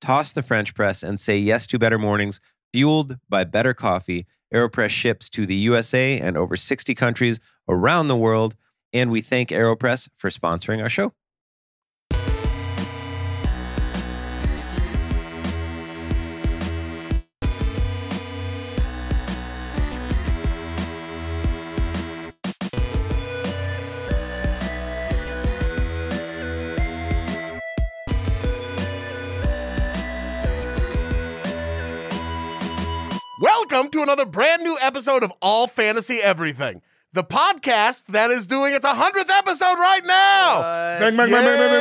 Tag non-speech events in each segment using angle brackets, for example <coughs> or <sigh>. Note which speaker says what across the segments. Speaker 1: toss the French press, and say yes to better mornings fueled by better coffee. AeroPress ships to the USA and over 60 countries around the world. And we thank AeroPress for sponsoring our show.
Speaker 2: Welcome to another brand new episode of All Fantasy Everything, the podcast that is doing its 100th episode right now.
Speaker 3: Bang, bang, bang, bang, bang,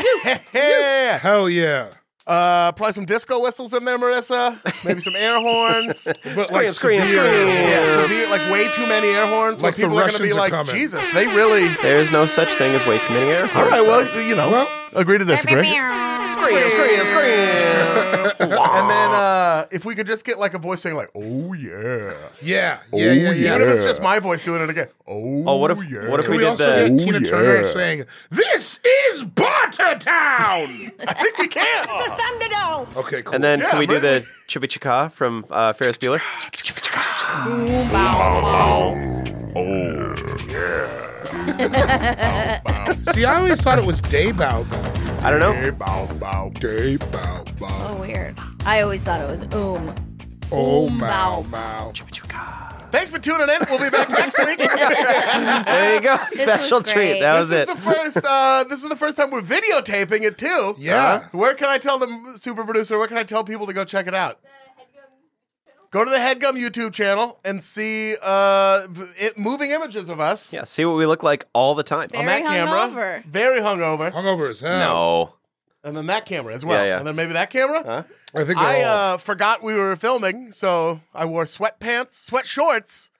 Speaker 3: bang, bang, bang,
Speaker 2: <laughs> Yeah.
Speaker 3: bang. Hell yeah.
Speaker 2: Uh, probably some disco whistles in there, Marissa. Maybe some air horns.
Speaker 3: <laughs> But like
Speaker 1: scream,
Speaker 3: severe.
Speaker 2: yeah, severe, like way too many air horns. where
Speaker 3: Like the
Speaker 2: people are going to
Speaker 3: Russians
Speaker 2: be
Speaker 3: are
Speaker 2: like,
Speaker 3: coming.
Speaker 2: Jesus, they really.
Speaker 4: There is no such thing as way too many air
Speaker 2: All
Speaker 4: horns.
Speaker 2: right, well, you know,
Speaker 3: Well-
Speaker 2: agree to disagree.
Speaker 4: scream, scream, scream.
Speaker 2: and then uh, if we could just get like a voice saying like, "Oh yeah,"
Speaker 3: Yeah.
Speaker 2: Oh,
Speaker 3: Yeah, yeah, yeah.
Speaker 2: even if it's just my voice doing it again. Oh,
Speaker 4: Oh, what if-
Speaker 2: yeah.
Speaker 4: what if
Speaker 3: Can we
Speaker 4: did
Speaker 3: also
Speaker 4: that.
Speaker 3: get Tina
Speaker 2: Oh,
Speaker 3: Turner
Speaker 2: yeah.
Speaker 3: saying, This
Speaker 2: <laughs>
Speaker 3: is Bartertown?
Speaker 2: I think
Speaker 4: <laughs>
Speaker 2: we can.
Speaker 3: okay, cool.
Speaker 4: And then
Speaker 2: Yeah,
Speaker 4: can we do
Speaker 2: maybe.
Speaker 4: the Chubby Chaka from uh, Ferris Bueller?
Speaker 2: Oh,
Speaker 3: <laughs> See, I always thought it was Day Bow Bow.
Speaker 4: I don't know.
Speaker 3: Day Bow Bow. Day Bow Bow.
Speaker 5: Oh, weird. I always thought it was oom.
Speaker 3: Oh,
Speaker 5: Boom,
Speaker 3: Bow Bow.
Speaker 5: bow.
Speaker 2: Thanks for tuning in. We'll be back next
Speaker 4: <laughs>
Speaker 2: week.
Speaker 4: There you go. Special
Speaker 5: was
Speaker 4: treat.
Speaker 5: great.
Speaker 4: That was
Speaker 2: this
Speaker 4: it.
Speaker 2: is the first. Uh, this is the first time we're videotaping it too.
Speaker 3: Yeah.
Speaker 2: Uh, where can I tell the super producer? Where can I tell people to go check it out? Go to the Headgum YouTube channel and see uh, v- it, moving images of us
Speaker 4: Yeah, see what we look like all the time.
Speaker 2: on that
Speaker 5: Very
Speaker 2: camera.
Speaker 5: hungover.
Speaker 2: Very hungover.
Speaker 3: Hungover as
Speaker 1: Oh,
Speaker 3: hell.
Speaker 4: No.
Speaker 2: And then that camera as well.
Speaker 4: Yeah, Uh-huh. yeah.
Speaker 2: And then maybe that camera.
Speaker 3: I think
Speaker 2: I
Speaker 3: they're all.
Speaker 2: uh, forgot we were filming, so I wore sweatpants, sweat shorts,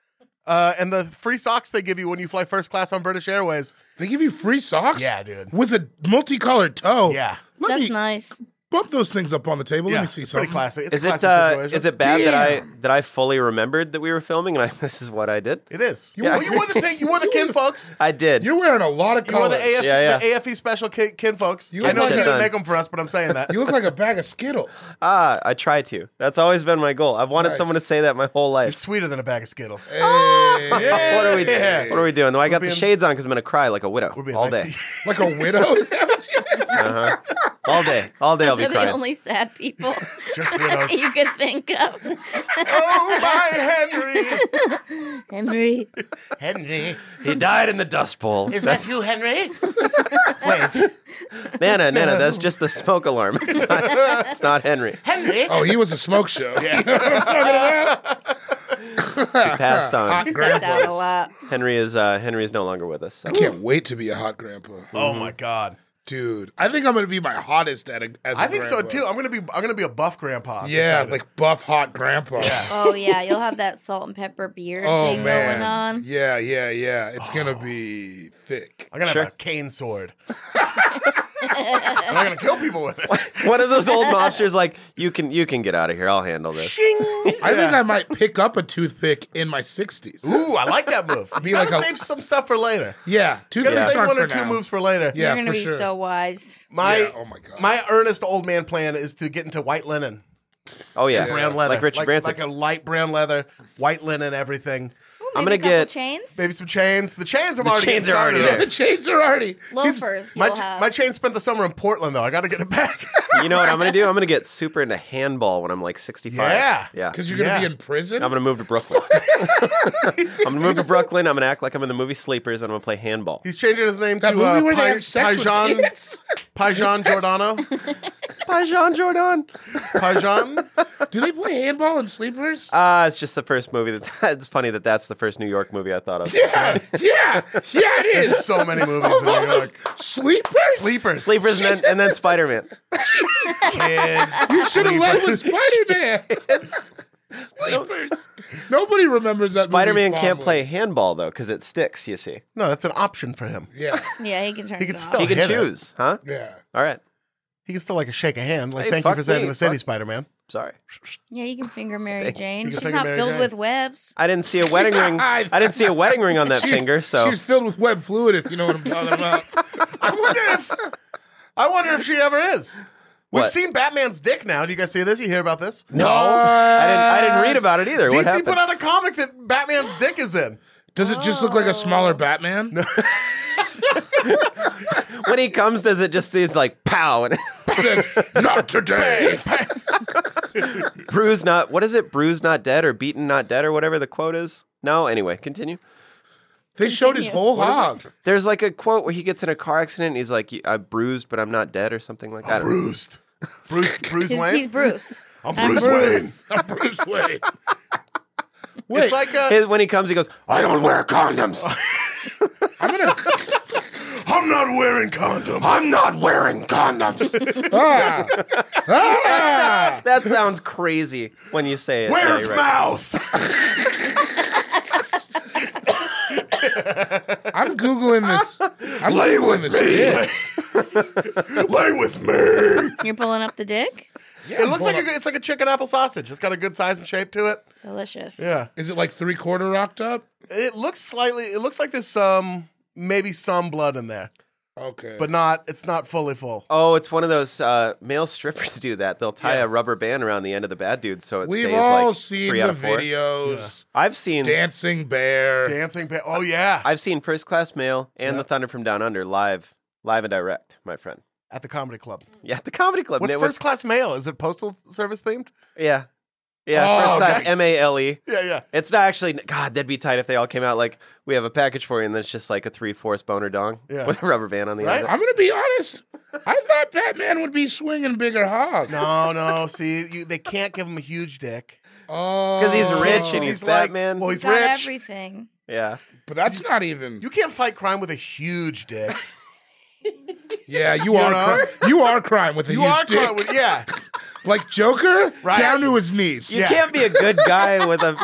Speaker 2: uh, and the free socks they give you when you fly first class on British Airways.
Speaker 3: They give you free socks?
Speaker 2: Yeah, dude.
Speaker 3: With a multicolored toe.
Speaker 2: Yeah.
Speaker 3: Let
Speaker 5: That's
Speaker 3: me,
Speaker 5: nice.
Speaker 3: Bump those things up on the table. Let me see
Speaker 2: it's pretty
Speaker 3: something.
Speaker 2: classic. It's
Speaker 1: Is
Speaker 2: a
Speaker 1: it
Speaker 2: classic
Speaker 1: uh,
Speaker 2: situation.
Speaker 1: is it bad that I
Speaker 3: Damn.
Speaker 1: that I fully remembered that we were filming and I, <laughs> this is what I did?
Speaker 2: It is. You,
Speaker 1: Yeah.
Speaker 2: wore, you wore the pink. <laughs> You wore the kin folks.
Speaker 1: I did.
Speaker 3: You're wearing a lot of
Speaker 2: You wore
Speaker 3: colors.
Speaker 2: the, AF,
Speaker 1: Yeah,
Speaker 2: the AFE special kin, kin folks.
Speaker 3: You
Speaker 2: I
Speaker 3: look
Speaker 2: know
Speaker 3: like
Speaker 2: you
Speaker 3: a-
Speaker 2: didn't make them for us, but I'm saying
Speaker 1: <laughs>
Speaker 2: that.
Speaker 3: You look like a bag of
Speaker 5: <laughs>
Speaker 3: Skittles.
Speaker 1: ah, I try to. That's always been my goal. I've wanted
Speaker 3: Nice.
Speaker 1: someone to say that my whole
Speaker 2: You're
Speaker 1: life.
Speaker 2: sweeter than a bag of Skittles.
Speaker 5: Oh!
Speaker 3: Hey,
Speaker 1: What are we doing?
Speaker 2: Yeah.
Speaker 1: What are we doing? Though I got the
Speaker 2: being-
Speaker 1: shades on because I'm gonna cry like a widow
Speaker 2: We're being
Speaker 1: all
Speaker 2: nice
Speaker 1: day,
Speaker 2: to you.
Speaker 3: like a widow.
Speaker 1: all day, all day.
Speaker 6: Those
Speaker 1: I'll be
Speaker 6: are the
Speaker 1: crying.
Speaker 6: only sad people <laughs>
Speaker 2: <laughs> Just widows.
Speaker 6: you could think of.
Speaker 2: <laughs> oh, my
Speaker 6: Henry.
Speaker 2: Henry. <laughs> Henry.
Speaker 1: He died in the dust bowl.
Speaker 2: Is that you, Henry? <laughs> Wait.
Speaker 1: <laughs>
Speaker 2: <laughs>
Speaker 1: Nana, Nana, that's just the smoke alarm. It's not, it's not Henry.
Speaker 2: Henry.
Speaker 3: oh, he was a smoke show.
Speaker 1: Passed on.
Speaker 6: Stepped out a lot.
Speaker 1: Henry is uh, Henry is no longer with us. so.
Speaker 3: <laughs> I can't wait to be a hot grandpa,
Speaker 2: Oh, my God.
Speaker 3: dude. I think I'm gonna be my hottest at a, as a
Speaker 2: I think so
Speaker 3: grandpa.
Speaker 2: too. I'm gonna be I'm gonna be a buff grandpa. I'm
Speaker 3: Yeah,
Speaker 2: excited.
Speaker 3: like buff hot grandpa.
Speaker 6: Oh yeah, you'll have that salt and pepper beard
Speaker 3: Oh
Speaker 6: thing
Speaker 3: man.
Speaker 6: going on.
Speaker 3: Yeah, yeah, yeah. It's gonna be thick.
Speaker 2: I'm gonna
Speaker 1: Sure.
Speaker 2: have a cane sword. and I'm gonna kill
Speaker 6: <laughs>
Speaker 2: people with
Speaker 1: <laughs>
Speaker 2: it.
Speaker 1: One of those old mobsters, like you can you can get out of here. I'll handle this.
Speaker 3: I think I might pick up a toothpick in my sixties.
Speaker 2: Ooh, I like that move.
Speaker 3: <laughs> Be
Speaker 2: you gotta
Speaker 3: like a-
Speaker 2: save some stuff for later.
Speaker 3: Yeah,
Speaker 2: You gotta
Speaker 3: toothpicks
Speaker 2: save
Speaker 3: aren't
Speaker 2: one
Speaker 3: for
Speaker 2: or two
Speaker 3: now.
Speaker 2: moves for later.
Speaker 3: Yeah,
Speaker 6: You're gonna
Speaker 3: for
Speaker 6: be
Speaker 3: sure.
Speaker 6: so wise.
Speaker 2: My
Speaker 3: Yeah, oh my God.
Speaker 2: my earnest old man plan is to get into white linen,
Speaker 1: Oh yeah,
Speaker 2: brown leather,
Speaker 1: like Richard
Speaker 2: like,
Speaker 1: Branson.
Speaker 2: like a light brown leather, white linen, everything.
Speaker 6: Ooh,
Speaker 1: I'm
Speaker 6: maybe a
Speaker 1: gonna
Speaker 6: couple
Speaker 1: get-
Speaker 6: chains,
Speaker 2: Maybe some chains. The chains I'm
Speaker 1: The
Speaker 2: already
Speaker 1: chains are
Speaker 2: getting started
Speaker 1: already
Speaker 2: on.
Speaker 3: <laughs> the chains are already.
Speaker 6: loafers.
Speaker 2: My
Speaker 6: you'll have.
Speaker 2: my chain spent the summer in Portland though. I gotta get it back. <laughs>
Speaker 1: you know what I'm gonna do? I'm gonna get super into handball when I'm like 65.
Speaker 2: Yeah.
Speaker 1: yeah.
Speaker 3: Because you're gonna be
Speaker 2: Yeah.
Speaker 3: in prison.
Speaker 1: I'm gonna move to Brooklyn.
Speaker 2: <laughs>
Speaker 1: I'm gonna move to Brooklyn. I'm gonna act like I'm in the movie Sleepers, and I'm gonna play handball.
Speaker 2: He's changing his name
Speaker 3: that
Speaker 2: to
Speaker 3: movie
Speaker 2: uh,
Speaker 3: where they
Speaker 2: Pai-
Speaker 3: have sex with
Speaker 2: Paijan-
Speaker 3: kids. <laughs>
Speaker 2: Paijan Giordano.
Speaker 1: Bye, Jean Jordan.
Speaker 2: Paijan.
Speaker 3: <laughs> Do they play handball in sleepers?
Speaker 1: Ah, it's just the first movie that. <laughs> It's funny that that's the first New York movie I thought of.
Speaker 3: yeah, yeah, yeah. It
Speaker 2: There's
Speaker 3: is
Speaker 2: so many movies in New York.
Speaker 3: sleepers.
Speaker 2: Sleepers. <laughs>
Speaker 1: Sleepers and then, and then Spider Man.
Speaker 2: Kids.
Speaker 3: You should have led with Spider Man. sleepers. Nobody remembers that. movie
Speaker 1: Spider Man can't
Speaker 3: fondly.
Speaker 1: play handball though because it sticks. You see,
Speaker 2: No, that's an option for him.
Speaker 3: Yeah,
Speaker 6: yeah, he can turn.
Speaker 2: He
Speaker 6: it
Speaker 2: can
Speaker 6: off.
Speaker 5: Oh,
Speaker 2: still-
Speaker 1: he can
Speaker 2: hit it.
Speaker 1: choose, huh?
Speaker 3: <laughs> yeah.
Speaker 1: All right,
Speaker 2: He can still like a shake a hand, like
Speaker 1: Hey,
Speaker 2: thank you
Speaker 1: fuck
Speaker 2: for saving
Speaker 1: me,
Speaker 2: the city,
Speaker 1: fuck.
Speaker 2: Spider Man.
Speaker 1: sorry.
Speaker 6: Yeah, you can finger Mary Jane.
Speaker 2: can
Speaker 6: She's
Speaker 2: finger
Speaker 6: not
Speaker 2: Mary
Speaker 6: filled
Speaker 2: Jane.
Speaker 6: with webs.
Speaker 1: I didn't see a wedding ring. I didn't see a wedding ring on that
Speaker 3: She's-
Speaker 1: finger. So
Speaker 3: she's filled with web fluid. If you know what I'm talking about.
Speaker 2: I wonder if I wonder if she ever is. We've
Speaker 1: What?
Speaker 2: seen Batman's dick now. Do you guys see this? You hear about this?
Speaker 1: no, I didn't. I didn't read about it either.
Speaker 2: DC
Speaker 1: What happened?
Speaker 2: put out a comic that Batman's dick is in.
Speaker 3: Does it just look like a
Speaker 1: Oh.
Speaker 3: smaller Batman?
Speaker 1: when he comes, does it just is like pow and <laughs>
Speaker 3: It says not today.
Speaker 1: bruised not? What is it? Bruised not dead or beaten not dead or whatever the quote is. No, anyway, continue.
Speaker 3: They showed his whole hog.
Speaker 1: There's like a quote where he gets in a car accident. and He's like, "I bruised, but I'm not dead" or something like that.
Speaker 2: Bruised. Bruce Bruce
Speaker 6: He's,
Speaker 2: Wayne.
Speaker 6: he's Bruce.
Speaker 2: I'm
Speaker 6: I'm
Speaker 2: Bruce,
Speaker 6: Bruce.
Speaker 3: I'm Bruce Wayne.
Speaker 2: Wayne.
Speaker 3: Wait,
Speaker 2: It's like a,
Speaker 1: His- when he comes, he goes, "Ah, "I don't wear
Speaker 2: <laughs>
Speaker 1: condoms.
Speaker 3: I'm gonna.
Speaker 2: I'm not wearing condoms.
Speaker 1: I'm not wearing condoms."
Speaker 3: Ah, ah.
Speaker 1: that sounds crazy when you say it. Yeah,
Speaker 2: <laughs> Where's
Speaker 1: you're right.
Speaker 2: mouth?
Speaker 3: I'm googling this. I'm googling this
Speaker 2: <laughs>
Speaker 3: dick.
Speaker 2: Lay with me.
Speaker 6: You're pulling up the dick.
Speaker 3: Yeah,
Speaker 2: It
Speaker 3: I'm
Speaker 2: looks like
Speaker 3: pulling
Speaker 2: a, it's like a chicken apple sausage. It's got a good size and shape to it.
Speaker 6: Delicious.
Speaker 2: Yeah.
Speaker 3: up- Is it like three quarter rocked up?
Speaker 2: It looks slightly. It looks like there's some maybe some blood in there,
Speaker 3: Okay,
Speaker 2: but not. It's not fully full.
Speaker 1: Oh, it's one of those uh, male strippers do that. They'll tie a rubber band around the end of the bad dude so it
Speaker 3: we've
Speaker 1: stays
Speaker 3: all
Speaker 1: like
Speaker 3: seen
Speaker 1: three out
Speaker 3: the
Speaker 1: of four.
Speaker 3: videos.
Speaker 1: I've seen
Speaker 3: Dancing bear.
Speaker 2: Dancing. Pa- oh yeah,
Speaker 1: I've seen First Class Male and The Thunder from Down Under live, live and direct, my friend.
Speaker 2: at the comedy club.
Speaker 1: Yeah, at the comedy club.
Speaker 2: What's
Speaker 1: and it was-
Speaker 2: first class mail? Is it postal service themed?
Speaker 1: yeah, yeah,
Speaker 3: Oh,
Speaker 1: First Class
Speaker 3: okay.
Speaker 1: M A L E.
Speaker 2: Yeah, yeah.
Speaker 1: It's not actually. God, that'd be tight if they all came out like we have a package for you, and then it's just like a three-fourths boner dong
Speaker 2: Yeah.
Speaker 1: with a rubber band on the
Speaker 2: Right?
Speaker 1: end. Of it.
Speaker 3: I'm gonna be honest. I thought Batman would be swinging bigger hog.
Speaker 2: No, no. See, you, they can't give him a huge dick.
Speaker 3: Oh,
Speaker 1: Because he's rich and
Speaker 2: He's
Speaker 1: he's,
Speaker 2: like-
Speaker 1: Batman.
Speaker 2: well, he's
Speaker 6: Got
Speaker 2: rich.
Speaker 6: everything.
Speaker 1: yeah,
Speaker 3: But that's not even.
Speaker 2: You can't fight crime with a huge dick. <laughs>
Speaker 3: yeah, you are.
Speaker 2: know?
Speaker 3: cri- you are crying with <laughs>
Speaker 2: <laughs>
Speaker 3: a
Speaker 2: You
Speaker 3: huge
Speaker 2: are
Speaker 3: dick.
Speaker 2: crime with yeah.
Speaker 3: like Joker
Speaker 2: Right.
Speaker 3: down to his knees.
Speaker 1: you
Speaker 2: Yeah.
Speaker 1: can't be a <laughs> good guy with a.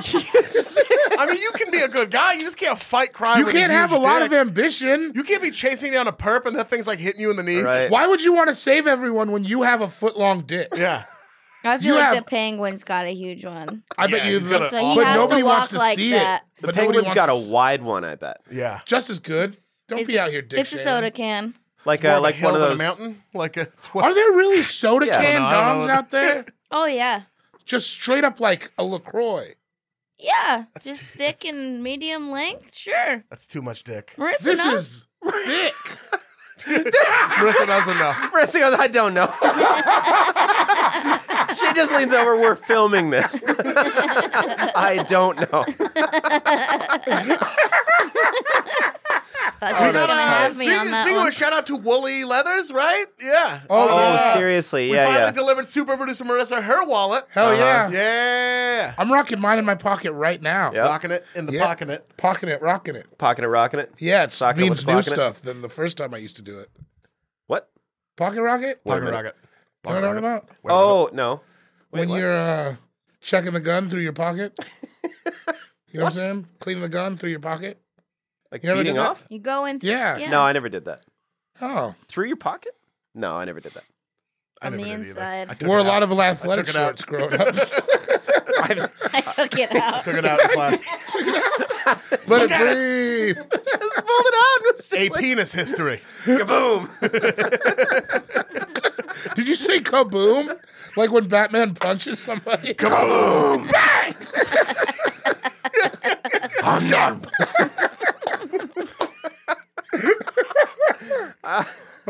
Speaker 2: I mean, you can be a good guy. You just can't fight crime.
Speaker 3: You
Speaker 2: with a
Speaker 3: can't have a
Speaker 2: huge
Speaker 3: lot
Speaker 2: dick.
Speaker 3: of ambition.
Speaker 2: You can't be chasing down a perp and that thing's like hitting you in the knees.
Speaker 1: Right.
Speaker 3: Why would you want to save everyone when you have a foot long dick?
Speaker 2: <laughs> Yeah.
Speaker 6: I feel
Speaker 3: You
Speaker 6: like
Speaker 3: have-
Speaker 6: the penguin's got a huge one.
Speaker 3: I
Speaker 2: Yeah,
Speaker 3: bet you.
Speaker 2: he's got a-
Speaker 6: So he
Speaker 3: but
Speaker 6: has
Speaker 3: nobody
Speaker 6: to
Speaker 3: wants
Speaker 6: walk
Speaker 3: to
Speaker 6: like
Speaker 3: see
Speaker 6: that.
Speaker 3: it.
Speaker 1: The
Speaker 3: But nobody
Speaker 1: penguin's got a
Speaker 3: wants to-
Speaker 1: wide one, I bet.
Speaker 2: Yeah.
Speaker 3: just as good. Don't
Speaker 6: It's-
Speaker 3: be out here dick.
Speaker 6: It's a
Speaker 3: shaming.
Speaker 6: soda can.
Speaker 1: Like
Speaker 2: More
Speaker 1: uh,
Speaker 2: of a
Speaker 1: like
Speaker 2: hill
Speaker 1: one of
Speaker 2: than
Speaker 1: those.
Speaker 2: a
Speaker 1: <laughs>
Speaker 2: mountain. Like a, it's what,
Speaker 3: Are there
Speaker 2: <laughs>
Speaker 3: really soda
Speaker 1: Yeah, I don't
Speaker 3: can
Speaker 2: know, I don't
Speaker 3: doms
Speaker 2: know. <laughs>
Speaker 3: out there?
Speaker 6: Oh yeah,
Speaker 3: Just straight up like a Lacroix.
Speaker 6: yeah. Just
Speaker 2: too-
Speaker 6: thick
Speaker 2: that's-
Speaker 6: and medium length. Sure,
Speaker 2: that's too
Speaker 6: <laughs>
Speaker 2: much dick.
Speaker 6: Marissa.
Speaker 3: This
Speaker 6: knows.
Speaker 3: is thick.
Speaker 2: Marissa doesn't know.
Speaker 1: Marissa goes, I don't know. <laughs> she just leans over. We're filming this. <laughs> I don't know.
Speaker 6: Thought you were
Speaker 2: We
Speaker 6: gonna
Speaker 2: got, uh,
Speaker 6: have me
Speaker 2: speaking
Speaker 6: on that
Speaker 2: speaking
Speaker 6: one.
Speaker 2: of, shout out to Wooly Leathers, right? Yeah. Uh,
Speaker 3: Oh,
Speaker 1: Oh,
Speaker 3: yeah.
Speaker 1: seriously?
Speaker 2: We
Speaker 1: yeah,
Speaker 2: finally
Speaker 1: yeah.
Speaker 2: delivered super producer Marissa her wallet.
Speaker 3: Hell yeah.
Speaker 2: Yeah.
Speaker 3: I'm rocking mine in my pocket right now.
Speaker 1: Yep.
Speaker 2: Rocking it in the
Speaker 3: Yeah.
Speaker 2: pocket. It.
Speaker 3: Pocketing it, rocking it.
Speaker 1: Pocket it, rocking it.
Speaker 3: Yeah, it
Speaker 1: Socket with
Speaker 3: means
Speaker 1: the
Speaker 3: new
Speaker 1: pocket.
Speaker 3: stuff than the first time I used to do it.
Speaker 1: What?
Speaker 3: Pocket rocket?
Speaker 1: Wait a
Speaker 2: Pocket
Speaker 1: minute.
Speaker 2: rocket.
Speaker 3: You know what I'm talking about?
Speaker 2: Wait a minute.
Speaker 1: Oh no.
Speaker 3: when
Speaker 1: what?
Speaker 3: you're uh, checking the gun through your pocket.
Speaker 2: <laughs>
Speaker 3: you know what I'm saying? Cleaning the gun through your pocket.
Speaker 1: Like
Speaker 3: You never
Speaker 1: beating
Speaker 3: did that?
Speaker 1: off?
Speaker 6: You go in.
Speaker 3: Yeah.
Speaker 1: No, I never did that.
Speaker 3: Oh,
Speaker 1: Through your pocket? No, I never did that.
Speaker 2: I
Speaker 6: on the
Speaker 2: never did either.
Speaker 6: inside.
Speaker 2: I took
Speaker 3: wore a
Speaker 2: it
Speaker 3: lot
Speaker 2: out.
Speaker 3: of athletic
Speaker 2: took it out. <laughs>
Speaker 3: shorts growing up.
Speaker 1: I was-
Speaker 6: <laughs> I took it out.
Speaker 2: Took it out in class.
Speaker 3: Let it breathe.
Speaker 1: just pulled it out. and was just
Speaker 2: A
Speaker 1: like,
Speaker 2: penis <laughs> history.
Speaker 1: kaboom.
Speaker 3: Did you say kaboom? Like when Batman
Speaker 2: <laughs>
Speaker 3: punches somebody?
Speaker 1: Kaboom. I'm not.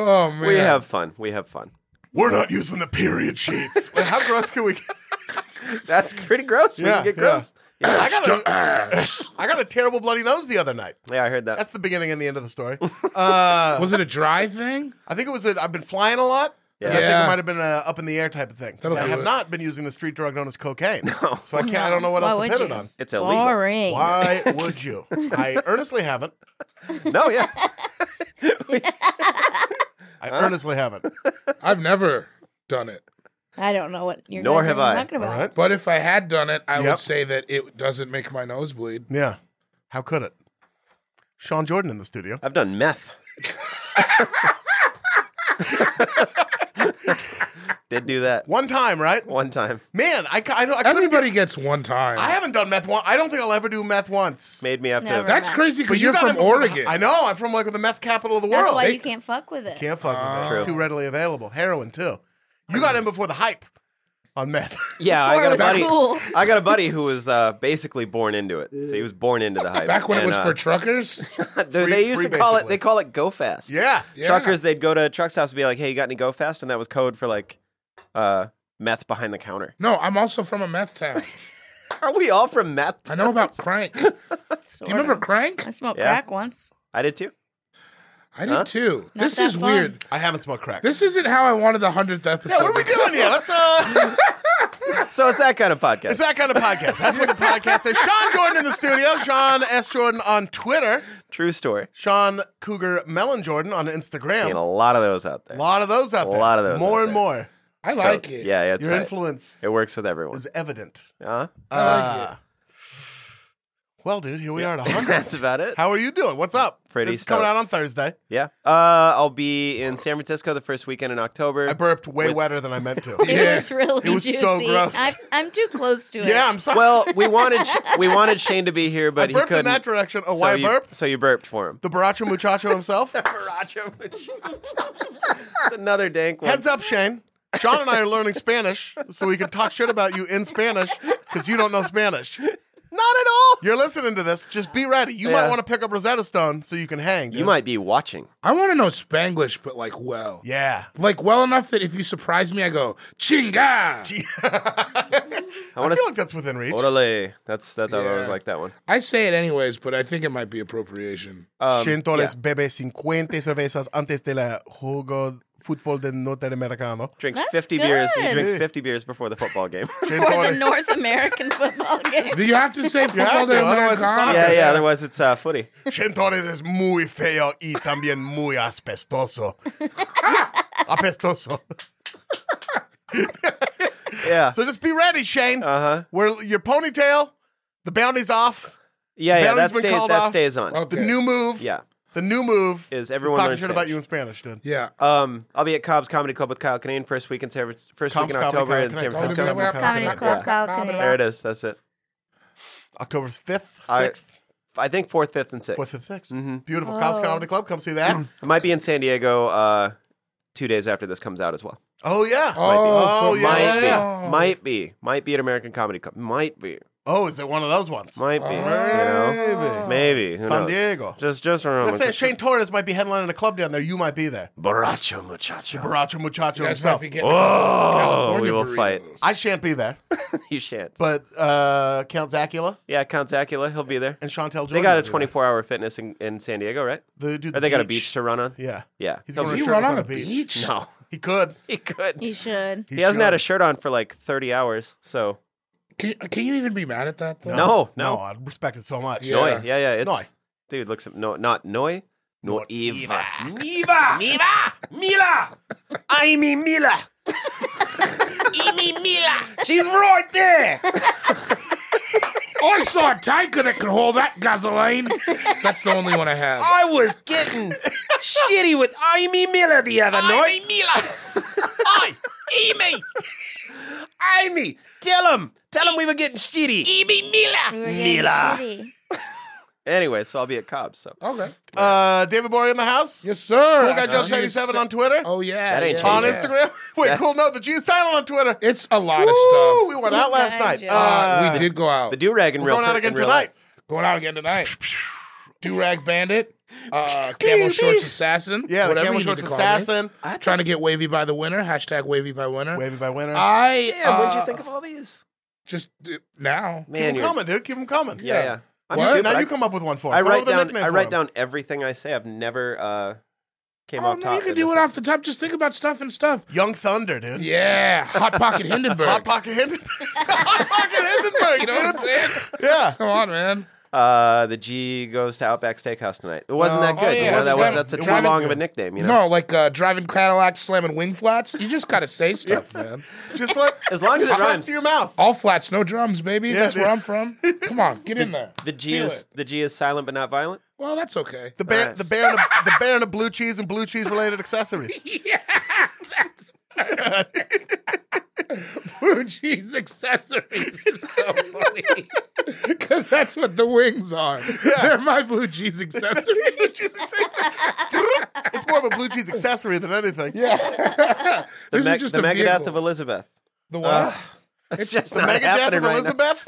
Speaker 3: Oh, man.
Speaker 1: We have fun. We have fun.
Speaker 2: We're not using the period sheets. How gross can we get?
Speaker 1: That's pretty gross.
Speaker 2: Yeah,
Speaker 1: when you get
Speaker 2: yeah.
Speaker 1: gross. Yeah.
Speaker 2: <laughs> I got, a, <laughs> I got a terrible bloody nose the other night.
Speaker 1: Yeah, I heard that.
Speaker 2: That's the beginning and the end of the <laughs> story. Uh,
Speaker 3: Was it a dry thing?
Speaker 2: I think it was. A, I've been flying a lot. and I think
Speaker 3: Yeah.
Speaker 2: it might have been a up in the air type of thing. So
Speaker 3: That'll
Speaker 2: I
Speaker 3: do
Speaker 2: have
Speaker 3: it.
Speaker 2: not been using the street drug known as <laughs> cocaine. So I can't. <laughs> I don't know what
Speaker 6: Why
Speaker 2: else to
Speaker 6: would
Speaker 2: pin
Speaker 6: you?
Speaker 2: it on.
Speaker 1: It's illegal.
Speaker 6: Boring.
Speaker 2: Why would you? I earnestly haven't.
Speaker 1: No, yeah.
Speaker 2: I earnestly haven't.
Speaker 3: I've never done it.
Speaker 6: I don't know what you're
Speaker 1: Nor
Speaker 6: guys are
Speaker 1: have
Speaker 6: even
Speaker 1: I.
Speaker 6: talking
Speaker 2: All
Speaker 6: about.
Speaker 2: right.
Speaker 3: But if I had done it, I
Speaker 2: Yep.
Speaker 3: would say that it doesn't make my nose bleed.
Speaker 2: Yeah. How could it? Sean Jordan in the studio.
Speaker 1: I've done meth. Did do that
Speaker 2: One time, right?
Speaker 1: one time.
Speaker 2: Man, I, ca- I don't. I couldn't
Speaker 3: Everybody
Speaker 2: do-
Speaker 3: gets one time.
Speaker 2: I haven't done meth once. I don't think I'll ever do meth once.
Speaker 1: Made me have to.
Speaker 6: Never.
Speaker 3: That's crazy
Speaker 2: But
Speaker 3: because
Speaker 2: you
Speaker 3: you're
Speaker 2: got in-
Speaker 3: from Oregon.
Speaker 2: I know. I'm from like the meth capital of the
Speaker 6: That's
Speaker 2: world.
Speaker 6: why
Speaker 2: They
Speaker 6: you can't fuck with it.
Speaker 2: can't fuck with it. It's
Speaker 1: True.
Speaker 2: too readily available. Heroin too. You got in before the hype on meth. <laughs>
Speaker 6: Before
Speaker 1: Yeah, I
Speaker 6: it
Speaker 1: got a
Speaker 6: was
Speaker 1: buddy.
Speaker 6: cool.
Speaker 1: I got a buddy who was uh, basically born into it. So he was born into the hype.
Speaker 3: Back when it
Speaker 1: And,
Speaker 3: was
Speaker 1: uh,
Speaker 3: for truckers,
Speaker 1: <laughs> they,
Speaker 2: Free-
Speaker 1: they used to
Speaker 2: free
Speaker 1: call it.
Speaker 2: basically.
Speaker 1: They call it go fast.
Speaker 2: yeah.
Speaker 3: Yeah.
Speaker 1: Truckers, they'd go to truck stops and be like, "Hey, you got any go fast?" And that was code for like uh, meth behind the counter. <laughs>
Speaker 3: No, I'm also from a meth town.
Speaker 1: Are we all from meth?
Speaker 3: I know about Crank. Do you remember Crank?
Speaker 6: I smoked
Speaker 1: Yeah.
Speaker 6: crack once.
Speaker 1: I did too.
Speaker 3: I did
Speaker 1: Huh?
Speaker 3: too.
Speaker 6: Not
Speaker 3: this
Speaker 6: that
Speaker 3: is
Speaker 6: fun.
Speaker 3: weird.
Speaker 2: I haven't smoked crack.
Speaker 3: This isn't how I wanted the hundredth episode.
Speaker 2: yeah, what are we doing here? Let's uh
Speaker 1: So it's that kind of podcast.
Speaker 2: it's that kind of podcast. That's what the podcast is. Sean Jordan in the studio, Sean S. Jordan on Twitter,
Speaker 1: True story.
Speaker 2: Sean Cougar Melon Jordan on
Speaker 1: Seen a
Speaker 2: Instagram.
Speaker 1: lot of those out
Speaker 2: A
Speaker 1: there.
Speaker 2: lot of those out
Speaker 1: A
Speaker 2: there.
Speaker 1: lot of those
Speaker 2: More
Speaker 1: out
Speaker 2: and
Speaker 1: there.
Speaker 2: more.
Speaker 3: I
Speaker 1: So,
Speaker 3: like it.
Speaker 1: Yeah, yeah, it's
Speaker 2: Your
Speaker 1: tight.
Speaker 2: influence
Speaker 1: It works with everyone. Uh-huh.
Speaker 2: is evident.
Speaker 1: Huh?
Speaker 2: <laughs>
Speaker 3: I like it.
Speaker 2: Well, dude, here we are at
Speaker 1: <laughs>
Speaker 2: 100.
Speaker 1: That's about it.
Speaker 2: How are you doing? What's up?
Speaker 1: Pretty
Speaker 2: This is coming
Speaker 1: stoked.
Speaker 2: out on Thursday.
Speaker 1: yeah. Uh, I'll be in San Francisco the first weekend in October.
Speaker 2: I burped way wetter than I meant
Speaker 1: <laughs>
Speaker 2: to.
Speaker 6: It
Speaker 3: Yeah.
Speaker 6: was really
Speaker 2: It was
Speaker 6: juicy.
Speaker 2: so gross.
Speaker 6: I, I'm too close
Speaker 2: <laughs>
Speaker 6: to it.
Speaker 2: yeah, I'm sorry.
Speaker 1: well, we wanted we wanted Shane to be here,
Speaker 2: I
Speaker 1: but he
Speaker 2: burped
Speaker 1: couldn't.
Speaker 2: in that direction. Oh,
Speaker 1: so
Speaker 2: why
Speaker 1: you,
Speaker 2: burp?
Speaker 1: So you burped for
Speaker 2: <laughs>
Speaker 1: him.
Speaker 2: The Baracho
Speaker 1: <laughs>
Speaker 2: Muchacho himself.
Speaker 1: That's another dank one.
Speaker 2: Heads up, Shane. Sean and I are learning Spanish, so we can talk shit about you in Spanish because you don't know Spanish.
Speaker 1: Not at all.
Speaker 2: You're listening to this. Just be ready. You might
Speaker 1: Yeah.
Speaker 2: want to pick up Rosetta Stone so you can hang.
Speaker 1: You
Speaker 2: dude.
Speaker 1: might be watching.
Speaker 3: I want to know Spanglish, but like well,
Speaker 2: Yeah.
Speaker 3: like well enough that if you surprise me, I go chinga.
Speaker 1: I
Speaker 2: I,
Speaker 1: want
Speaker 2: feel
Speaker 1: to.
Speaker 2: like that's within reach.
Speaker 1: Orale. That's that's I always
Speaker 3: Yeah.
Speaker 1: like that one.
Speaker 3: I say it anyways, but I think it might be appropriation.
Speaker 1: Um,
Speaker 2: Shintoles
Speaker 1: yeah.
Speaker 2: bebe 50 cervezas antes de la juego fútbol de norteamericano.
Speaker 1: drinks
Speaker 6: That's
Speaker 1: fifty beers. He
Speaker 6: good.
Speaker 1: drinks fifty beers before the football
Speaker 2: <laughs>
Speaker 1: game.
Speaker 6: For the
Speaker 2: Shintoles-
Speaker 6: North American
Speaker 2: <laughs>
Speaker 6: football game.
Speaker 3: Do <laughs> you have to say football
Speaker 2: to,
Speaker 3: to
Speaker 2: otherwise it's
Speaker 3: Americana?
Speaker 2: on.
Speaker 1: yeah, yeah. Otherwise, it's uh, footy.
Speaker 2: Shintoles es muy feo y también muy aspestoso.
Speaker 1: <laughs>
Speaker 2: apestoso.
Speaker 1: Yeah.
Speaker 2: So just be ready, Shane.
Speaker 1: Uh huh.
Speaker 2: Where your ponytail, the bounty's off.
Speaker 1: Yeah, yeah,
Speaker 2: Battery's
Speaker 1: that,
Speaker 2: been
Speaker 1: stays,
Speaker 2: called
Speaker 1: that
Speaker 2: off.
Speaker 1: stays on.
Speaker 2: The
Speaker 3: Okay.
Speaker 2: new move.
Speaker 1: Yeah.
Speaker 2: The new move
Speaker 1: Is everyone
Speaker 2: talking
Speaker 1: learns
Speaker 2: shit about you in Spanish, dude.
Speaker 3: Yeah.
Speaker 1: Um, I'll be at Cobb's Comedy Club with Kyle Kinane first week in San Fran- first
Speaker 2: Cobb's
Speaker 1: week in
Speaker 2: Comedy
Speaker 1: October in
Speaker 2: Club.
Speaker 1: San
Speaker 2: Can I-
Speaker 1: Francisco.
Speaker 2: Comedy Club.
Speaker 6: Comedy Club,
Speaker 1: There it is. That's it.
Speaker 2: October fifth,
Speaker 1: I-
Speaker 2: sixth,
Speaker 1: I think fourth, fifth, and sixth.
Speaker 2: fourth, and sixth.
Speaker 1: Mhm.
Speaker 2: Beautiful. Cops
Speaker 6: Whoa.
Speaker 2: Comedy Club. Come
Speaker 1: <clears throat>
Speaker 2: see that.
Speaker 1: I might be in San Diego uh, two days after this comes out as well.
Speaker 2: Oh yeah.
Speaker 3: Oh,
Speaker 2: Oh,
Speaker 3: for-
Speaker 2: yeah,
Speaker 1: might
Speaker 2: yeah,
Speaker 1: be,
Speaker 3: yeah.
Speaker 1: might be, might be at American Comedy Club. Might be,
Speaker 2: Oh, is it one of those ones?
Speaker 1: might be.
Speaker 3: Oh.
Speaker 1: you know,
Speaker 2: Maybe.
Speaker 1: maybe. Who
Speaker 2: San
Speaker 1: knows?
Speaker 2: Diego.
Speaker 1: Just, just remember.
Speaker 2: Let's say Shane Torres might be headlining a club down there. You might be there.
Speaker 1: Borracho muchacho.
Speaker 2: Baracho Muchacho
Speaker 3: You guys might
Speaker 2: himself.
Speaker 3: be getting
Speaker 1: Oh,
Speaker 3: California
Speaker 1: we will
Speaker 3: burritos.
Speaker 1: fight. <laughs>
Speaker 2: I shan't be there,
Speaker 1: You shan't.
Speaker 2: but uh, Count Zacula
Speaker 1: Yeah, Count Zacula, he'll be there.
Speaker 2: and Chantel Jordan.
Speaker 1: They got
Speaker 2: will
Speaker 1: a
Speaker 2: be there.
Speaker 1: 24 hour fitness in, in San Diego, right?
Speaker 2: They do the
Speaker 1: Or they got a beach to run on?
Speaker 2: Yeah,
Speaker 1: Yeah.
Speaker 2: He's
Speaker 1: He'll
Speaker 2: gonna
Speaker 3: Does
Speaker 1: be-
Speaker 3: he
Speaker 2: Sure,
Speaker 3: run
Speaker 2: it's
Speaker 3: on
Speaker 2: on
Speaker 3: a
Speaker 2: the beach.
Speaker 3: <laughs> beach?
Speaker 1: No,
Speaker 2: he could.
Speaker 1: <laughs> he could.
Speaker 6: You should.
Speaker 1: He hasn't had
Speaker 2: should.
Speaker 1: a shirt on for like 30 hours, so.
Speaker 3: Can, uh, can you even be mad at that though?
Speaker 1: No,
Speaker 2: No,
Speaker 1: no.
Speaker 2: I respect it so much.
Speaker 3: Yeah.
Speaker 1: Noi. Yeah, yeah. It's,
Speaker 2: Noi.
Speaker 1: Dude, looks. No, not Noi. Nor Eva.
Speaker 2: Neva.
Speaker 1: Mila! Mila! I mean Mila!
Speaker 3: She's right there. Oh, I saw a tanker that could haul that gasoline. <laughs> That's the only one I have.
Speaker 1: I was getting shitty with Amy Miller the other night. Amy Miller! I, Amy! Amy! Tell him! Tell him we were getting shitty.
Speaker 6: We
Speaker 1: Amy Miller!
Speaker 6: were getting
Speaker 1: Mila.
Speaker 6: shitty.
Speaker 1: Anyway, so I'll be at Cobb's, so.
Speaker 3: Okay.
Speaker 2: Uh, David Bory in the house.
Speaker 3: Yes, sir.
Speaker 2: Cool guy
Speaker 3: I
Speaker 2: Joe
Speaker 3: see you
Speaker 2: 77
Speaker 3: se-
Speaker 2: on Twitter.
Speaker 3: Oh yeah.
Speaker 1: That ain't
Speaker 3: yeah,
Speaker 2: on
Speaker 1: yeah.
Speaker 2: Instagram. <laughs> Wait, cool. No, the G is silent on Twitter.
Speaker 3: It's a lot of
Speaker 2: Woo,
Speaker 3: stuff.
Speaker 2: We went out last
Speaker 6: Good
Speaker 2: night.
Speaker 6: job.
Speaker 3: Uh,
Speaker 2: Uh,
Speaker 3: we did go out.
Speaker 1: The do rag and
Speaker 2: We're
Speaker 1: real
Speaker 2: going out
Speaker 1: per- in
Speaker 2: again
Speaker 1: real
Speaker 2: tonight.
Speaker 3: Going out
Speaker 1: <laughs>
Speaker 3: again tonight. Do rag bandit. Uh, camel shorts assassin.
Speaker 2: Yeah, the
Speaker 3: whatever
Speaker 2: Camel
Speaker 3: you need
Speaker 2: Shorts
Speaker 3: to call me.
Speaker 2: Assassin.
Speaker 3: Trying to get wavy by the winner. Hashtag wavy by winner.
Speaker 2: Wavy by winner.
Speaker 3: I
Speaker 1: life. Damn,
Speaker 3: uh,
Speaker 1: what'd you think of all these?
Speaker 3: Just do- now.
Speaker 2: Keep
Speaker 1: Man,
Speaker 2: them
Speaker 1: you're.
Speaker 2: coming, dude. Keep them coming.
Speaker 1: Yeah, yeah. I'm
Speaker 3: What?
Speaker 1: stupid.
Speaker 2: Now
Speaker 1: I,
Speaker 2: you come up with one for him.
Speaker 1: I
Speaker 2: Come up
Speaker 1: write
Speaker 2: with a
Speaker 1: down.
Speaker 2: nickname
Speaker 1: I
Speaker 2: for
Speaker 1: write
Speaker 2: him.
Speaker 1: down everything I say. I've never uh, came
Speaker 3: Oh
Speaker 1: off
Speaker 3: no,
Speaker 1: top.
Speaker 3: you can
Speaker 1: in this
Speaker 3: do it
Speaker 1: one.
Speaker 3: off the top. Just think about stuff and stuff.
Speaker 2: Young Thunder, dude. <laughs>
Speaker 3: Yeah, hot pocket Hindenburg.
Speaker 2: Hot Pocket
Speaker 1: <laughs>
Speaker 2: Hindenburg. Hot Pocket Hindenburg,
Speaker 3: you know
Speaker 2: dude.
Speaker 3: what I'm saying?
Speaker 2: Yeah.
Speaker 3: Come on, man.
Speaker 1: Uh, the G goes to Outback Steakhouse tonight. It wasn't that
Speaker 2: Oh,
Speaker 1: good.
Speaker 3: yeah,
Speaker 1: you know,
Speaker 3: it's
Speaker 1: that was
Speaker 3: not-
Speaker 1: that's a
Speaker 3: it
Speaker 1: too
Speaker 3: wasn't
Speaker 1: long of
Speaker 3: good.
Speaker 1: a nickname. You know,
Speaker 3: No, like uh, driving Cadillac, slamming wing flats. You just gotta say stuff, man.
Speaker 2: Just let
Speaker 1: As long as it
Speaker 2: just
Speaker 1: rhymes.
Speaker 2: to your mouth.
Speaker 3: All flats, no drums, baby.
Speaker 2: Yeah,
Speaker 3: that's where
Speaker 2: dude.
Speaker 3: I'm from. Come on, get in there.
Speaker 1: the G
Speaker 3: Feel
Speaker 1: is
Speaker 3: it.
Speaker 1: the G is silent but not violent.
Speaker 3: Well, that's okay.
Speaker 2: The bear,
Speaker 1: right.
Speaker 2: the bear, and a, the bear and a blue cheese and blue cheese
Speaker 1: <laughs>
Speaker 2: related accessories.
Speaker 3: <laughs> Yeah, that's blue cheese accessories is so funny because that's what the wings are. They're my blue cheese accessories.
Speaker 2: It's more of a blue cheese accessory than anything.
Speaker 3: <laughs> yeah,
Speaker 1: The,
Speaker 3: this
Speaker 1: Meg-
Speaker 3: is just
Speaker 1: the
Speaker 3: a
Speaker 1: Megadeth
Speaker 3: vehicle.
Speaker 1: of Elizabeth.
Speaker 3: the what? <laughs>
Speaker 1: It's just
Speaker 2: The
Speaker 1: not
Speaker 2: mega death
Speaker 1: happening
Speaker 2: of
Speaker 1: right now.
Speaker 2: Elizabeth.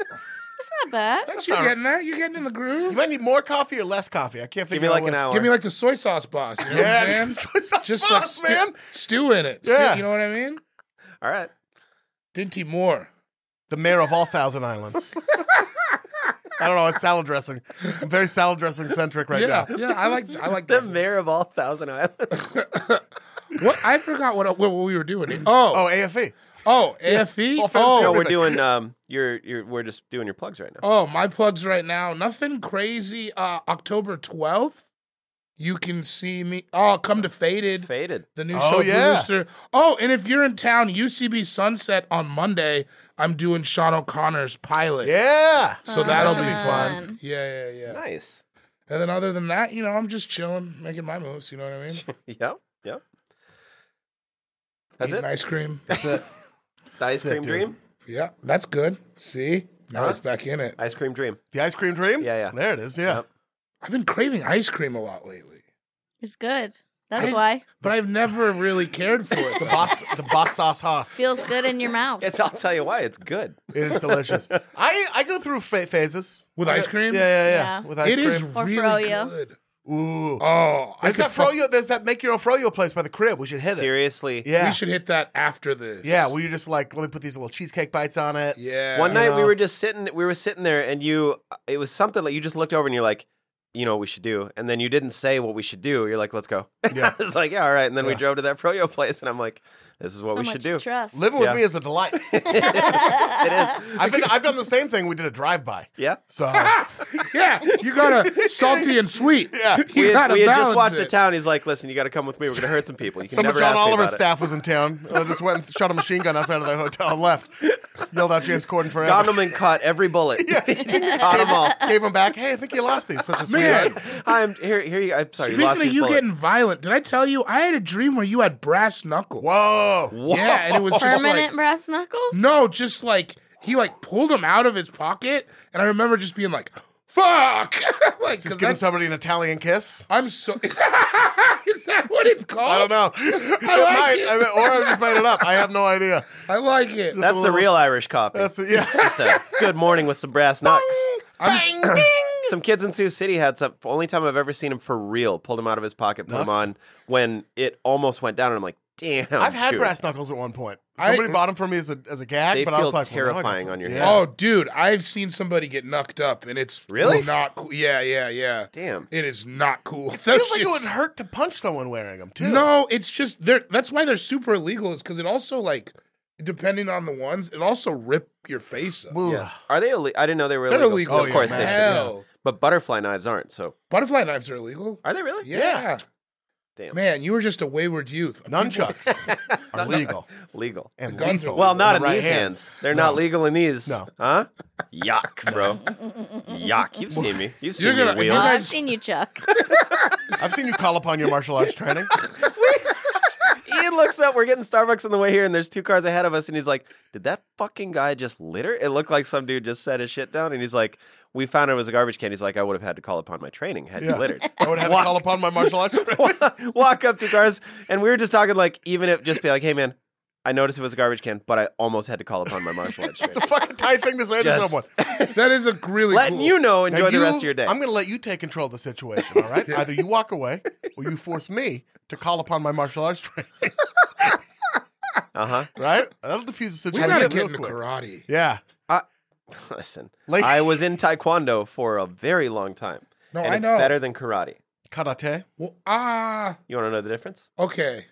Speaker 6: It's not bad.
Speaker 3: That's you
Speaker 2: all right.
Speaker 3: getting there. You're getting in the
Speaker 2: You
Speaker 3: groove.
Speaker 2: might need more coffee or less coffee. I can't
Speaker 1: Give
Speaker 2: figure
Speaker 1: me
Speaker 2: out
Speaker 1: like
Speaker 2: what-
Speaker 1: an hour.
Speaker 3: Give me like the soy sauce boss. You know what
Speaker 2: <laughs> Yeah,
Speaker 3: I'm
Speaker 2: <laughs>
Speaker 3: <laughs> saying?
Speaker 2: just
Speaker 3: Just
Speaker 2: sauce,
Speaker 3: like stew,
Speaker 2: man.
Speaker 3: stew in it. Stew-
Speaker 2: Yeah.
Speaker 3: you know what I mean?
Speaker 1: All right.
Speaker 3: Dinty Moore.
Speaker 2: The mayor of all Thousand
Speaker 3: <laughs>
Speaker 2: Islands. I don't know. It's salad dressing. I'm very salad dressing centric right
Speaker 3: yeah,
Speaker 2: now.
Speaker 3: <laughs> yeah. I like I like
Speaker 1: The
Speaker 3: that.
Speaker 1: mayor of all Thousand Islands.
Speaker 3: What I forgot what what we were doing. <laughs> Oh
Speaker 2: Oh, AFE.
Speaker 3: oh AFE.
Speaker 2: All
Speaker 1: no,
Speaker 2: fancy
Speaker 3: Oh
Speaker 1: we're
Speaker 2: everything.
Speaker 1: doing um, you're you're we're just doing your plugs right now.
Speaker 3: oh my plugs right now. Nothing crazy. Uh, October twelfth. You can see me. Oh, come to Faded.
Speaker 1: Faded.
Speaker 3: the new
Speaker 2: Oh,
Speaker 3: show
Speaker 2: yeah.
Speaker 3: producer. Oh, and if you're in town, UCB Sunset on Monday, I'm doing Sean O'Connor's pilot.
Speaker 2: Yeah.
Speaker 3: So that'll
Speaker 2: That
Speaker 3: be
Speaker 2: should be
Speaker 3: fun.
Speaker 2: fun.
Speaker 3: Yeah, yeah, yeah.
Speaker 1: Nice. <laughs>
Speaker 3: And then other than that, you know, I'm just chilling, making my moves. You know what I mean?
Speaker 1: Yep. Yep. That's
Speaker 3: Eating
Speaker 1: it. <laughs>
Speaker 3: ice cream.
Speaker 1: The ice
Speaker 2: That's
Speaker 1: cream
Speaker 2: it, dude.
Speaker 1: dream.
Speaker 3: yeah, that's good. See, now it's back in it.
Speaker 1: Ice cream dream.
Speaker 2: The ice cream dream?
Speaker 1: Yeah, yeah.
Speaker 2: There it is. Yeah.
Speaker 1: Yep.
Speaker 3: I've been craving ice cream a lot lately,
Speaker 6: It's good. That's
Speaker 3: I-
Speaker 6: why.
Speaker 3: but I've never really cared for it.
Speaker 2: The <laughs> boss the boss sauce Haas.
Speaker 6: Feels good in your mouth.
Speaker 1: It's. I'll tell you why. It's good.
Speaker 2: It is delicious. I, I go through fa- phases.
Speaker 3: With
Speaker 2: I go-
Speaker 3: ice cream?
Speaker 2: Yeah, yeah, yeah.
Speaker 6: Yeah.
Speaker 2: With ice
Speaker 3: It is
Speaker 2: cream.
Speaker 6: Or
Speaker 3: really
Speaker 6: froyo.
Speaker 3: good.
Speaker 2: Ooh.
Speaker 3: Oh, I
Speaker 2: there's
Speaker 3: could
Speaker 2: that
Speaker 3: fuck-
Speaker 2: froyo. There's that make your own froyo place by the crib. We should hit
Speaker 1: <laughs> Seriously.
Speaker 2: it. Yeah.
Speaker 3: We should hit that after this.
Speaker 2: Yeah. Well, you just like, let me put these little cheesecake bites on it.
Speaker 3: yeah.
Speaker 1: One night we
Speaker 2: know.
Speaker 1: were just sitting, we were sitting there, and you, it was something like you just looked over and you're like, you know what we should do, and then you didn't say what we should do. You're like, let's go. <laughs>
Speaker 2: Yeah.
Speaker 1: it's like yeah, all right. And then we
Speaker 2: Yeah.
Speaker 1: drove to that froyo place, and I'm like, this is what
Speaker 6: so
Speaker 1: we
Speaker 6: much
Speaker 1: should do.
Speaker 6: Trust.
Speaker 2: Living with
Speaker 1: Yeah.
Speaker 2: me is a delight.
Speaker 1: It is.
Speaker 2: I've been, I've done the same thing. We did a drive by.
Speaker 1: Yeah.
Speaker 2: So
Speaker 3: Yeah, you gotta salty
Speaker 1: <laughs>
Speaker 3: and sweet.
Speaker 2: Yeah.
Speaker 3: you
Speaker 1: We had,
Speaker 3: gotta
Speaker 1: we had
Speaker 3: balance
Speaker 1: just watched
Speaker 3: it.
Speaker 1: the town. He's like, listen, you got to come with me. We're gonna hurt some people. You can
Speaker 2: some of
Speaker 1: never
Speaker 2: John
Speaker 1: ask me
Speaker 2: Oliver's
Speaker 1: about it.
Speaker 2: staff was in town. I just went and shot a machine gun outside of their hotel and left. Yelled out James Corden forever.
Speaker 1: Got him and caught every bullet. <laughs> Yeah. caught them all.
Speaker 2: Gave him back. Hey, I think you lost these. Such a
Speaker 3: Man.
Speaker 2: sweetheart.
Speaker 1: I'm here. Here you. I'm sorry.
Speaker 3: Speaking
Speaker 1: lost
Speaker 3: of
Speaker 1: his
Speaker 3: you
Speaker 1: bullet.
Speaker 3: getting violent, did I tell you I had a dream where you had brass knuckles?
Speaker 2: Whoa.
Speaker 1: Whoa.
Speaker 3: Yeah, and it was just
Speaker 6: Permanent
Speaker 3: like
Speaker 6: brass knuckles?
Speaker 3: no, just like he like pulled them out of his pocket, and I remember just being like, "Fuck!" <laughs> like,
Speaker 2: Just
Speaker 3: 'cause
Speaker 2: giving
Speaker 3: that's-
Speaker 2: somebody an Italian kiss.
Speaker 3: I'm so. <laughs> Is that what it's called?
Speaker 2: I don't
Speaker 3: <laughs>
Speaker 2: know. <laughs> It
Speaker 3: Oh. like
Speaker 2: might.
Speaker 3: it.
Speaker 2: I mean, or I just made it up. I have no idea.
Speaker 3: I like it.
Speaker 1: That's the
Speaker 2: little-
Speaker 1: real Irish coffee.
Speaker 2: That's the, yeah. <laughs>
Speaker 1: just a good morning with some brass knucks.
Speaker 3: I'm s- <clears throat>
Speaker 1: Some kids in Sioux City had some. Only time I've ever seen him for real. Pulled him out of his pocket, put him
Speaker 2: Knucks?
Speaker 1: on when it almost went down, and I'm like, damn.
Speaker 2: <laughs> I've had
Speaker 1: dude.
Speaker 2: brass knuckles at one point.
Speaker 3: I-
Speaker 2: Somebody bought them for me as a as a gag,
Speaker 1: They
Speaker 2: but I
Speaker 1: feel
Speaker 2: was like, well, now I got
Speaker 1: terrifying
Speaker 2: some-
Speaker 1: on your
Speaker 2: yeah.
Speaker 1: head.
Speaker 3: Oh, dude, I've seen somebody get knocked up, and it's
Speaker 1: Really?
Speaker 3: not cool. Yeah, yeah, yeah.
Speaker 1: Damn.
Speaker 3: It is not cool. <laughs>
Speaker 2: It feels like it would hurt to punch someone wearing them too.
Speaker 3: No, it's just they're. That's why they're super illegal. Is because it also like, depending on the ones, it also rip your face up.
Speaker 2: Ooh.
Speaker 1: Yeah. Are they? Ille- I didn't know they were
Speaker 3: They're
Speaker 1: illegal.
Speaker 3: illegal.
Speaker 1: Of course
Speaker 3: as
Speaker 1: they should.
Speaker 3: hell.
Speaker 1: yeah. But butterfly knives aren't. So
Speaker 3: Butterfly knives are illegal.
Speaker 1: are they really?
Speaker 3: Yeah.
Speaker 1: Damn.
Speaker 3: Man, you were just a wayward youth.
Speaker 1: <laughs>
Speaker 2: Nunchucks are legal
Speaker 1: Legal.
Speaker 2: and
Speaker 3: guns are
Speaker 2: lethal.
Speaker 1: Well, not in
Speaker 2: the right
Speaker 1: these hands. They're not legal in these.
Speaker 2: No.
Speaker 1: Huh? Yuck, bro. Yuck. You've seen me. You've seen
Speaker 3: You're gonna-
Speaker 1: me
Speaker 3: you
Speaker 6: Oh,
Speaker 1: wield.
Speaker 3: guys-
Speaker 6: I've seen you, Chuck.
Speaker 2: <laughs> I've seen you call upon your martial
Speaker 1: <laughs>
Speaker 2: arts training.
Speaker 1: Ian looks up. We're getting Starbucks on the way here, and there's two cars ahead of us. And he's like, "Did that fucking guy just litter?" It looked like some dude just set his shit down. And he's like, "We found it was a garbage can." He's like, "I would have had to call upon my training had
Speaker 2: Yeah.
Speaker 1: you littered."
Speaker 2: <laughs>
Speaker 1: <laughs>
Speaker 2: I would have to call upon my martial arts training. <laughs>
Speaker 1: Walk up two cars, and we were just talking like, even if just be like, "Hey, man, I noticed it was a garbage can, but I almost had to call upon my martial
Speaker 2: <laughs>
Speaker 1: arts training."
Speaker 2: It's a fucking tight thing to say to
Speaker 1: Yes.
Speaker 2: someone.
Speaker 3: <laughs>
Speaker 1: <laughs>
Speaker 3: That is a really
Speaker 1: Letting
Speaker 3: cool.
Speaker 1: you know, enjoy
Speaker 2: Now
Speaker 1: the
Speaker 2: you-
Speaker 1: rest of your day.
Speaker 2: I'm going to let you take control of the situation, all right? Either you walk away or you force me to call upon my martial arts training,
Speaker 1: Uh huh.
Speaker 2: right? That'll diffuse the
Speaker 3: We
Speaker 2: situation.
Speaker 3: gotta
Speaker 2: real
Speaker 3: get into
Speaker 2: quick.
Speaker 3: karate.
Speaker 2: Yeah.
Speaker 1: <laughs> Listen,
Speaker 2: Like-
Speaker 1: I was in taekwondo for a very long time,
Speaker 3: No,
Speaker 1: and
Speaker 3: I
Speaker 1: it's
Speaker 3: know.
Speaker 1: better than karate.
Speaker 2: Karate.
Speaker 3: Well, ah,
Speaker 1: You want to know the difference?
Speaker 3: okay.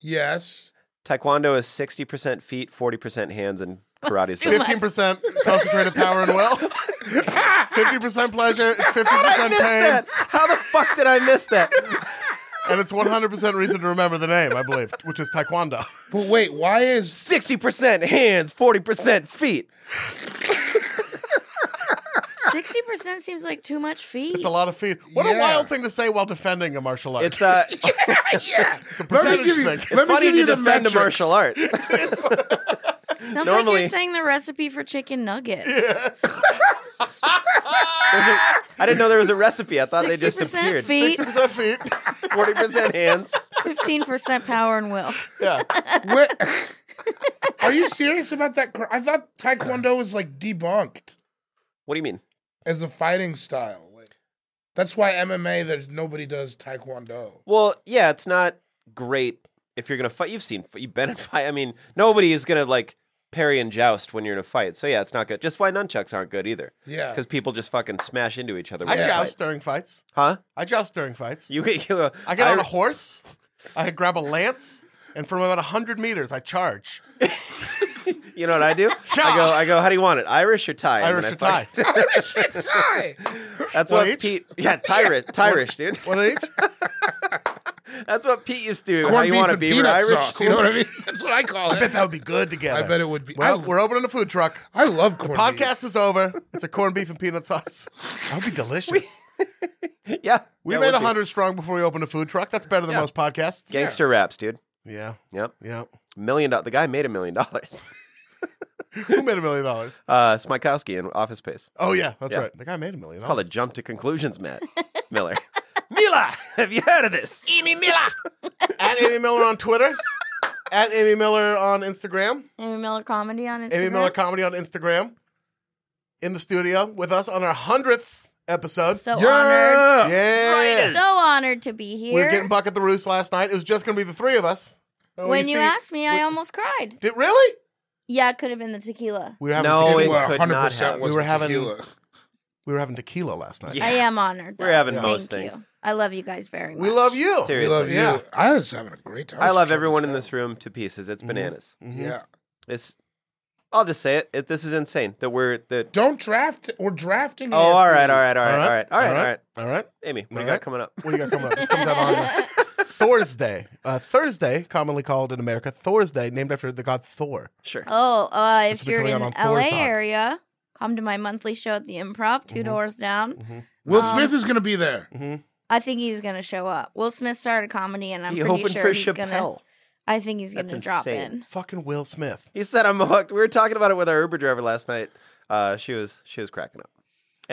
Speaker 3: Yes.
Speaker 1: Taekwondo is sixty percent feet, forty percent hands, and karate is
Speaker 6: Too much.
Speaker 2: 15% concentrated power and will. 50% pleasure. It's 50% pain.
Speaker 1: How the fuck did I miss that?
Speaker 2: And it's 100% reason to remember the name, I believe, which is Taekwondo.
Speaker 3: But wait,
Speaker 1: <laughs>
Speaker 3: why is
Speaker 1: Sixty percent hands, forty percent feet.
Speaker 6: 60% seems like too much feet.
Speaker 2: It's a lot of feet. What a
Speaker 3: Yeah.
Speaker 2: wild thing to say while defending a martial art.
Speaker 1: It's
Speaker 2: <laughs>
Speaker 1: uh,
Speaker 3: yeah?
Speaker 2: a
Speaker 3: <laughs> Let
Speaker 2: percentage
Speaker 3: me give you.
Speaker 2: thing. It's
Speaker 3: Let me
Speaker 1: funny
Speaker 3: give you
Speaker 1: to
Speaker 3: the
Speaker 1: defend a
Speaker 3: metrics.
Speaker 1: martial art.
Speaker 6: Sounds like
Speaker 1: normally-
Speaker 6: you're saying the recipe for chicken nuggets.
Speaker 1: I didn't know there was a recipe. I thought they just
Speaker 6: 60%
Speaker 1: appeared.
Speaker 6: feet,
Speaker 2: 60% feet.
Speaker 1: Forty percent hands.
Speaker 6: 15% power and will.
Speaker 2: Yeah.
Speaker 3: What? Are you serious about that? kar- I thought Taekwondo was like debunked
Speaker 1: What do you mean?
Speaker 3: as a fighting style. Like that's why MMA. There's nobody does Taekwondo.
Speaker 1: Well, yeah, it's not great if you're gonna fight. You've seen you've been in <laughs> fight. I mean, nobody is gonna like parry and joust when you're in a fight. So yeah, it's not good. Just why nunchucks aren't good either.
Speaker 3: Yeah.
Speaker 1: Because people just fucking smash into each other.
Speaker 2: I
Speaker 1: when they
Speaker 2: joust
Speaker 1: fight.
Speaker 2: during fights.
Speaker 1: huh?
Speaker 2: I joust during fights.
Speaker 1: You, <laughs> you
Speaker 2: I get on a horse. I grab a lance. And from about 100 meters, I charge.
Speaker 1: You know what I do? I go, I go. How do you want it? Irish or Thai? And
Speaker 2: Irish
Speaker 1: then
Speaker 2: or
Speaker 1: I
Speaker 2: Thai.
Speaker 1: fuck- <laughs>
Speaker 3: <laughs>
Speaker 1: That's
Speaker 2: One
Speaker 1: what
Speaker 2: each?
Speaker 1: Pete. Yeah, Tyrish, Tyrish, dude.
Speaker 2: One of each?
Speaker 1: That's what Pete used to. do. how
Speaker 3: Corned
Speaker 1: you
Speaker 3: beef
Speaker 1: want to
Speaker 3: and
Speaker 1: be? We're
Speaker 3: peanut
Speaker 1: Irish.
Speaker 3: sauce. You know what I mean? <laughs> That's what I call
Speaker 2: I bet
Speaker 3: it.
Speaker 2: that would be good together.
Speaker 3: I bet it would be.
Speaker 2: Well,
Speaker 3: I,
Speaker 2: we're opening a food truck.
Speaker 3: I love corned beef.
Speaker 2: Podcast is over. It's a corned beef and peanut sauce. That would be delicious.
Speaker 1: <laughs> Yeah,
Speaker 2: We,
Speaker 1: that would
Speaker 2: made made
Speaker 1: be.
Speaker 2: 100 strong before we opened a food truck. That's better than most podcasts.
Speaker 1: gangster raps, dude.
Speaker 2: Yeah.
Speaker 1: Yep,
Speaker 2: Yeah.
Speaker 1: million dollar. The guy made a million dollars. <laughs>
Speaker 2: Who made a million dollars?
Speaker 1: Uh, Smykowski in Office Space.
Speaker 2: Oh, yeah. That's
Speaker 1: Yeah.
Speaker 2: right. The guy made a million
Speaker 1: Called a
Speaker 2: dollars.
Speaker 1: jump to conclusions, Matt Miller. Mila, have you heard of this?
Speaker 2: Amy Miller. At Amy Miller on Twitter. At Amy Miller on Instagram.
Speaker 6: Amy Miller comedy on Instagram.
Speaker 2: Amy Miller Comedy on Instagram. In the studio with us on our 100th episode.
Speaker 6: so honored.
Speaker 3: Yeah.
Speaker 2: yeah.
Speaker 6: So honored to be here.
Speaker 2: We were getting Buck at the Roost last night. It was just going to be the three of us. And
Speaker 6: when
Speaker 2: we
Speaker 6: you
Speaker 2: see-
Speaker 6: asked me, I almost cried.
Speaker 2: Did, really?
Speaker 6: Yeah, it could have been the tequila.
Speaker 2: We were having
Speaker 1: No,
Speaker 2: tequila.
Speaker 1: it
Speaker 3: Well,
Speaker 1: could
Speaker 3: 100%
Speaker 1: not have.
Speaker 3: was
Speaker 2: We were having-
Speaker 3: tequila.
Speaker 2: we were having tequila last night.
Speaker 1: Yeah.
Speaker 6: I am honored.
Speaker 1: We're
Speaker 6: though.
Speaker 1: having
Speaker 6: Thank
Speaker 1: most
Speaker 6: you.
Speaker 1: things.
Speaker 6: I love you guys very much.
Speaker 2: We love you.
Speaker 3: We
Speaker 1: Seriously,
Speaker 3: love you.
Speaker 2: Yeah.
Speaker 3: I was having a great time.
Speaker 1: I
Speaker 3: with
Speaker 1: love
Speaker 3: Travis
Speaker 1: everyone in
Speaker 3: Scott.
Speaker 1: this Mm-hmm. room to pieces. It's bananas.
Speaker 3: Yeah.
Speaker 1: It's. I'll just say it. it. This is insane that we're that.
Speaker 3: Don't draft. We're drafting.
Speaker 1: Oh, all
Speaker 3: AFB.
Speaker 1: right, all right, all right, all right, all right, all right.
Speaker 2: All right.
Speaker 1: Amy, what do
Speaker 2: All
Speaker 1: you got
Speaker 2: right.
Speaker 1: coming up?
Speaker 6: <laughs>
Speaker 2: What do you got coming up? This comes out on Thursday. Uh, Thursday, commonly called in America Thursday, named after the god Thor.
Speaker 1: Sure.
Speaker 5: Oh, uh,
Speaker 2: This
Speaker 5: if
Speaker 2: will be
Speaker 5: you're
Speaker 2: coming
Speaker 5: in
Speaker 2: out
Speaker 5: the
Speaker 2: on Thor's Mm-hmm.
Speaker 5: LA
Speaker 2: Dog.
Speaker 5: area, come to my monthly show at the Improv, 2 doors down.
Speaker 3: Will
Speaker 1: Uh,
Speaker 5: Um,
Speaker 3: Smith is going to be there.
Speaker 1: Mm-hmm.
Speaker 5: I think he's gonna show up. Will Smith started comedy, and I'm
Speaker 1: he
Speaker 5: pretty
Speaker 1: opened
Speaker 5: sure
Speaker 1: for
Speaker 5: he's
Speaker 1: Chappelle.
Speaker 5: gonna. I think he's gonna
Speaker 1: That's
Speaker 5: drop
Speaker 1: insane.
Speaker 5: in.
Speaker 2: Fucking Will Smith.
Speaker 1: He said I'm hooked. We were talking about it with our Uber driver last night. Uh, she was she was cracking up.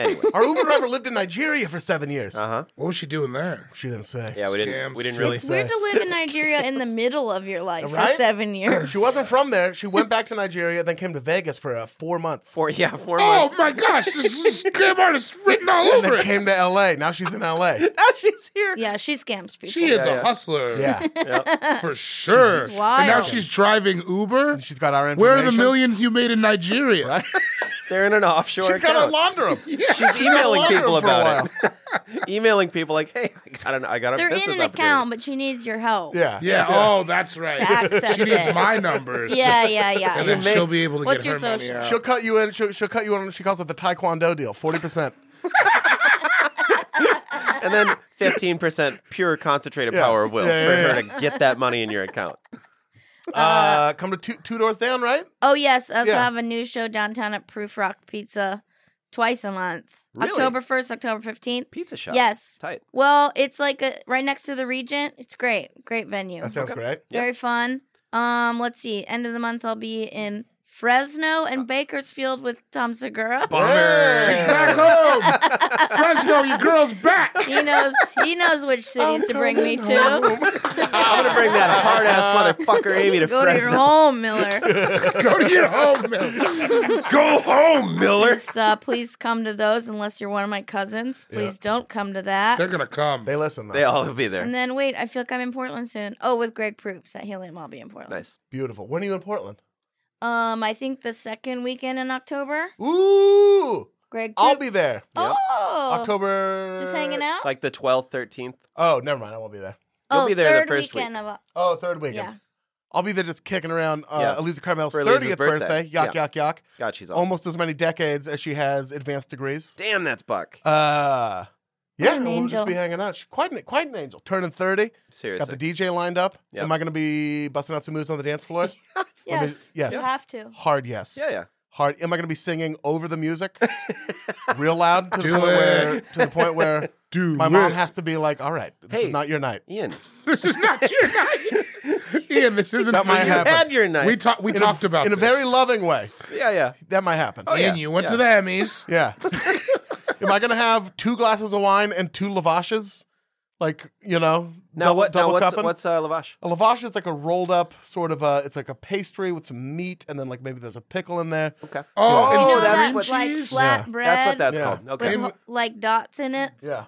Speaker 5: <laughs>
Speaker 1: Anyway.
Speaker 6: <laughs>
Speaker 2: Our Uber driver lived in Nigeria for seven years.
Speaker 1: Uh huh.
Speaker 3: What was she doing there?
Speaker 2: She didn't say.
Speaker 1: Yeah, we didn't
Speaker 3: Scams.
Speaker 1: we didn't really
Speaker 5: It's weird to
Speaker 2: <laughs>
Speaker 5: live in Nigeria in the middle of your life
Speaker 2: Right?
Speaker 5: for seven years.
Speaker 2: <clears throat> She wasn't from there. She went back to Nigeria, then came to Vegas for uh, four
Speaker 1: <laughs>
Speaker 2: months.
Speaker 1: four yeah four
Speaker 3: Oh
Speaker 1: months.
Speaker 3: my gosh, this is scam artist
Speaker 1: <laughs>
Speaker 3: written all
Speaker 2: and
Speaker 3: over
Speaker 2: then
Speaker 3: it.
Speaker 2: came to LA. Now she's in LA.
Speaker 5: <laughs>
Speaker 1: Now she's here.
Speaker 5: <laughs> Yeah, she scams people.
Speaker 3: She is
Speaker 1: Yeah,
Speaker 3: a
Speaker 1: yeah.
Speaker 3: hustler.
Speaker 2: Yeah.
Speaker 3: For sure.
Speaker 5: <laughs> She's wild.
Speaker 3: And now she's driving Uber.
Speaker 2: She's got our information.
Speaker 3: Where are the millions you made
Speaker 2: <laughs>
Speaker 3: in Nigeria?
Speaker 1: They're in an offshore.
Speaker 2: She's got to
Speaker 1: account.
Speaker 2: launder them.
Speaker 1: She's emailing
Speaker 2: launder
Speaker 1: people
Speaker 2: them for a
Speaker 1: about it. <laughs> emailing people like, hey, I got an I got a
Speaker 5: They're
Speaker 1: business
Speaker 5: in an
Speaker 1: opportunity.
Speaker 5: account, but she needs your help.
Speaker 2: Yeah.
Speaker 3: Yeah. Oh, that's
Speaker 5: To
Speaker 3: right.
Speaker 5: access
Speaker 3: She needs
Speaker 5: it.
Speaker 3: my numbers.
Speaker 5: <laughs> yeah, yeah,
Speaker 3: And
Speaker 5: yeah.
Speaker 3: then she'll be able to
Speaker 5: What's
Speaker 3: get
Speaker 5: your
Speaker 3: her money
Speaker 5: social?
Speaker 3: out.
Speaker 2: She'll cut you in. She'll, she'll cut you in. She calls it the Taekwondo deal. Forty
Speaker 5: <laughs>
Speaker 2: percent.
Speaker 1: and then fifteen percent pure concentrated
Speaker 2: Yeah.
Speaker 1: power of will
Speaker 2: Yeah,
Speaker 1: for
Speaker 2: yeah,
Speaker 1: her to get that money in your account.
Speaker 2: Uh, come to two, two doors down, right?
Speaker 5: Oh yes, I also
Speaker 2: Yeah.
Speaker 5: have a new show downtown at Proof Rock Pizza, twice a month,
Speaker 1: Really?
Speaker 5: October first, October fifteenth.
Speaker 1: Pizza shop.
Speaker 5: Yes.
Speaker 1: Tight.
Speaker 5: Well, it's like a, right next to the Regent. It's great, great venue.
Speaker 2: That sounds great.
Speaker 1: Yeah.
Speaker 5: Very fun. Um, let's see. End of the month, I'll be in Fresno
Speaker 2: Oh.
Speaker 5: and Bakersfield with Tom Segura.
Speaker 2: Bummer.
Speaker 3: She's back home. <laughs> Fresno, your girl's
Speaker 5: <laughs>
Speaker 3: back.
Speaker 5: He knows. He knows
Speaker 2: <laughs>
Speaker 5: which cities to bring me to.
Speaker 1: <laughs> I'm gonna bring that hard
Speaker 5: <laughs>
Speaker 1: ass motherfucker Amy to
Speaker 5: Go to your
Speaker 1: Fresno.
Speaker 5: home,
Speaker 2: <laughs>
Speaker 5: Miller.
Speaker 3: Go to your home, Miller. Go home, Miller.
Speaker 5: Just, uh, please come to those unless you're one of my cousins. Please don't come to that.
Speaker 3: They're gonna come.
Speaker 2: They listen. Though.
Speaker 1: They all will be
Speaker 5: And
Speaker 1: there.
Speaker 5: then wait, I feel like I'm in Portland soon. Oh, with Greg Proops at Helium, I'll be in Portland.
Speaker 1: Nice.
Speaker 2: Beautiful. When are you in Portland?
Speaker 5: Um, I think the second weekend in October.
Speaker 2: Ooh,
Speaker 5: Greg,
Speaker 2: I'll
Speaker 5: Proops-
Speaker 2: be there.
Speaker 1: Yep.
Speaker 5: Oh,
Speaker 2: October.
Speaker 5: Just hanging out.
Speaker 1: Like the twelfth, thirteenth.
Speaker 2: Oh, never mind. I won't be there.
Speaker 1: You'll
Speaker 5: oh,
Speaker 1: be there the
Speaker 5: third
Speaker 1: first
Speaker 5: weekend of Oc-
Speaker 2: Oh, third weekend.
Speaker 5: yeah.
Speaker 2: I'll be there just kicking around uh,
Speaker 1: Yeah.
Speaker 2: Elisa Carmel's
Speaker 1: For Elisa's
Speaker 2: thirtieth
Speaker 1: birthday.
Speaker 2: birthday. Yuck, yuck, yuck.
Speaker 1: God, she's awesome.
Speaker 2: Almost as many decades as she has advanced degrees.
Speaker 1: Damn, that's Buck.
Speaker 2: Uh, yeah, and
Speaker 5: an
Speaker 2: we'll just
Speaker 5: angel.
Speaker 2: be hanging out. She's quite an, quite an angel. Turning thirty.
Speaker 1: Seriously.
Speaker 2: Got the DJ lined up.
Speaker 1: Yep.
Speaker 2: Am I going to be busting out some moves on the
Speaker 1: <laughs>
Speaker 2: dance floor? Let me-
Speaker 5: Yes.
Speaker 2: yes.
Speaker 5: You have to.
Speaker 2: Hard yes.
Speaker 1: yeah, yeah.
Speaker 2: Hard. Am I going to be singing over
Speaker 1: <laughs>
Speaker 2: the music, real loud to the
Speaker 3: Do
Speaker 2: point
Speaker 3: it.
Speaker 2: where to the point
Speaker 3: <laughs>
Speaker 2: where
Speaker 3: Do
Speaker 2: my mom
Speaker 3: it.
Speaker 2: has to be like, "All right, this
Speaker 1: Hey.
Speaker 2: is not your night."
Speaker 1: Ian,
Speaker 3: This is not
Speaker 2: <laughs>
Speaker 3: your night. Ian, this isn't
Speaker 2: That
Speaker 3: for
Speaker 2: might
Speaker 3: you.
Speaker 2: happen.
Speaker 1: had your night.
Speaker 3: We talked. We
Speaker 2: In a-
Speaker 3: talked about
Speaker 2: in a very
Speaker 3: this.
Speaker 2: loving way.
Speaker 1: yeah, yeah.
Speaker 2: That might happen.
Speaker 1: yeah.
Speaker 3: Ian, you went
Speaker 1: Oh, Yeah.
Speaker 3: to the Emmys.
Speaker 2: Yeah.
Speaker 1: <laughs>
Speaker 2: Am I going to have two glasses of wine and two lavaches? Like you know,
Speaker 1: Now
Speaker 2: double,
Speaker 1: what?
Speaker 2: double
Speaker 1: now what's
Speaker 2: cupping?
Speaker 1: what's uh, lavash?
Speaker 2: A lavash is like a rolled up sort of a. It's like a pastry with some meat, and then like maybe there's a pickle in there.
Speaker 1: Okay.
Speaker 3: Oh,
Speaker 1: Yeah.
Speaker 3: and
Speaker 1: Oh,
Speaker 3: some
Speaker 1: that's
Speaker 3: green
Speaker 1: what-
Speaker 5: like
Speaker 3: cheese.
Speaker 5: flat
Speaker 2: Yeah.
Speaker 5: bread.
Speaker 1: That's what that's
Speaker 2: Yeah.
Speaker 1: called. Okay.
Speaker 5: With, ho- like dots in it.
Speaker 2: Yeah,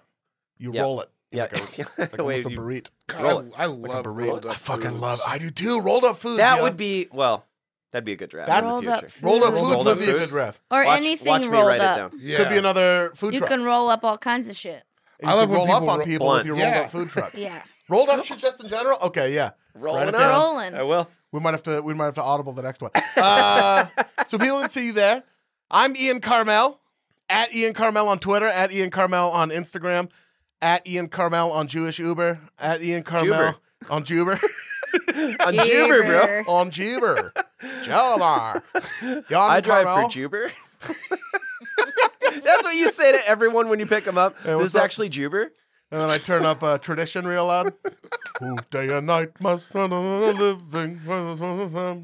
Speaker 2: you
Speaker 1: Yeah.
Speaker 2: roll it. <laughs>
Speaker 1: yeah. <laughs>
Speaker 2: Like almost a
Speaker 1: you-
Speaker 2: burrito.
Speaker 3: God,
Speaker 1: roll it.
Speaker 3: I, I love rolled up
Speaker 2: I fucking
Speaker 3: foods.
Speaker 2: love. I do too. Rolled up foods.
Speaker 1: that
Speaker 2: yo.
Speaker 1: would be well. That'd be a good draft
Speaker 2: That's-
Speaker 1: in
Speaker 5: Rolled
Speaker 1: the
Speaker 5: up
Speaker 1: future.
Speaker 5: food.
Speaker 2: rolled up
Speaker 5: Rolled
Speaker 2: foods
Speaker 1: up
Speaker 2: would be a
Speaker 1: foods?
Speaker 2: good ref.
Speaker 5: Or
Speaker 1: Watch-
Speaker 5: anything
Speaker 1: watch me
Speaker 5: rolled
Speaker 1: write it
Speaker 5: up.
Speaker 1: down.
Speaker 3: Yeah.
Speaker 2: Could be another food
Speaker 5: You
Speaker 2: truck.
Speaker 5: can roll up all kinds of shit.
Speaker 2: And
Speaker 3: I
Speaker 2: you
Speaker 3: love
Speaker 2: can
Speaker 3: when
Speaker 2: roll up
Speaker 3: people
Speaker 2: on
Speaker 3: roll-
Speaker 2: people with your
Speaker 3: Blunts.
Speaker 2: rolled
Speaker 3: Yeah.
Speaker 2: up food truck.
Speaker 5: Yeah.
Speaker 2: Rolled
Speaker 3: <laughs>
Speaker 2: up shit just in general. Okay, yeah.
Speaker 1: Rolling
Speaker 2: it
Speaker 1: up.
Speaker 2: down.
Speaker 5: Rolling.
Speaker 1: I
Speaker 2: <laughs>
Speaker 1: will.
Speaker 2: We might have to. We might have to audible the next one.
Speaker 1: <laughs>
Speaker 2: Uh, so people can see you there. I'm Ian Carmel at Ian Carmel on Twitter, at Ian Carmel on Instagram, at Ian Carmel on Jewish Uber, at Ian Carmel on Juber, <laughs>
Speaker 1: On Juber, bro.
Speaker 5: Juber.
Speaker 2: on Juber, Jelmar. Jan
Speaker 1: I drive
Speaker 2: Carmel.
Speaker 1: for Juber.
Speaker 2: <laughs>
Speaker 1: <laughs> That's what you say to everyone when you pick them up. this
Speaker 2: what's
Speaker 1: is
Speaker 2: up?
Speaker 1: actually Juber.
Speaker 2: And then I turn up uh, tradition
Speaker 1: <laughs>
Speaker 2: real loud. Who day and night must run on a living.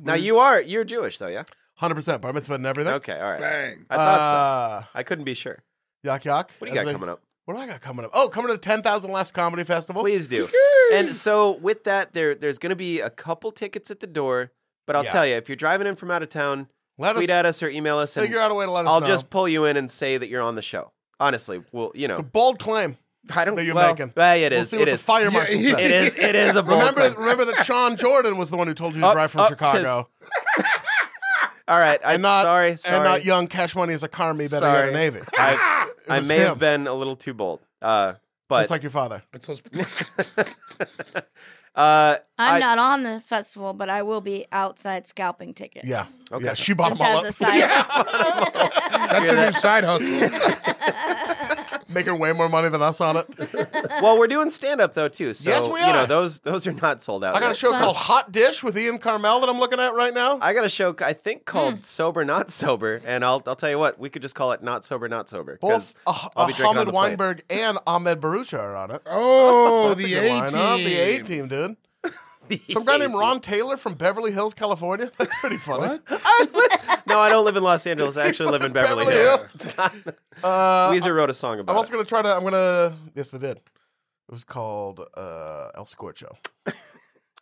Speaker 1: Now
Speaker 2: Mm.
Speaker 1: you are you're Jewish though, yeah.
Speaker 2: 100% bar mitzvah and everything.
Speaker 1: Okay, all right.
Speaker 3: Bang.
Speaker 1: I thought
Speaker 2: Uh,
Speaker 1: so. I couldn't be sure.
Speaker 2: Yuck, yuck.
Speaker 1: What do you got coming up?
Speaker 2: What do I got coming up? Oh, coming to the 10,000 Laughs Comedy Festival.
Speaker 1: Please do. and so with that, there there's going to be a couple tickets at the door. But I'll
Speaker 2: Yeah.
Speaker 1: tell you, if you're driving in from out of town,
Speaker 2: Let
Speaker 1: tweet
Speaker 2: us
Speaker 1: at us or email us, and
Speaker 2: figure out a way to let us
Speaker 1: I'll
Speaker 2: know.
Speaker 1: just pull you in and say that you're on the show. Honestly, well, you know,
Speaker 2: It's a bold claim.
Speaker 1: I don't.
Speaker 2: that you're
Speaker 1: well,
Speaker 2: making.
Speaker 1: well, it
Speaker 2: we'll
Speaker 1: is,
Speaker 2: see what
Speaker 1: it
Speaker 2: the
Speaker 1: is.
Speaker 2: fire marshal
Speaker 3: Yeah,
Speaker 1: <laughs> it
Speaker 2: says.
Speaker 1: is. It is a bold
Speaker 2: <laughs> Remember,
Speaker 1: claim.
Speaker 2: remember that Sean Jordan was the one who told you to
Speaker 1: Up-
Speaker 2: drive from
Speaker 1: up to-
Speaker 2: Chicago,
Speaker 1: All right, I'm
Speaker 2: and not
Speaker 1: sorry. Sorry.
Speaker 2: and not young Cash Money is a car me better
Speaker 1: Sorry.
Speaker 2: get a navy.
Speaker 1: <laughs> I,
Speaker 2: <laughs> It
Speaker 1: I
Speaker 2: was
Speaker 1: may
Speaker 2: him.
Speaker 1: have been a little too bold, uh, but
Speaker 2: Just like your father.
Speaker 3: That's so-
Speaker 1: uh,
Speaker 5: I'm
Speaker 1: I-
Speaker 5: not on the festival, but I will be outside scalping tickets.
Speaker 2: Yeah.
Speaker 1: Okay.
Speaker 2: Yeah, she
Speaker 1: <laughs>
Speaker 2: bought
Speaker 5: Just
Speaker 2: them all
Speaker 5: as a
Speaker 2: up.
Speaker 5: side.
Speaker 3: That's her new side hustle.
Speaker 2: making way more money than us on it.
Speaker 1: well, we're doing stand up though too. So
Speaker 2: Yes, we
Speaker 1: you know
Speaker 2: are.
Speaker 1: those those are not sold out.
Speaker 2: I
Speaker 3: <laughs>
Speaker 2: got a
Speaker 1: yet.
Speaker 2: show
Speaker 6: Son.
Speaker 2: called Hot Dish with Ian Carmel that I'm looking at right now.
Speaker 1: I got a show I think called Sober Not Sober, and I'll I'll tell you what we could just call it Not Sober Not Sober. 'cause
Speaker 2: Both uh,
Speaker 1: I'll be
Speaker 2: uh,
Speaker 1: drinking on
Speaker 2: Hamid
Speaker 1: the plane. <laughs>
Speaker 2: Weinberg and Ahmed Barucha are on it.
Speaker 3: <laughs> Oh,
Speaker 2: That's
Speaker 3: the
Speaker 2: a good lineup. The
Speaker 3: A
Speaker 2: A
Speaker 3: team.
Speaker 2: team, dude. Some guy named
Speaker 1: <laughs>
Speaker 2: Ron Taylor from Beverly Hills, California. <laughs> That's pretty funny.
Speaker 1: no, I don't live in Los Angeles. I actually live in Beverly
Speaker 2: <laughs> Beverly
Speaker 1: Hills.
Speaker 2: Uh,
Speaker 1: <laughs> Weezer wrote a song about
Speaker 2: I'm also
Speaker 1: it.
Speaker 2: gonna try to. I'm gonna. Yes, I did. It was called uh,
Speaker 1: <laughs>
Speaker 2: El Scorcho.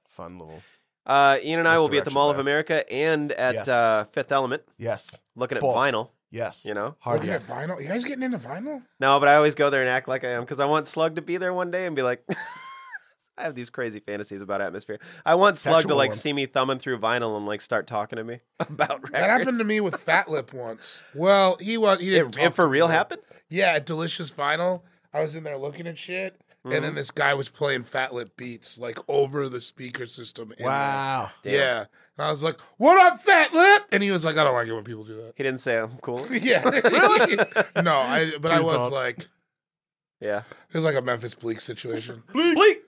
Speaker 2: Fun little.
Speaker 1: Uh, Ian and I
Speaker 2: This
Speaker 1: will be at the
Speaker 2: direction
Speaker 1: Mall of
Speaker 2: there.
Speaker 1: America and at
Speaker 2: Yes.
Speaker 1: uh, Fifth Element,
Speaker 2: Yes.
Speaker 1: looking at
Speaker 2: Ball.
Speaker 1: vinyl.
Speaker 2: Yes.
Speaker 1: You know?
Speaker 2: Hard
Speaker 3: Looking
Speaker 2: yes.
Speaker 3: at Oh, vinyl. You guys getting into vinyl?
Speaker 1: No, but I always go there and act like I am because I want Slug to be there one day and be like, <laughs> I have these crazy fantasies about atmosphere. I want Slug to
Speaker 2: Sexual
Speaker 1: like
Speaker 2: ones.
Speaker 1: see me thumbing through vinyl and like start talking to me <laughs> about records.
Speaker 3: That happened to me with Fat Lip once. Well, he was he didn't
Speaker 1: It, it
Speaker 3: talk
Speaker 1: for
Speaker 3: to me.
Speaker 1: real happened?
Speaker 3: Yeah, at Delicious Vinyl. I was in there looking at shit, and then this guy was playing Fat Lip beats like over the speaker system. in
Speaker 2: Wow.
Speaker 3: there. Yeah, and I was like, "What up, Fat Lip?" And he was like, "I don't like it when people do that." <laughs>
Speaker 1: He didn't say I'm
Speaker 2: <laughs>
Speaker 1: cool.
Speaker 3: yeah, really? <laughs> no, I. But I
Speaker 2: Please
Speaker 3: was
Speaker 2: don't.
Speaker 3: like, it
Speaker 1: Yeah.
Speaker 3: was like a Memphis
Speaker 2: <laughs>
Speaker 3: Bleak situation.
Speaker 1: Bleak!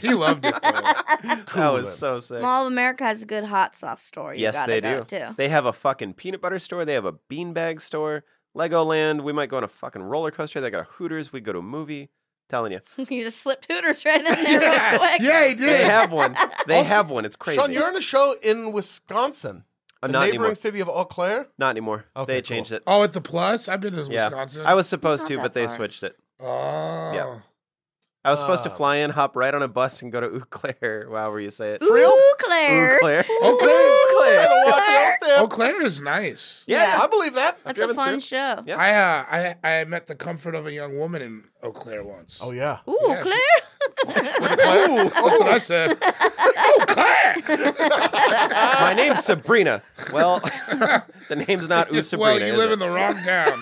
Speaker 3: he loved it.
Speaker 1: <laughs>
Speaker 3: Though.
Speaker 1: that was so sick.
Speaker 6: Mall of America has a good hot sauce store. You
Speaker 1: yes,
Speaker 6: gotta
Speaker 1: they
Speaker 6: go
Speaker 1: do.
Speaker 6: Too.
Speaker 1: They have a fucking peanut butter store. They have a beanbag store. Legoland. We might go on a fucking roller coaster. They got a Hooters. We go to a movie. Telling you,
Speaker 5: <laughs>
Speaker 6: you just slipped Hooters
Speaker 1: <laughs>
Speaker 6: right in there real quick.
Speaker 3: yeah,
Speaker 1: they
Speaker 3: he did.
Speaker 1: have one. They
Speaker 2: Also,
Speaker 1: have one. It's crazy.
Speaker 2: Sean, you're in a show in Wisconsin,
Speaker 1: Uh,
Speaker 2: the
Speaker 1: not
Speaker 2: neighboring
Speaker 1: anymore.
Speaker 2: city of Eau Claire.
Speaker 1: Not anymore.
Speaker 2: Okay,
Speaker 1: they
Speaker 2: cool.
Speaker 1: changed it.
Speaker 3: Oh, at the Plus, I've been to
Speaker 1: Yeah,
Speaker 3: Wisconsin.
Speaker 1: I was supposed
Speaker 6: It's
Speaker 1: to,
Speaker 6: not
Speaker 1: but
Speaker 6: that
Speaker 1: they
Speaker 6: far.
Speaker 1: switched it.
Speaker 3: Oh,
Speaker 1: Yeah. I was supposed to
Speaker 2: Ah.
Speaker 1: fly in, hop right on a bus, and go to <laughs> Eau Claire, however you say it.
Speaker 6: Ooh,
Speaker 2: real?
Speaker 6: Claire.
Speaker 1: Eau Claire.
Speaker 3: Eau Claire.
Speaker 1: Claire.
Speaker 2: Watch
Speaker 6: Claire.
Speaker 2: out there.
Speaker 3: Eau Claire is nice.
Speaker 1: Yeah.
Speaker 2: I believe that.
Speaker 6: That's a
Speaker 1: Driven
Speaker 6: fun
Speaker 1: through.
Speaker 6: show.
Speaker 1: Yeah.
Speaker 3: I uh, I I met the comfort of a young woman in Eau Claire once. <laughs>
Speaker 2: Oh yeah.
Speaker 6: Ooh,
Speaker 3: Yeah, she-
Speaker 6: Claire.
Speaker 3: Ooh, that's what I said. Eau Claire.
Speaker 1: My name's Sabrina.
Speaker 2: <laughs>
Speaker 1: Well, <laughs> the name's not Ooh Sabrina.
Speaker 3: well, you
Speaker 1: is
Speaker 3: live
Speaker 1: it?
Speaker 3: in the wrong
Speaker 1: <laughs>
Speaker 3: town.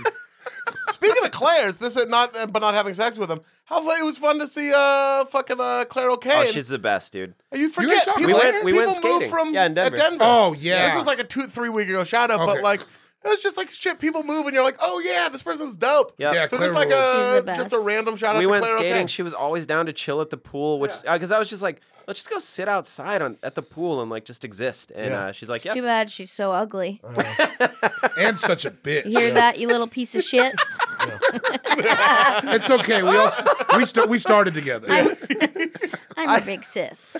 Speaker 2: Speaking of Claire's, this is not but not having sex with him. How fun, it was fun to see uh fucking uh Claire
Speaker 1: Oh,
Speaker 2: O'Kane.
Speaker 1: she's the best, dude.
Speaker 2: you
Speaker 3: You guys
Speaker 2: forget
Speaker 3: saw
Speaker 2: people,
Speaker 3: We
Speaker 1: went- we
Speaker 2: people
Speaker 1: went skating.
Speaker 2: moved from
Speaker 1: Yeah, in Denver.
Speaker 2: uh, Denver.
Speaker 3: Oh, yeah.
Speaker 2: This was like a two three week ago shout out,
Speaker 3: Okay.
Speaker 2: but like it was just like shit. People move and you're like, oh yeah, this person's dope.
Speaker 1: Yep.
Speaker 3: Yeah,
Speaker 2: So
Speaker 3: Claire
Speaker 2: just like
Speaker 3: rules.
Speaker 6: She's the
Speaker 2: a
Speaker 6: best.
Speaker 2: just a random shout out.
Speaker 1: we
Speaker 2: to
Speaker 1: went
Speaker 2: Claire
Speaker 1: skating.
Speaker 2: O'Kane.
Speaker 1: She was always down to chill at the pool, which because I was just like, let's just go sit outside on at the pool and like just exist. And
Speaker 2: Yeah.
Speaker 1: uh, she's like,
Speaker 6: It's
Speaker 1: yeah,
Speaker 6: too bad she's so ugly.
Speaker 3: and such a bitch.
Speaker 6: You hear that, you little piece of
Speaker 1: <laughs>
Speaker 6: shit?
Speaker 3: It's okay. We all we st- we started together.
Speaker 2: <laughs>
Speaker 6: I'm a big
Speaker 1: <laughs>
Speaker 6: sis.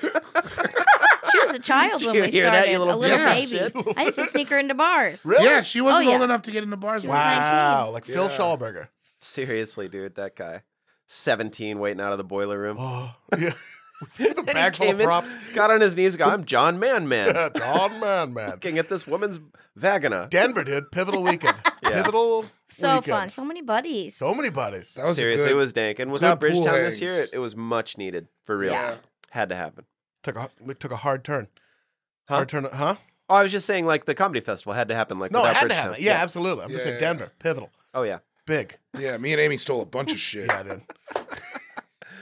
Speaker 6: She was a child when
Speaker 1: You
Speaker 6: we started.
Speaker 1: hear that, you little
Speaker 6: a little
Speaker 3: piece
Speaker 6: baby.
Speaker 1: of
Speaker 6: I used to sneak her into bars.
Speaker 3: Yeah, she wasn't
Speaker 6: Oh, yeah.
Speaker 3: old enough to get into bars.
Speaker 6: was
Speaker 3: with me.
Speaker 2: Wow, like Phil Schallberger.
Speaker 1: seriously, dude, that guy, seventeen, waiting out of the boiler room.
Speaker 2: <laughs> Oh yeah. With a
Speaker 1: And he
Speaker 2: bag full
Speaker 1: came <laughs>
Speaker 2: of
Speaker 1: in,
Speaker 2: props.
Speaker 1: got on his knees. Go, I'm John Man
Speaker 2: <laughs>
Speaker 1: Man.
Speaker 2: Don man, man.
Speaker 1: Looking at this woman's vagina.
Speaker 2: Denver,
Speaker 1: <laughs>
Speaker 2: dude. Pivotal weekend.
Speaker 1: Yeah.
Speaker 2: Pivotal.
Speaker 6: So
Speaker 2: weekend.
Speaker 6: fun. So many buddies.
Speaker 2: So many buddies.
Speaker 3: That was a
Speaker 1: Seriously,
Speaker 3: good-
Speaker 1: it was dank. And without
Speaker 3: good pool
Speaker 1: Bridgetown this year,
Speaker 3: hangs.
Speaker 1: it, it was much needed for real.
Speaker 6: Yeah.
Speaker 1: Had to happen.
Speaker 2: took a we took a hard turn.
Speaker 1: Huh?
Speaker 2: Hard turn, huh?
Speaker 1: Oh, I was just saying, like the comedy festival had to happen. Like
Speaker 2: No, it
Speaker 1: without
Speaker 2: had to
Speaker 1: Bridgetown.
Speaker 2: happen. Yeah, absolutely. I'm just saying
Speaker 3: Yeah.
Speaker 2: Denver, pivotal,
Speaker 1: Oh yeah.
Speaker 2: big.
Speaker 3: Yeah, me and Amy stole a bunch of shit.
Speaker 2: Yeah, dude.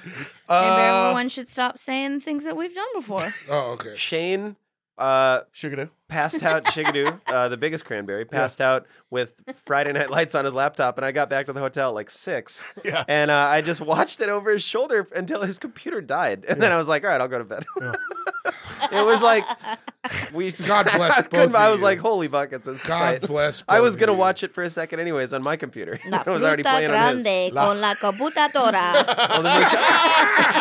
Speaker 6: Maybe
Speaker 2: uh,
Speaker 6: everyone should stop saying things that we've done
Speaker 1: <laughs>
Speaker 6: before.
Speaker 3: Oh, okay.
Speaker 1: Shane. Uh,
Speaker 2: Sugar
Speaker 1: passed out
Speaker 3: <laughs>
Speaker 1: Shigadoo, uh, the biggest cranberry, passed out with Friday Night Lights on his laptop, and I got back to the hotel at like six.
Speaker 2: Yeah.
Speaker 1: And uh, I just watched it over his shoulder until his computer died, and then I was like, "All right, I'll go to bed." <laughs> it was like we.
Speaker 3: <laughs>
Speaker 1: <laughs>
Speaker 3: God bless
Speaker 1: I
Speaker 3: both
Speaker 1: couldn't-
Speaker 3: of
Speaker 1: I was
Speaker 3: you.
Speaker 1: like, "Holy buckets!" It's
Speaker 3: God
Speaker 1: tight.
Speaker 3: bless.
Speaker 1: I was
Speaker 3: both
Speaker 1: gonna
Speaker 3: of you.
Speaker 1: watch it for a second, anyways, on my computer. <laughs>
Speaker 6: La
Speaker 1: I was already
Speaker 6: fruta
Speaker 1: playing on his. Oh,
Speaker 6: grande con la
Speaker 1: <laughs>
Speaker 6: computadora.
Speaker 1: Well, then we
Speaker 6: <laughs>
Speaker 1: ch-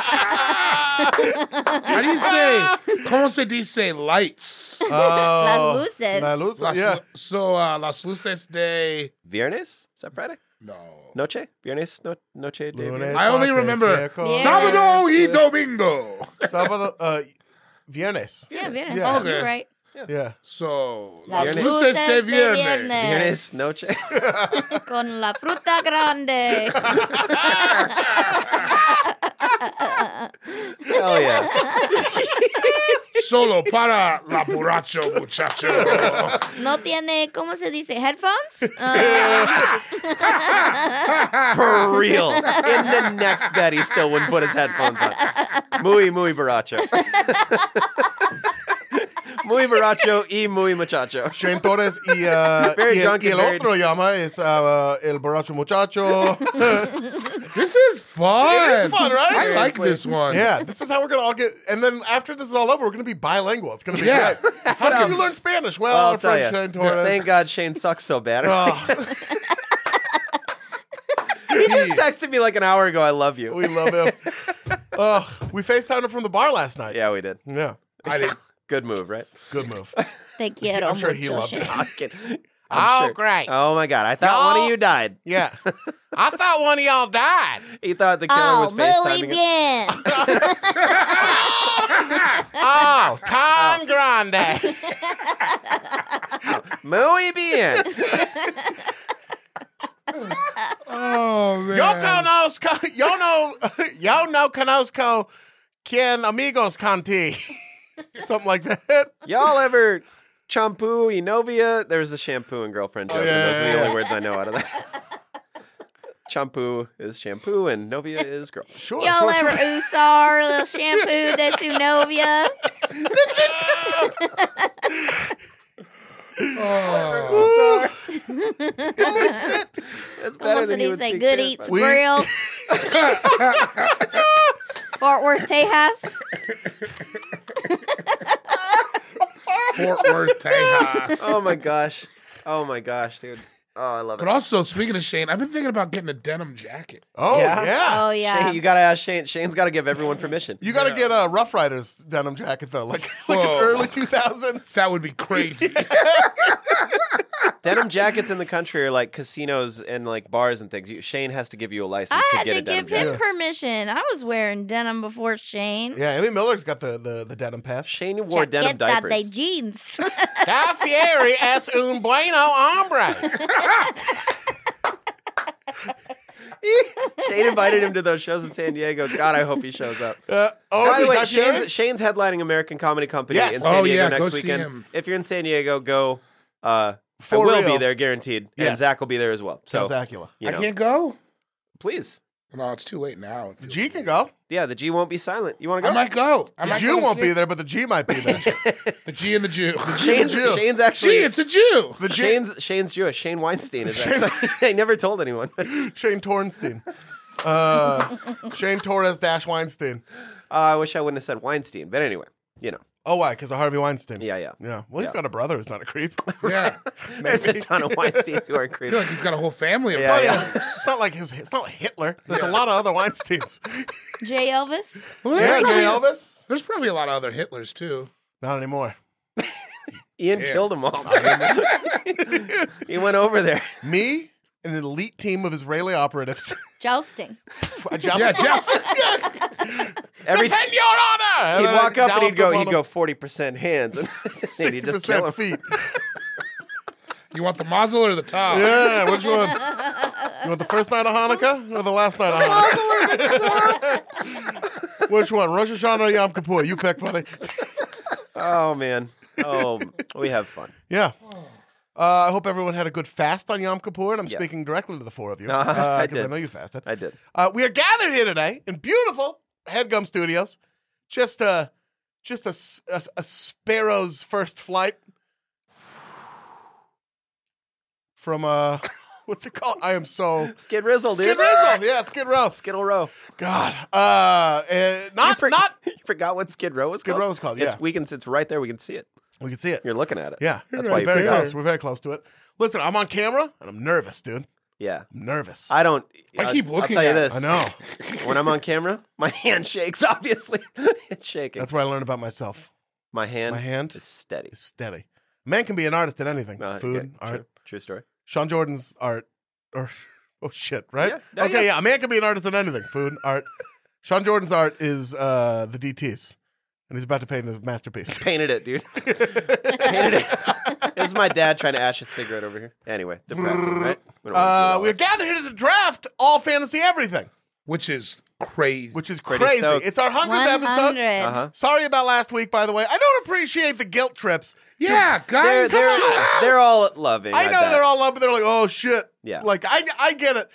Speaker 3: How <laughs> do you say? Como se dice lights?
Speaker 6: Las
Speaker 2: Oh,
Speaker 6: luces.
Speaker 2: La Luz-
Speaker 3: Las-
Speaker 2: yeah.
Speaker 3: So uh, las luces de
Speaker 1: Viernes? Is that Friday?
Speaker 3: no.
Speaker 1: Noche? Viernes? No- noche? De
Speaker 2: Lunes,
Speaker 1: viernes?
Speaker 3: I only
Speaker 2: martes,
Speaker 3: remember
Speaker 2: miércoles,
Speaker 3: Sábado y Domingo.
Speaker 2: Sábado, uh, viernes.
Speaker 6: yeah, yeah.
Speaker 2: Yeah.
Speaker 3: Okay.
Speaker 6: You're right.
Speaker 2: Yeah.
Speaker 3: So
Speaker 6: Las
Speaker 3: las
Speaker 1: Viernes.
Speaker 6: luces
Speaker 3: luces de
Speaker 6: de
Speaker 3: viernes.
Speaker 6: viernes.
Speaker 1: Viernes? Noche? <laughs>
Speaker 6: Con la fruta grande.
Speaker 1: Hell yeah.
Speaker 3: Solo para la borracho
Speaker 2: <laughs>
Speaker 3: muchacho.
Speaker 6: No tiene, ¿cómo se dice?
Speaker 1: <laughs>
Speaker 6: Headphones? Uh,
Speaker 2: <laughs>
Speaker 1: For real. In the next bet, he still wouldn't put his headphones on. Muy, muy borracho. muy borracho y muy muchacho.
Speaker 2: Shane Torres y, uh,
Speaker 1: <laughs> Very
Speaker 2: y el,
Speaker 1: drunk
Speaker 2: y
Speaker 1: and
Speaker 2: el
Speaker 1: married.
Speaker 2: otro llama es uh, El Borracho
Speaker 1: <laughs>
Speaker 2: Muchacho.
Speaker 3: This is fun.
Speaker 2: It is fun, right?
Speaker 3: I like
Speaker 1: Seriously.
Speaker 3: this one.
Speaker 2: yeah, this is how we're going to all get. And then after this is all over, we're going to be bilingual. It's going to be
Speaker 3: Yeah.
Speaker 1: <laughs>
Speaker 2: great. How did you learn Spanish? Well,
Speaker 1: Well, Um, I'll
Speaker 2: our
Speaker 1: tell
Speaker 2: friend
Speaker 1: you.
Speaker 2: Shane Torres.
Speaker 1: Thank God Shane sucks so bad.
Speaker 2: Oh,
Speaker 1: <laughs> he just texted me like an hour ago. I love you.
Speaker 2: we
Speaker 1: <laughs>
Speaker 2: love him. Oh, we FaceTimed him from the bar last night.
Speaker 1: yeah, we did.
Speaker 2: Yeah.
Speaker 3: I did.
Speaker 1: Good move, right?
Speaker 2: Good
Speaker 1: <laughs>
Speaker 2: move.
Speaker 6: They quiero
Speaker 2: I'm sure he
Speaker 6: mucho,
Speaker 2: loved it.
Speaker 6: Shane.
Speaker 1: I'm kidding.
Speaker 2: oh,
Speaker 1: I'm sure.
Speaker 2: great.
Speaker 1: Oh my God! I thought one
Speaker 2: Y'all-
Speaker 1: of you died. <laughs>
Speaker 2: Yeah. I thought one of y'all died.
Speaker 1: He thought the killer
Speaker 6: Oh,
Speaker 1: was
Speaker 6: muy
Speaker 1: facetiming. him.
Speaker 6: bien.
Speaker 1: <laughs>
Speaker 2: Oh, Tom Grande.
Speaker 1: Muy bien.
Speaker 3: Oh man.
Speaker 2: Yo <laughs> conozco, yo no, yo no conozco quien amigos conti. <laughs> Something like that.
Speaker 1: Y'all ever shampoo Enovia? There's the shampoo and girlfriend joke.
Speaker 2: Oh,
Speaker 1: and
Speaker 2: yeah,
Speaker 1: those are
Speaker 2: yeah,
Speaker 1: the
Speaker 2: yeah.
Speaker 1: only words I know out of
Speaker 6: <laughs>
Speaker 1: that. shampoo is shampoo, and Novia is girlfriend.
Speaker 2: Sure.
Speaker 6: Y'all
Speaker 2: sure,
Speaker 6: ever
Speaker 2: sure.
Speaker 6: usar the shampoo de su novia?
Speaker 3: Oh.
Speaker 1: That's <laughs> better
Speaker 6: Almost
Speaker 1: than
Speaker 6: did
Speaker 1: you
Speaker 6: he
Speaker 1: would
Speaker 6: say
Speaker 1: speak
Speaker 6: good
Speaker 1: Spanish,
Speaker 6: eats
Speaker 1: but- <laughs>
Speaker 6: grill? <laughs> Fort Worth Tejas.
Speaker 3: Fort Worth, Texas.
Speaker 1: Oh my gosh. Oh my gosh, dude. Oh, I love
Speaker 3: But
Speaker 1: it.
Speaker 3: also, speaking of Shane, I've been thinking about getting a denim jacket.
Speaker 2: Oh,
Speaker 1: Yeah.
Speaker 2: yeah.
Speaker 6: Oh yeah.
Speaker 1: Shane, you gotta ask Shane. Shane's gotta give everyone permission.
Speaker 2: You got to get a Rough Riders denim jacket, though. Like, <laughs> like an
Speaker 3: Whoa.
Speaker 2: early 2000s.
Speaker 3: <laughs> That would be crazy.
Speaker 2: <laughs>
Speaker 1: denim jackets in the country are like casinos and like bars and things. You, Shane has to give you a license
Speaker 6: I
Speaker 1: to
Speaker 6: had
Speaker 1: get
Speaker 6: to
Speaker 1: a
Speaker 6: Ah,
Speaker 1: denim
Speaker 6: give
Speaker 1: jacket.
Speaker 6: him permission. I was wearing denim before Shane.
Speaker 2: yeah, Emmy Miller's got the, the, the denim pass. <laughs>
Speaker 1: Shane wore denim
Speaker 6: Get that they
Speaker 1: diapers. <laughs>
Speaker 6: jeans. <laughs>
Speaker 2: Da Fieri es un bueno
Speaker 3: <laughs>
Speaker 2: hombre.
Speaker 1: Shane invited him to those shows in San Diego. God, I hope he shows up.
Speaker 2: Uh, oh,
Speaker 1: By the way,
Speaker 2: Da Fieri?
Speaker 1: Shane's, Shane's headlining American Comedy Company
Speaker 2: Yes.
Speaker 1: in San
Speaker 3: Oh,
Speaker 1: Diego
Speaker 3: yeah,
Speaker 1: next
Speaker 3: go see
Speaker 1: weekend.
Speaker 3: him.
Speaker 1: If you're in San Diego, go. Uh, I
Speaker 2: For
Speaker 1: will be
Speaker 2: real.
Speaker 1: there, guaranteed. And
Speaker 2: Yes.
Speaker 1: Zach will be there as well. So,
Speaker 2: Zacula.
Speaker 1: you know,
Speaker 3: I can't go.
Speaker 1: please.
Speaker 3: No, it's too late now. It feels-
Speaker 2: G can go.
Speaker 1: Yeah, the G won't be silent. You want to
Speaker 3: I
Speaker 1: go?
Speaker 3: might go. I
Speaker 2: The
Speaker 3: might
Speaker 2: Jew
Speaker 3: go to
Speaker 2: won't
Speaker 3: see
Speaker 2: be there, but the G might be
Speaker 3: <laughs>
Speaker 2: there.
Speaker 3: The G and the Jew.
Speaker 1: Shane's,
Speaker 2: Jew.
Speaker 1: Shane's actually.
Speaker 3: Gee, it's a Jew.
Speaker 2: The G,
Speaker 1: Shane's Shane's Jewish. Shane Weinstein is actually. <laughs> I never told anyone. <laughs> Uh,
Speaker 2: Shane Tornstein. Uh, Shane Torres dash Weinstein.
Speaker 1: I wish I wouldn't have said Weinstein, but anyway, you know,
Speaker 2: Oh, why? Because of Harvey Weinstein.
Speaker 1: yeah, yeah.
Speaker 2: Yeah. Well, he's
Speaker 1: Yeah.
Speaker 2: got a brother who's not
Speaker 1: <laughs>
Speaker 2: a creep.
Speaker 3: Yeah.
Speaker 1: There's
Speaker 2: <laughs>
Speaker 1: a ton of Weinsteins
Speaker 3: <laughs>
Speaker 1: who are
Speaker 3: I
Speaker 1: creepy.
Speaker 3: feel like he's got a whole family
Speaker 1: <laughs>
Speaker 3: of
Speaker 1: Yeah,
Speaker 3: brothers.
Speaker 1: yeah.
Speaker 2: it's not like his. It's not like Hitler. There's a lot of other Weinsteins. <laughs>
Speaker 6: Jay Elvis.
Speaker 3: Well, there's
Speaker 2: yeah, Jay
Speaker 3: probably-
Speaker 2: Elvis.
Speaker 3: There's probably a lot of other Hitlers too.
Speaker 2: Not anymore.
Speaker 1: Ian
Speaker 3: Yeah.
Speaker 1: killed them all. <laughs> he went over there.
Speaker 2: Me and an elite team of Israeli operatives. <laughs>
Speaker 6: Jousting.
Speaker 2: I jumped- <laughs>
Speaker 3: Yeah, Jeff.
Speaker 1: Every
Speaker 2: Defend your honor.
Speaker 1: he'd
Speaker 2: then I
Speaker 1: walk up and he'd
Speaker 2: galloped
Speaker 1: go,
Speaker 2: on
Speaker 1: he'd
Speaker 2: him.
Speaker 1: go forty percent hands, <laughs> and he'd just kill
Speaker 2: 60%
Speaker 1: him.
Speaker 2: feet.
Speaker 1: <laughs>
Speaker 3: You want the muzzle or the top?
Speaker 2: Yeah, which one? You want the first night of Hanukkah or the last night
Speaker 1: <laughs>
Speaker 2: of Hanukkah? <laughs> which one? Rosh Hashanah or Yom Kippur? You pick, buddy.
Speaker 1: Oh man, oh we have fun.
Speaker 2: Yeah. Uh, I hope everyone had a good fast on Yom Kippur, and I'm
Speaker 1: Yeah.
Speaker 2: speaking directly to the four of
Speaker 1: <laughs>
Speaker 2: you
Speaker 1: No, I
Speaker 2: because I
Speaker 1: did.
Speaker 2: know you fasted.
Speaker 1: I did.
Speaker 2: Uh, we are gathered here today in beautiful Headgum Studios. Just a just a, s- a s- a sparrow's first flight from uh, <laughs> what's it called? I am so
Speaker 1: <laughs> Skid Rizzle, dude.
Speaker 2: Skid Row. Yeah, Skid Row.
Speaker 1: Skittle Row.
Speaker 2: God, uh, uh, not
Speaker 1: you
Speaker 2: not
Speaker 1: <laughs> You forgot what Skid Row was
Speaker 2: Skid
Speaker 1: called.
Speaker 2: Row is called. Yeah,
Speaker 1: It's we can. It's right there. We can see it.
Speaker 2: we can see it.
Speaker 1: You're looking at it.
Speaker 2: Yeah,
Speaker 1: That's why you
Speaker 2: very
Speaker 1: forgot.
Speaker 2: close. We're very close to it. Listen, I'm on camera and I'm nervous, dude.
Speaker 1: Yeah.
Speaker 2: I'm nervous.
Speaker 1: I don't. uh,
Speaker 3: I keep looking
Speaker 1: I'll tell you
Speaker 3: at it.
Speaker 1: this.
Speaker 2: I
Speaker 1: <laughs>
Speaker 2: know.
Speaker 1: when I'm on camera, my <laughs> hand shakes. Obviously, <laughs> it's shaking.
Speaker 2: That's what I learned about myself.
Speaker 1: my hand.
Speaker 2: my hand.
Speaker 1: is steady.
Speaker 2: It's steady. Man can be an artist at anything.
Speaker 1: No,
Speaker 2: Food,
Speaker 1: okay,
Speaker 2: art.
Speaker 1: True, true story.
Speaker 2: Sean Jordan's art, or <laughs> oh shit, right?
Speaker 1: Yeah, no,
Speaker 2: okay,
Speaker 1: yeah.
Speaker 2: yeah. A man can be an artist at anything. Food, art. Sean Jordan's art is uh, the DTS, and he's about to paint his
Speaker 1: <laughs>
Speaker 2: masterpiece.
Speaker 1: Painted it, dude. Painted it. <laughs> this is my dad trying to ash a cigarette over here. Anyway, depressing, right? We don't wanna do
Speaker 2: Uh,
Speaker 1: all
Speaker 2: we're
Speaker 1: that.
Speaker 2: gathered here to draft all fantasy everything,
Speaker 3: Which is crazy.
Speaker 2: which is
Speaker 1: Pretty
Speaker 2: crazy.
Speaker 1: stoked.
Speaker 2: It's our hundredth
Speaker 6: 100.
Speaker 2: episode.
Speaker 1: Uh-huh.
Speaker 2: Sorry about last week, by the way. I don't appreciate the guilt trips.
Speaker 1: They're,
Speaker 3: yeah, guys.
Speaker 1: they're, they're all loving.
Speaker 2: I know
Speaker 1: bet.
Speaker 2: they're all up, but they're like, oh shit.
Speaker 1: Yeah.
Speaker 2: Like I, I get it.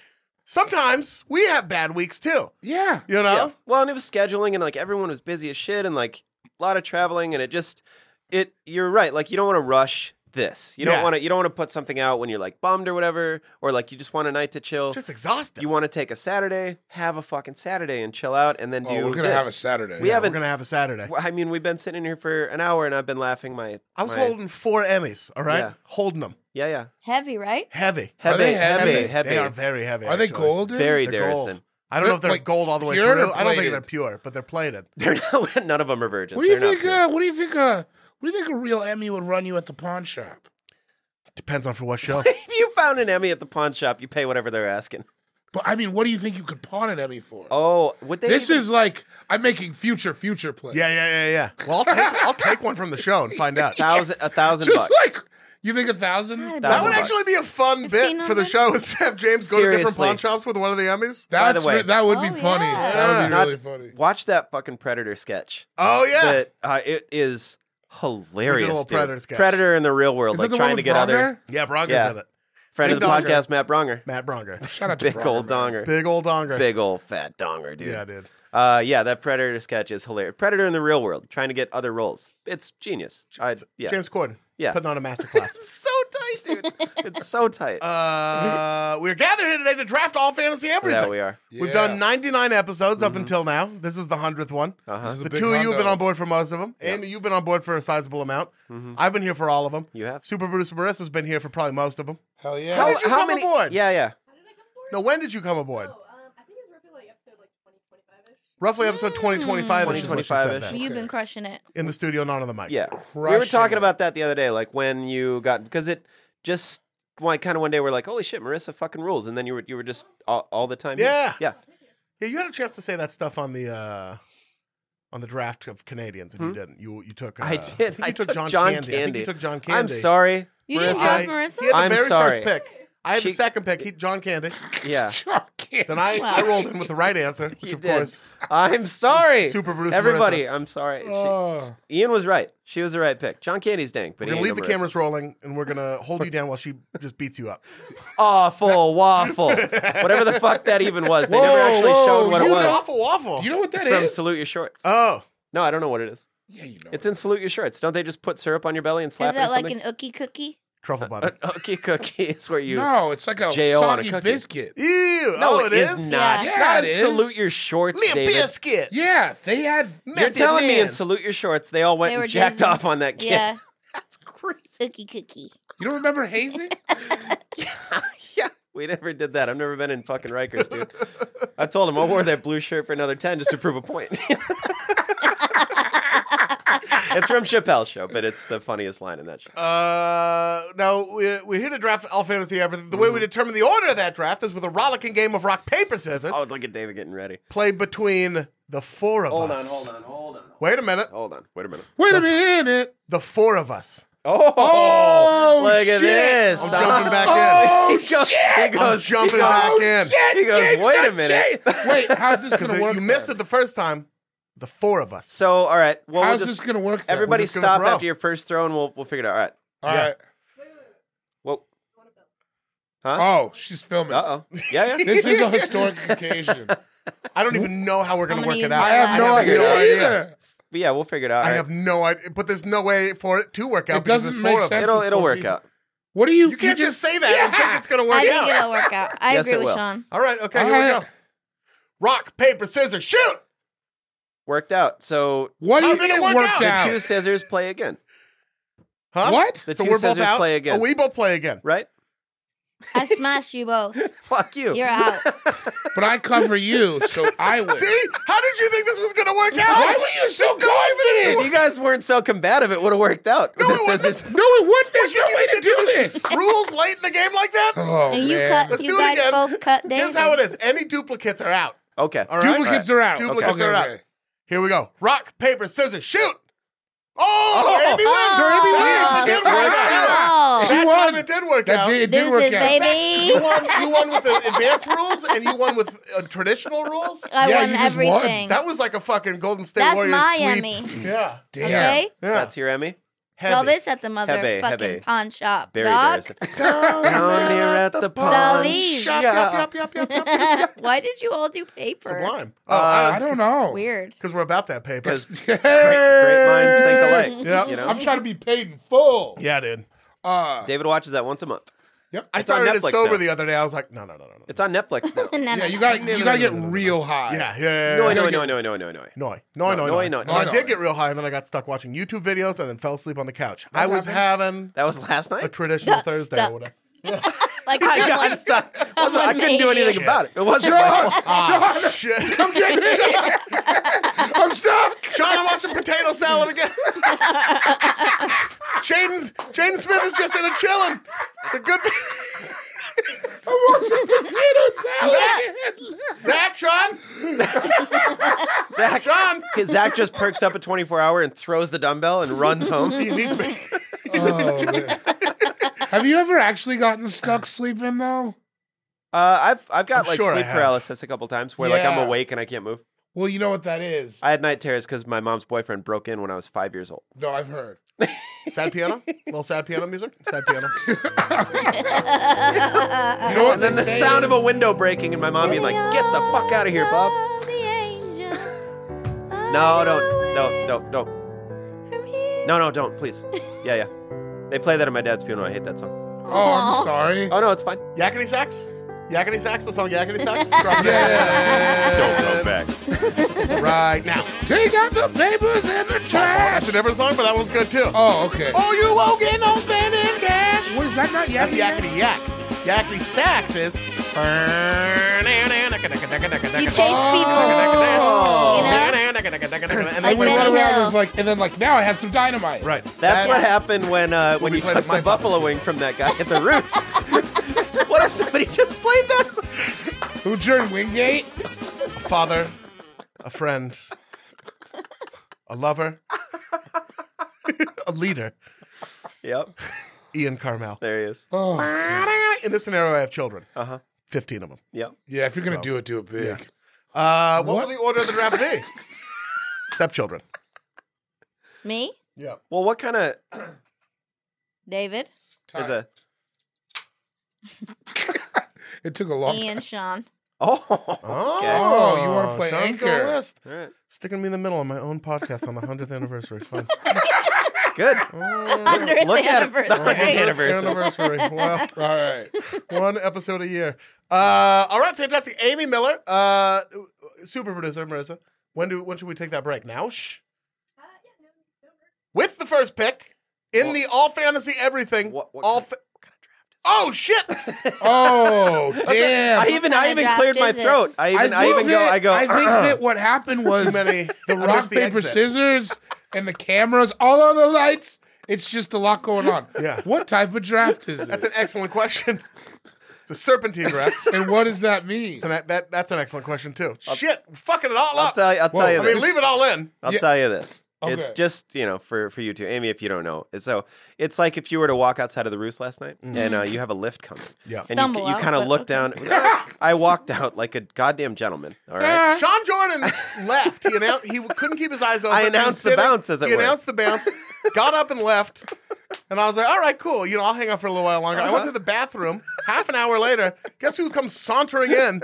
Speaker 2: Sometimes we have bad weeks too.
Speaker 3: yeah.
Speaker 2: You know.
Speaker 1: Yeah. Well, and it was scheduling, and like everyone was busy as shit, and like a lot of traveling, and it just it you're right. Like you don't want to rush this. You don't
Speaker 2: Yeah.
Speaker 1: want to you don't want to put something out when you're like bummed or whatever, or like you just want a night to chill.
Speaker 2: Just exhausted.
Speaker 1: you want to take a Saturday, have a fucking Saturday and chill out, and then do.
Speaker 3: Oh, we're gonna
Speaker 1: this.
Speaker 3: have a Saturday.
Speaker 1: We
Speaker 3: Yeah.
Speaker 1: have
Speaker 2: We're
Speaker 1: haven't.
Speaker 2: gonna have a Saturday.
Speaker 1: I mean, we've been sitting here for an hour, and I've been laughing my.
Speaker 2: I was
Speaker 1: my-
Speaker 2: holding four Emmys. All right,
Speaker 1: Yeah.
Speaker 2: holding them
Speaker 1: Yeah, yeah.
Speaker 6: Heavy, right?
Speaker 2: heavy.
Speaker 1: Hebe,
Speaker 3: they
Speaker 1: Hebe,
Speaker 3: heavy?
Speaker 1: Hebe.
Speaker 2: They are very heavy.
Speaker 3: Are they
Speaker 2: actually.
Speaker 3: golden?
Speaker 1: very
Speaker 2: They're
Speaker 1: Darrison.
Speaker 2: gold. I don't know
Speaker 3: They're,
Speaker 2: if they're
Speaker 3: like,
Speaker 2: gold all the way
Speaker 3: pure or
Speaker 2: through. I don't think
Speaker 3: plated?
Speaker 2: they're pure, but they're plated.
Speaker 1: They're not, <laughs> none of them are virgins.
Speaker 3: What do you
Speaker 1: They're not
Speaker 3: think?
Speaker 1: pure.
Speaker 3: Uh, what do you think? Uh, what do you think a real Emmy would run you at the pawn shop?
Speaker 2: Depends on for
Speaker 1: <laughs>
Speaker 2: what show.
Speaker 3: uh,
Speaker 1: if you found an Emmy at the pawn shop, you pay whatever they're asking.
Speaker 3: But I mean, what do you think you could pawn an Emmy for?
Speaker 1: Oh, would they?
Speaker 3: this
Speaker 1: even-
Speaker 3: <laughs> is like I'm making future future plays.
Speaker 2: yeah, yeah, yeah, yeah. Well, I'll take I'll take one from the show and find
Speaker 1: <laughs>
Speaker 2: out.
Speaker 1: thousand, a thousand
Speaker 3: Just
Speaker 1: bucks.
Speaker 3: like you think a thousand.
Speaker 6: That'd
Speaker 1: That
Speaker 2: That
Speaker 1: Thousand
Speaker 2: would
Speaker 1: bucks.
Speaker 2: actually be a fun bit for the show is to have James go to different
Speaker 1: Seriously.
Speaker 2: pawn shops with one of the Emmys.
Speaker 3: That's
Speaker 1: the way-
Speaker 3: re- that would be
Speaker 6: Oh,
Speaker 3: funny.
Speaker 6: yeah.
Speaker 3: That would be
Speaker 1: <laughs> Not-
Speaker 3: really funny.
Speaker 1: Watch that fucking Predator sketch.
Speaker 2: Oh yeah.
Speaker 1: That uh, it is hilarious.
Speaker 2: little
Speaker 1: dude.
Speaker 2: Predator sketch.
Speaker 1: Predator in the real world,
Speaker 3: Is that
Speaker 1: like
Speaker 3: the one
Speaker 1: trying to
Speaker 3: with
Speaker 1: get
Speaker 3: Bronger?
Speaker 1: other
Speaker 2: yeah, Bronger's
Speaker 1: Yeah.
Speaker 2: in it.
Speaker 1: friend
Speaker 2: Big
Speaker 1: of the
Speaker 2: Donger.
Speaker 1: podcast, Matt Bronger.
Speaker 2: Matt Bronger.
Speaker 3: Shout out to
Speaker 1: Big
Speaker 3: Bronger,
Speaker 1: old
Speaker 3: man.
Speaker 1: Donger.
Speaker 2: Big old Donger.
Speaker 1: Big old fat donger, dude.
Speaker 2: Yeah, dude.
Speaker 1: Uh, yeah, that Predator sketch is hilarious. Predator in the real world, trying to get other roles. It's genius. I, yeah.
Speaker 2: James Corden.
Speaker 1: Yeah.
Speaker 2: Putting on a
Speaker 1: <laughs>
Speaker 2: masterclass.
Speaker 1: It's so tight, dude.
Speaker 2: <laughs>
Speaker 1: it's so tight.
Speaker 2: uh, we're gathered here today to draft all fantasy everything.
Speaker 1: yeah, we are.
Speaker 2: We've
Speaker 3: Yeah.
Speaker 2: done 99 episodes up until now. This is the 100th one.
Speaker 1: Uh-huh.
Speaker 3: This is a
Speaker 2: The
Speaker 3: big
Speaker 2: two of you have been
Speaker 3: hundo.
Speaker 2: on board for most of them. Amy, you've been on board for a sizable amount. I've been here for all of them.
Speaker 1: You have.
Speaker 2: Super producer Marissa's been here for probably most of them.
Speaker 3: Hell yeah. <laughs>
Speaker 2: How did you come
Speaker 1: many,
Speaker 2: aboard?
Speaker 1: Yeah, yeah.
Speaker 2: No, when did you come aboard? Roughly episode 20, 25 ish.
Speaker 1: 2025 -ish.
Speaker 6: You've been crushing it.
Speaker 2: In the studio, not on the mic.
Speaker 1: Yeah. We were
Speaker 3: Crushing
Speaker 1: talking
Speaker 3: it.
Speaker 1: about that the other day, like when you got because it just like kind of one day we're like, holy shit, Marissa fucking rules, and then you were you were just all, all the time. here.
Speaker 2: Yeah.
Speaker 1: yeah.
Speaker 2: Yeah, you had a chance to say that stuff on the uh, on the draft of Canadians, and you didn't. You you took. Uh,
Speaker 1: Hmm? I
Speaker 2: think
Speaker 1: did.
Speaker 2: you
Speaker 1: I
Speaker 2: took, John, Candy. I think you took John Candy.
Speaker 1: I'm sorry,
Speaker 6: You
Speaker 1: Marissa.
Speaker 6: didn't
Speaker 2: I-
Speaker 6: draft Marissa?
Speaker 2: He had the
Speaker 1: I'm
Speaker 2: very
Speaker 1: sorry.
Speaker 2: first pick. I had the
Speaker 1: She-
Speaker 2: second pick. He, John Candy. <laughs>
Speaker 1: yeah,
Speaker 2: Then I,
Speaker 6: Wow.
Speaker 2: I rolled in with
Speaker 6: <laughs>
Speaker 2: the right answer, which
Speaker 1: You
Speaker 2: of
Speaker 1: did.
Speaker 2: course
Speaker 1: I'm sorry.
Speaker 2: Super Bruce
Speaker 1: Everybody, I'm sorry. She-
Speaker 3: Oh.
Speaker 1: Ian was right. She was the right pick. John Candy's dang, but
Speaker 2: we're gonna
Speaker 1: he
Speaker 2: leave
Speaker 1: ain't
Speaker 2: the
Speaker 1: no Marissa.
Speaker 2: cameras rolling, and we're gonna hold you down while she just beats you up. <laughs>
Speaker 1: Awful waffle, whatever the fuck that even was. They never
Speaker 3: Whoa,
Speaker 1: actually
Speaker 3: whoa,
Speaker 1: showed what
Speaker 2: you
Speaker 1: it
Speaker 3: you
Speaker 1: was.
Speaker 2: an awful waffle.
Speaker 3: Do you know what that is?
Speaker 1: It's from Salute Your Shorts.
Speaker 2: oh,
Speaker 1: no, I don't know what it is.
Speaker 3: Yeah, you know.
Speaker 1: It's in Salute Your Shorts. Don't they just put syrup on your belly and slap
Speaker 6: Is
Speaker 1: it?
Speaker 6: that
Speaker 1: or
Speaker 6: like
Speaker 1: something?
Speaker 6: an ookie cookie?
Speaker 1: Uh,
Speaker 2: truffle butter.
Speaker 1: <laughs> An okay cookie is where you.
Speaker 3: no, it's like a
Speaker 1: J.O. on a
Speaker 3: soggy
Speaker 1: cookie.
Speaker 3: biscuit.
Speaker 2: Ew. oh, it is.
Speaker 1: not.
Speaker 3: Yeah.
Speaker 1: Not
Speaker 3: Yeah,
Speaker 1: in
Speaker 3: it
Speaker 1: salute
Speaker 3: is.
Speaker 1: your shorts,
Speaker 2: Me a
Speaker 1: David.
Speaker 2: biscuit.
Speaker 3: Yeah, they had.
Speaker 1: You're
Speaker 2: Method
Speaker 1: telling me
Speaker 2: man.
Speaker 1: in salute your shorts, they all went
Speaker 6: They were
Speaker 1: and jacked
Speaker 6: Disney.
Speaker 1: off on that kid.
Speaker 6: Yeah.
Speaker 1: <laughs> That's crazy.
Speaker 6: Ookie cookie.
Speaker 3: You don't remember hazing?
Speaker 1: yeah, we never did that. I've never been in fucking Rikers, dude. I told him I wore that blue shirt for another ten just to prove a point. <laughs> it's from Chappelle's show, but it's the funniest line in that show.
Speaker 2: Uh, now we're, we're here to draft all fantasy everything. The way
Speaker 1: Mm-hmm.
Speaker 2: we determine the order of that draft is with a rollicking game of rock paper scissors
Speaker 1: Oh, look at David getting ready.
Speaker 2: played between the four of
Speaker 1: Hold on,
Speaker 2: us.
Speaker 1: hold on, hold on,
Speaker 2: Wait a minute,
Speaker 1: hold on. <laughs> Wait a minute.
Speaker 3: Wait a minute.
Speaker 2: the four of us.
Speaker 1: Oh,
Speaker 3: Oh,
Speaker 1: look at
Speaker 3: shit.
Speaker 1: this.
Speaker 2: I'm jumping back in.
Speaker 3: Oh,
Speaker 1: <laughs> He goes, he goes,
Speaker 2: I'm jumping
Speaker 1: he goes,
Speaker 2: back in
Speaker 1: He goes, wait a minute. <laughs>
Speaker 3: Wait, how's this
Speaker 2: because
Speaker 3: gonna work?
Speaker 2: you missed
Speaker 3: then?
Speaker 2: it the first time. The four of us.
Speaker 1: So, all right. Well, we'll
Speaker 3: how's this
Speaker 1: just,
Speaker 3: gonna work? then?
Speaker 1: everybody
Speaker 2: just gonna
Speaker 1: stop
Speaker 2: throw.
Speaker 1: after your first throw and we'll, we'll figure it out. All right.
Speaker 3: All right.
Speaker 1: Whoa.
Speaker 3: Oh, she's filming.
Speaker 1: Uh oh. Yeah, <laughs> yeah.
Speaker 3: <laughs> This is a historic
Speaker 2: <laughs>
Speaker 3: occasion.
Speaker 2: I don't even know how we're gonna
Speaker 6: I'm
Speaker 2: work
Speaker 6: gonna
Speaker 2: it
Speaker 6: use
Speaker 2: out.
Speaker 6: my I have
Speaker 2: no idea
Speaker 3: either.
Speaker 1: But yeah, we'll figure it out.
Speaker 2: I
Speaker 1: All
Speaker 2: have no idea, but there's no way for it to work out.
Speaker 3: It
Speaker 2: because there's
Speaker 3: doesn't make
Speaker 2: four of
Speaker 1: right.
Speaker 3: sense.
Speaker 2: us.
Speaker 1: It'll, it'll work
Speaker 3: fucking-
Speaker 1: out.
Speaker 3: What do you?
Speaker 2: You can't just say that and think it's gonna work
Speaker 6: I
Speaker 2: out.
Speaker 6: think it'll work out. I
Speaker 1: Yes, it
Speaker 6: agree with
Speaker 1: will.
Speaker 6: Sean.
Speaker 2: All right, okay,
Speaker 3: All
Speaker 2: here we
Speaker 3: right.
Speaker 2: go. Rock, paper, scissors, shoot!
Speaker 1: Worked out. So
Speaker 3: What do
Speaker 2: How
Speaker 3: you
Speaker 2: did
Speaker 3: mean
Speaker 2: it
Speaker 3: it
Speaker 2: work
Speaker 3: worked
Speaker 2: out?
Speaker 1: the
Speaker 3: out?
Speaker 1: two scissors play again,
Speaker 2: Huh?
Speaker 3: What?
Speaker 1: The
Speaker 2: so
Speaker 1: two
Speaker 2: we're both
Speaker 1: scissors
Speaker 2: out.
Speaker 1: play again.
Speaker 2: Oh, we both play again.
Speaker 1: right? <laughs>
Speaker 6: I smash you both.
Speaker 1: Fuck you. <laughs>
Speaker 6: You're out.
Speaker 3: But I cover you,
Speaker 2: <laughs>
Speaker 3: so I win.
Speaker 2: See? How did you think this was gonna work out?
Speaker 3: Why were you so
Speaker 1: If you
Speaker 3: confident?
Speaker 1: guys weren't so combative, it would have worked out.
Speaker 2: No,
Speaker 1: the
Speaker 2: it wasn't.
Speaker 1: scissors.
Speaker 3: No, it wouldn't. There's
Speaker 2: You
Speaker 3: no way
Speaker 2: think
Speaker 3: to do
Speaker 2: introduced <laughs>
Speaker 3: this.
Speaker 2: Rules late in the game like that?
Speaker 3: <laughs> Oh
Speaker 6: And you
Speaker 3: man.
Speaker 6: cut.
Speaker 2: Let's
Speaker 6: You
Speaker 2: do it
Speaker 6: guys
Speaker 2: again.
Speaker 6: both cut.
Speaker 2: Here's how it is. Any duplicates are out.
Speaker 1: Okay.
Speaker 2: All right.
Speaker 3: Duplicates are out.
Speaker 2: Duplicates
Speaker 3: Okay,
Speaker 2: are out.
Speaker 3: okay.
Speaker 2: Here we go. Rock, paper, scissors, shoot! Oh, Amy wins!
Speaker 3: so Amy
Speaker 2: That
Speaker 3: wins.
Speaker 2: did
Speaker 3: Fuck
Speaker 2: work out.
Speaker 6: Oh,
Speaker 2: That
Speaker 3: won.
Speaker 2: time it did work
Speaker 3: That
Speaker 2: out.
Speaker 3: did, it did work
Speaker 6: deuces,
Speaker 3: out.
Speaker 2: You
Speaker 6: baby.
Speaker 2: won, you won with the advanced rules and you won with uh, traditional rules?
Speaker 6: I
Speaker 3: Yeah,
Speaker 6: won
Speaker 3: you just won.
Speaker 6: everything.
Speaker 2: That was like a fucking Golden State
Speaker 6: That's
Speaker 2: Warriors
Speaker 6: my
Speaker 2: sweep.
Speaker 6: Emmy.
Speaker 2: Yeah.
Speaker 3: Damn.
Speaker 6: Okay.
Speaker 2: Yeah.
Speaker 1: That's your Emmy.
Speaker 6: Sell
Speaker 2: Hebe.
Speaker 6: this at the motherfucking
Speaker 1: Hebe, hebe.
Speaker 6: pawn shop,
Speaker 1: Berry
Speaker 6: dog.
Speaker 5: <laughs>
Speaker 1: bears.
Speaker 2: Down
Speaker 1: Down here
Speaker 2: at
Speaker 1: at
Speaker 2: the
Speaker 1: the
Speaker 2: pawn
Speaker 6: Sell
Speaker 1: pawn
Speaker 6: these.
Speaker 2: Yup,
Speaker 1: shop.
Speaker 2: yup, yup, yup, <laughs> yup,
Speaker 6: <laughs>
Speaker 2: yup.
Speaker 6: Why did you all do paper?
Speaker 2: Sublime.
Speaker 3: Oh, I, I
Speaker 1: Uh,
Speaker 3: don't know. <laughs>
Speaker 6: Weird.
Speaker 2: Because we're about that paper.
Speaker 1: 'Cause-
Speaker 3: great,
Speaker 1: Great minds think alike.
Speaker 2: Yeah.
Speaker 1: You know?
Speaker 3: I'm trying to be paid in full.
Speaker 2: Yeah, dude.
Speaker 3: Uh,
Speaker 1: David watches that once a month.
Speaker 3: yep.
Speaker 2: I
Speaker 1: on
Speaker 2: started it
Speaker 1: Netflix
Speaker 2: sober
Speaker 1: now.
Speaker 2: the other day. I was like, no, no, no, no, no.
Speaker 1: It's on
Speaker 6: <laughs>
Speaker 1: Netflix now.
Speaker 6: No, no,
Speaker 3: yeah, you
Speaker 6: no.
Speaker 3: gotta you
Speaker 2: no,
Speaker 3: gotta get
Speaker 2: no, no, no.
Speaker 3: real high.
Speaker 2: Yeah, yeah, yeah.
Speaker 1: No,
Speaker 2: yeah.
Speaker 1: no, no, no, no, no, no.
Speaker 2: Noi. Noi,
Speaker 1: No,
Speaker 2: noi,
Speaker 1: noi,
Speaker 2: noi.
Speaker 1: noi.
Speaker 2: Well, I
Speaker 3: Noi,
Speaker 2: did
Speaker 3: noi.
Speaker 2: get real high, and then I got stuck watching YouTube videos, and then fell asleep on the couch. I was
Speaker 3: happens.
Speaker 2: having
Speaker 1: That was last
Speaker 2: a
Speaker 1: night. <laughs>
Speaker 2: traditional
Speaker 6: Got
Speaker 2: Thursday
Speaker 6: stuck.
Speaker 2: or whatever.
Speaker 6: Like
Speaker 1: I
Speaker 6: <laughs> someone-
Speaker 1: got stuck. Wasn't- I couldn't do
Speaker 6: made
Speaker 1: anything
Speaker 6: it.
Speaker 1: about it. It wasn't my fault.
Speaker 3: John,
Speaker 2: <laughs>
Speaker 3: John,
Speaker 2: Shit.
Speaker 3: come get me. I'm stuck.
Speaker 2: Sean, I'm watching potato salad again. Jaden, Jaden Smith is just in a chillin'. It's a good.
Speaker 3: I'm watching potato salad.
Speaker 2: Zach, Sean,
Speaker 1: Zach,
Speaker 2: Sean.
Speaker 1: Zach just perks up a 24 hour and throws the dumbbell and runs
Speaker 6: <laughs>
Speaker 1: home.
Speaker 2: He needs me.
Speaker 3: <laughs> Oh, man. <laughs> Have you ever actually gotten stuck sleeping though?
Speaker 1: Uh, I've I've got
Speaker 2: I'm
Speaker 1: like
Speaker 2: sure I
Speaker 1: sleep
Speaker 2: have.
Speaker 1: paralysis a couple times where like
Speaker 3: Yeah.
Speaker 1: I'm awake and I can't move.
Speaker 3: Well, you know what that is.
Speaker 1: I had night terrors because my mom's boyfriend broke in when I was five years old.
Speaker 3: no, I've heard.
Speaker 2: Sad piano. little sad piano music. Sad piano.
Speaker 3: You know what
Speaker 1: And then the
Speaker 3: they say
Speaker 1: sound of a
Speaker 3: is-
Speaker 1: window breaking and my mom being like, "Get the fuck out of here, Bob." No, don't, no, no, no, no, no, don't, please. Yeah, yeah. They play that at my dad's funeral. I hate that song.
Speaker 3: Oh,
Speaker 2: <laughs>
Speaker 3: I'm sorry.
Speaker 1: Oh no, it's fine.
Speaker 2: Yakety sax. Yakety sax. The song
Speaker 1: <laughs>
Speaker 2: Yakety sax.
Speaker 1: Don't go back.
Speaker 2: Right now.
Speaker 3: Take out the papers and the trash.
Speaker 2: That's a different song, but that one's good too.
Speaker 3: Oh, okay.
Speaker 2: Oh, you won't get no spending cash.
Speaker 3: What is that? Not yet.
Speaker 2: That's yakety yak. Yakety sax is.
Speaker 6: You chase
Speaker 3: Oh.
Speaker 6: people. You know?
Speaker 2: And
Speaker 3: And
Speaker 6: Like
Speaker 2: then we
Speaker 3: we run
Speaker 6: Benny
Speaker 3: around
Speaker 6: Hill.
Speaker 3: with like, and then like now I have some dynamite.
Speaker 2: Right.
Speaker 1: That's
Speaker 2: That-
Speaker 1: what happened when uh, when
Speaker 2: we
Speaker 1: you
Speaker 2: played
Speaker 1: took
Speaker 2: at my
Speaker 1: the buffalo wing from that guy at the roost. <laughs> what if somebody just played that?
Speaker 3: Who turned Wingate?
Speaker 2: A father, a friend, a lover, a leader.
Speaker 1: Yep,
Speaker 2: Ian Carmel.
Speaker 1: there he is.
Speaker 3: Oh.
Speaker 2: In this scenario, I have children.
Speaker 1: Uh huh.
Speaker 2: 15 of them.
Speaker 1: Yep.
Speaker 3: Yeah, if you're gonna do it, do it big.
Speaker 2: Uh, what,
Speaker 3: What?
Speaker 2: will the order of the draft be? Stepchildren.
Speaker 6: Me,
Speaker 2: Yeah.
Speaker 1: Well, what kind of
Speaker 6: David,
Speaker 1: is a
Speaker 3: <laughs> It took a long
Speaker 6: Ian,
Speaker 3: time.
Speaker 6: Sean.
Speaker 1: <clears throat> oh?
Speaker 2: Oh,
Speaker 1: Okay.
Speaker 3: you wanna play
Speaker 2: Sean's
Speaker 3: anchor.
Speaker 2: got a list.
Speaker 1: All right.
Speaker 2: Sticking me in the middle of my own podcast on the 100th
Speaker 1: <laughs>
Speaker 2: anniversary. Fun.
Speaker 1: Good.
Speaker 6: Hundredth
Speaker 1: Look at it.
Speaker 6: anniversary.
Speaker 1: The hundredth anniversary.
Speaker 2: anniversary.
Speaker 1: <laughs>
Speaker 2: Wow.
Speaker 3: All right.
Speaker 2: One episode a year. Uh, all right, fantastic. Amy Miller, uh, super producer, Marissa. When do when should we take that break? Now? Shh. With the first pick in the all fantasy everything.
Speaker 1: What- what
Speaker 2: all
Speaker 1: kind
Speaker 2: fa- Oh shit!
Speaker 1: <laughs>
Speaker 3: Oh damn.
Speaker 1: I even I
Speaker 6: kind of
Speaker 1: even
Speaker 6: draft
Speaker 1: cleared my
Speaker 6: is it?
Speaker 1: throat. I even I,
Speaker 3: think
Speaker 1: even go
Speaker 3: that-
Speaker 1: I go.
Speaker 3: I think that what happened was
Speaker 2: many- I
Speaker 3: the rock
Speaker 2: missed the
Speaker 3: paper
Speaker 2: exit.
Speaker 3: scissors and the cameras, all of the lights. It's just a lot
Speaker 1: <laughs>
Speaker 3: going on.
Speaker 2: Yeah.
Speaker 3: What type of draft is
Speaker 2: That's
Speaker 3: it?
Speaker 2: an excellent question. It's a
Speaker 1: <laughs>
Speaker 2: serpentine draft.
Speaker 3: and what does that mean?
Speaker 2: It's an- that, that's an excellent question too. Shit, fucking it all
Speaker 1: I'll
Speaker 2: up.
Speaker 1: tell you. I'll
Speaker 3: Whoa.
Speaker 1: tell you
Speaker 2: I mean,
Speaker 1: this.
Speaker 2: leave it all in.
Speaker 1: I'll
Speaker 3: Yeah.
Speaker 1: tell you this. It's
Speaker 3: Okay.
Speaker 1: just you know for for you two, Amy, if you don't know. So it's like if you were to walk outside of the roost last night and uh, you have a lift coming.
Speaker 2: Mm-hmm. Yeah.
Speaker 1: And
Speaker 6: Stumble
Speaker 1: you, you
Speaker 6: out,
Speaker 1: kind of
Speaker 6: but
Speaker 1: look
Speaker 6: okay.
Speaker 1: down. I walked out like a goddamn gentleman. All right.
Speaker 2: Sean Jordan left. He announced he couldn't keep his eyes open.
Speaker 1: I
Speaker 2: He was
Speaker 1: announced the
Speaker 2: sitting-
Speaker 1: bounce, as it
Speaker 2: He
Speaker 1: were.
Speaker 2: announced the bounce, got up and left. And I was like, all right, cool. You know, I'll hang out for a little while longer. I went
Speaker 1: Uh-huh.
Speaker 2: to the bathroom. Half an hour later, guess who comes sauntering in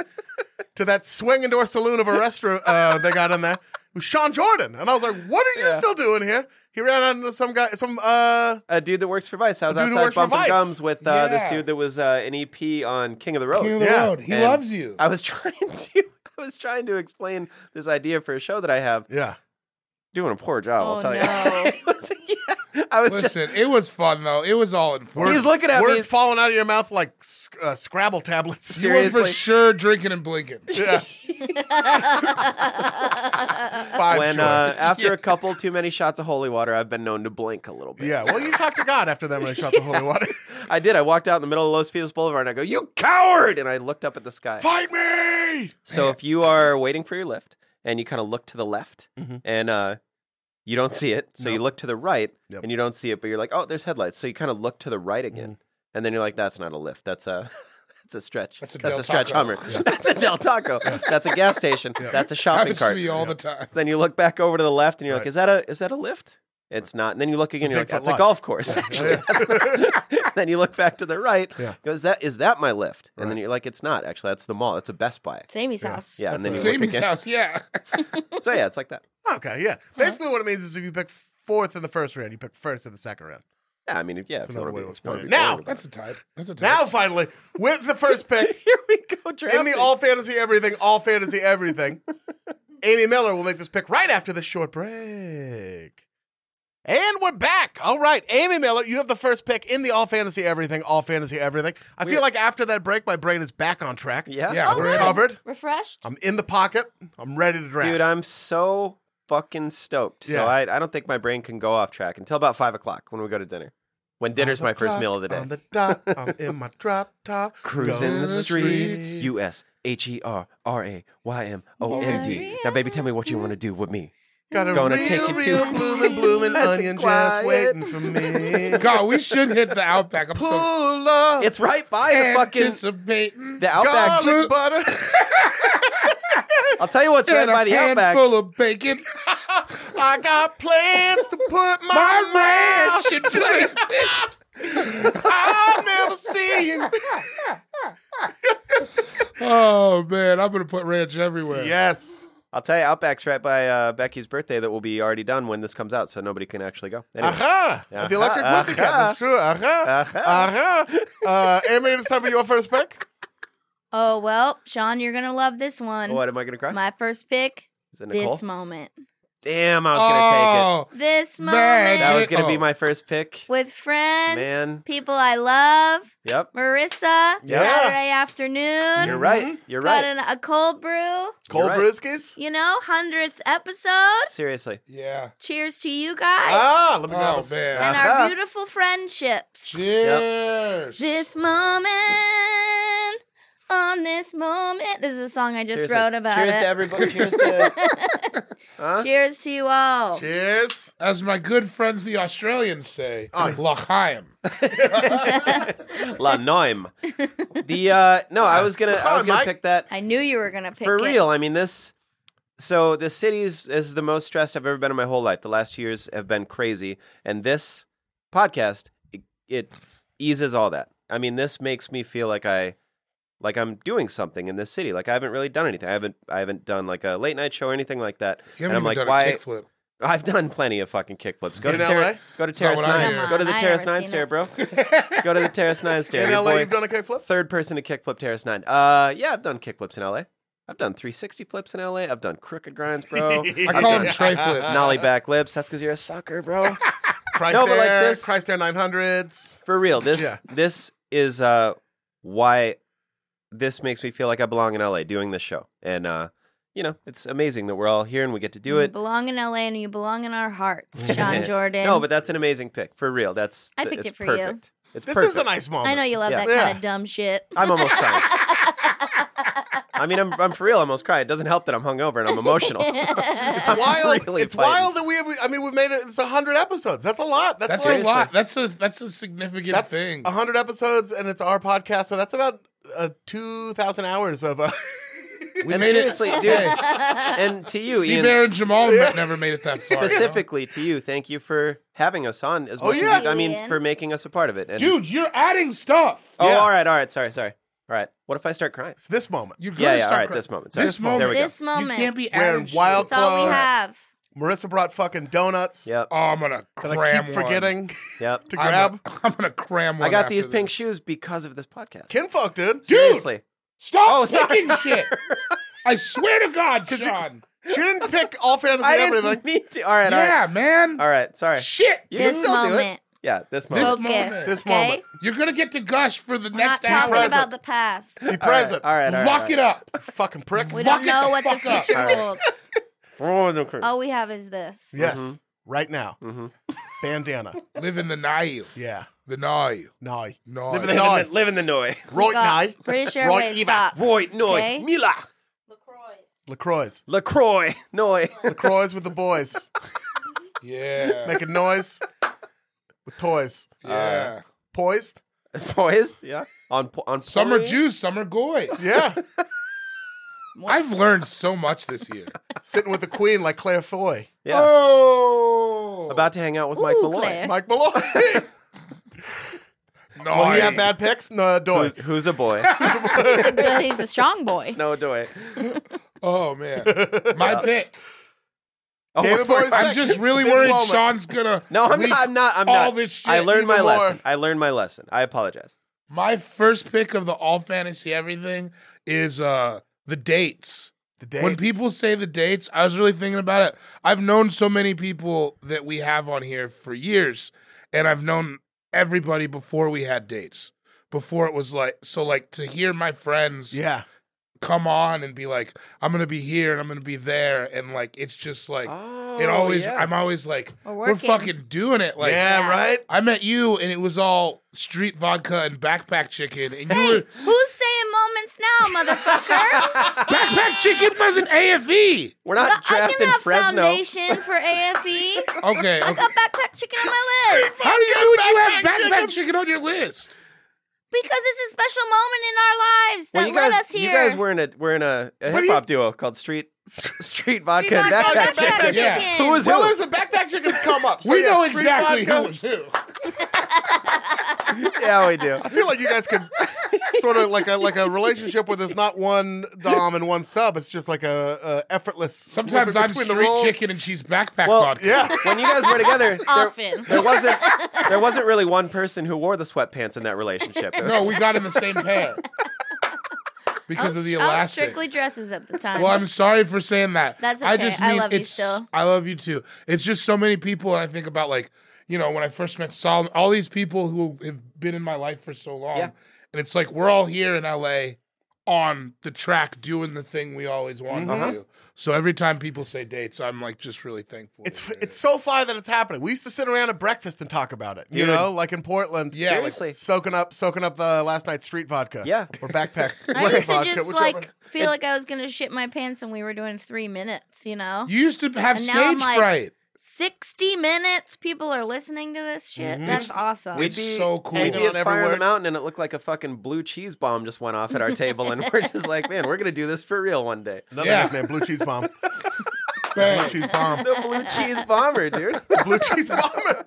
Speaker 2: to that swinging door saloon of a restaurant uh, they got in there? It was Sean Jordan. And I was like, what are you still doing here? He ran into some guy, some uh,
Speaker 1: A dude that works for Vice. I was
Speaker 2: dude who
Speaker 1: outside
Speaker 2: works for
Speaker 1: bumping
Speaker 2: Vice.
Speaker 1: gums with uh, this
Speaker 3: Yeah.
Speaker 1: dude that was uh, an EP on King of the Road.
Speaker 3: King of the
Speaker 2: Yeah.
Speaker 3: road. He
Speaker 1: And
Speaker 3: loves you.
Speaker 1: I was <laughs> trying to. I was trying to explain this idea for a show that I have.
Speaker 2: yeah.
Speaker 1: Doing a poor job,
Speaker 6: Oh,
Speaker 1: I'll tell
Speaker 6: no.
Speaker 1: you. <laughs> It was- yeah, I was just
Speaker 3: Listen, it was fun though. It was all in fun.
Speaker 1: He's looking at me.
Speaker 2: Words
Speaker 1: he's-
Speaker 2: falling out of your mouth like sc- uh, Scrabble tablets.
Speaker 3: You were for
Speaker 1: seriously.
Speaker 3: sure drinking and blinking.
Speaker 2: Yeah. Five
Speaker 1: when
Speaker 2: short.
Speaker 3: <laughs>
Speaker 1: uh, after a couple too many shots of holy water, I've been known to blink a little bit.
Speaker 2: yeah, well, you talked to God after that when I
Speaker 1: <laughs>
Speaker 2: shot the holy water.
Speaker 1: I did. I walked out in the middle of Los Feliz Boulevard and I go, "You coward!" And I looked up at the sky.
Speaker 2: Fight me!
Speaker 1: So if you are waiting for your lift and you kind of look to the left
Speaker 3: Mm-hmm.
Speaker 1: and uh, you don't see it, so you look to the right
Speaker 2: Yep.
Speaker 1: and you don't see it, but you're like, "Oh, there's headlights." So you kind of look to the right again, and then you're like, "That's not a lift. That's a." <laughs> That's a stretch.
Speaker 3: Mm-hmm. That's a Del
Speaker 1: stretch
Speaker 3: Taco.
Speaker 1: Hummer. <laughs> That's a Del Taco. That's a gas station. That's a shopping
Speaker 3: Happens to
Speaker 1: cart.
Speaker 3: me all the time.
Speaker 1: Then you look back over to the left and you're like, is that a is that a lift? It's not. And then you look again, you're like,
Speaker 2: Bigfoot
Speaker 1: that's
Speaker 2: Lodge.
Speaker 1: a golf course. Actually,
Speaker 2: <laughs>
Speaker 1: that's not- <laughs> then you look back to the right.
Speaker 2: Yeah.
Speaker 1: Goes that is that my lift? And then you're like, it's not actually. That's the mall. That's a Best Buy.
Speaker 6: <laughs> It's Amy's house.
Speaker 1: Yeah. And then you
Speaker 3: It's
Speaker 1: look
Speaker 3: Amy's
Speaker 1: again.
Speaker 3: house, yeah. <laughs>
Speaker 1: So yeah, it's like that.
Speaker 2: Okay, yeah.
Speaker 1: Uh-huh.
Speaker 2: Basically, what it means is if you pick fourth in the first round, you pick first in the second round.
Speaker 1: Yeah, I mean, if, yeah.
Speaker 2: That's
Speaker 1: if you
Speaker 2: another
Speaker 1: wanna
Speaker 2: way
Speaker 1: be-
Speaker 2: to
Speaker 1: if you wanna
Speaker 2: explain
Speaker 1: be
Speaker 2: it.
Speaker 1: boring
Speaker 2: Now-
Speaker 1: about
Speaker 3: That's
Speaker 1: it.
Speaker 3: a type. That's a type.
Speaker 2: Now, finally, with the first pick
Speaker 1: <laughs> here we go.
Speaker 2: in
Speaker 1: Drafting.
Speaker 2: the all fantasy everything, all fantasy
Speaker 1: <laughs>
Speaker 2: everything, Amy Miller will make this pick right after this short break. And we're back. All right, Amy Miller, you have the first pick in the all fantasy everything, all fantasy everything. I feel
Speaker 1: We're-
Speaker 2: like after that break, my brain is back on track.
Speaker 1: yeah.
Speaker 3: Yeah.
Speaker 6: Oh,
Speaker 2: we're
Speaker 6: good.
Speaker 2: covered.
Speaker 1: Um,
Speaker 6: Refreshed.
Speaker 2: I'm in the pocket. I'm ready to draft.
Speaker 1: Dude, I'm so fucking stoked.
Speaker 2: Yeah.
Speaker 1: So I, I don't think my brain can go off track until about five o'clock when we go to dinner. When dinner's my first meal of the day.
Speaker 2: On the dot, I'm
Speaker 1: <laughs>
Speaker 2: in my drop top,
Speaker 1: Cruising
Speaker 2: going
Speaker 1: the
Speaker 3: the
Speaker 1: streets.
Speaker 3: streets.
Speaker 1: U S H E R R A Y M O N D.
Speaker 6: Yeah.
Speaker 1: Now, baby, tell me what you want to do with me.
Speaker 2: Got a
Speaker 1: Gonna
Speaker 2: real,
Speaker 1: take it
Speaker 2: real
Speaker 1: to-
Speaker 2: blooming,
Speaker 1: <laughs>
Speaker 2: blooming
Speaker 1: Nice and
Speaker 2: onion just
Speaker 1: quiet.
Speaker 2: waiting for
Speaker 1: <laughs>
Speaker 2: me.
Speaker 3: <laughs> God, we should hit the Outback. I'm so
Speaker 2: Pull
Speaker 3: Oh.
Speaker 2: up,
Speaker 1: It's right by the fucking
Speaker 3: anticipating.
Speaker 1: the outback.
Speaker 2: garlic butter.
Speaker 1: <laughs> I'll tell you what's right
Speaker 3: and
Speaker 1: by
Speaker 3: a
Speaker 1: the outback.
Speaker 3: handful of bacon.
Speaker 1: <laughs>
Speaker 2: I got plans to put my,
Speaker 3: My man
Speaker 1: <laughs>
Speaker 2: mouth.
Speaker 3: should place it.
Speaker 2: I'll never see you.
Speaker 3: Oh man, I'm gonna put ranch
Speaker 2: <laughs>
Speaker 3: everywhere.
Speaker 2: Yes.
Speaker 1: I'll tell you, outback's right by uh, Becky's birthday that will be already done when this comes out, so nobody can actually go. Anyway.
Speaker 2: Aha.
Speaker 1: Aha,
Speaker 2: The electric pussycat.
Speaker 1: aha.
Speaker 2: That's true. Aha.
Speaker 1: Aha. Uh-huh.
Speaker 2: Aha. Uh, Amy, it's time for your first pick.
Speaker 6: Oh well, Sean, you're gonna love this one.
Speaker 1: What am I gonna cry?
Speaker 6: My first pick.
Speaker 1: Is it Nicole?
Speaker 6: This moment.
Speaker 1: Damn, I was gonna
Speaker 3: oh,
Speaker 6: This moment.
Speaker 3: Man,
Speaker 1: take it. That was
Speaker 3: Shit.
Speaker 1: gonna be
Speaker 3: Oh.
Speaker 1: my first pick.
Speaker 6: with friends,
Speaker 1: Man.
Speaker 6: people I love,
Speaker 1: Yep.
Speaker 6: Marissa,
Speaker 2: Yeah.
Speaker 6: Saturday afternoon.
Speaker 1: You're right. You're
Speaker 6: Got
Speaker 1: right.
Speaker 6: an, a cold brew,
Speaker 2: Cold
Speaker 1: right.
Speaker 2: brewskis.
Speaker 6: you know, 100th episode.
Speaker 1: Seriously.
Speaker 3: Oh, Yeah.
Speaker 6: Cheers to you guys
Speaker 2: Ah, let me grab
Speaker 3: Oh
Speaker 2: this.
Speaker 3: man.
Speaker 6: and
Speaker 1: aha.
Speaker 6: our beautiful friendships.
Speaker 3: Cheers.
Speaker 6: This moment, on this moment. This is a song I just
Speaker 1: Seriously.
Speaker 6: wrote about
Speaker 1: Cheers
Speaker 6: it.
Speaker 1: to everybody.
Speaker 6: <laughs>
Speaker 1: Cheers to. Huh?
Speaker 6: Cheers to you all.
Speaker 2: Cheers.
Speaker 3: As my good friends the Australians say,
Speaker 2: Oh.
Speaker 3: Lachaim.
Speaker 6: <laughs>
Speaker 1: <laughs> La Noim. The uh, no, I was gonna, I was
Speaker 2: Fine,
Speaker 1: gonna
Speaker 2: Mike.
Speaker 1: pick that
Speaker 6: I knew you were going to pick
Speaker 1: for
Speaker 6: it.
Speaker 1: real. I mean this. So the cities is the most stressed I've ever been in my whole life. The last two years have been crazy, and this podcast it, it eases all that. I mean, this makes me feel like I like I'm doing something in this city. Like I haven't really done anything. I haven't I haven't done like a late night show or anything like that.
Speaker 3: You
Speaker 1: and
Speaker 3: haven't
Speaker 1: I'm
Speaker 3: even
Speaker 1: like,
Speaker 3: done
Speaker 1: why?
Speaker 3: a kickflip.
Speaker 1: <laughs> I've done plenty of fucking kickflips. Go
Speaker 2: In
Speaker 1: to Terra-
Speaker 2: LA?
Speaker 1: go to
Speaker 3: not
Speaker 1: Terrace
Speaker 3: what I
Speaker 1: Nine.
Speaker 3: hear.
Speaker 1: go to
Speaker 6: Come
Speaker 1: the
Speaker 6: on, I
Speaker 1: Terrace
Speaker 6: never
Speaker 1: Nine
Speaker 6: seen
Speaker 1: stair,
Speaker 6: it.
Speaker 3: <laughs>
Speaker 1: bro. go to the Terrace Nine stair.
Speaker 2: In
Speaker 1: your
Speaker 2: LA,
Speaker 1: boy.
Speaker 2: you've done a kickflip?
Speaker 1: Third person to kickflip Terrace Nine. Uh, yeah, I've done kickflips in LA. I've done 360 flips in LA. I've done crooked grinds,
Speaker 6: <laughs>
Speaker 2: <laughs>
Speaker 1: bro.
Speaker 2: I
Speaker 3: I
Speaker 1: I've
Speaker 3: call
Speaker 1: done
Speaker 3: him
Speaker 1: <laughs>
Speaker 3: tray flip.
Speaker 1: nollie back lips. That's because you're a
Speaker 6: <laughs>
Speaker 1: sucker, bro.
Speaker 2: Christ
Speaker 1: No, but like
Speaker 2: Air,
Speaker 1: this-
Speaker 2: Christ Air 900s.
Speaker 1: For real, this
Speaker 2: Yeah.
Speaker 1: this is uh why this makes me feel like I belong in LA doing this show. And uh, you know, it's amazing that we're all here and we get to do
Speaker 6: You
Speaker 1: it.
Speaker 6: belong in LA and you belong in our hearts, Sean Jordan.
Speaker 1: No, but that's an amazing pick for real. That's
Speaker 6: I
Speaker 1: th-
Speaker 6: picked
Speaker 1: it's
Speaker 6: it for you.
Speaker 1: perfect. It's
Speaker 2: This
Speaker 1: perfect.
Speaker 2: is a nice moment.
Speaker 6: I know you love
Speaker 1: Yeah. Oh,
Speaker 6: that kind
Speaker 2: Yeah.
Speaker 6: of dumb shit.
Speaker 1: I'm almost crying. I mean, I'm, I'm for real. I almost crying. It doesn't help that I'm hungover and
Speaker 6: <laughs>
Speaker 1: I'm emotional. <laughs> So I'm
Speaker 2: wild.
Speaker 1: really
Speaker 2: <laughs> it's
Speaker 1: fighting.
Speaker 2: wild that we have. I mean, we've made it. It's hundred episodes. That's a lot. That's,
Speaker 3: That's
Speaker 2: like,
Speaker 3: a lot. That's a that's a significant
Speaker 2: That's
Speaker 3: thing.
Speaker 2: hundred episodes, and it's our podcast. So that's about uh, two thousand hours of. Uh, <laughs>
Speaker 3: We
Speaker 1: And
Speaker 3: made it.
Speaker 1: seriously,
Speaker 3: <laughs>
Speaker 1: dude,
Speaker 3: Hey,
Speaker 1: And to you,
Speaker 3: Sea
Speaker 1: Ian,
Speaker 3: Bear
Speaker 1: <laughs>
Speaker 3: and Jamal never made it that far.
Speaker 1: specifically to you, thank you for having us on as
Speaker 2: Oh,
Speaker 1: much
Speaker 2: yeah.
Speaker 1: as you, I mean,
Speaker 6: Ian.
Speaker 1: for making us a part of it. And,
Speaker 3: dude, you're adding stuff.
Speaker 1: oh,
Speaker 2: yeah.
Speaker 1: all right, all right. Sorry, sorry. All right. What if I start crying?
Speaker 2: it's this moment.
Speaker 3: You're gonna
Speaker 1: Yeah, yeah.
Speaker 3: start
Speaker 1: All right.
Speaker 3: crying.
Speaker 1: This moment. Sorry.
Speaker 3: This moment.
Speaker 1: There we go.
Speaker 6: This moment.
Speaker 3: You can't be
Speaker 2: Wearing
Speaker 3: adding shit.
Speaker 2: wild-
Speaker 6: That's all
Speaker 2: clothes.
Speaker 6: we have.
Speaker 2: Marissa brought fucking donuts.
Speaker 1: Yep.
Speaker 3: Oh, I'm gonna
Speaker 2: that
Speaker 3: cram.
Speaker 2: I keep
Speaker 3: one.
Speaker 2: forgetting <laughs>
Speaker 1: Yep.
Speaker 2: to
Speaker 3: I'm
Speaker 2: grab.
Speaker 3: gonna- I'm gonna cram. One
Speaker 1: I got
Speaker 3: after
Speaker 1: these pink
Speaker 3: this.
Speaker 1: shoes because of this podcast.
Speaker 2: Kinfolk, dude.
Speaker 3: Dude,
Speaker 1: Seriously.
Speaker 3: Stop
Speaker 1: Oh, sorry.
Speaker 3: picking
Speaker 1: <laughs>
Speaker 3: shit. I swear to God,
Speaker 2: 'Cause it-
Speaker 3: Sean.
Speaker 2: She didn't pick all fantasy
Speaker 1: I
Speaker 2: and
Speaker 1: didn't
Speaker 2: everything.
Speaker 1: mean to. All right. All right.
Speaker 3: yeah, man.
Speaker 1: All right. Sorry.
Speaker 3: Shit.
Speaker 1: You can
Speaker 6: This
Speaker 1: still do it.
Speaker 6: moment.
Speaker 1: Yeah. This
Speaker 3: This
Speaker 1: moment.
Speaker 6: Focus.
Speaker 3: moment.
Speaker 2: This
Speaker 6: okay?
Speaker 2: moment.
Speaker 3: You're gonna get to gush for the
Speaker 6: We're
Speaker 3: next
Speaker 6: not
Speaker 3: hour.
Speaker 6: talking
Speaker 2: Present.
Speaker 6: about the past.
Speaker 2: Be present.
Speaker 1: All right. All right.
Speaker 3: Lock
Speaker 1: all
Speaker 3: it up.
Speaker 2: Fucking prick.
Speaker 6: We
Speaker 3: Fuck
Speaker 6: don't
Speaker 3: it the
Speaker 6: know what the
Speaker 3: fuck up.
Speaker 6: future holds.
Speaker 1: up.
Speaker 6: All we have is this.
Speaker 2: Yes.
Speaker 1: Mhm.
Speaker 2: Right now.
Speaker 1: Mhm.
Speaker 2: Bandana.
Speaker 3: Live in
Speaker 1: <laughs>
Speaker 3: the Nile.
Speaker 2: Yeah.
Speaker 3: The Nile.
Speaker 2: No. <laughs>
Speaker 3: Nile.
Speaker 2: Live
Speaker 1: Live
Speaker 2: in the-
Speaker 1: in the- live in the noise.
Speaker 6: <laughs> We
Speaker 2: Roy
Speaker 6: got
Speaker 2: Nye.
Speaker 6: British
Speaker 2: uh, Roy
Speaker 6: Airways
Speaker 2: Eva.
Speaker 6: stops.
Speaker 1: Roy, Noy,
Speaker 6: okay?
Speaker 1: Mila,
Speaker 2: LaCroix.
Speaker 1: LaCroix,
Speaker 6: <laughs>
Speaker 1: Noy.
Speaker 2: LaCroix with the boys.
Speaker 1: <laughs>
Speaker 3: yeah.
Speaker 2: Making noise with toys.
Speaker 3: yeah.
Speaker 2: Poised.
Speaker 1: Poised, yeah. On po- on
Speaker 3: summer
Speaker 1: point.
Speaker 3: Jews, summer goys.
Speaker 2: Yeah.
Speaker 3: I've learned so much this year.
Speaker 2: Sitting with the queen like Claire Foy.
Speaker 1: Yeah.
Speaker 3: Oh,
Speaker 1: About to hang out with Mike
Speaker 6: Ooh,
Speaker 1: Malloy.
Speaker 6: Claire.
Speaker 2: Mike <laughs> Malloy.
Speaker 3: no,
Speaker 2: Will he have bad picks? No, Doy.
Speaker 1: Who's, who's a boy?
Speaker 3: <laughs>
Speaker 5: but he's a strong boy.
Speaker 1: no, do it. <laughs>
Speaker 3: Oh man, my pick.
Speaker 1: Oh,
Speaker 2: David Bore's
Speaker 3: I'm
Speaker 2: back.
Speaker 3: just really
Speaker 2: This
Speaker 3: worried
Speaker 2: moment.
Speaker 3: Sean's gonna.
Speaker 1: <laughs> no, I'm
Speaker 3: leak
Speaker 1: not. I'm not. I'm
Speaker 3: all
Speaker 1: not.
Speaker 3: this shit
Speaker 1: I learned
Speaker 3: even
Speaker 1: my
Speaker 3: more.
Speaker 1: lesson. I learned my lesson. I apologize.
Speaker 3: My first pick of the all fantasy everything is uh the dates.
Speaker 2: The dates.
Speaker 3: When people say the dates, I was really thinking about it. I've known so many people that we have on here for years, and I've known everybody before we had dates. Before it was like so, like to hear my friends
Speaker 2: Yeah.
Speaker 3: come on and be like, "I'm gonna be here and I'm gonna be there," and like it's just like
Speaker 1: Oh,
Speaker 3: it always.
Speaker 1: yeah.
Speaker 3: I'm always like,
Speaker 6: We're
Speaker 3: "We're
Speaker 6: working.
Speaker 3: fucking doing it!" Like,
Speaker 2: yeah, right?
Speaker 3: I met you and it was all street vodka and backpack chicken, and you
Speaker 6: Hey,
Speaker 3: were
Speaker 6: who's saying moments now, motherfucker?
Speaker 1: <laughs>
Speaker 3: backpack chicken wasn't AFE.
Speaker 1: We're not
Speaker 6: I
Speaker 1: drafting
Speaker 6: can have
Speaker 1: Fresno.
Speaker 6: foundation for
Speaker 1: <laughs>
Speaker 6: AFE.
Speaker 3: Okay,
Speaker 6: I
Speaker 3: okay.
Speaker 6: got backpack chicken on my list
Speaker 3: How do you, would you have backpack chicken. on your list?
Speaker 6: because it's a special moment in our lives that
Speaker 1: Well, you
Speaker 6: led
Speaker 1: guys,
Speaker 6: us here.
Speaker 1: you guys were in a we're in a, a hip
Speaker 2: he's-
Speaker 1: hop duo called
Speaker 3: <laughs>
Speaker 1: Street Street Vodka
Speaker 6: She's
Speaker 1: and
Speaker 6: not called
Speaker 1: Backpack
Speaker 6: backpack
Speaker 1: Chicken.
Speaker 6: chicken.
Speaker 3: Yeah.
Speaker 1: Who was
Speaker 2: Well,
Speaker 1: who?
Speaker 2: there's a backpack chicken's come up. So
Speaker 3: we
Speaker 2: yeah,
Speaker 3: know
Speaker 2: street
Speaker 3: exactly who
Speaker 2: vodka.
Speaker 3: was who.
Speaker 1: yeah, we do.
Speaker 2: I feel like you guys could sort of like a like a relationship where there's not one dom and one sub. It's just like a, a effortless.
Speaker 3: Sometimes
Speaker 2: flipping
Speaker 3: I'm
Speaker 2: between
Speaker 3: street
Speaker 2: the roles.
Speaker 3: chicken and she's backpack
Speaker 1: Well,
Speaker 3: vodka.
Speaker 2: Yeah.
Speaker 1: When you guys were together, there,
Speaker 5: Often.
Speaker 1: there wasn't there wasn't really one person who wore the sweatpants in that relationship. It was-
Speaker 3: No, we got in the
Speaker 6: <laughs>
Speaker 3: same pair
Speaker 6: I
Speaker 3: because
Speaker 6: was,
Speaker 3: of the
Speaker 6: I was
Speaker 3: elastic.
Speaker 6: strictly dresses at the time.
Speaker 3: Well, I'm sorry for saying that.
Speaker 6: That's
Speaker 3: I
Speaker 6: okay.
Speaker 3: just
Speaker 6: I
Speaker 3: mean
Speaker 6: love you
Speaker 3: it's.
Speaker 6: still.
Speaker 3: I love you too. It's just so many people, and I think about like, you know, when I first met Solomon, all these people who have been in my life for so long,
Speaker 1: Yeah.
Speaker 3: and it's like we're all here in LA on the track doing the thing we always wanted
Speaker 1: Mhm.
Speaker 2: Mm-hmm.
Speaker 3: to do. So every time people say dates, I'm like just really thankful.
Speaker 2: It's
Speaker 3: they're
Speaker 2: it's
Speaker 3: here.
Speaker 2: so far that it's happening. We used to sit around at breakfast and talk about it. You
Speaker 1: Dude.
Speaker 2: know, like in Portland.
Speaker 3: Yeah, like-
Speaker 1: Seriously.
Speaker 2: soaking up soaking up the last night's street vodka.
Speaker 1: Yeah.
Speaker 2: or backpack.
Speaker 6: I used to
Speaker 2: vodka,
Speaker 6: just
Speaker 2: whichever.
Speaker 6: like feel like I was gonna shit my pants, and we were doing three minutes. You know,
Speaker 3: you used to have
Speaker 6: And now I'm
Speaker 3: stage
Speaker 6: like-
Speaker 3: fright.
Speaker 6: sixty minutes. People are listening to this shit.
Speaker 1: Mm-hmm.
Speaker 3: Mhm.
Speaker 6: That's awesome.
Speaker 1: We'd
Speaker 3: It's so cool.
Speaker 1: We'd be
Speaker 2: Hanging
Speaker 1: at
Speaker 2: on
Speaker 1: Fire on the
Speaker 2: everywhere.
Speaker 1: Mountain, and it looked like a fucking blue cheese bomb just went off at our table, and we're just like, man, we're gonna do this for real one day.
Speaker 2: another
Speaker 3: Yeah.
Speaker 2: nickname, blue cheese bomb. blue
Speaker 3: Bang.
Speaker 2: cheese
Speaker 1: <laughs>
Speaker 2: bomb.
Speaker 1: The blue cheese bomber, dude.
Speaker 2: blue cheese bomber.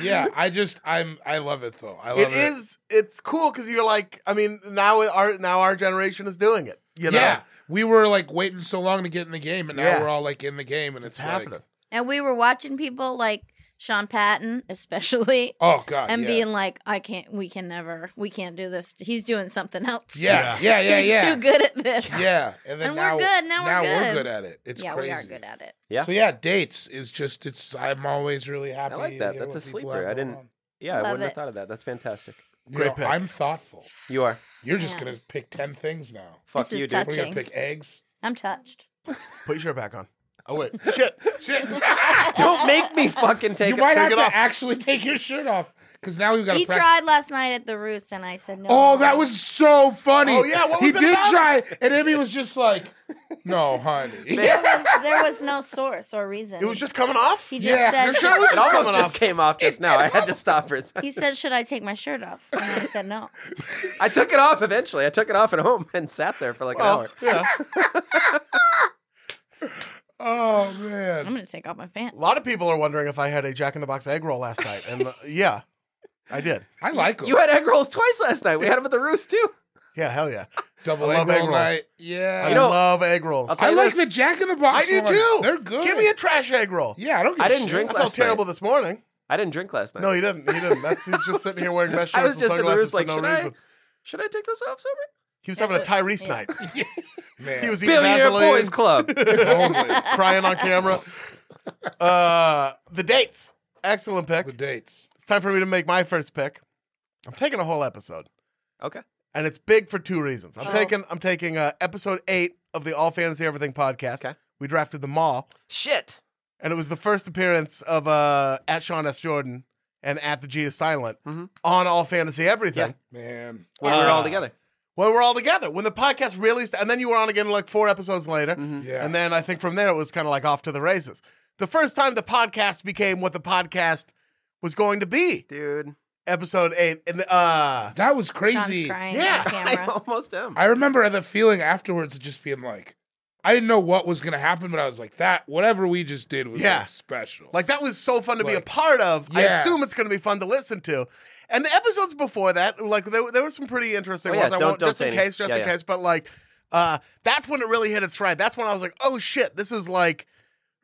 Speaker 3: yeah, I just I'm I love it though. I love
Speaker 2: It is. It's cool because you're like. I mean, now it- our now our generation is doing it. You know.
Speaker 3: Yeah, we were like waiting so long to get in the game, and now
Speaker 2: Yeah.
Speaker 3: we're all like in the game, and it's,
Speaker 2: happening.
Speaker 3: Like,
Speaker 6: and we were watching people like Sean Patton, especially,
Speaker 3: oh god,
Speaker 6: and
Speaker 3: yeah.
Speaker 6: being like, "I can't. We can never. We can't do this. He's doing something else.
Speaker 3: yeah, yeah, yeah,
Speaker 6: he's
Speaker 3: yeah,
Speaker 6: too good at this.
Speaker 3: Yeah, and then
Speaker 6: And we're
Speaker 3: now
Speaker 6: good, now we're good.
Speaker 3: at it. It's
Speaker 6: yeah,
Speaker 3: crazy.
Speaker 6: we are good at it.
Speaker 1: Yeah.
Speaker 3: So yeah, dates is just it's. I'm always really happy.
Speaker 1: like
Speaker 3: to
Speaker 1: that.
Speaker 3: hear
Speaker 1: That's
Speaker 3: what
Speaker 1: a
Speaker 3: people
Speaker 1: sleeper.
Speaker 3: have
Speaker 1: I
Speaker 3: going
Speaker 1: didn't-
Speaker 3: on.
Speaker 1: Yeah, I
Speaker 6: Love
Speaker 1: wouldn't have
Speaker 6: it.
Speaker 1: thought of that. That's fantastic.
Speaker 3: You
Speaker 2: Great
Speaker 3: know,
Speaker 2: pick.
Speaker 3: I'm thoughtful.
Speaker 1: You are.
Speaker 3: You're just
Speaker 6: Yeah.
Speaker 3: gonna pick ten things now.
Speaker 1: Fuck
Speaker 6: This is
Speaker 1: you, dude.
Speaker 6: touch-
Speaker 3: We're gonna
Speaker 6: Touching.
Speaker 3: pick
Speaker 2: <laughs>
Speaker 3: eggs.
Speaker 6: I'm touched.
Speaker 2: Put your shirt back on. Oh wait, shit.
Speaker 3: Shit, <laughs>
Speaker 1: Don't make me fucking take
Speaker 3: you
Speaker 1: it.
Speaker 3: might
Speaker 1: take
Speaker 3: have
Speaker 1: it
Speaker 3: to
Speaker 1: off.
Speaker 3: actually take your shirt off because now we've got.
Speaker 6: He
Speaker 3: to practice.
Speaker 6: tried last night at the roost, and I said no.
Speaker 3: Oh, that was so funny.
Speaker 2: Oh, yeah, what
Speaker 3: he
Speaker 2: was it
Speaker 3: did
Speaker 2: about?
Speaker 3: try, and Emmy was just like, "No, honey."
Speaker 6: there was there was no source or reason.
Speaker 2: It was just coming
Speaker 5: <laughs>
Speaker 2: off.
Speaker 6: he
Speaker 2: Your
Speaker 6: just
Speaker 3: <laughs> Yeah.
Speaker 6: said
Speaker 2: shirt was
Speaker 1: It
Speaker 2: just
Speaker 3: <laughs>
Speaker 1: almost
Speaker 2: coming
Speaker 1: just
Speaker 2: off.
Speaker 1: came off just now. I had to stop for it.
Speaker 6: he said, "Should I take my shirt off?" And I said, "No."
Speaker 1: I took it off eventually. I took it off at home and sat there for like an
Speaker 2: Oh,
Speaker 1: hour.
Speaker 2: yeah.
Speaker 3: Oh
Speaker 6: I'm
Speaker 3: man,
Speaker 6: gonna take off my pants.
Speaker 2: A lot of people are wondering if I had a Jack in the Box egg roll last night, and uh, yeah, I did.
Speaker 3: I like them.
Speaker 1: You had egg rolls twice last night. We had them at the roost too.
Speaker 2: Yeah, hell yeah.
Speaker 3: Double
Speaker 2: I
Speaker 3: egg
Speaker 2: love egg
Speaker 3: roll
Speaker 2: rolls.
Speaker 3: night. Yeah,
Speaker 2: I
Speaker 1: know-
Speaker 2: love egg rolls.
Speaker 1: I'll tell
Speaker 3: I
Speaker 1: you
Speaker 3: like
Speaker 1: this.
Speaker 3: the Jack in the Box.
Speaker 2: I do
Speaker 3: ones.
Speaker 2: too.
Speaker 3: They're good.
Speaker 2: Give me a trash egg roll.
Speaker 3: Yeah, I don't. Give
Speaker 1: I
Speaker 3: a
Speaker 1: didn't
Speaker 3: shit.
Speaker 1: drink
Speaker 2: I felt
Speaker 1: last night.
Speaker 2: terrible this morning.
Speaker 1: I didn't drink last night.
Speaker 2: No, he didn't. He didn't. That's he's just sitting here wearing
Speaker 1: <laughs>
Speaker 2: mesh
Speaker 1: I was
Speaker 2: shorts and
Speaker 1: just in the
Speaker 2: sunglasses
Speaker 1: roost
Speaker 2: for
Speaker 1: like,
Speaker 2: no
Speaker 1: should
Speaker 2: reason.
Speaker 1: I, should I take this off sober?
Speaker 2: He was having a Tyrese night.
Speaker 3: Man.
Speaker 2: He was eating
Speaker 1: Billionaire
Speaker 2: Vaseline,
Speaker 1: Boys
Speaker 2: <laughs>
Speaker 1: Club.
Speaker 3: <laughs> Only
Speaker 2: crying on camera. Uh, the dates. Excellent
Speaker 3: the
Speaker 2: pick.
Speaker 3: dates.
Speaker 2: It's time for me to make my first pick. I'm taking a whole episode.
Speaker 1: Okay.
Speaker 2: and it's big for two reasons. I'm
Speaker 6: Oh.
Speaker 2: taking I'm taking uh, episode eight of the All Fantasy Everything podcast.
Speaker 1: Okay.
Speaker 2: We drafted them all,
Speaker 1: Shit.
Speaker 2: and it was the first appearance of uh, at Sean S. Jordan and at the G is silent
Speaker 1: Mhm.
Speaker 2: on All Fantasy Everything
Speaker 3: Man.
Speaker 1: When we were all
Speaker 2: Ah.
Speaker 1: together.
Speaker 2: when we're all together when the podcast really st- and then you were on again like four episodes later,
Speaker 3: Yeah.
Speaker 2: and then I think from there it was kind of like off to the races. The first time the podcast became what the podcast was going to be.
Speaker 1: Dude.
Speaker 2: episode eight. And uh,
Speaker 3: That was
Speaker 5: John's
Speaker 3: crazy.
Speaker 5: crying
Speaker 2: Yeah.
Speaker 5: yeah. on
Speaker 1: I
Speaker 5: camera.
Speaker 1: almost am.
Speaker 3: I remember the feeling afterwards of just being like, I didn't know what was gonna happen, but I was like, that whatever we just did was
Speaker 2: Yeah.
Speaker 3: like, special.
Speaker 2: like that was so fun to be a
Speaker 3: Like,
Speaker 2: part of. I
Speaker 3: yeah.
Speaker 2: assume it's going to be fun to listen to. And the episodes before that, like there, there were some pretty interesting
Speaker 1: Oh, yeah,
Speaker 2: ones. I
Speaker 1: don't-
Speaker 2: won't
Speaker 1: don't
Speaker 2: just
Speaker 1: say
Speaker 2: in
Speaker 1: any-
Speaker 2: case, just
Speaker 1: yeah,
Speaker 2: in
Speaker 1: yeah.
Speaker 2: case. But like, uh, that's when it really hit its stride. That's when I was like, oh shit, this is like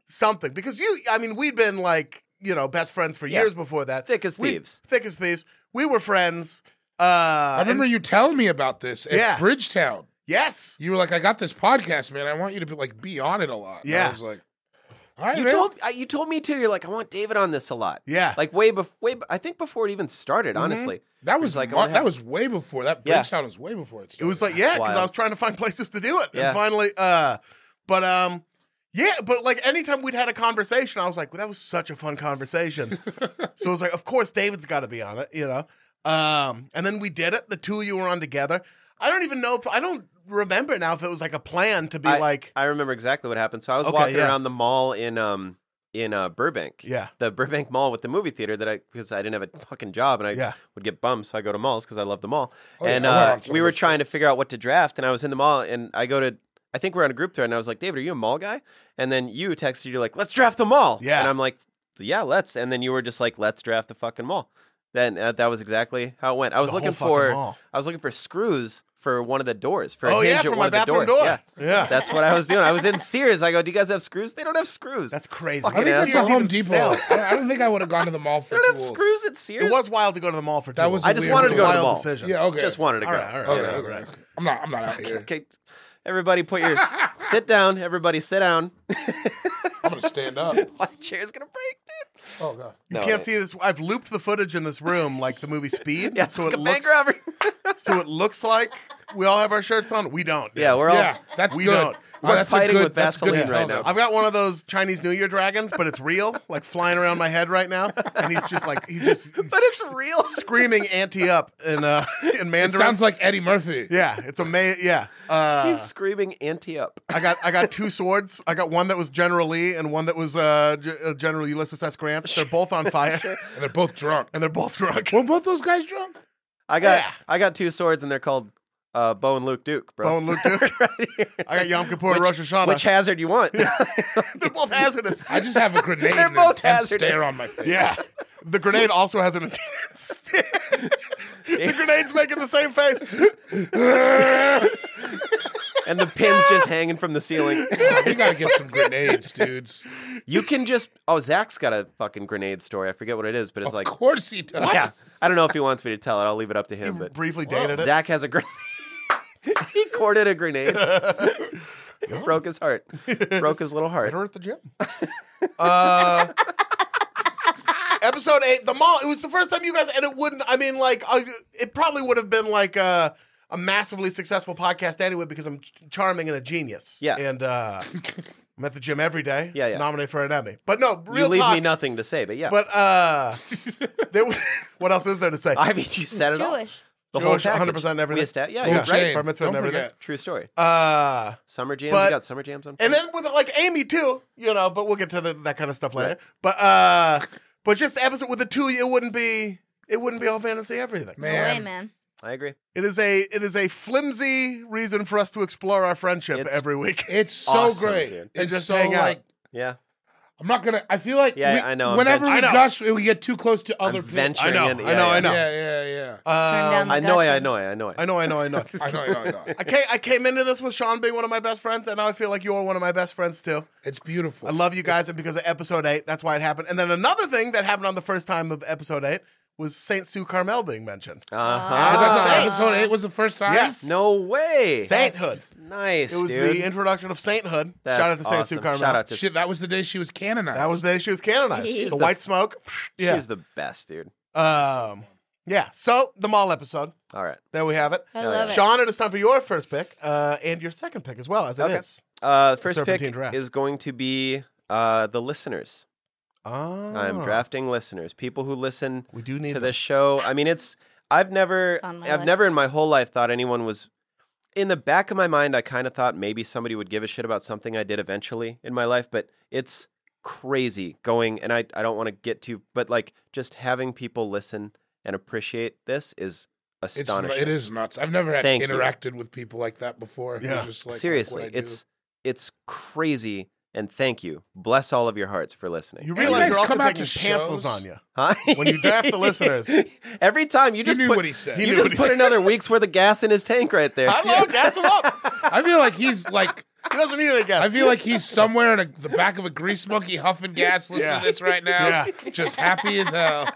Speaker 2: something. Because you, I mean, we'd been like you know best friends for
Speaker 1: Yeah.
Speaker 2: years before that.
Speaker 1: Thick as
Speaker 2: We-
Speaker 1: thieves.
Speaker 2: thick as thieves. We were friends. Uh,
Speaker 3: I remember
Speaker 2: and-
Speaker 3: you telling me about this at
Speaker 2: Yeah.
Speaker 3: Bridgetown.
Speaker 2: yes.
Speaker 3: You were like, I got this podcast, man. I want you to be, like be on it a lot. And
Speaker 2: Yeah.
Speaker 3: I was like, all right,
Speaker 1: You
Speaker 3: man.
Speaker 1: told I- you told me too. You're like, I want David on this a lot.
Speaker 2: Yeah. Mm-hmm.
Speaker 1: Like way before, way be- I think before it even started. Honestly,
Speaker 3: that was
Speaker 1: like, oh, I
Speaker 3: like
Speaker 1: wanna
Speaker 3: that
Speaker 1: have-
Speaker 3: was way before that
Speaker 1: Yeah.
Speaker 3: Bridgetown was way before it
Speaker 2: It
Speaker 3: started.
Speaker 2: was like yeah, because I
Speaker 1: wild.
Speaker 2: was trying to find <laughs> places to do it,
Speaker 1: Yeah.
Speaker 2: and finally, uh, but um, yeah, but like anytime we'd had a conversation, I was like, well, that was such a fun
Speaker 1: <laughs>
Speaker 2: conversation. so it was like, of course, David's got to be on it, you know. Um, and then we did it. The two of you were on together. I don't even know if I don't remember now if it was like a plan to be
Speaker 1: I,
Speaker 2: like,
Speaker 1: I remember exactly what happened. So I was
Speaker 2: Okay,
Speaker 1: walking
Speaker 2: yeah.
Speaker 1: around the mall in um in uh, Burbank.
Speaker 2: yeah,
Speaker 1: the Burbank Mall with the movie theater that I because I didn't have a fucking job and I
Speaker 2: Yeah.
Speaker 1: would get bummed, so I go to malls because I love the mall.
Speaker 3: Oh, yeah,
Speaker 1: and
Speaker 3: I went
Speaker 1: uh,
Speaker 3: on some
Speaker 1: we
Speaker 3: of
Speaker 1: were
Speaker 3: this
Speaker 1: trying to figure out what to draft, and I was in the mall, and I go to I think we're on a group thread, and I was like, David, are you a mall guy? And then you texted, you're like, let's draft the mall.
Speaker 2: Yeah.
Speaker 1: and I'm like, yeah, let's. And then you were just like, let's draft the fucking mall. Then uh, that was exactly how it went. I was
Speaker 2: The
Speaker 1: looking
Speaker 2: whole fucking
Speaker 1: for
Speaker 2: mall.
Speaker 1: I was looking for screws for one of the doors for a
Speaker 2: oh
Speaker 1: hinge
Speaker 2: yeah,
Speaker 1: at
Speaker 2: for
Speaker 1: one
Speaker 2: my
Speaker 1: of the doors.
Speaker 2: bathroom door.
Speaker 1: Yeah.
Speaker 2: yeah.
Speaker 1: That's what I was doing. I was in Sears. I go, "Do you guys have screws? They don't have screws.
Speaker 2: That's crazy.
Speaker 1: Fucking
Speaker 3: I think that's
Speaker 1: asshole.
Speaker 3: a
Speaker 2: Sears
Speaker 3: Home
Speaker 2: even
Speaker 3: Depot.
Speaker 2: sell-
Speaker 3: I I don't think I would have gone to the mall for
Speaker 1: they don't have
Speaker 3: tools.
Speaker 1: screws at Sears.
Speaker 2: It was wild to go to the mall for.
Speaker 3: That
Speaker 2: tools.
Speaker 3: was a
Speaker 1: I just
Speaker 3: weird
Speaker 1: wanted to go to
Speaker 3: little-
Speaker 1: the
Speaker 2: Wild
Speaker 1: mall.
Speaker 2: decision.
Speaker 3: Yeah, okay.
Speaker 1: Just wanted to go.
Speaker 2: All right, all right,
Speaker 3: Okay,
Speaker 1: Yeah.
Speaker 3: okay. I'm not. I'm not
Speaker 1: <laughs>
Speaker 3: out here.
Speaker 1: Okay, everybody, put <laughs> your sit down. Everybody, sit down.
Speaker 3: I'm gonna stand up.
Speaker 1: <laughs> My chair's gonna break, dude.
Speaker 3: Oh god.
Speaker 2: You
Speaker 1: No,
Speaker 2: can't
Speaker 1: it-
Speaker 2: see this. I've looped the footage in this room, like the movie Speed.
Speaker 1: <laughs> Yeah, it's
Speaker 2: so
Speaker 1: like
Speaker 2: it
Speaker 1: a bank
Speaker 2: looks.
Speaker 1: robbery.
Speaker 2: So it looks like we all have our shirts on. We don't.
Speaker 1: <laughs>
Speaker 2: dude.
Speaker 1: yeah, we're all.
Speaker 3: yeah, that's
Speaker 2: We
Speaker 3: good.
Speaker 2: don't.
Speaker 3: Oh,
Speaker 1: We're
Speaker 3: that's a
Speaker 1: fighting
Speaker 3: good-
Speaker 1: with
Speaker 3: that's a good
Speaker 1: Vaseline
Speaker 3: tell,
Speaker 1: right now.
Speaker 3: though.
Speaker 2: I've got one of those Chinese New Year dragons, but it's real, like flying around my head right now, and he's just like he's just
Speaker 1: <laughs> but it's real.
Speaker 2: screaming "anti up" in uh <laughs> in Mandarin.
Speaker 3: It sounds like Eddie Murphy.
Speaker 2: yeah, it's amazing. Yeah, uh,
Speaker 1: He's screaming anti up.
Speaker 2: I got I got two swords. I got one that was General Lee and one that was uh, G- uh, General Ulysses S. Grant. They're both on fire
Speaker 3: And they're both drunk.
Speaker 2: and they're both drunk. <laughs>
Speaker 3: Were both those guys drunk?
Speaker 1: I got
Speaker 2: Yeah.
Speaker 1: I got two swords, and they're called uh, Bow and Luke Duke, bro.
Speaker 2: Bo and Luke Duke.
Speaker 1: right here.
Speaker 2: I got Yom Kippur
Speaker 1: Which-
Speaker 2: and Rosh Hashanah.
Speaker 1: <laughs> Which hazard you want?
Speaker 2: they're both hazardous.
Speaker 3: I just have a grenade
Speaker 1: They're
Speaker 3: and
Speaker 1: both
Speaker 3: a tense
Speaker 1: hazardous.
Speaker 3: stare on my face.
Speaker 2: Yeah. <laughs> The grenade also has an <laughs> intense stare. the grenade's making the same
Speaker 3: <laughs>
Speaker 2: face.
Speaker 1: and the pins just hanging from the <laughs> ceiling.
Speaker 3: Oh, we gotta get some grenades, dudes.
Speaker 1: you can just. Oh, Zach's got a fucking grenade story. I forget what it is, but it's
Speaker 3: of
Speaker 1: like.
Speaker 3: course he does.
Speaker 1: Yeah, I don't know if he wants me to tell it. I'll leave it up to him. But
Speaker 2: Briefly dated it.
Speaker 1: Zach has a grenade. <laughs> he courted a
Speaker 2: <laughs>
Speaker 1: grenade. It broke his heart. Broke his little heart.
Speaker 2: Met her at the gym. uh, episode eight, the mall. It was the first time you guys, and it wouldn't. I mean, like, I, it probably would have been like a, a massively successful podcast anyway because I'm ch- charming and a genius.
Speaker 1: Yeah. <laughs>
Speaker 2: and uh, I'm at the gym every day.
Speaker 1: Yeah, yeah.
Speaker 2: Nominated for an Emmy, but no, real
Speaker 1: you leave
Speaker 2: talk.
Speaker 1: me nothing to say, but yeah.
Speaker 2: But
Speaker 1: <laughs>
Speaker 2: uh, there, was- <laughs> what else is there to say?
Speaker 1: I mean, you said it all.
Speaker 5: Jewish.
Speaker 1: The
Speaker 2: Jewish, 100% everything.
Speaker 1: We estab- yeah, you're
Speaker 3: Full
Speaker 2: Yeah.
Speaker 1: right.
Speaker 3: chain.
Speaker 2: Bar mitzvah and
Speaker 3: Don't
Speaker 2: everything.
Speaker 3: forget.
Speaker 1: True story.
Speaker 2: uh,
Speaker 1: Summer jams.
Speaker 2: but-
Speaker 1: you got summer jams on.
Speaker 2: and then with like Amy too, you know. But we'll get to the, that kind of stuff later. But uh, but just the episode with the two, it wouldn't be it wouldn't be all fantasy everything.
Speaker 6: No way,
Speaker 3: Man,
Speaker 6: man.
Speaker 1: I agree.
Speaker 2: It is a it is a flimsy reason for us to explore our friendship
Speaker 1: <laughs> It's-
Speaker 2: every week.
Speaker 3: it's so
Speaker 1: Awesome,
Speaker 3: great.
Speaker 1: dude.
Speaker 3: It's
Speaker 2: just
Speaker 3: so
Speaker 2: hang out.
Speaker 3: like
Speaker 1: Yeah,
Speaker 3: I'm not gonna. I feel like
Speaker 1: Yeah,
Speaker 3: we-
Speaker 1: I know, I'm
Speaker 3: Whenever
Speaker 1: vent-
Speaker 3: we
Speaker 2: I know.
Speaker 3: gush, we get too close to other
Speaker 1: I'm
Speaker 3: people.
Speaker 1: venturing.
Speaker 2: I know,
Speaker 1: in.
Speaker 2: I
Speaker 1: Yeah,
Speaker 2: know, I
Speaker 1: yeah.
Speaker 2: know.
Speaker 3: Yeah, yeah, yeah.
Speaker 2: Um,
Speaker 6: down the
Speaker 1: I know. it, I
Speaker 6: gushing.
Speaker 1: know. it, I know. it.
Speaker 2: I know, I know,
Speaker 1: <laughs>
Speaker 2: I know.
Speaker 3: I know, I know, I know.
Speaker 2: I came, I came into this with Sean being one of my best friends, and now I feel like you're one of my best friends too.
Speaker 3: <laughs> It's beautiful.
Speaker 2: I love you guys, and because of episode eight, that's why it happened. And then another thing that happened on the first time of episode eight was Saint Sue Carmel being mentioned.
Speaker 3: Is
Speaker 1: Uh-huh.
Speaker 3: that
Speaker 2: Ah.
Speaker 3: the episode eight was the first time.
Speaker 2: Yes.
Speaker 1: No way.
Speaker 2: Sainthood.
Speaker 1: Nice,
Speaker 2: It was
Speaker 1: dude.
Speaker 2: the introduction of sainthood.
Speaker 1: That's
Speaker 2: Shout out to Saint
Speaker 1: awesome.
Speaker 2: Sue Carmel.
Speaker 1: Shout out to.
Speaker 3: Shit, that was the day she was canonized.
Speaker 2: That was the day she was canonized.
Speaker 5: She's
Speaker 2: the
Speaker 1: the-
Speaker 2: white smoke. Yeah.
Speaker 1: She's the best, dude.
Speaker 2: Um, yeah. So the mall episode.
Speaker 1: All right.
Speaker 2: There we have it.
Speaker 5: I
Speaker 1: Yeah,
Speaker 5: love
Speaker 1: yeah.
Speaker 5: it.
Speaker 2: Sean, it is time for your first pick uh, and your second pick as well, as it
Speaker 1: Okay.
Speaker 2: is.
Speaker 1: Uh, first
Speaker 2: Serpentine
Speaker 1: pick
Speaker 2: draft.
Speaker 1: is going to be uh, the listeners.
Speaker 2: Oh,
Speaker 1: I'm drafting listeners, people who listen
Speaker 2: We do need
Speaker 1: to
Speaker 2: them.
Speaker 1: this show. I mean, it's I've never
Speaker 5: It's on my
Speaker 1: I've never
Speaker 5: list.
Speaker 1: in my whole life thought anyone was in the back of my mind. I kind of thought maybe somebody would give a shit about something I did eventually in my life, but it's crazy going. And I I don't want to get too, but like just having people listen and appreciate this is
Speaker 3: It's n-
Speaker 1: astonishing.
Speaker 3: it is nuts. I've never had
Speaker 1: Thank you.
Speaker 3: interacted with people like that before. who's
Speaker 2: Yeah.
Speaker 3: just like, "Look what
Speaker 1: Seriously,
Speaker 3: I do."
Speaker 1: it's it's crazy. And thank you. Bless all of your hearts for listening.
Speaker 2: You
Speaker 3: you
Speaker 2: realize
Speaker 3: guys
Speaker 2: you're also
Speaker 3: come out
Speaker 2: taking
Speaker 3: to
Speaker 2: pantsless
Speaker 3: shows?
Speaker 2: on you.
Speaker 1: Huh?
Speaker 2: When you draft the listeners.
Speaker 1: <laughs> every time you
Speaker 3: you
Speaker 1: just
Speaker 3: knew
Speaker 1: put,
Speaker 3: what he said.
Speaker 2: He
Speaker 1: you
Speaker 2: knew
Speaker 1: just
Speaker 2: what he
Speaker 1: put
Speaker 2: said.
Speaker 1: another week's worth of gas in his tank right there.
Speaker 2: I love gas him up.
Speaker 3: <laughs> I feel like he's like
Speaker 2: He doesn't need any gas.
Speaker 3: I feel like he's somewhere in a, the back of a grease monkey huffing gas listening
Speaker 2: Yeah.
Speaker 3: to this right now.
Speaker 2: Yeah.
Speaker 3: Just happy as hell.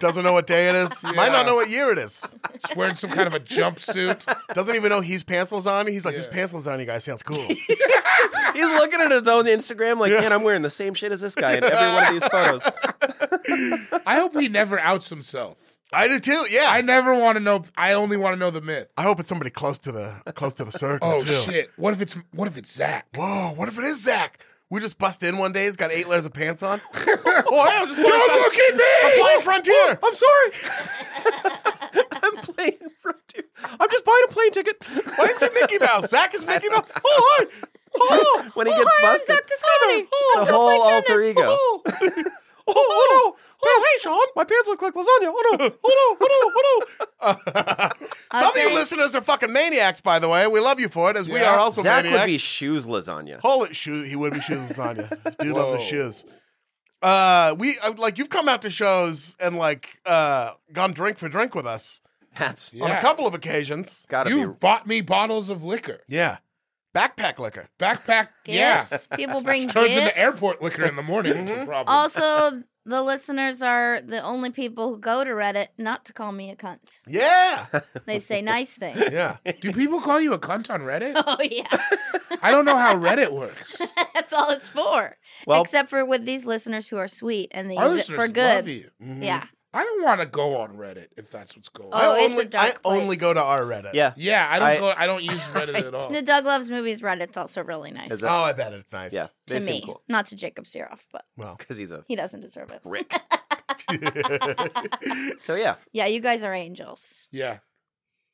Speaker 2: Doesn't know what day it
Speaker 3: <laughs>
Speaker 2: is. Might
Speaker 3: Yeah.
Speaker 2: not know what year it is.
Speaker 3: Just wearing some kind of a jumpsuit.
Speaker 2: Doesn't even know he's pantsless on. He's like,
Speaker 3: Yeah.
Speaker 2: his pantsless on you guys sounds cool.
Speaker 1: He's looking at his own Instagram like, man, I'm wearing the same shit as this guy in every one of these photos.
Speaker 3: I hope he never outs himself.
Speaker 2: I do too. Yeah.
Speaker 3: I
Speaker 2: I,
Speaker 3: never want to know I only want to know the myth.
Speaker 2: hope it's somebody close to the close to the circle.
Speaker 3: Oh
Speaker 2: too.
Speaker 3: shit. What if it's what if it's Zach?
Speaker 2: Whoa, what if it is Zach? We just bust in one day, he's got eight layers of pants
Speaker 3: <laughs>
Speaker 2: on. oh, I just went
Speaker 3: <laughs> Don't
Speaker 2: inside-
Speaker 3: look at me!
Speaker 2: I'm playing Frontier.
Speaker 1: I'm sorry. <laughs> I'm playing Frontier. I'm just buying a plane ticket. <laughs>
Speaker 2: Why is it Mickey Mouse? Zach is Mickey Mouse. Oh, hi. Oh,
Speaker 1: when he gets busted,
Speaker 5: Scotty.
Speaker 1: the whole alter ego. <laughs>
Speaker 2: oh. Oh, oh, no. Oh, hey, Sean.
Speaker 1: My pants look like lasagna. Oh <laughs> no!
Speaker 2: Oh, no. Oh, no. Oh, no. Some of you
Speaker 5: think-
Speaker 2: listeners are fucking maniacs, by the way. We love you for it, as we
Speaker 3: Yeah.
Speaker 2: are also
Speaker 1: Zach
Speaker 2: maniacs.
Speaker 1: would be shoes lasagna.
Speaker 2: Holy shoe, he would be shoes lasagna. Dude loves his
Speaker 3: Whoa.
Speaker 2: shoes. Uh, we I- like you've come out to shows and like uh gone drink for drink with us
Speaker 1: That's
Speaker 3: Yeah.
Speaker 2: on a couple of occasions.
Speaker 1: gotta
Speaker 3: You
Speaker 1: be.
Speaker 3: bought me bottles of liquor.
Speaker 2: Yeah, backpack liquor.
Speaker 5: <laughs>
Speaker 3: Backpack yeah.
Speaker 5: Gifts.
Speaker 3: <laughs>
Speaker 5: People bring
Speaker 3: Turns
Speaker 5: gifts. Mm-hmm.
Speaker 3: into airport liquor in the morning. It's a problem.
Speaker 5: Also, the listeners are the only people who go to Reddit not to call me a cunt.
Speaker 2: Yeah,
Speaker 5: They say nice things.
Speaker 2: yeah.
Speaker 3: Do people call you a cunt on Reddit?
Speaker 5: <laughs> Oh yeah, <laughs>
Speaker 3: I don't know how Reddit works.
Speaker 5: that's all it's for.
Speaker 1: Well,
Speaker 5: Except for with these listeners who are sweet and they
Speaker 3: Our
Speaker 5: use it
Speaker 3: listeners
Speaker 5: for good.
Speaker 3: love you. Mm-hmm.
Speaker 5: Yeah,
Speaker 3: I don't want to go on Reddit if that's what's going on.
Speaker 5: Oh,
Speaker 2: I
Speaker 5: it's a
Speaker 2: only I
Speaker 5: dark place.
Speaker 2: only go to our Reddit.
Speaker 1: yeah.
Speaker 3: Yeah, I don't
Speaker 1: I-
Speaker 3: go. I don't use
Speaker 5: <laughs>
Speaker 3: Reddit at all.
Speaker 5: the Doug loves movies Reddit's also really nice
Speaker 1: Is that-
Speaker 2: Oh, I bet it's nice.
Speaker 1: Yeah. They
Speaker 5: to
Speaker 1: seem
Speaker 5: me,
Speaker 1: cool.
Speaker 5: not to Jacob Siroff, but
Speaker 2: Well. <laughs>
Speaker 1: Because he's a
Speaker 5: he doesn't deserve it.
Speaker 1: brick.
Speaker 2: yeah.
Speaker 1: So yeah.
Speaker 5: Yeah, you guys are angels.
Speaker 3: Yeah.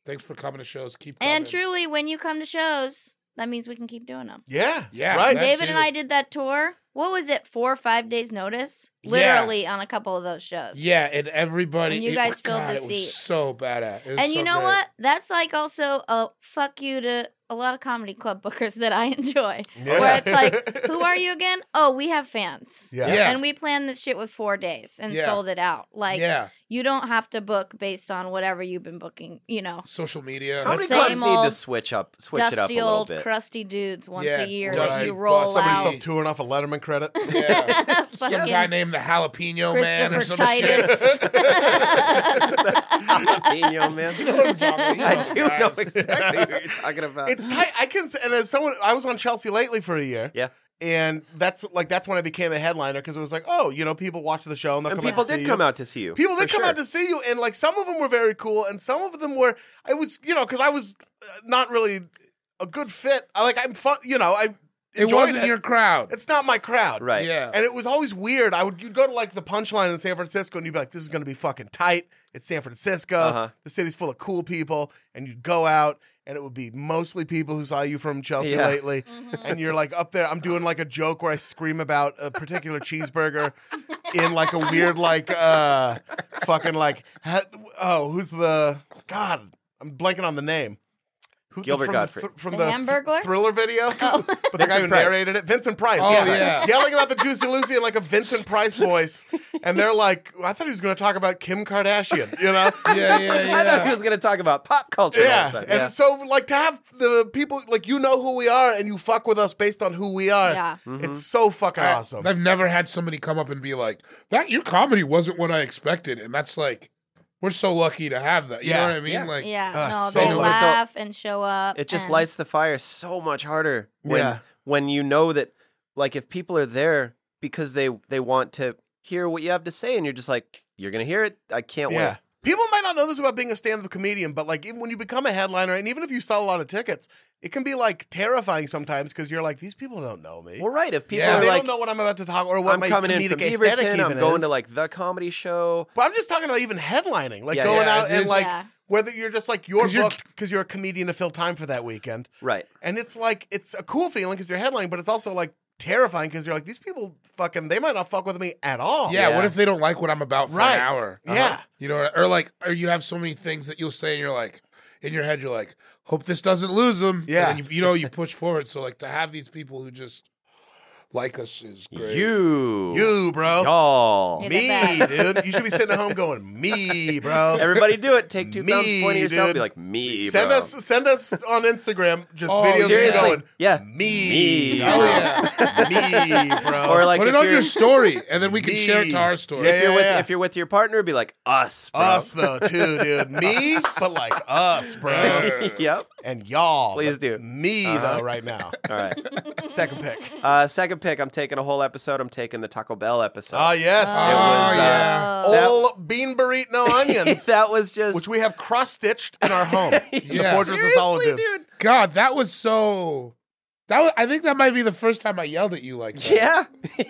Speaker 3: Thanks for coming to shows. Keep coming.
Speaker 5: And truly, when you come to shows, that means we can keep doing them.
Speaker 3: Yeah,
Speaker 2: Right.
Speaker 3: that- That's
Speaker 5: David and
Speaker 3: it.
Speaker 5: I did that tour. What was it? Four or five days notice?
Speaker 3: Yeah.
Speaker 5: Literally on a couple of those shows.
Speaker 3: Yeah, and everybody.
Speaker 5: And you
Speaker 3: it-
Speaker 5: guys filled
Speaker 3: God,
Speaker 5: the
Speaker 3: it was
Speaker 5: seats.
Speaker 3: so badass. It was
Speaker 5: and you
Speaker 3: so
Speaker 5: know
Speaker 3: great.
Speaker 5: what? That's like also a fuck you to a lot of comedy club <laughs> bookers that I enjoy.
Speaker 2: Yeah.
Speaker 5: Where it's like, who
Speaker 3: <laughs>
Speaker 5: are you again? Oh, we have fans.
Speaker 2: Yeah.
Speaker 3: Yeah.
Speaker 5: And we planned this shit with four days and
Speaker 3: Yeah.
Speaker 5: sold it out. Like,
Speaker 3: yeah,
Speaker 5: you don't have to book based on whatever you've been booking, you know.
Speaker 3: social media.
Speaker 1: How many
Speaker 5: Same
Speaker 1: clubs need to
Speaker 5: old
Speaker 1: switch up, switch it up a
Speaker 5: Dusty
Speaker 1: little
Speaker 2: <laughs>
Speaker 5: old,
Speaker 1: bit?
Speaker 5: crusty dudes once
Speaker 3: Yeah,
Speaker 5: a year
Speaker 3: dusty
Speaker 5: you roll
Speaker 3: bus-
Speaker 2: Somebody's
Speaker 5: out. <laughs>
Speaker 2: still touring off a Letterman credit.
Speaker 3: <laughs> Yeah. Some
Speaker 5: Fucking
Speaker 3: guy named the Jalapeno Man or
Speaker 5: Christopher
Speaker 3: some
Speaker 5: Titus.
Speaker 3: <laughs>
Speaker 5: <laughs>
Speaker 3: shit.
Speaker 1: Jalapeno, man.
Speaker 3: You know what I'm talking
Speaker 1: <laughs>
Speaker 3: about.
Speaker 1: I do know
Speaker 3: Guys.
Speaker 1: exactly what you're talking about.
Speaker 2: It's tight. I can, and as someone, I was on Chelsea lately for a year.
Speaker 1: Yeah.
Speaker 2: and that's like that's when I became a headliner because it was like, oh, you know, people watch the show and they'll
Speaker 1: and
Speaker 2: come
Speaker 1: people
Speaker 2: out to
Speaker 1: did
Speaker 2: see
Speaker 1: come
Speaker 2: you.
Speaker 1: out to see you.
Speaker 2: People did
Speaker 1: for
Speaker 2: come
Speaker 1: sure.
Speaker 2: out to see you, and like some of them were very cool, and some of them were. I was, you know, because I was uh, not really a good fit. I like I'm fun, you know. I
Speaker 3: It
Speaker 2: enjoyed
Speaker 3: wasn't your crowd.
Speaker 2: It's not my crowd,
Speaker 1: Right.
Speaker 3: Yeah.
Speaker 2: And it was always weird. I would you'd go to like the punchline in San Francisco and you'd be like, This is gonna be fucking tight. It's San Francisco.
Speaker 1: Uh-huh.
Speaker 2: The city's full of cool people. And you'd go out and it would be mostly people who saw you from Chelsea
Speaker 1: Yeah.
Speaker 2: lately.
Speaker 5: Mm-hmm.
Speaker 2: And you're like up there, I'm doing like a joke where I scream about a particular cheeseburger in like a weird like uh fucking like ha- oh, who's the God, I'm blanking on the name. Who,
Speaker 1: Gilbert
Speaker 2: from
Speaker 1: Gottfried.
Speaker 2: The thr- from
Speaker 5: The
Speaker 2: the,
Speaker 5: Hamburglar? Oh.
Speaker 2: thriller video, <laughs> but the guy who
Speaker 1: Vincent Price.
Speaker 2: narrated it, Vincent Price.
Speaker 3: Oh,
Speaker 2: yeah
Speaker 3: yeah.
Speaker 2: yelling about the Juicy Lucy in like a Vincent Price voice, and they're like, "I thought he was going to talk about Kim Kardashian,"
Speaker 1: <laughs>
Speaker 2: you know? <laughs>
Speaker 3: yeah, yeah, yeah.
Speaker 1: I thought he was going to talk about pop culture. all
Speaker 2: Yeah,
Speaker 1: the time.
Speaker 2: and so like to have the people like you know who we are and you fuck with us based on who we are.
Speaker 5: Yeah.
Speaker 1: Mm-hmm.
Speaker 2: It's so fucking
Speaker 3: I-
Speaker 2: awesome.
Speaker 3: I've never had somebody come up and be like, "That your comedy wasn't what I expected," and that's like, we're so lucky to have that. You
Speaker 2: Yeah.
Speaker 3: know what I mean?
Speaker 1: Yeah.
Speaker 3: Like, ah,
Speaker 5: Yeah,
Speaker 2: Uh,
Speaker 5: no,
Speaker 2: so
Speaker 5: they
Speaker 2: much.
Speaker 5: laugh and show up.
Speaker 1: It just
Speaker 5: and-
Speaker 1: lights the fire so much harder when
Speaker 2: Yeah.
Speaker 1: when you know that like if people are there because they they want to hear what you have to say and you're just like you're going to hear it. I can't
Speaker 2: Yeah.
Speaker 1: wait.
Speaker 2: People might not know this about being a stand-up comedian, but like even when you become a headliner, and even if you sell a lot of tickets, it can be like terrifying sometimes because you're like, these people don't know me.
Speaker 1: Well, right, if people
Speaker 3: Yeah.
Speaker 1: are
Speaker 2: they
Speaker 1: like
Speaker 2: don't know what I'm about to talk or what
Speaker 1: I'm
Speaker 2: my
Speaker 1: coming in
Speaker 2: comedic
Speaker 1: from
Speaker 2: aesthetic
Speaker 1: Beaverton, I'm
Speaker 2: even
Speaker 1: going
Speaker 2: is.
Speaker 1: to like the comedy show.
Speaker 2: But I'm just talking about even headlining, like
Speaker 1: Yeah,
Speaker 2: going
Speaker 3: yeah,
Speaker 2: out and
Speaker 3: it's-
Speaker 2: like
Speaker 5: Yeah.
Speaker 2: whether you're just like you're
Speaker 3: 'Cause you're-
Speaker 2: booked because you're a comedian to fill time for that weekend,
Speaker 1: Right.
Speaker 2: and it's like it's a cool feeling because you're headlining, but it's also like terrifying because you're like, these people fucking, they might not fuck with me at all.
Speaker 3: yeah,
Speaker 1: yeah.
Speaker 3: What if they don't like what I'm about for
Speaker 2: Right.
Speaker 3: an hour?
Speaker 2: Yeah.
Speaker 3: You know, or like, or you have so many things that you'll say, and you're like, in your head, you're like, hope this doesn't lose them.
Speaker 2: Yeah.
Speaker 3: And then you, you know, you push forward. So like to have these people who just like us is great.
Speaker 1: You,
Speaker 2: You, bro.
Speaker 1: Uh-huh. y'all.
Speaker 5: Yeah,
Speaker 2: Me,
Speaker 5: You're the
Speaker 2: dude. You should be sitting at home going,
Speaker 1: <laughs>
Speaker 2: me, bro.
Speaker 1: Everybody do it. Take two
Speaker 2: <laughs> Me,
Speaker 1: thumbs, point at yourself,
Speaker 2: dude.
Speaker 1: be like me.
Speaker 2: Send
Speaker 1: bro.
Speaker 2: us, send us on Instagram just
Speaker 3: Oh,
Speaker 2: videos
Speaker 1: seriously.
Speaker 2: of you going,
Speaker 1: yeah.
Speaker 2: me,
Speaker 1: Me,
Speaker 2: bro.
Speaker 3: Oh, yeah.
Speaker 2: me, bro.
Speaker 1: <laughs> Or like
Speaker 3: Put
Speaker 1: if
Speaker 3: it on
Speaker 1: you're,
Speaker 3: your story, and then we can share
Speaker 2: <laughs>
Speaker 3: it to our story.
Speaker 2: Yeah,
Speaker 1: if you're
Speaker 2: yeah,
Speaker 1: with
Speaker 2: yeah.
Speaker 1: if you're with your partner, be like us, bro. <laughs>
Speaker 2: us though too, dude. Me, but like us, bro.
Speaker 1: <laughs> yep.
Speaker 2: And y'all,
Speaker 1: Please do.
Speaker 2: but Me
Speaker 1: Uh-huh.
Speaker 2: though, right now.
Speaker 1: All right. <laughs>
Speaker 2: Second pick.
Speaker 1: Uh, second pick. I'm taking a whole episode. I'm taking the Taco Bell episode.
Speaker 2: Ah, yes.
Speaker 5: Oh,
Speaker 1: was, uh,
Speaker 3: yeah.
Speaker 1: that-
Speaker 2: All bean burrito no
Speaker 1: <laughs>
Speaker 2: onions,
Speaker 1: that was just <laughs>
Speaker 2: Oh, which we have cross stitched in our home. The
Speaker 3: Yeah.
Speaker 2: Fortress of Solitude.
Speaker 3: God, that was so. That was, I think that might be the first time I yelled at you like that.
Speaker 1: Yeah.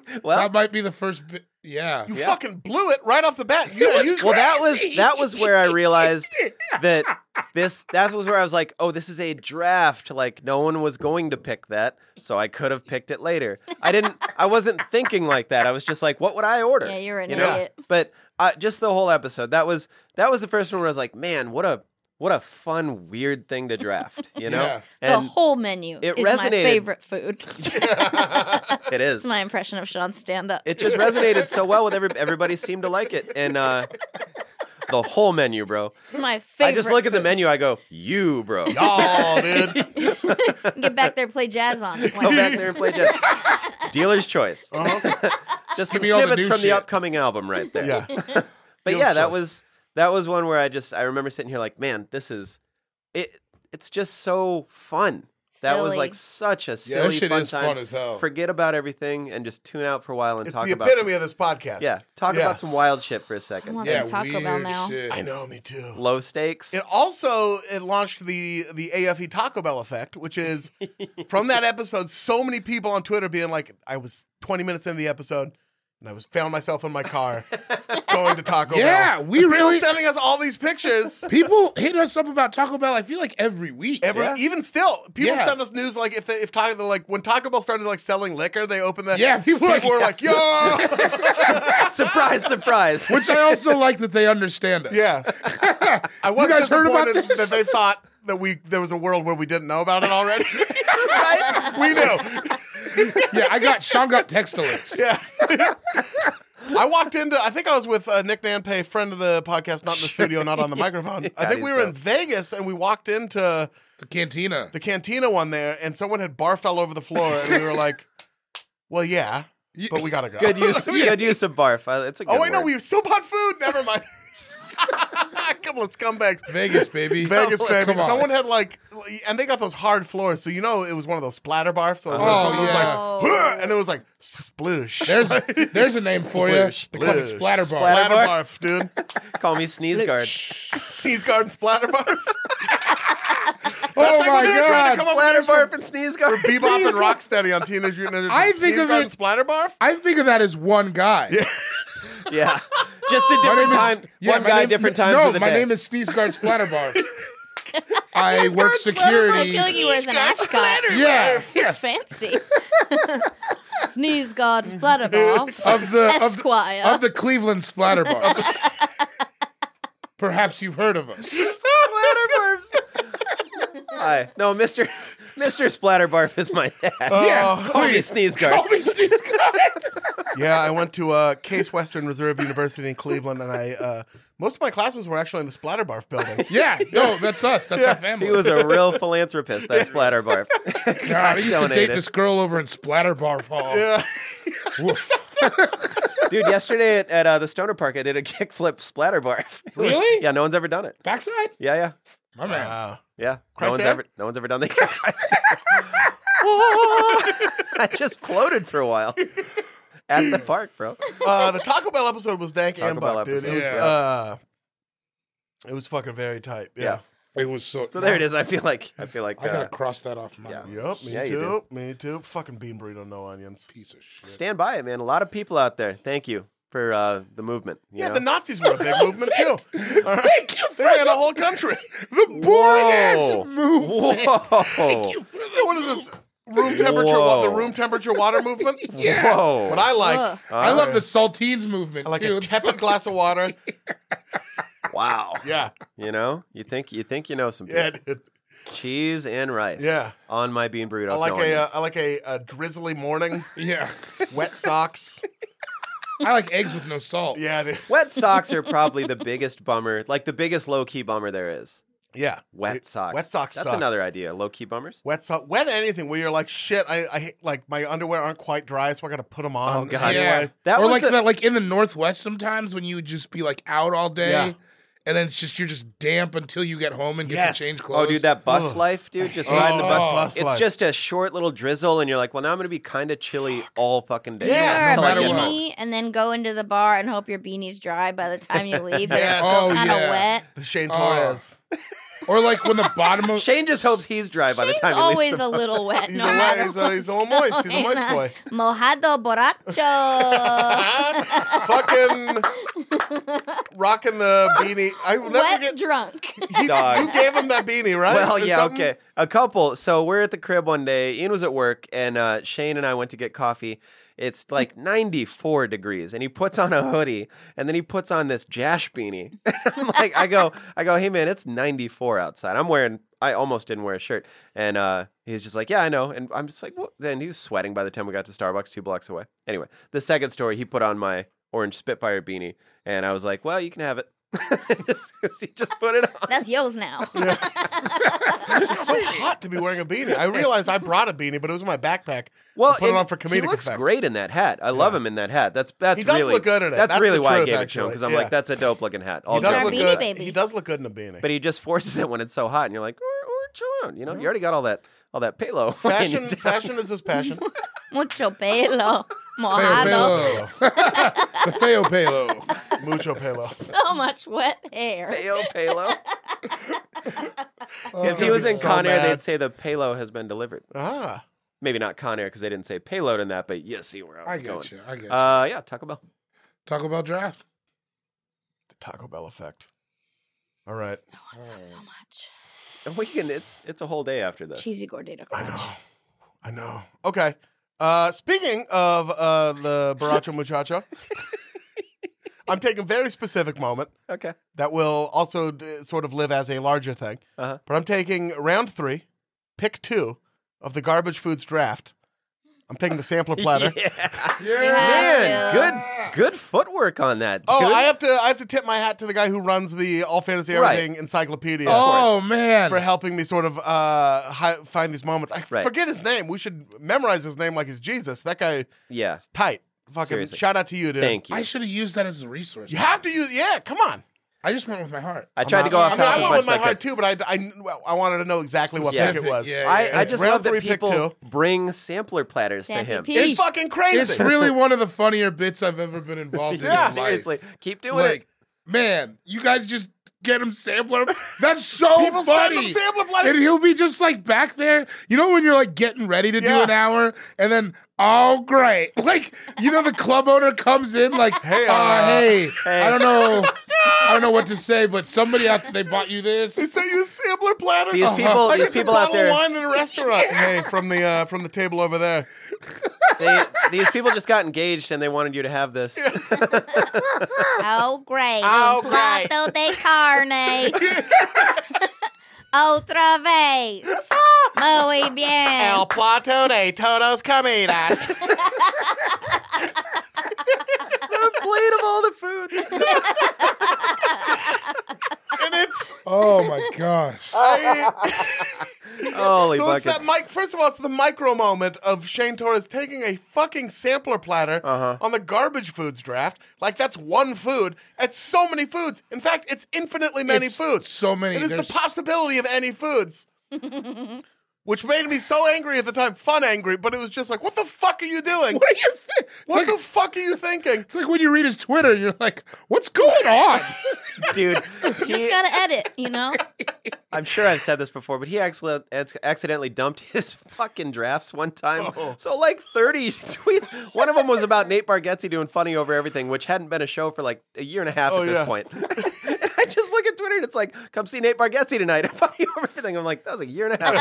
Speaker 1: <laughs> well,
Speaker 3: That might be the first. Bi- yeah.
Speaker 2: You
Speaker 1: Yeah.
Speaker 2: fucking blew it right off the bat. You, you-
Speaker 1: well, that was <laughs> that was where I realized that this that was where I was like, oh, this is a draft. Like no one was going to pick that, so I could have picked it later. I didn't. I wasn't thinking like that. I was just like, what would I order?
Speaker 5: Yeah, you're an
Speaker 1: You know?
Speaker 5: idiot.
Speaker 1: but uh, just the whole episode that was that was the first one where I was like, man, what a what a fun weird thing to draft, you know?
Speaker 3: Yeah.
Speaker 1: And
Speaker 5: the whole menu
Speaker 1: it
Speaker 5: is
Speaker 1: resonated.
Speaker 5: my
Speaker 6: <laughs>
Speaker 5: favorite food.
Speaker 1: it is.
Speaker 5: That's my impression of Sean stand up.
Speaker 1: It just resonated so well with every everybody seemed to like it and uh the whole menu, bro.
Speaker 5: It's my favorite.
Speaker 1: I just look at the
Speaker 5: food.
Speaker 1: menu, I go, you, bro. Go
Speaker 2: y'all, oh,
Speaker 5: <laughs>
Speaker 2: dude.
Speaker 5: Get back there, play jazz on. it.
Speaker 6: <laughs>
Speaker 1: back
Speaker 5: <laughs>
Speaker 1: there and play jazz. Dealer's choice. <laughs> just some
Speaker 3: me all the
Speaker 1: snippets
Speaker 3: new
Speaker 1: from
Speaker 3: shit.
Speaker 1: the upcoming album right there.
Speaker 2: Yeah.
Speaker 1: But yeah, that was that was one where I just I remember sitting here like, man, this is it it's just so fun. That was
Speaker 5: Silly.
Speaker 1: like such a silly
Speaker 3: Yeah, that shit
Speaker 1: fun
Speaker 3: is
Speaker 1: time.
Speaker 3: fun as hell.
Speaker 1: Forget about everything and just tune out for a while and
Speaker 2: It's
Speaker 1: talk
Speaker 2: the
Speaker 1: about
Speaker 2: epitome
Speaker 1: some,
Speaker 2: of this podcast.
Speaker 1: yeah, talk
Speaker 2: Yeah.
Speaker 1: about some wild shit for a
Speaker 5: I
Speaker 1: second.
Speaker 5: want
Speaker 3: yeah,
Speaker 5: some Taco
Speaker 3: weird
Speaker 5: Bell now.
Speaker 3: shit.
Speaker 2: I know, me too.
Speaker 1: Low stakes. <laughs>
Speaker 2: It also it launched the the AFE Taco Bell effect, which is from that episode. So many people on Twitter being like, "I was 20 minutes into the episode, and I was found myself in
Speaker 1: <laughs>
Speaker 2: my car going to Taco
Speaker 3: Yeah,
Speaker 2: Bell."
Speaker 3: we
Speaker 2: And people
Speaker 3: really-
Speaker 2: sending us all these pictures.
Speaker 3: People hit us up about Taco Bell. I feel like every week.
Speaker 2: Every, Even still, people
Speaker 3: Yeah.
Speaker 2: send us news like if they, if Taco they're like when Taco Bell started like selling liquor, they opened that.
Speaker 3: Yeah, people
Speaker 2: people
Speaker 3: were
Speaker 2: were like, "Yo,
Speaker 3: <laughs>
Speaker 1: surprise, surprise.
Speaker 3: Which I also like that they understand us. <laughs>
Speaker 2: yeah." I was
Speaker 3: guys heard about
Speaker 2: disappointed
Speaker 3: this?
Speaker 2: that they thought that we there was a world where we didn't know about it already. <laughs> We knew.
Speaker 3: yeah. I got Sean got text alerts.
Speaker 2: Yeah. <laughs> I walked into, I think I was with uh, Nick Nanpay, friend of the podcast, not in the studio, not
Speaker 3: <laughs>
Speaker 2: on the microphone. I
Speaker 1: God,
Speaker 2: think
Speaker 1: he's
Speaker 2: we were
Speaker 1: the-
Speaker 2: in Vegas and we walked into
Speaker 3: The cantina.
Speaker 2: the Cantina one there and someone had barfed all over the floor and we were like, well, yeah, but we got to go.
Speaker 1: <laughs> Good use, good use of barf. Uh, It's a good
Speaker 2: oh, wait, no,
Speaker 1: word.
Speaker 2: we still bought food. Never mind. <laughs> a couple of scumbags.
Speaker 3: Vegas, baby. Oh,
Speaker 2: Vegas, baby.
Speaker 3: Come on.
Speaker 2: Someone had like, and they got those hard floors, so you know it was one of those splatter barfs. So it was
Speaker 3: Uh-huh.
Speaker 2: someone was
Speaker 5: Oh,
Speaker 2: like,
Speaker 5: yeah.
Speaker 2: "Huh," and it was like sploosh. <laughs>
Speaker 3: There's <laughs> there's a name for you.
Speaker 2: Splish,
Speaker 3: They call it
Speaker 2: splish,
Speaker 3: splatter bar.
Speaker 1: splatter-
Speaker 2: splatter barf, dude.
Speaker 1: call me sneeze guard.
Speaker 2: Sneeze guard and splatter
Speaker 3: <laughs>
Speaker 2: barf.
Speaker 3: Oh
Speaker 2: like when
Speaker 3: my
Speaker 2: they were trying to
Speaker 3: god!
Speaker 2: come up-
Speaker 1: Splatter barf and sneeze guard.
Speaker 2: Bebop and Rocksteady on Teenage Mutant Ninja
Speaker 3: I
Speaker 2: Turtles.
Speaker 3: think
Speaker 2: Sneeze
Speaker 3: of
Speaker 2: guard
Speaker 3: it-
Speaker 2: and splatter barf.
Speaker 3: I think of that as one guy.
Speaker 1: Yeah, just a
Speaker 3: My
Speaker 1: different
Speaker 3: name
Speaker 1: time.
Speaker 3: is yeah,
Speaker 1: one
Speaker 3: my
Speaker 1: guy,
Speaker 3: name-
Speaker 1: different times
Speaker 3: No,
Speaker 1: of the
Speaker 3: my
Speaker 1: day. <laughs>
Speaker 3: name is Sneezeguard
Speaker 2: <laughs>
Speaker 3: Splatterbar. I work
Speaker 5: I
Speaker 3: security.
Speaker 5: feel like he wears an ascot.
Speaker 3: yeah, yeah.
Speaker 6: <laughs>
Speaker 5: It's fancy. Sneeze God Splatterboff.
Speaker 3: Of the of the,
Speaker 5: Esquire.
Speaker 3: of the Cleveland Splatterbars. Perhaps you've heard of us.
Speaker 1: splatter barfs. Hi, no,
Speaker 3: <laughs>
Speaker 1: Mister Mister Splatter barf is my dad.
Speaker 2: Oh.
Speaker 3: yeah,
Speaker 1: call me
Speaker 3: please.
Speaker 1: sneeze guard.
Speaker 3: Uh, Call me Sneezeguard.
Speaker 2: Yeah, I went to uh, Case Western Reserve University in Cleveland, and I uh, most of my classes were actually in the splatter barf building.
Speaker 3: <laughs> yeah, no, that's us. That's our family.
Speaker 1: He was a real philanthropist. That splatter
Speaker 3: <laughs>
Speaker 1: barf.
Speaker 3: God, I used to date
Speaker 1: donated.
Speaker 3: this girl over in Splatterbar Hall.
Speaker 2: Yeah.
Speaker 3: Woof.
Speaker 1: Dude, yesterday at, at uh, the Stoner Park, I did a <laughs> kickflip splatter barf. It was-
Speaker 3: Really?
Speaker 1: Yeah, no one's ever done it.
Speaker 3: Backside,
Speaker 1: Yeah, yeah,
Speaker 3: my man.
Speaker 2: Wow.
Speaker 1: yeah.
Speaker 2: Christ
Speaker 1: no one's
Speaker 2: Air?
Speaker 1: ever, no one's ever
Speaker 3: <laughs>
Speaker 1: done the. <laughs> I just floated for a while at the park, bro.
Speaker 2: uh, the Taco Bell episode was dank
Speaker 1: Taco
Speaker 2: and
Speaker 1: Bell
Speaker 2: buck, dude. It
Speaker 1: episode,
Speaker 2: was,
Speaker 3: yeah.
Speaker 2: uh, it was fucking very tight. Yeah.
Speaker 3: it was so.
Speaker 1: So there it is. I feel like I feel like
Speaker 3: I gotta
Speaker 1: uh,
Speaker 3: cross that off my
Speaker 1: yeah.
Speaker 2: Yup, me
Speaker 1: Yeah, you
Speaker 2: too. Me too. Fucking bean burrito, no onions.
Speaker 3: piece of shit.
Speaker 1: stand by it, man. A lot of people out there. Thank you for uh, the movement. you
Speaker 2: Yeah,
Speaker 1: know?
Speaker 2: the Nazis were a big
Speaker 1: <laughs>
Speaker 2: movement too. All right. They ran a whole country.
Speaker 3: The boring ass
Speaker 1: Whoa.
Speaker 3: move.
Speaker 1: Whoa.
Speaker 3: Thank you for the
Speaker 2: What is this? room temperature, wa- the
Speaker 1: Whoa.
Speaker 2: room temperature water
Speaker 1: <laughs>
Speaker 2: movement.
Speaker 3: Yeah.
Speaker 1: Whoa.
Speaker 2: What I like,
Speaker 5: Ugh.
Speaker 3: I
Speaker 1: Uh,
Speaker 3: love the saltines movement
Speaker 2: I like
Speaker 3: too.
Speaker 2: a tepid glass of
Speaker 1: <laughs>
Speaker 2: water.
Speaker 1: wow.
Speaker 2: Yeah,
Speaker 1: You know, you think you think you know some people.
Speaker 2: yeah, dude.
Speaker 1: cheese and rice.
Speaker 2: yeah.
Speaker 1: On my bean burrito.
Speaker 2: I
Speaker 1: with
Speaker 2: like
Speaker 1: no
Speaker 2: a, uh,
Speaker 1: onions.
Speaker 2: I like a, a drizzly morning,
Speaker 3: <laughs>
Speaker 1: <laughs>
Speaker 3: yeah.
Speaker 2: wet socks.
Speaker 3: I like eggs with no salt.
Speaker 2: Yeah, dude.
Speaker 1: Wet socks
Speaker 2: <laughs>
Speaker 1: are probably the biggest bummer, like the biggest low key bummer there is.
Speaker 2: yeah.
Speaker 1: Wet
Speaker 2: It-
Speaker 1: socks.
Speaker 2: Wet socks.
Speaker 1: That's
Speaker 2: suck.
Speaker 1: another idea. Low key bummers.
Speaker 2: Wet sock. Wet anything where you're like, shit. I, I hate- like my underwear aren't quite dry, so I got to put them on.
Speaker 1: Oh, God.
Speaker 3: Yeah.
Speaker 2: anyway.
Speaker 1: That
Speaker 3: or
Speaker 1: was
Speaker 3: like
Speaker 1: the-
Speaker 3: that, like in the Northwest sometimes when you would just be like out all day,
Speaker 2: Yeah.
Speaker 3: and then it's just you're just damp until you get home and get
Speaker 2: Yes.
Speaker 3: to change
Speaker 1: Oh,
Speaker 3: clothes.
Speaker 1: dude, that bus
Speaker 2: Ugh.
Speaker 1: life, dude. Just
Speaker 2: Oh,
Speaker 1: riding the bus.
Speaker 3: oh,
Speaker 2: bus
Speaker 1: it's
Speaker 2: life.
Speaker 1: just a short little drizzle, and you're like, well, now I'm going to be kind of chilly all fucking day.
Speaker 2: Yeah,
Speaker 6: wear a
Speaker 1: Until I
Speaker 3: no matter
Speaker 1: get
Speaker 3: what.
Speaker 1: home.
Speaker 6: beanie and then go into the bar and hope your beanie's dry by the time you leave. But
Speaker 2: Yes.
Speaker 6: it's still
Speaker 3: Oh,
Speaker 6: kind of
Speaker 3: yeah.
Speaker 6: wet.
Speaker 2: The Shane
Speaker 3: Oh.
Speaker 2: Torres.
Speaker 3: Or like when the bottom
Speaker 1: <laughs>
Speaker 3: of
Speaker 1: Shane just hopes he's dry by the
Speaker 6: Shane's
Speaker 1: time he leaves.
Speaker 6: always
Speaker 1: the-
Speaker 6: a little wet.
Speaker 2: He's,
Speaker 6: no
Speaker 2: a,
Speaker 6: matter
Speaker 2: he's, a, he's a little
Speaker 6: what's
Speaker 2: moist. He's
Speaker 6: going
Speaker 2: a moist
Speaker 6: on.
Speaker 2: boy.
Speaker 6: <laughs> Mojado
Speaker 2: <laughs>
Speaker 6: borracho.
Speaker 2: Fucking rocking the beanie. I will never
Speaker 6: wet
Speaker 2: get.
Speaker 6: drunk. <laughs>
Speaker 1: <laughs>
Speaker 2: He,
Speaker 1: Dog.
Speaker 2: You gave him that beanie, right?
Speaker 1: Well,
Speaker 2: Or
Speaker 1: yeah,
Speaker 2: something?
Speaker 1: okay. A couple. So we're at the crib one day. Ian was at work, and uh, Shane and I went to get coffee. It's
Speaker 2: <laughs>
Speaker 1: like 94 degrees, and he puts on a hoodie, and then he puts on this Jash beanie. <laughs> I'm like, I go, I go, hey man, it's 94 outside. I'm wearing, I almost didn't wear a shirt, and uh, he's just like, yeah, I know. And I'm just like, what? Then he was sweating by the time we got to Starbucks, two blocks away. Anyway, the second story, he put on my orange Spitfire beanie, and I was like, well, you can have it. <laughs> he just put it on.
Speaker 6: That's yours
Speaker 2: <laughs>
Speaker 6: now.
Speaker 2: It's so hot to be wearing a beanie. I realized I brought a beanie, but it was in my backpack.
Speaker 1: Well,
Speaker 2: I put it
Speaker 1: and
Speaker 2: on for comedic
Speaker 1: He looks
Speaker 2: effect.
Speaker 1: great in that hat. I love him in that hat. That's that's
Speaker 2: He does
Speaker 1: really
Speaker 2: look good in it.
Speaker 1: That's,
Speaker 2: That's
Speaker 1: really
Speaker 2: the
Speaker 1: why
Speaker 2: truth,
Speaker 1: I gave it to him because I'm
Speaker 2: actually.
Speaker 1: like, that's a dope looking hat. All
Speaker 2: He does
Speaker 1: jokes
Speaker 2: look
Speaker 6: Beanie
Speaker 1: aside.
Speaker 2: good.
Speaker 6: Baby.
Speaker 2: He does look good in a beanie.
Speaker 1: but <laughs> he just forces it when it's so hot, and you're like, or, or chill out. You know, you already got all that all that payload. <laughs> weighing you
Speaker 2: fashion,
Speaker 1: down.
Speaker 2: fashion is his
Speaker 3: <laughs>
Speaker 2: passion.
Speaker 6: Mucho
Speaker 2: <laughs>
Speaker 6: pelo.
Speaker 3: Feo
Speaker 6: Mojado.
Speaker 3: Palo. the
Speaker 1: <laughs>
Speaker 3: Feo Palo.
Speaker 2: Mucho pelo.
Speaker 6: So much wet hair.
Speaker 1: Payo Palo.
Speaker 2: <laughs>
Speaker 1: if he
Speaker 2: gonna
Speaker 1: was
Speaker 2: Oh, be
Speaker 1: in
Speaker 2: so
Speaker 1: Con Air,
Speaker 2: mad.
Speaker 1: they'd say the Palo has been delivered.
Speaker 2: Ah,
Speaker 1: Maybe not Con Air because they didn't say payload in that, but you see where I'm
Speaker 3: I
Speaker 1: going.
Speaker 3: get you. I get you.
Speaker 1: Uh, yeah, Taco Bell.
Speaker 3: Taco Bell draft.
Speaker 2: the Taco Bell effect. All right.
Speaker 6: I want some so much.
Speaker 1: And we can. It's it's a whole day after this.
Speaker 6: Cheesy gordita
Speaker 2: I know.
Speaker 6: crunch.
Speaker 2: I know. Okay. Uh, speaking of uh, the
Speaker 1: <laughs>
Speaker 2: Baracho Muchacho, I'm taking a very specific moment
Speaker 1: Okay.
Speaker 2: that will also d- sort of live as a larger thing.
Speaker 1: Uh-huh.
Speaker 2: But I'm taking round three, pick two of the garbage foods draft. I'm taking the sampler platter.
Speaker 1: <laughs> Yeah.
Speaker 6: Yeah.
Speaker 1: Man, good good footwork on that. Dude.
Speaker 2: Oh, I have to I have to tip my hat to the guy who runs the All Fantasy
Speaker 1: Right.
Speaker 2: Everything Encyclopedia
Speaker 3: Oh man.
Speaker 2: for helping me sort of uh, hi- find these moments. I
Speaker 1: Right.
Speaker 2: forget his name. We should memorize his name like he's Jesus. That guy
Speaker 1: yeah.
Speaker 2: is tight. Fucking
Speaker 1: Seriously.
Speaker 2: shout out to you, dude.
Speaker 1: Thank you.
Speaker 3: I should have used that as a resource.
Speaker 2: You have to use yeah. Come on.
Speaker 3: I just went with my heart.
Speaker 1: I tried to go
Speaker 6: out.
Speaker 1: off
Speaker 2: I mean, I
Speaker 1: topic as much
Speaker 2: went with
Speaker 1: as
Speaker 2: my
Speaker 1: I
Speaker 2: heart
Speaker 1: could.
Speaker 2: too, but I, I, kn- I wanted to know exactly what pick it
Speaker 3: Specific,
Speaker 2: was.
Speaker 3: yeah.
Speaker 1: I, I just
Speaker 2: Round
Speaker 1: love that
Speaker 2: three, pick
Speaker 1: people
Speaker 2: two.
Speaker 1: bring sampler platters to
Speaker 6: Stampy
Speaker 1: him.
Speaker 6: Pete.
Speaker 2: It's fucking crazy. <laughs>
Speaker 3: It's really one of the funnier bits I've ever been involved in. in.
Speaker 2: Yeah.
Speaker 3: my life.
Speaker 1: Seriously, keep doing
Speaker 3: Like,
Speaker 1: it.
Speaker 3: man, you guys just get
Speaker 2: <laughs>
Speaker 3: him sampler. That's so
Speaker 2: People send
Speaker 3: funny.
Speaker 2: them sampler
Speaker 3: and
Speaker 2: platter.
Speaker 3: he'll be just like back there. You know when you're like getting ready to
Speaker 2: Yeah.
Speaker 3: do an hour, and then oh great, <laughs> like you know the club owner comes in like, hey,
Speaker 2: uh,
Speaker 3: hey, I
Speaker 2: <laughs>
Speaker 3: don't know, I don't know what to say, but somebody out there they bought you
Speaker 2: They
Speaker 3: this.
Speaker 2: sent you a sampler platter.
Speaker 1: These
Speaker 3: Uh-huh.
Speaker 1: people-
Speaker 2: like
Speaker 1: these
Speaker 2: it's
Speaker 1: people
Speaker 2: a
Speaker 1: out
Speaker 2: bottle of
Speaker 1: there-
Speaker 2: wine at a
Speaker 3: <laughs>
Speaker 2: restaurant. Hey, from the uh, from the table over there.
Speaker 1: They, these people just got engaged and they wanted you to have
Speaker 2: <laughs>
Speaker 1: this. <laughs>
Speaker 6: Oh, great.
Speaker 2: Oh,
Speaker 6: Un plato de
Speaker 2: <laughs>
Speaker 6: carne. Otra
Speaker 2: <laughs>
Speaker 6: vez. Muy bien.
Speaker 2: El plato de todos comidas.
Speaker 1: the plate of all the
Speaker 2: <laughs>
Speaker 1: food.
Speaker 2: <laughs> and it's
Speaker 3: <laughs> Oh
Speaker 2: <laughs>
Speaker 3: my gosh,
Speaker 2: I,
Speaker 1: Holy
Speaker 2: so it's
Speaker 1: buckets.
Speaker 2: that mic. First of all, it's the micro moment of Shane Torres taking a fucking sampler platter
Speaker 1: Uh-huh.
Speaker 2: on the garbage foods draft. Like that's one food. It's so many foods. In fact, it's infinitely many
Speaker 3: It's
Speaker 2: foods.
Speaker 3: so many.
Speaker 2: It is
Speaker 3: There's-
Speaker 2: the possibility of any foods. Which made me so angry at the time, fun angry, but it was just like, what the fuck are you doing?
Speaker 3: What do you think? It's,
Speaker 2: What
Speaker 3: like,
Speaker 2: the fuck are you thinking?
Speaker 3: it's like when you read his Twitter, and you're like,
Speaker 2: <laughs>
Speaker 3: what's going on?
Speaker 1: Dude, he,
Speaker 6: Just gotta edit, you
Speaker 2: <laughs>
Speaker 6: know?
Speaker 1: I'm sure I've said this before, but he accident- ac- accidentally dumped <laughs> his fucking drafts one time.
Speaker 2: Oh.
Speaker 1: So, like 30 <laughs> tweets. One of them was about Nate Bargatze doing funny over everything, which hadn't been a show for like a year and a half
Speaker 2: Oh, <laughs>
Speaker 1: at this
Speaker 2: yeah.
Speaker 1: point. And <laughs> I just look at Twitter Twitter and it's like, come see Nate Bargatze tonight <laughs> and buy you everything. I'm like, that was a year and a
Speaker 2: <laughs>
Speaker 1: half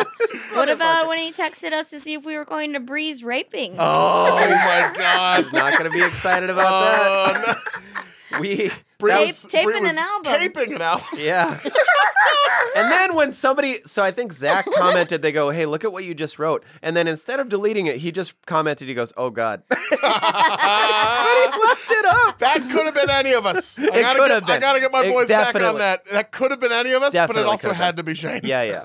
Speaker 1: ago.
Speaker 6: What about when he texted us to see if we were going to breeze raping?
Speaker 2: Oh my
Speaker 1: I
Speaker 2: god.
Speaker 1: was not going to be excited about
Speaker 2: Oh, no.
Speaker 1: that. We,
Speaker 2: Bree
Speaker 6: Tape-
Speaker 2: was-
Speaker 6: taping
Speaker 2: Bree was
Speaker 6: an album.
Speaker 2: Taping an album.
Speaker 1: yeah. and then when somebody, so I think Zach commented, they go, hey, look at what you just wrote. And then instead of deleting it, he just commented, he goes, oh God. <laughs> but he left it up.
Speaker 2: That could have been any
Speaker 1: <laughs>
Speaker 2: of us. I gotta,
Speaker 1: could
Speaker 2: get,
Speaker 1: have been.
Speaker 2: I gotta get my
Speaker 1: It
Speaker 2: voice back on
Speaker 1: definitely-
Speaker 2: that. That could have been any of us,
Speaker 1: Definitely
Speaker 2: but it also
Speaker 1: could have
Speaker 2: had to be Shane.
Speaker 1: Yeah, yeah.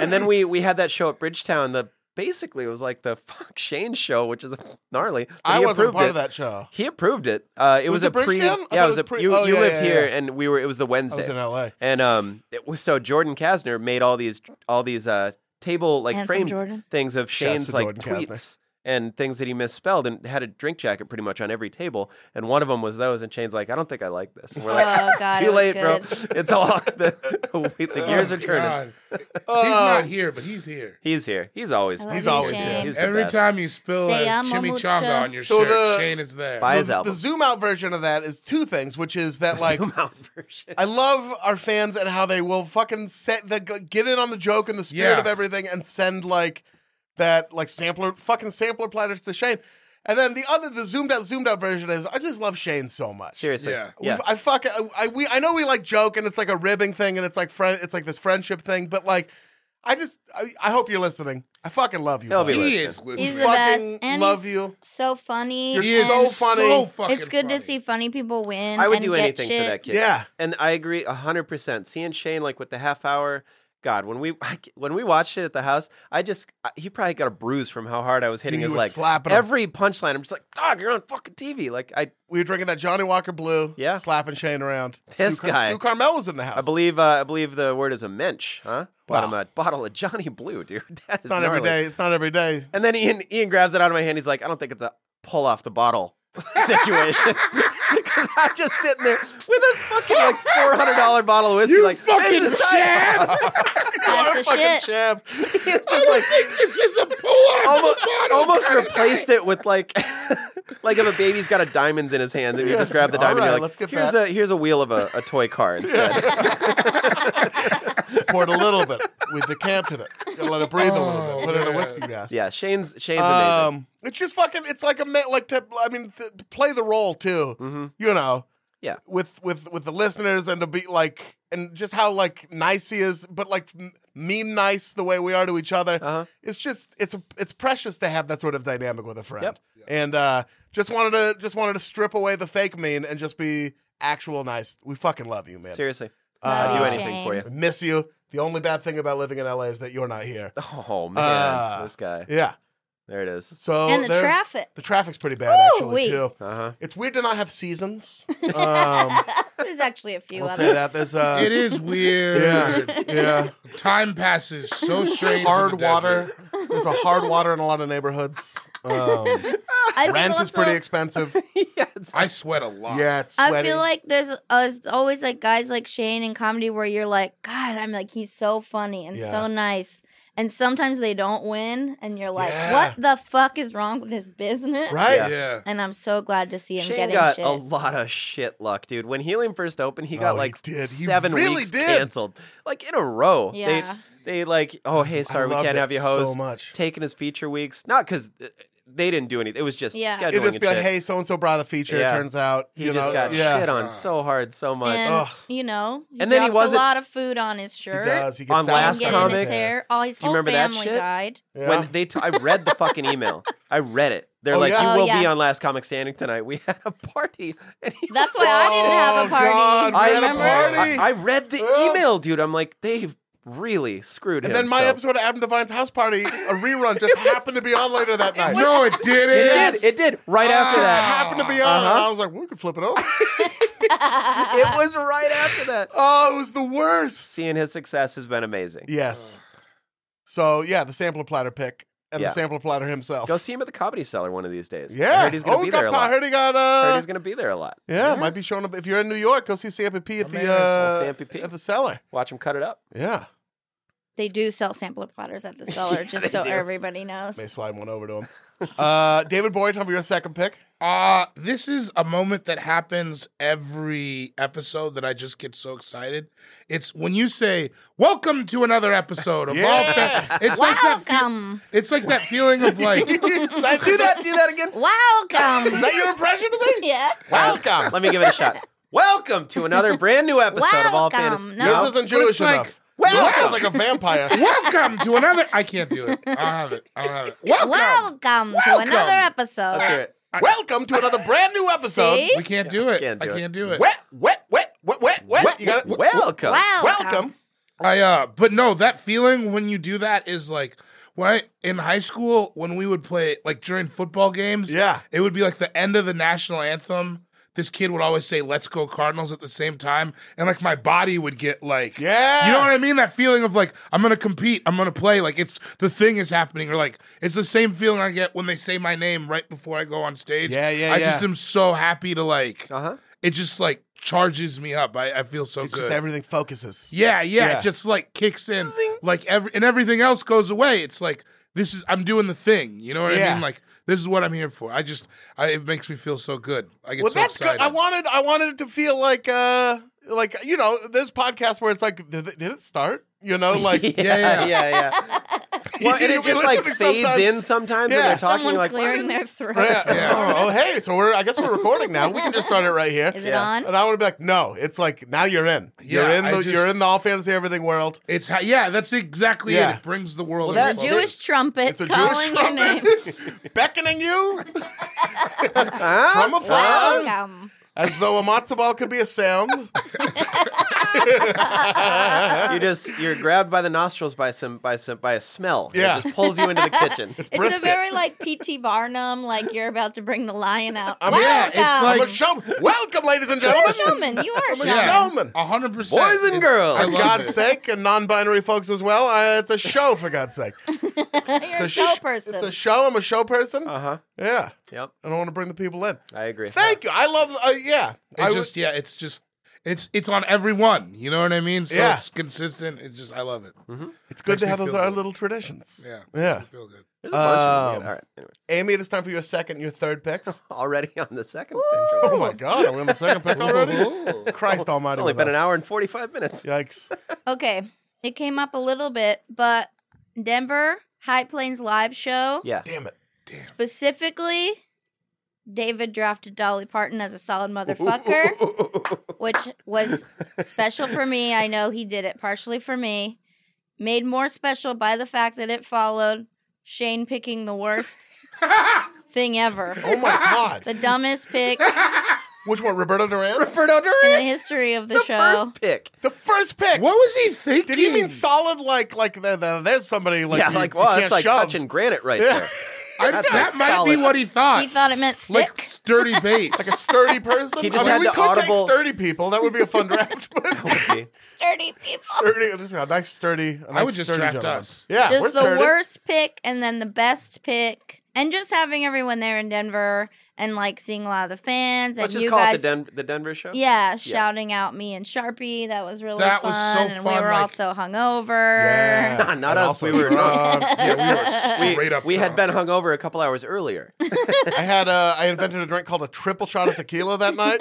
Speaker 1: And then we we had that show at Bridgetown. The basically it was like the fuck Shane show, which is gnarly. but
Speaker 2: I
Speaker 1: he
Speaker 2: wasn't
Speaker 1: approved
Speaker 2: part
Speaker 1: it.
Speaker 2: of that show.
Speaker 1: He approved it. Uh, it was,
Speaker 2: Was it
Speaker 1: a pre.
Speaker 2: Bridgetown? I
Speaker 1: Yeah,
Speaker 2: thought
Speaker 1: it was a
Speaker 2: it was
Speaker 1: pre.
Speaker 2: pre-
Speaker 1: You,
Speaker 2: oh,
Speaker 1: you
Speaker 2: yeah,
Speaker 1: lived
Speaker 2: yeah,
Speaker 1: here,
Speaker 2: yeah.
Speaker 1: and we were. It was the
Speaker 2: I
Speaker 1: Wednesday.
Speaker 2: was in LA.
Speaker 1: And um, it was so Jordan Kasner made all these all these uh table like
Speaker 6: Handsome
Speaker 1: framed
Speaker 6: Jordan.
Speaker 1: things of Shane's
Speaker 2: to
Speaker 1: like
Speaker 2: Jordan Kasner.
Speaker 1: tweets and things that he misspelled and had a drink jacket pretty much on every table. And one of them was those. And Shane's like, I don't think I like this. And we're like,
Speaker 5: Oh,
Speaker 1: it's
Speaker 5: God, it
Speaker 1: too
Speaker 5: was
Speaker 1: late,
Speaker 5: good.
Speaker 1: bro. It's all <laughs> the,
Speaker 2: <laughs>
Speaker 1: the gears
Speaker 3: Oh,
Speaker 1: are turning.
Speaker 3: God. He's
Speaker 2: Uh,
Speaker 3: not here, but he's here.
Speaker 1: He's here. He's always.
Speaker 5: I
Speaker 1: here.
Speaker 5: love
Speaker 2: He's
Speaker 5: you,
Speaker 2: always
Speaker 5: Shane.
Speaker 2: here.
Speaker 1: He's the
Speaker 3: Every
Speaker 1: best.
Speaker 3: time you spill a
Speaker 5: Te amo mucho.
Speaker 3: chimichanga on your
Speaker 2: So
Speaker 3: shirt,
Speaker 2: the-
Speaker 3: Shane is there.
Speaker 1: Buy his
Speaker 2: the, the
Speaker 1: album.
Speaker 2: zoom out version of that is two things, which
Speaker 1: <laughs>
Speaker 2: is that like
Speaker 1: Zoom out version.
Speaker 2: I love our fans and how they will fucking set the get in on the joke and the spirit
Speaker 3: Yeah.
Speaker 2: of everything and send like that like sampler fucking sampler platters to Shane. And then the other the zoomed out zoomed out version is I just love Shane so much.
Speaker 1: Seriously.
Speaker 3: Yeah.
Speaker 1: yeah.
Speaker 2: I fuck I, I we I know we like joke and it's like a ribbing thing and it's like friend it's like this friendship thing, but like I just I, I hope you're listening. I fucking love you.
Speaker 1: He'll be
Speaker 2: bud.
Speaker 3: he
Speaker 1: listening.
Speaker 3: is
Speaker 5: He's
Speaker 3: listening.
Speaker 5: the best.
Speaker 2: Fucking
Speaker 5: And
Speaker 2: love
Speaker 5: he's
Speaker 2: you.
Speaker 5: So funny.
Speaker 2: You're
Speaker 3: he is
Speaker 2: so
Speaker 5: and
Speaker 2: funny.
Speaker 3: So fucking
Speaker 5: It's good
Speaker 3: funny.
Speaker 5: to see funny people win.
Speaker 1: I would
Speaker 5: and
Speaker 1: do
Speaker 5: get
Speaker 1: anything
Speaker 5: shit.
Speaker 1: for that kid.
Speaker 2: Yeah.
Speaker 1: And I agree hundred percent. Seeing Shane like with the half hour. God, when we <laughs> I, when we watched it at the house, I just I, he probably got a bruise from how hard I was hitting
Speaker 2: Dude, you
Speaker 1: his
Speaker 2: were
Speaker 1: leg.
Speaker 2: slapping him.
Speaker 1: Every punchline, I'm just like, dog, you're on fucking TV. Like I,
Speaker 2: We were drinking that Johnny Walker Blue,
Speaker 1: Yeah.
Speaker 2: slapping Shane around.
Speaker 1: This
Speaker 2: Car-
Speaker 1: guy.
Speaker 2: Sue Carmel was in the house.
Speaker 1: I believe uh, I believe the word is a mensch, huh? Bought
Speaker 2: Wow.
Speaker 1: him a bottle of Johnny Blue, <laughs> dude. That is
Speaker 2: it's not every
Speaker 1: gnarly.
Speaker 2: day. It's not every day.
Speaker 1: And then Ian Ian grabs it out of my hand. He's like, I don't think it's a pull off the bottle <laughs> situation. <laughs> Because I'm just sitting there with a fucking like four hundred dollar bottle of whiskey. like this is champ.
Speaker 5: That's the
Speaker 2: <laughs>
Speaker 5: shit.
Speaker 2: Champ.
Speaker 1: It's just like
Speaker 3: <laughs> This is a pull-off
Speaker 1: almost,
Speaker 3: bottle
Speaker 1: almost
Speaker 3: kind of
Speaker 1: replaced it with like <laughs> like if a baby's got a diamonds in his hand and you just grab the
Speaker 2: All
Speaker 1: diamond. and you're
Speaker 2: right,
Speaker 1: like,
Speaker 2: let's get
Speaker 1: here's
Speaker 2: that."
Speaker 1: a here's a wheel of a, a toy
Speaker 2: <laughs>
Speaker 1: car instead.
Speaker 2: Poured a little bit. We decanted it. Gotta let it breathe a little bit. Put it in a whiskey
Speaker 1: <laughs>
Speaker 2: glass.
Speaker 1: yeah, Shane's Shane's amazing.
Speaker 2: Um, it's just fucking. It's like a ma- like to. I mean, th- to play the role too. You know.
Speaker 1: Mm-hmm. Yeah.
Speaker 2: With with with the listeners and to be like and just how like nice he is, but like m- mean nice the way we are to each other.
Speaker 1: Uh-huh.
Speaker 2: It's just it's a, it's precious to have that sort of dynamic with a friend.
Speaker 1: Yep.
Speaker 2: And uh, just wanted to just wanted to strip away the fake mean and just be actual nice. We fucking love you, man.
Speaker 1: Seriously,
Speaker 5: Love
Speaker 1: I'd do
Speaker 5: you,
Speaker 1: anything for
Speaker 5: Shane.
Speaker 1: you.
Speaker 2: I miss you. The only bad thing about living in LA is that you're
Speaker 1: <laughs>
Speaker 2: not here.
Speaker 1: Oh man,
Speaker 2: Uh,
Speaker 1: this guy.
Speaker 2: Yeah.
Speaker 1: There it is.
Speaker 2: So
Speaker 5: and the
Speaker 2: there-
Speaker 5: traffic.
Speaker 2: The traffic's pretty bad actually
Speaker 5: wait.
Speaker 2: too.
Speaker 1: Uh
Speaker 2: <laughs>
Speaker 1: huh.
Speaker 2: It's weird to not have
Speaker 5: <laughs>
Speaker 2: seasons. Um,
Speaker 5: There's actually a few
Speaker 2: I'll
Speaker 5: of
Speaker 2: say
Speaker 5: them.
Speaker 2: that. There's uh,
Speaker 3: <laughs> It is weird.
Speaker 2: Yeah,
Speaker 1: <laughs>
Speaker 2: yeah.
Speaker 3: Time
Speaker 2: <laughs>
Speaker 3: passes so strange. in
Speaker 2: Hard
Speaker 3: the desert.
Speaker 2: water. There's a hard water in a lot of
Speaker 5: <laughs>
Speaker 2: neighborhoods. Um,
Speaker 5: I think
Speaker 2: rent is
Speaker 5: also,
Speaker 2: pretty expensive.
Speaker 1: yeah, it's-
Speaker 3: I sweat a lot.
Speaker 2: Yeah, it's sweaty.
Speaker 5: I feel like there's, uh, there's always like guys like Shane in comedy where you're like, God, I'm like, he's so funny and
Speaker 2: Yeah.
Speaker 5: so nice. And sometimes they don't win, and you're like,
Speaker 2: Yeah.
Speaker 5: what the fuck is wrong with his business?
Speaker 2: right.
Speaker 1: Yeah.
Speaker 3: Yeah.
Speaker 5: And I'm so glad to see him
Speaker 1: Shane
Speaker 5: getting
Speaker 1: got
Speaker 5: shit.
Speaker 1: a lot of shit luck, dude. When Helium first opened, he
Speaker 2: Oh,
Speaker 1: got
Speaker 2: he
Speaker 1: like
Speaker 2: did. He
Speaker 1: seven
Speaker 2: really
Speaker 1: weeks
Speaker 2: did.
Speaker 1: canceled, like in a row. They-
Speaker 5: Yeah.
Speaker 1: They, like, oh hey, sorry, we
Speaker 2: loved
Speaker 1: can't
Speaker 2: it
Speaker 1: have you host.
Speaker 2: so much.
Speaker 1: Taking his feature weeks, not because they didn't do anything. It was just
Speaker 5: Yeah.
Speaker 1: scheduling.
Speaker 2: It'd just
Speaker 1: and
Speaker 2: be like,
Speaker 1: shit.
Speaker 2: hey, so and so brought a feature.
Speaker 1: Yeah.
Speaker 2: It turns out
Speaker 1: he
Speaker 2: you
Speaker 1: just
Speaker 2: know,
Speaker 1: got
Speaker 2: yeah.
Speaker 1: shit on so hard, so much.
Speaker 5: and
Speaker 2: Ugh.
Speaker 5: you know, he
Speaker 1: And then he
Speaker 5: drops
Speaker 1: wasn't-
Speaker 5: a lot of food on his
Speaker 2: He
Speaker 5: shirt.
Speaker 2: does. He gets
Speaker 1: On
Speaker 2: out
Speaker 1: Last
Speaker 5: get
Speaker 2: there.
Speaker 5: in his
Speaker 1: Comic?
Speaker 5: hair. All his
Speaker 1: Do you
Speaker 5: whole
Speaker 1: remember that
Speaker 5: family
Speaker 1: shit?
Speaker 2: <laughs>
Speaker 5: died.
Speaker 2: Yeah.
Speaker 1: When they, t- I read the fucking email. I read it. They're
Speaker 2: Oh,
Speaker 1: like,
Speaker 2: yeah.
Speaker 1: you
Speaker 5: Oh,
Speaker 1: will be
Speaker 5: yeah.
Speaker 1: on Last Comic Standing tonight. We <laughs> had a party, and he
Speaker 5: That's
Speaker 1: was
Speaker 5: why I didn't have
Speaker 2: Oh,
Speaker 5: a party.
Speaker 2: God,
Speaker 1: I,
Speaker 2: we had a
Speaker 5: Remember? <laughs>
Speaker 2: party.
Speaker 1: I, I read the
Speaker 2: Ugh.
Speaker 1: email, dude. I'm like, they've really screwed
Speaker 2: and
Speaker 1: him.
Speaker 2: then my
Speaker 1: so-
Speaker 2: episode of Adam Devine's House Party, a rerun,
Speaker 5: <laughs>
Speaker 2: just happened to be on later that night.
Speaker 3: No, it didn't.
Speaker 1: It did. It did. Right after
Speaker 2: It
Speaker 1: that.
Speaker 2: happened to be on. and
Speaker 1: Uh-huh.
Speaker 2: I was like, we could flip it over. Ah.
Speaker 1: It was right after that.
Speaker 2: oh, it was the worst.
Speaker 1: Seeing his success has been amazing.
Speaker 2: Yes. So yeah, the sampler platter pick and
Speaker 1: Yeah.
Speaker 2: the sampler platter himself.
Speaker 1: Go see him at the Comedy Cellar one of these days.
Speaker 2: yeah.
Speaker 1: I heard he's gonna
Speaker 2: oh,
Speaker 1: be
Speaker 2: got,
Speaker 1: there a
Speaker 2: I
Speaker 1: lot.
Speaker 2: heard he got.
Speaker 1: I heard
Speaker 2: Uh,
Speaker 1: he's gonna be there a lot.
Speaker 2: yeah, might be showing up if you're in New York. Go see CMP at the
Speaker 3: man,
Speaker 2: uh,
Speaker 1: it's CMP.
Speaker 2: at the cellar.
Speaker 1: Watch him cut it up.
Speaker 2: Yeah.
Speaker 5: They do sell sampler platters at the cellar, just so everybody knows.
Speaker 2: May slide one over to
Speaker 1: <laughs>
Speaker 2: him. Uh, David Boyd, time for your second pick.
Speaker 3: Uh, this is a moment that happens every episode that I just get so excited. It's when you say, Welcome to another episode of All
Speaker 2: Yeah.
Speaker 3: Fa-" It's like that fe-
Speaker 5: Welcome,
Speaker 3: it's like that feeling
Speaker 1: <laughs>
Speaker 3: of like
Speaker 2: Is that- do that. Do that again.
Speaker 5: welcome.
Speaker 2: Is that your impression of me?
Speaker 5: <laughs> yeah,
Speaker 2: Welcome.
Speaker 1: Let me give it a shot. Welcome to another brand new episode of All
Speaker 5: Welcome.
Speaker 1: Fantasy.
Speaker 5: No.
Speaker 2: This isn't
Speaker 3: But it's
Speaker 2: Jewish
Speaker 3: like,
Speaker 2: enough.
Speaker 1: Welcome.
Speaker 2: This sounds like a
Speaker 3: <laughs>
Speaker 2: vampire.
Speaker 3: Welcome to another I can't do it. I don't have it. I don't have it. Welcome.
Speaker 5: welcome,
Speaker 3: Welcome.
Speaker 5: to another episode.
Speaker 1: Let's hear it.
Speaker 2: Welcome to another brand new episode.
Speaker 5: See?
Speaker 3: we can't do it.
Speaker 1: Can't do
Speaker 3: I
Speaker 1: it.
Speaker 3: can't do it.
Speaker 2: Wet, wet, wet, wet, wet, wet. You got it.
Speaker 1: Welcome.
Speaker 5: Welcome.
Speaker 2: Welcome.
Speaker 3: I uh but no, that feeling when you do that is like when I in high school when we would play like during football games,
Speaker 2: Yeah.
Speaker 3: it would be like the end of the national anthem. This kid would always say "Let's go Cardinals" at the same time, and like my body would get like,
Speaker 2: Yeah.
Speaker 3: you know what I mean? That feeling of like I'm gonna compete, I'm gonna play. Like it's the thing is happening, or like it's the same feeling I get when they say my name right before I go on stage.
Speaker 2: Yeah, yeah,
Speaker 3: I
Speaker 2: yeah.
Speaker 3: just am so happy to like.
Speaker 1: Uh-huh.
Speaker 3: It just like charges me up. I, I feel so
Speaker 2: It's
Speaker 3: good.
Speaker 2: just everything focuses.
Speaker 3: Yeah, yeah,
Speaker 2: Yeah.
Speaker 3: It just like kicks in, like every and everything else goes away. It's like this is I'm doing the thing. You know what I
Speaker 2: Yeah.
Speaker 3: mean? Like this is what I'm here for. I just I, it makes me feel so good. I get
Speaker 2: Well,
Speaker 3: so
Speaker 2: that's
Speaker 3: excited.
Speaker 2: good. I wanted, I wanted it to feel like, uh, like you know, this podcast where it's like, did it, did it start? You know, like
Speaker 3: yeah, yeah.
Speaker 1: <laughs> yeah, yeah. Well,
Speaker 2: <laughs>
Speaker 1: and
Speaker 2: You're
Speaker 1: it just like
Speaker 2: listening
Speaker 1: fades
Speaker 2: sometimes.
Speaker 1: in sometimes,
Speaker 2: Yeah.
Speaker 1: and they're talking
Speaker 5: Someone
Speaker 1: like,
Speaker 5: clearing their throat.
Speaker 2: <laughs>
Speaker 5: <laughs>
Speaker 2: Yeah.
Speaker 3: Yeah.
Speaker 2: Oh, oh, hey, so we're I guess we're recording now. We can just start it right here.
Speaker 5: Is it
Speaker 1: Yeah.
Speaker 5: on?
Speaker 2: And I want to be like, no, it's like now you're in. You're
Speaker 3: Yeah,
Speaker 2: in the
Speaker 3: I just-
Speaker 2: you're in the all fantasy everything world.
Speaker 3: It's ha- yeah. That's exactly
Speaker 2: Yeah.
Speaker 3: it. It brings the world.
Speaker 1: Well,
Speaker 3: in.
Speaker 5: The Jewish trumpet
Speaker 2: It's a
Speaker 5: calling
Speaker 2: Jewish
Speaker 5: your name.
Speaker 2: <laughs> trumpet beckoning you
Speaker 1: huh?
Speaker 2: from afar,
Speaker 5: Welcome.
Speaker 2: as though a matzo ball could be a sound.
Speaker 1: you just you're grabbed by the nostrils by some by some by a smell.
Speaker 2: Yeah.
Speaker 1: It just pulls you into the
Speaker 2: <laughs>
Speaker 1: kitchen.
Speaker 5: It's
Speaker 2: brisket.
Speaker 5: a very like P.T. Barnum, like you're about to bring the lion out.
Speaker 2: I'm
Speaker 3: Yeah,
Speaker 2: welcome.
Speaker 3: it's
Speaker 2: I'm a
Speaker 3: like-
Speaker 2: show- welcome, ladies and
Speaker 5: You're
Speaker 2: gentlemen.
Speaker 5: a showman. You are a
Speaker 2: I'm a
Speaker 5: showman.
Speaker 2: showman.
Speaker 3: A hundred percent.
Speaker 1: Boys and
Speaker 3: It's-
Speaker 1: girls.
Speaker 3: I
Speaker 2: For
Speaker 3: love
Speaker 2: God's
Speaker 3: it.
Speaker 2: sake, and non-binary folks as well. Uh, it's a show, for God's
Speaker 5: <laughs>
Speaker 2: sake.
Speaker 5: You're a
Speaker 2: sh-
Speaker 5: show person.
Speaker 2: It's a show. I'm a show person.
Speaker 1: Uh huh.
Speaker 2: Yeah,
Speaker 1: Yep.
Speaker 2: and I want to bring the people in.
Speaker 1: I agree.
Speaker 2: Thank you. I love. Uh, yeah,
Speaker 3: It
Speaker 2: I would-
Speaker 3: just yeah. It's just it's it's on everyone. You know what I mean? So
Speaker 2: Yeah.
Speaker 3: it's consistent. It's just I love it.
Speaker 2: it's good
Speaker 3: makes
Speaker 2: to
Speaker 3: me
Speaker 2: have those
Speaker 3: feel
Speaker 2: our
Speaker 3: good.
Speaker 2: little traditions.
Speaker 3: Yeah.
Speaker 2: yeah.
Speaker 3: I feel good.
Speaker 1: There's a bunch of them.
Speaker 2: Um,
Speaker 1: All right. Anyway,
Speaker 2: Amy, it is time for your second, and your third picks.
Speaker 1: already on the second
Speaker 2: Oh
Speaker 1: picture.
Speaker 2: my god, are we on the second pick
Speaker 3: Ooh.
Speaker 2: already? Christ Almighty!
Speaker 1: It's only
Speaker 2: with
Speaker 1: been an
Speaker 2: us.
Speaker 1: hour and forty five minutes.
Speaker 2: Yikes!
Speaker 5: okay, it came up a little bit, but Denver High Plains live show
Speaker 1: Yeah.
Speaker 2: Damn it!
Speaker 5: specifically, David drafted Dolly Parton as a solid motherfucker,
Speaker 2: Oh
Speaker 5: which was special for me. I know he did it partially for me, made more special by the fact that it followed Shane picking the worst thing ever.
Speaker 2: Oh my god!
Speaker 5: The dumbest pick
Speaker 2: Which one, Roberto Duran?
Speaker 1: Roberto
Speaker 5: in the
Speaker 1: Duran.
Speaker 5: history of the,
Speaker 1: The
Speaker 5: show.
Speaker 1: first pick.
Speaker 2: The first pick.
Speaker 3: What was he thinking?
Speaker 2: Did he mean solid? Like, like there, there- there's somebody like
Speaker 1: yeah,
Speaker 2: you-
Speaker 1: like
Speaker 2: you
Speaker 1: well,
Speaker 2: can't
Speaker 1: it's like
Speaker 2: shove.
Speaker 1: touching granite right
Speaker 2: Yeah. <laughs>
Speaker 1: there.
Speaker 3: I,
Speaker 1: That's
Speaker 3: that
Speaker 1: a
Speaker 3: might
Speaker 1: solid-
Speaker 3: be what he thought.
Speaker 5: He thought it meant thick.
Speaker 2: <laughs>
Speaker 3: like sturdy base.
Speaker 2: like a sturdy person.
Speaker 1: He just
Speaker 2: I mean,
Speaker 1: had
Speaker 2: we
Speaker 1: to
Speaker 2: could
Speaker 1: audible-
Speaker 2: take sturdy people. That would be a fun draft. <laughs> But
Speaker 5: <laughs>
Speaker 1: Okay.
Speaker 5: Dirty people.
Speaker 2: sturdy, just a nice sturdy. a
Speaker 3: I would
Speaker 2: nice
Speaker 3: just
Speaker 2: sturdy
Speaker 3: draft
Speaker 2: gentleman.
Speaker 3: us.
Speaker 2: Yeah, we're
Speaker 5: just the
Speaker 2: sturdy.
Speaker 5: worst pick and then the best pick. And just having everyone there in Denver and like seeing a lot of the fans
Speaker 1: Let's
Speaker 5: and
Speaker 1: just
Speaker 5: you
Speaker 1: call
Speaker 5: guys.
Speaker 1: it the, Den- the Denver show. <laughs>
Speaker 5: yeah, shouting out me and Sharpie. That was really
Speaker 3: That
Speaker 5: fun.
Speaker 3: was so
Speaker 5: and we
Speaker 3: fun,
Speaker 5: were
Speaker 3: like-
Speaker 5: all so hungover.
Speaker 2: Yeah.
Speaker 1: Not
Speaker 2: And
Speaker 1: us,
Speaker 2: also uh,
Speaker 1: we were- <laughs>
Speaker 2: drunk. <laughs>
Speaker 3: yeah, we were
Speaker 1: We,
Speaker 3: straight up.
Speaker 1: we had
Speaker 3: drunk.
Speaker 1: been hung over a couple hours
Speaker 5: <laughs>
Speaker 1: earlier.
Speaker 2: I had uh, I invented a drink called a triple shot of tequila that
Speaker 5: <laughs>
Speaker 2: night.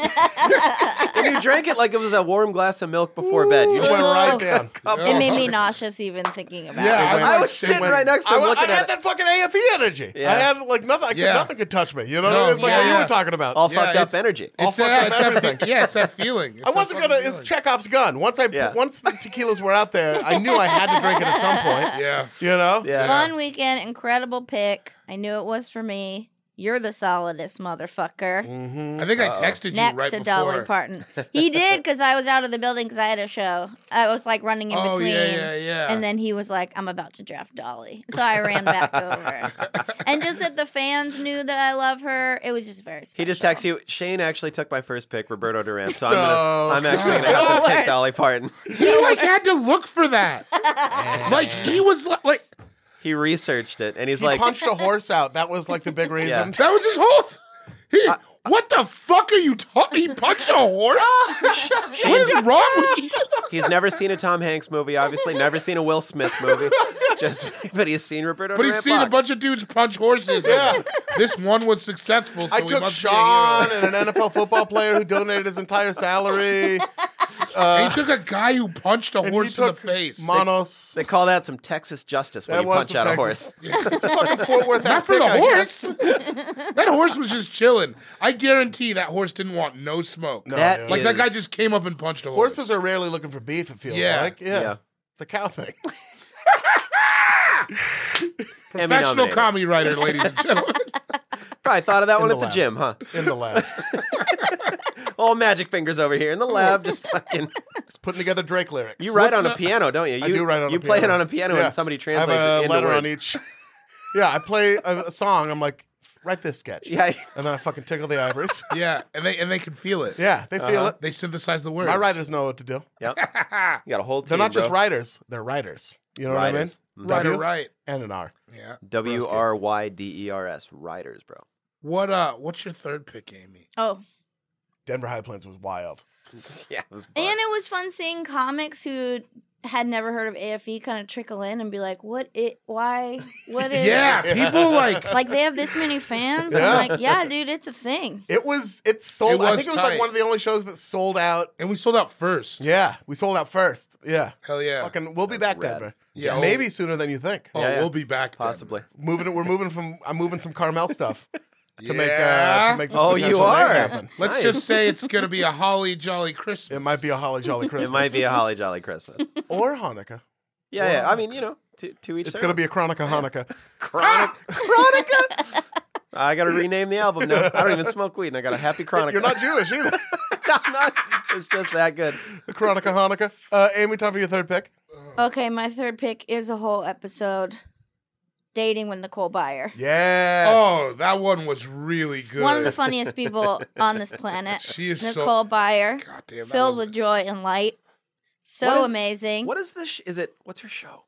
Speaker 1: and you drank it like it was a warm glass of milk before bed. You
Speaker 2: It
Speaker 1: just
Speaker 2: went right
Speaker 5: Ooh.
Speaker 1: <laughs>
Speaker 2: down.
Speaker 5: It
Speaker 3: <laughs>
Speaker 5: made me nauseous even thinking about
Speaker 3: Yeah, I,
Speaker 5: it.
Speaker 1: I
Speaker 3: like,
Speaker 1: was
Speaker 3: shit
Speaker 1: sitting
Speaker 3: went-
Speaker 1: right next to
Speaker 2: I,
Speaker 1: him
Speaker 2: wa- I
Speaker 1: looking
Speaker 2: had
Speaker 1: at it.
Speaker 2: that fucking AFE energy. I
Speaker 1: Yeah.
Speaker 2: had like nothing. I could,
Speaker 3: Yeah.
Speaker 2: nothing could touch me. You know,
Speaker 3: No,
Speaker 2: it's like what
Speaker 3: yeah,
Speaker 2: you
Speaker 3: yeah.
Speaker 2: were talking about.
Speaker 1: All
Speaker 3: Yeah,
Speaker 1: fucked up
Speaker 3: it's-
Speaker 1: energy.
Speaker 3: It's
Speaker 2: All
Speaker 3: that,
Speaker 2: fucked
Speaker 3: it's
Speaker 2: up
Speaker 3: that-
Speaker 2: everything.
Speaker 3: yeah, it's that feeling. It's
Speaker 2: I
Speaker 3: that
Speaker 2: wasn't
Speaker 3: fucking
Speaker 2: gonna. It was
Speaker 3: feeling.
Speaker 2: Chekhov's gun. Once I
Speaker 1: Yeah.
Speaker 2: once the tequilas were out there, I knew I had to drink it at some
Speaker 1: <laughs>
Speaker 2: point.
Speaker 3: Yeah,
Speaker 2: You know.
Speaker 1: Yeah.
Speaker 5: Fun weekend, incredible pick. I knew it was for me. You're the solidest motherfucker.
Speaker 3: I think I texted Mm, you
Speaker 5: next
Speaker 3: right
Speaker 5: to
Speaker 3: before.
Speaker 5: Dolly
Speaker 3: <laughs>
Speaker 5: Parton. He did because I was out of the building because I had a show. I was like running in
Speaker 3: Oh
Speaker 5: between.
Speaker 3: yeah, yeah, yeah.
Speaker 5: And then he was like, I'm about to draft Dolly. So I ran
Speaker 3: <laughs>
Speaker 5: back over. And just that the fans knew that I love her, it was just very special.
Speaker 1: He just texts you. Shane actually took my first pick, Roberto Duran. So, I'm,
Speaker 2: So-
Speaker 1: gonna, I'm
Speaker 2: <laughs>
Speaker 1: actually gonna have to pick Dolly Parton.
Speaker 3: he like had to look
Speaker 2: <laughs>
Speaker 3: for that. like he was li- like
Speaker 1: He researched it and he's
Speaker 2: He
Speaker 1: like,
Speaker 2: punched a horse out. That was like
Speaker 1: <laughs>
Speaker 2: the big reason.
Speaker 3: that was his whole. Th- he
Speaker 2: <laughs>
Speaker 3: what the fuck are you talking? He punched a horse. what is wrong with you?
Speaker 1: He's never seen a Tom Hanks movie, obviously. Never seen a Will Smith movie. Just, <laughs> but he's seen Roberto.
Speaker 3: But he's seen a bunch of dudes punch horses.
Speaker 2: Yeah.
Speaker 3: This one was successful, so
Speaker 2: I
Speaker 3: we
Speaker 2: took
Speaker 3: must
Speaker 2: Sean
Speaker 3: be a hero.
Speaker 2: and an NFL football player who donated his entire
Speaker 3: <laughs>
Speaker 2: salary.
Speaker 3: And he took a guy who punched a
Speaker 2: And
Speaker 3: horse
Speaker 2: he
Speaker 3: in the
Speaker 2: took
Speaker 3: face.
Speaker 2: Monos.
Speaker 1: They call that some Texas justice when
Speaker 2: That
Speaker 1: you
Speaker 2: was
Speaker 1: punch
Speaker 2: some
Speaker 1: out a
Speaker 2: Texas- <laughs>
Speaker 1: horse.
Speaker 2: It's a fucking Fort Worth
Speaker 3: <laughs> Not for
Speaker 2: ass
Speaker 3: the
Speaker 2: pick, I
Speaker 3: horse.
Speaker 2: guess.
Speaker 3: <laughs> that horse was just chilling. I guarantee that horse didn't want no smoke.
Speaker 1: That
Speaker 3: like that
Speaker 1: is-
Speaker 3: guy just came up and punched a horse.
Speaker 2: Horses are rarely looking for beef, it feels
Speaker 3: Yeah.
Speaker 2: like. Yeah.
Speaker 1: Yeah.
Speaker 2: It's a cow thing.
Speaker 1: Emmy
Speaker 3: professional
Speaker 1: nominated.
Speaker 3: comedy writer,
Speaker 2: <laughs>
Speaker 3: ladies and gentlemen.
Speaker 1: Probably thought of that one
Speaker 2: the
Speaker 1: at the
Speaker 2: lab.
Speaker 1: gym, huh?
Speaker 2: In
Speaker 1: <laughs>
Speaker 2: the lab.
Speaker 1: All magic fingers over here in the lab,
Speaker 2: <laughs>
Speaker 1: just fucking.
Speaker 2: It's putting together Drake lyrics.
Speaker 1: You write
Speaker 3: What's
Speaker 1: on a
Speaker 3: the-
Speaker 1: piano, don't you? you
Speaker 2: I do write on
Speaker 1: You
Speaker 2: a
Speaker 1: play it
Speaker 2: piano.
Speaker 1: on a piano
Speaker 2: Yeah.
Speaker 1: and somebody
Speaker 2: I have
Speaker 1: translates
Speaker 2: a
Speaker 1: it into
Speaker 2: letter
Speaker 1: words.
Speaker 2: on each. <laughs> Yeah, I play a, a song. I'm like, write this
Speaker 1: <laughs>
Speaker 2: sketch.
Speaker 1: Yeah.
Speaker 2: And then I fucking tickle the ivories. <laughs>
Speaker 3: yeah, and they and they can feel it.
Speaker 2: Yeah, they feel
Speaker 1: Uh-huh.
Speaker 2: it.
Speaker 3: They synthesize the words.
Speaker 2: My
Speaker 3: <laughs>
Speaker 2: writers know what to do.
Speaker 1: Yep. You got a whole team.
Speaker 2: They're not just
Speaker 1: bro.
Speaker 2: writers, they're writers. You know
Speaker 1: Writers.
Speaker 2: what I mean?
Speaker 3: Writer,
Speaker 2: W
Speaker 3: right.
Speaker 2: And an R.
Speaker 3: Yeah.
Speaker 1: W R Y D E R S. Writers, bro. <laughs>
Speaker 3: What uh? What's your third pick, Amy?
Speaker 5: Oh,
Speaker 2: Denver High Plains was wild.
Speaker 1: Yeah, it was fun.
Speaker 5: and it was fun seeing comics who had never heard of AFE kind of trickle in and be like, "What it? Why? What is?
Speaker 3: <laughs> Yeah, people like
Speaker 5: Like they have this many fans.
Speaker 2: Yeah.
Speaker 5: I'm like, yeah, dude, it's a thing.
Speaker 2: It was it sold
Speaker 3: It
Speaker 2: I
Speaker 3: was
Speaker 2: think it was
Speaker 3: tight.
Speaker 2: like one of the only shows that sold out.
Speaker 3: And we sold out first.
Speaker 2: Yeah, we sold out first. Yeah.
Speaker 3: Hell yeah.
Speaker 2: Fucking we'll be back,
Speaker 1: rad.
Speaker 2: Denver.
Speaker 3: Yeah.
Speaker 2: Maybe sooner than you think.
Speaker 3: Oh,
Speaker 1: Yeah, yeah.
Speaker 3: we'll be back. then.
Speaker 1: Possibly.
Speaker 2: Moving it we're moving from I'm moving some Carmel stuff to make uh
Speaker 3: Yeah.
Speaker 2: to make this
Speaker 1: Oh, you
Speaker 2: potential thing
Speaker 1: are.
Speaker 2: happen.
Speaker 3: Let's
Speaker 1: Nice.
Speaker 3: just say it's
Speaker 2: <laughs>
Speaker 3: gonna be a holly jolly Christmas.
Speaker 2: It might be a holly jolly Christmas.
Speaker 1: It might be a holly jolly Christmas.
Speaker 2: <laughs> or Hanukkah.
Speaker 1: Yeah, yeah. I mean, you know, to, to each
Speaker 2: It's
Speaker 1: their
Speaker 2: gonna
Speaker 1: own.
Speaker 2: be a Chronica Hanukkah.
Speaker 1: Chronic. Chronica. I got to rename the album now. I don't even smoke weed, and I got a happy Chronica.
Speaker 2: You're not Jewish either.
Speaker 1: <laughs> I'm not. It's just that good.
Speaker 2: the Chronica Hanukkah. Uh, Amy, time for your third pick.
Speaker 5: Okay, my third pick is a whole episode, dating with Nicole Byer.
Speaker 2: Yes.
Speaker 3: Oh, that one was really good.
Speaker 5: One of the funniest people on this planet.
Speaker 3: <laughs> She is so-
Speaker 5: Nicole Byer,
Speaker 3: God damn, that
Speaker 5: filled
Speaker 3: was-
Speaker 5: with joy and light.
Speaker 1: What
Speaker 5: So
Speaker 1: is-
Speaker 5: amazing.
Speaker 1: What is this? sh- Is it? What's her show?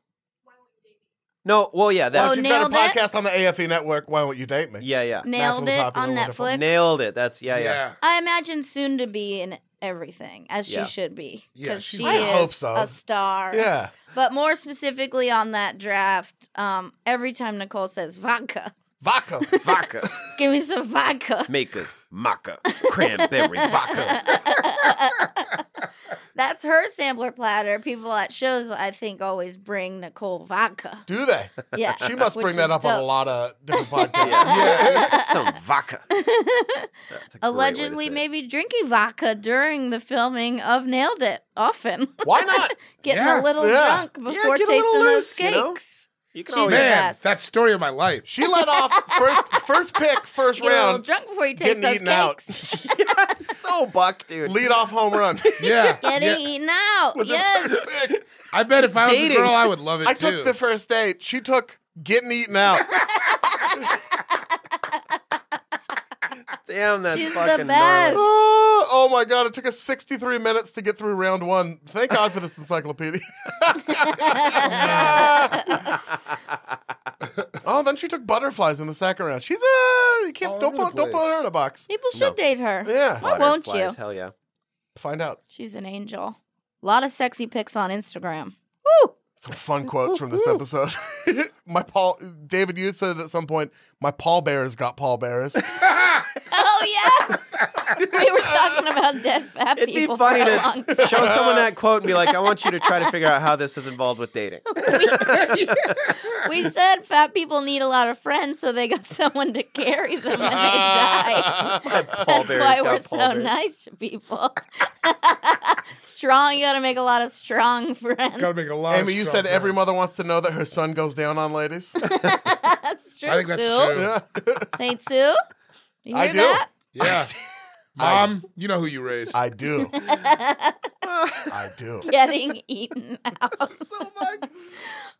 Speaker 1: No. Well, yeah. That.
Speaker 5: Oh,
Speaker 2: She's got a
Speaker 5: nailed it.
Speaker 2: podcast on the AFE network. Why won't you date me?
Speaker 1: yeah, yeah.
Speaker 5: Nailed
Speaker 2: National
Speaker 5: it on
Speaker 2: Popular, wonderful.
Speaker 5: Netflix.
Speaker 1: Nailed it. That's yeah, yeah.
Speaker 3: yeah.
Speaker 5: I imagine soon to be in everything, as
Speaker 1: Yeah.
Speaker 5: she should be.
Speaker 3: Yeah,
Speaker 5: Because
Speaker 3: she's-
Speaker 5: she
Speaker 3: I
Speaker 5: is
Speaker 2: hope so.
Speaker 5: a star.
Speaker 2: Yeah.
Speaker 5: But more specifically on that draft, um, every time Nicole says vodka, <laughs>
Speaker 2: Vodka.
Speaker 1: Vodka,
Speaker 5: give me some vodka.
Speaker 1: makers, maca, cranberry, vodka.
Speaker 5: <laughs> That's her sampler platter. People at shows, I think, always bring Nicole
Speaker 2: <laughs>
Speaker 5: vodka.
Speaker 2: Do they?
Speaker 5: Yeah.
Speaker 2: She must
Speaker 5: which
Speaker 2: bring that
Speaker 5: is
Speaker 2: up on a
Speaker 5: dope.
Speaker 2: lot of different podcasts.
Speaker 1: Yeah. Some
Speaker 5: <laughs>
Speaker 1: vodka. That's a great way to say
Speaker 5: Allegedly,
Speaker 1: it.
Speaker 5: maybe drinking vodka during the filming of Nailed It often. <laughs>
Speaker 2: Why not?
Speaker 5: Getting
Speaker 3: Yeah,
Speaker 5: a little
Speaker 2: yeah.
Speaker 5: drunk before
Speaker 1: get a
Speaker 5: tasting
Speaker 1: little
Speaker 5: those
Speaker 1: loose, you know?
Speaker 5: cakes.
Speaker 1: You can
Speaker 5: She's
Speaker 1: always.
Speaker 5: the
Speaker 3: Man,
Speaker 5: best.
Speaker 3: that story of my life.
Speaker 2: <laughs> She let off first first pick, first
Speaker 5: Get a little
Speaker 2: round.
Speaker 5: drunk before you taste
Speaker 2: getting
Speaker 5: those
Speaker 2: eaten out.
Speaker 5: cakes.
Speaker 1: <laughs> Yeah, so buck, dude.
Speaker 2: Lead off home run.
Speaker 3: Yeah.
Speaker 5: Getting
Speaker 3: yeah.
Speaker 5: eaten out.
Speaker 2: <laughs>
Speaker 5: yes.
Speaker 2: Sick.
Speaker 3: I bet if I was a
Speaker 1: Dating.
Speaker 3: girl, <laughs> I would love it
Speaker 2: I
Speaker 3: too.
Speaker 2: took the first date. She took getting eaten out.
Speaker 1: Damn, that's
Speaker 5: She's the
Speaker 1: fucking gnarly.
Speaker 5: best.
Speaker 2: oh <laughs> oh my god, it took us 63 minutes to get through round one. Thank God for this encyclopedia. <laughs> oh, then she took butterflies in the second round. She's a you can't
Speaker 3: All
Speaker 2: don't
Speaker 3: over the
Speaker 2: put, don't put
Speaker 3: place.
Speaker 2: her in a box.
Speaker 5: People should date her.
Speaker 2: Yeah,
Speaker 5: Why won't
Speaker 1: Butterflies,
Speaker 5: you?
Speaker 1: Hell yeah.
Speaker 2: find out.
Speaker 5: She's an angel. A lot of sexy pics on Instagram. Woo!
Speaker 2: Some fun quotes from this episode. <laughs> my Paul David, you said at some point, my pallbearers got
Speaker 3: <laughs>
Speaker 2: pallbearers.
Speaker 5: Oh
Speaker 1: <laughs>
Speaker 5: yeah. we were talking about dead fat
Speaker 1: It'd be
Speaker 5: people
Speaker 1: funny
Speaker 5: for a long
Speaker 1: to
Speaker 5: time.
Speaker 1: show someone that quote and be like, I want you to try to figure out how this is involved with dating.
Speaker 5: <laughs> We said fat people need a lot of friends, so they got <laughs> someone to carry them when they die. That's
Speaker 1: Bear's
Speaker 5: why
Speaker 1: got
Speaker 5: we're
Speaker 1: Ah, Paul
Speaker 5: so
Speaker 1: Bear.
Speaker 5: nice to people. <laughs> strong, you gotta make a lot of strong friends.
Speaker 3: Gotta make a lot. of
Speaker 2: Amy, you
Speaker 3: strong
Speaker 2: said every
Speaker 3: friends.
Speaker 2: mother wants to know that her son goes down on
Speaker 3: <laughs>
Speaker 2: ladies.
Speaker 5: That's true.
Speaker 3: I think that's
Speaker 5: Sue.
Speaker 3: true.
Speaker 2: Yeah.
Speaker 5: Saint Sue. You hear
Speaker 2: I do.
Speaker 5: that?
Speaker 3: Yeah. <laughs> Mom, you know who you raised.
Speaker 2: I do. I do.
Speaker 5: Getting eaten
Speaker 1: <laughs>
Speaker 5: out.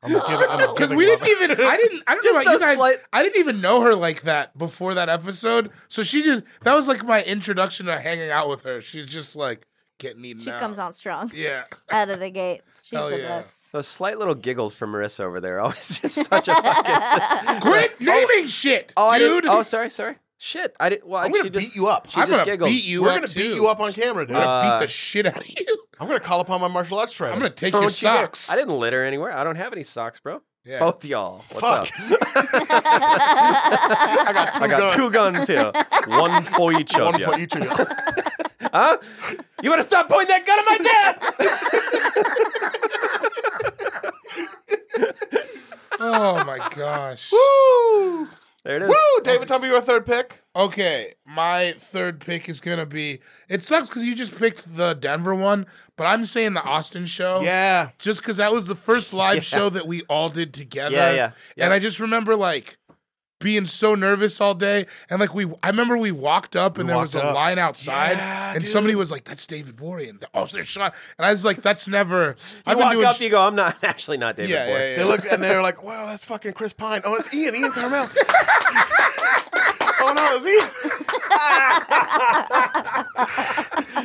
Speaker 2: I'm a giving. I'm
Speaker 3: <laughs>
Speaker 2: a
Speaker 3: Because
Speaker 2: giving
Speaker 3: we didn't
Speaker 2: mother.
Speaker 3: even, I didn't, I don't know
Speaker 1: Just
Speaker 3: about you
Speaker 1: those
Speaker 3: guys.
Speaker 1: slight-
Speaker 3: I didn't even know her like that before that episode. So she just, that was like my introduction to hanging out with her. She's just like getting eaten
Speaker 5: She
Speaker 3: out.
Speaker 5: comes on strong
Speaker 3: Yeah.
Speaker 5: out of the gate. She's
Speaker 3: Hell
Speaker 5: the
Speaker 3: yeah.
Speaker 1: <laughs>
Speaker 5: best.
Speaker 1: Those slight little giggles from Marissa
Speaker 5: <laughs>
Speaker 1: over there always just such a fucking.
Speaker 3: Quit naming shit,
Speaker 1: Oh, I
Speaker 3: dude.
Speaker 1: didn't. Oh, sorry, sorry. Shit, I didn't. Well,
Speaker 2: I'm gonna
Speaker 1: she
Speaker 2: beat
Speaker 1: just,
Speaker 2: you up.
Speaker 1: She
Speaker 3: I'm
Speaker 1: just
Speaker 3: gonna
Speaker 1: giggled.
Speaker 3: beat you
Speaker 2: We're
Speaker 3: up.
Speaker 2: gonna
Speaker 3: too.
Speaker 2: beat you up on camera,
Speaker 3: I'm
Speaker 2: dude.
Speaker 3: gonna
Speaker 1: Uh,
Speaker 3: beat the shit out
Speaker 1: <laughs>
Speaker 3: of you.
Speaker 2: I'm gonna call upon my martial arts trainer.
Speaker 3: I'm gonna take
Speaker 1: Don't
Speaker 3: your
Speaker 1: you dare.
Speaker 3: socks.
Speaker 1: I didn't litter anywhere. I don't have any socks, bro.
Speaker 3: Yeah.
Speaker 1: Both y'all. What's
Speaker 2: <laughs>
Speaker 1: up?
Speaker 2: Fuck. I got two
Speaker 1: I got
Speaker 2: guns.
Speaker 1: two guns here. One for each of
Speaker 2: One
Speaker 1: you.
Speaker 2: for each of you.
Speaker 3: <laughs>
Speaker 1: Huh? You better stop pointing that gun at my
Speaker 2: <laughs>
Speaker 1: dad.
Speaker 3: <laughs> Oh my gosh.
Speaker 2: Woo!
Speaker 1: there it is.
Speaker 2: Woo! David, tell me your third pick.
Speaker 3: Okay, my third pick is gonna be. It sucks because you just picked the Denver one, but I'm saying the Austin show.
Speaker 2: Yeah.
Speaker 3: just because that was
Speaker 1: <laughs>
Speaker 3: the first live show that we all did together.
Speaker 1: Yeah, yeah, yeah.
Speaker 3: And I just remember like being so nervous all day, and like we, I remember we walked up and
Speaker 2: We
Speaker 3: there
Speaker 2: walked
Speaker 3: was a
Speaker 2: up.
Speaker 3: line outside,
Speaker 2: Yeah,
Speaker 3: and
Speaker 2: dude.
Speaker 3: somebody was like, "That's David Bory," and oh, there's shot, and I was like, "That's never."
Speaker 1: You walk up,
Speaker 3: sh-
Speaker 1: you go. I'm not <laughs> actually not David
Speaker 3: yeah,
Speaker 1: Boyd.
Speaker 3: yeah,
Speaker 2: They
Speaker 3: yeah.
Speaker 2: look and they're
Speaker 3: <laughs>
Speaker 2: like, "Wow, that's fucking Chris Pine." Oh, it's Ian. Ian Carmel. <laughs> oh no, it's Ian.
Speaker 3: I,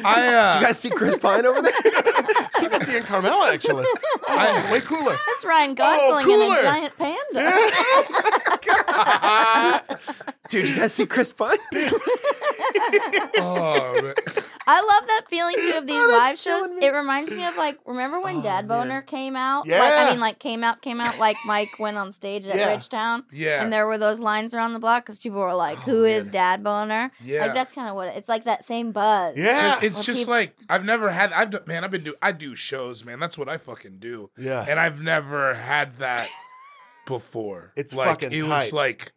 Speaker 3: uh,
Speaker 1: <laughs> You guys see Chris Pine over there?
Speaker 2: I think it's Ian Carmel
Speaker 3: <laughs>
Speaker 2: actually. Oh, way cooler.
Speaker 5: That's Ryan Gosling and
Speaker 2: cooler.
Speaker 5: a giant panda.
Speaker 1: Dude, you guys see Chris Pine?
Speaker 3: oh, man.
Speaker 5: I love that feeling too of these live shows. It reminds me of like remember when Dad Boner came out? Like
Speaker 2: Yeah.
Speaker 5: I mean like came out, came out like Mike went on stage at
Speaker 2: Yeah.
Speaker 5: Ridgetown.
Speaker 3: Yeah.
Speaker 5: And there were those lines around the block because people were like, "Who is Dad Boner?
Speaker 3: Yeah.
Speaker 5: Like that's kind of what it, it's like that same buzz.
Speaker 2: Yeah.
Speaker 3: It's
Speaker 5: Well,
Speaker 3: just
Speaker 5: people-
Speaker 3: like I've never had. I've done, man. I've been do. I do shows, man. That's what I fucking do.
Speaker 2: Yeah.
Speaker 3: and I've never had that before.
Speaker 2: <laughs> It's
Speaker 3: like,
Speaker 2: fucking
Speaker 3: It
Speaker 2: tight.
Speaker 3: was like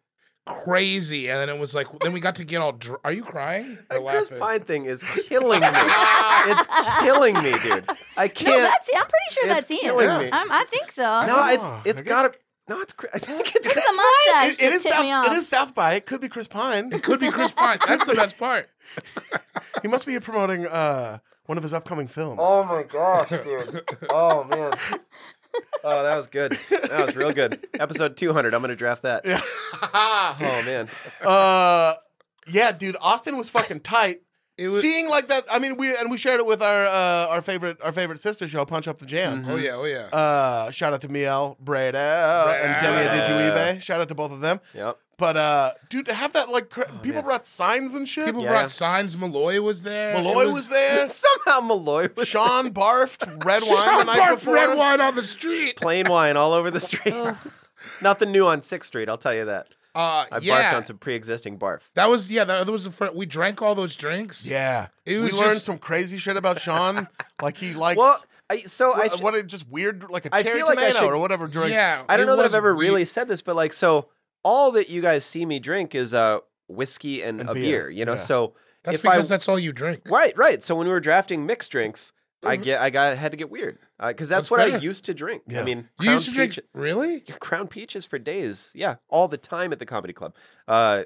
Speaker 3: crazy, and then it was like. Then we got to get all. Dr- Are you
Speaker 2: <laughs>
Speaker 3: crying? Or
Speaker 1: That Chris
Speaker 3: laughing?
Speaker 1: Pine thing is killing me. it's killing me, dude. I
Speaker 5: No,
Speaker 1: can't.
Speaker 5: that's I'm pretty sure
Speaker 1: It's
Speaker 5: that's Ian.
Speaker 1: killing me.
Speaker 5: Um, I think so.
Speaker 1: No,
Speaker 2: Oh,
Speaker 1: it's it's
Speaker 2: I get-
Speaker 1: gotta. No, it's. Chris- I think it's.
Speaker 5: it's
Speaker 1: Chris-
Speaker 5: the mustache.
Speaker 2: It- it
Speaker 5: that
Speaker 2: is
Speaker 5: tipped me
Speaker 2: South.
Speaker 5: off.
Speaker 2: It is South by. It could be Chris Pine.
Speaker 3: Could be Chris Pine. That's the best
Speaker 2: <laughs>
Speaker 3: part.
Speaker 2: He must be promoting uh, one of his upcoming films.
Speaker 1: my gosh, dude. Oh man. <laughs> Oh, that was good. That was real good. Episode 200. I'm gonna draft that. Oh man.
Speaker 2: uh, yeah, dude. Austin was fucking tight.
Speaker 3: It was.
Speaker 2: Seeing like that, I mean, we and we shared it with our uh, our favorite our favorite sister show, Punch Up the Jam.
Speaker 3: oh yeah. Oh yeah.
Speaker 2: Uh, shout out to Miel Breda and Demia
Speaker 1: Breda.
Speaker 2: Dijuibe. Shout out to both of them.
Speaker 1: Yep.
Speaker 2: But uh, dude, to have that like cra- people
Speaker 1: man.
Speaker 2: brought signs and shit.
Speaker 3: People
Speaker 1: Yeah.
Speaker 3: brought signs. Malloy was there.
Speaker 2: Malloy
Speaker 3: It
Speaker 2: was, there.
Speaker 1: Somehow Malloy was
Speaker 2: Sean barfed
Speaker 1: <laughs>
Speaker 2: red wine the
Speaker 3: Sean
Speaker 2: night
Speaker 3: Barf
Speaker 2: before.
Speaker 3: red wine on the street.
Speaker 1: plain wine all over the street. Nothing new on Sixth Street. I'll tell you that.
Speaker 3: Uh,
Speaker 1: I barfed
Speaker 3: yeah.
Speaker 1: on some pre-existing barf.
Speaker 3: that was yeah. That, that was the front. We drank all those drinks.
Speaker 2: Yeah,
Speaker 3: It
Speaker 2: we
Speaker 3: was
Speaker 2: learned
Speaker 3: just-
Speaker 2: some crazy shit about
Speaker 1: <laughs>
Speaker 2: Sean. like he likes
Speaker 1: Well, I so I
Speaker 2: what,
Speaker 1: sh-
Speaker 2: what it just weird like a
Speaker 1: I
Speaker 2: cherry
Speaker 1: feel like I
Speaker 2: tomato
Speaker 1: should-
Speaker 2: or whatever drink.
Speaker 3: Yeah.
Speaker 1: I don't
Speaker 3: it
Speaker 1: know that I've
Speaker 3: was
Speaker 1: ever
Speaker 3: we-
Speaker 1: really said this, but like so all that you guys see me drink is uh whiskey and,
Speaker 2: And
Speaker 1: a
Speaker 2: beer.
Speaker 1: beer. you know?
Speaker 2: Yeah.
Speaker 1: So
Speaker 3: That's
Speaker 1: if I
Speaker 3: because that's all you drink.
Speaker 1: Right, right. So when we were drafting mixed drinks, I get I got had to get weird because that's,
Speaker 3: Mm-hmm. That's
Speaker 1: what
Speaker 3: fair.
Speaker 1: I used to drink.
Speaker 2: Yeah.
Speaker 1: I mean,
Speaker 3: You used to
Speaker 1: Crown
Speaker 3: drink
Speaker 1: Peach-
Speaker 3: really?
Speaker 1: Crown Peaches for days. Yeah, all the time at the comedy club. Uh,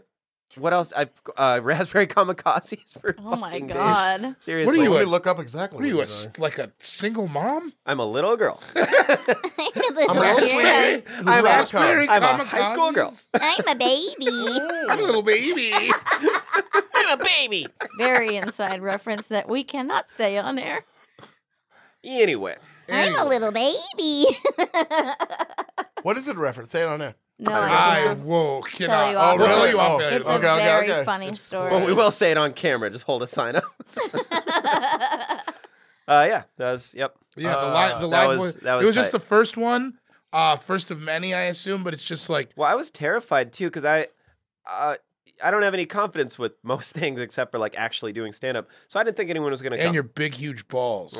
Speaker 1: what else? I uh, <laughs> raspberry kamikazes for
Speaker 5: Oh my
Speaker 1: fucking days.
Speaker 5: <laughs> god.
Speaker 1: Seriously,
Speaker 3: you
Speaker 2: Let
Speaker 3: a-
Speaker 2: me look up exactly.
Speaker 3: What are you, a,
Speaker 2: what
Speaker 3: s-
Speaker 2: drink.
Speaker 3: like a single mom?
Speaker 1: I'm a little
Speaker 3: <laughs>
Speaker 1: girl.
Speaker 2: I'm raspberry.
Speaker 1: I'm a-
Speaker 3: Raspberry
Speaker 1: I'm a high
Speaker 3: kamikazes?
Speaker 1: school girl.
Speaker 5: I'm a baby.
Speaker 3: I'm a
Speaker 1: <laughs>
Speaker 3: little baby.
Speaker 5: <laughs> Very inside reference that we cannot say on air.
Speaker 1: Anyway,
Speaker 3: Anyway,
Speaker 5: little baby.
Speaker 2: What is it reference? Say it on air.
Speaker 5: <laughs> no,
Speaker 1: I
Speaker 3: I
Speaker 5: I
Speaker 3: whoa
Speaker 5: Tell
Speaker 3: cannot.
Speaker 5: you
Speaker 3: I'll
Speaker 5: off.
Speaker 3: tell you
Speaker 2: Oh,
Speaker 3: off.
Speaker 2: really?
Speaker 3: air.
Speaker 5: It's
Speaker 2: Okay,
Speaker 5: a
Speaker 2: okay,
Speaker 5: very
Speaker 2: okay.
Speaker 5: funny story.
Speaker 1: but we
Speaker 5: <laughs>
Speaker 1: will say it on camera. Just hold a sign up. <laughs> uh, yeah, that was yep.
Speaker 3: yeah, the
Speaker 1: Uh,
Speaker 3: live the
Speaker 1: that
Speaker 3: live
Speaker 1: was-
Speaker 3: was,
Speaker 1: that
Speaker 3: it
Speaker 1: was
Speaker 3: was just
Speaker 1: tight.
Speaker 3: the first one, uh, first of many, I assume. But it's just like
Speaker 1: Well, I was terrified too because I, uh, I don't have any confidence with most <laughs> things except for like actually doing stand up. So I didn't think anyone was going to
Speaker 3: and
Speaker 1: come.
Speaker 3: your big huge balls.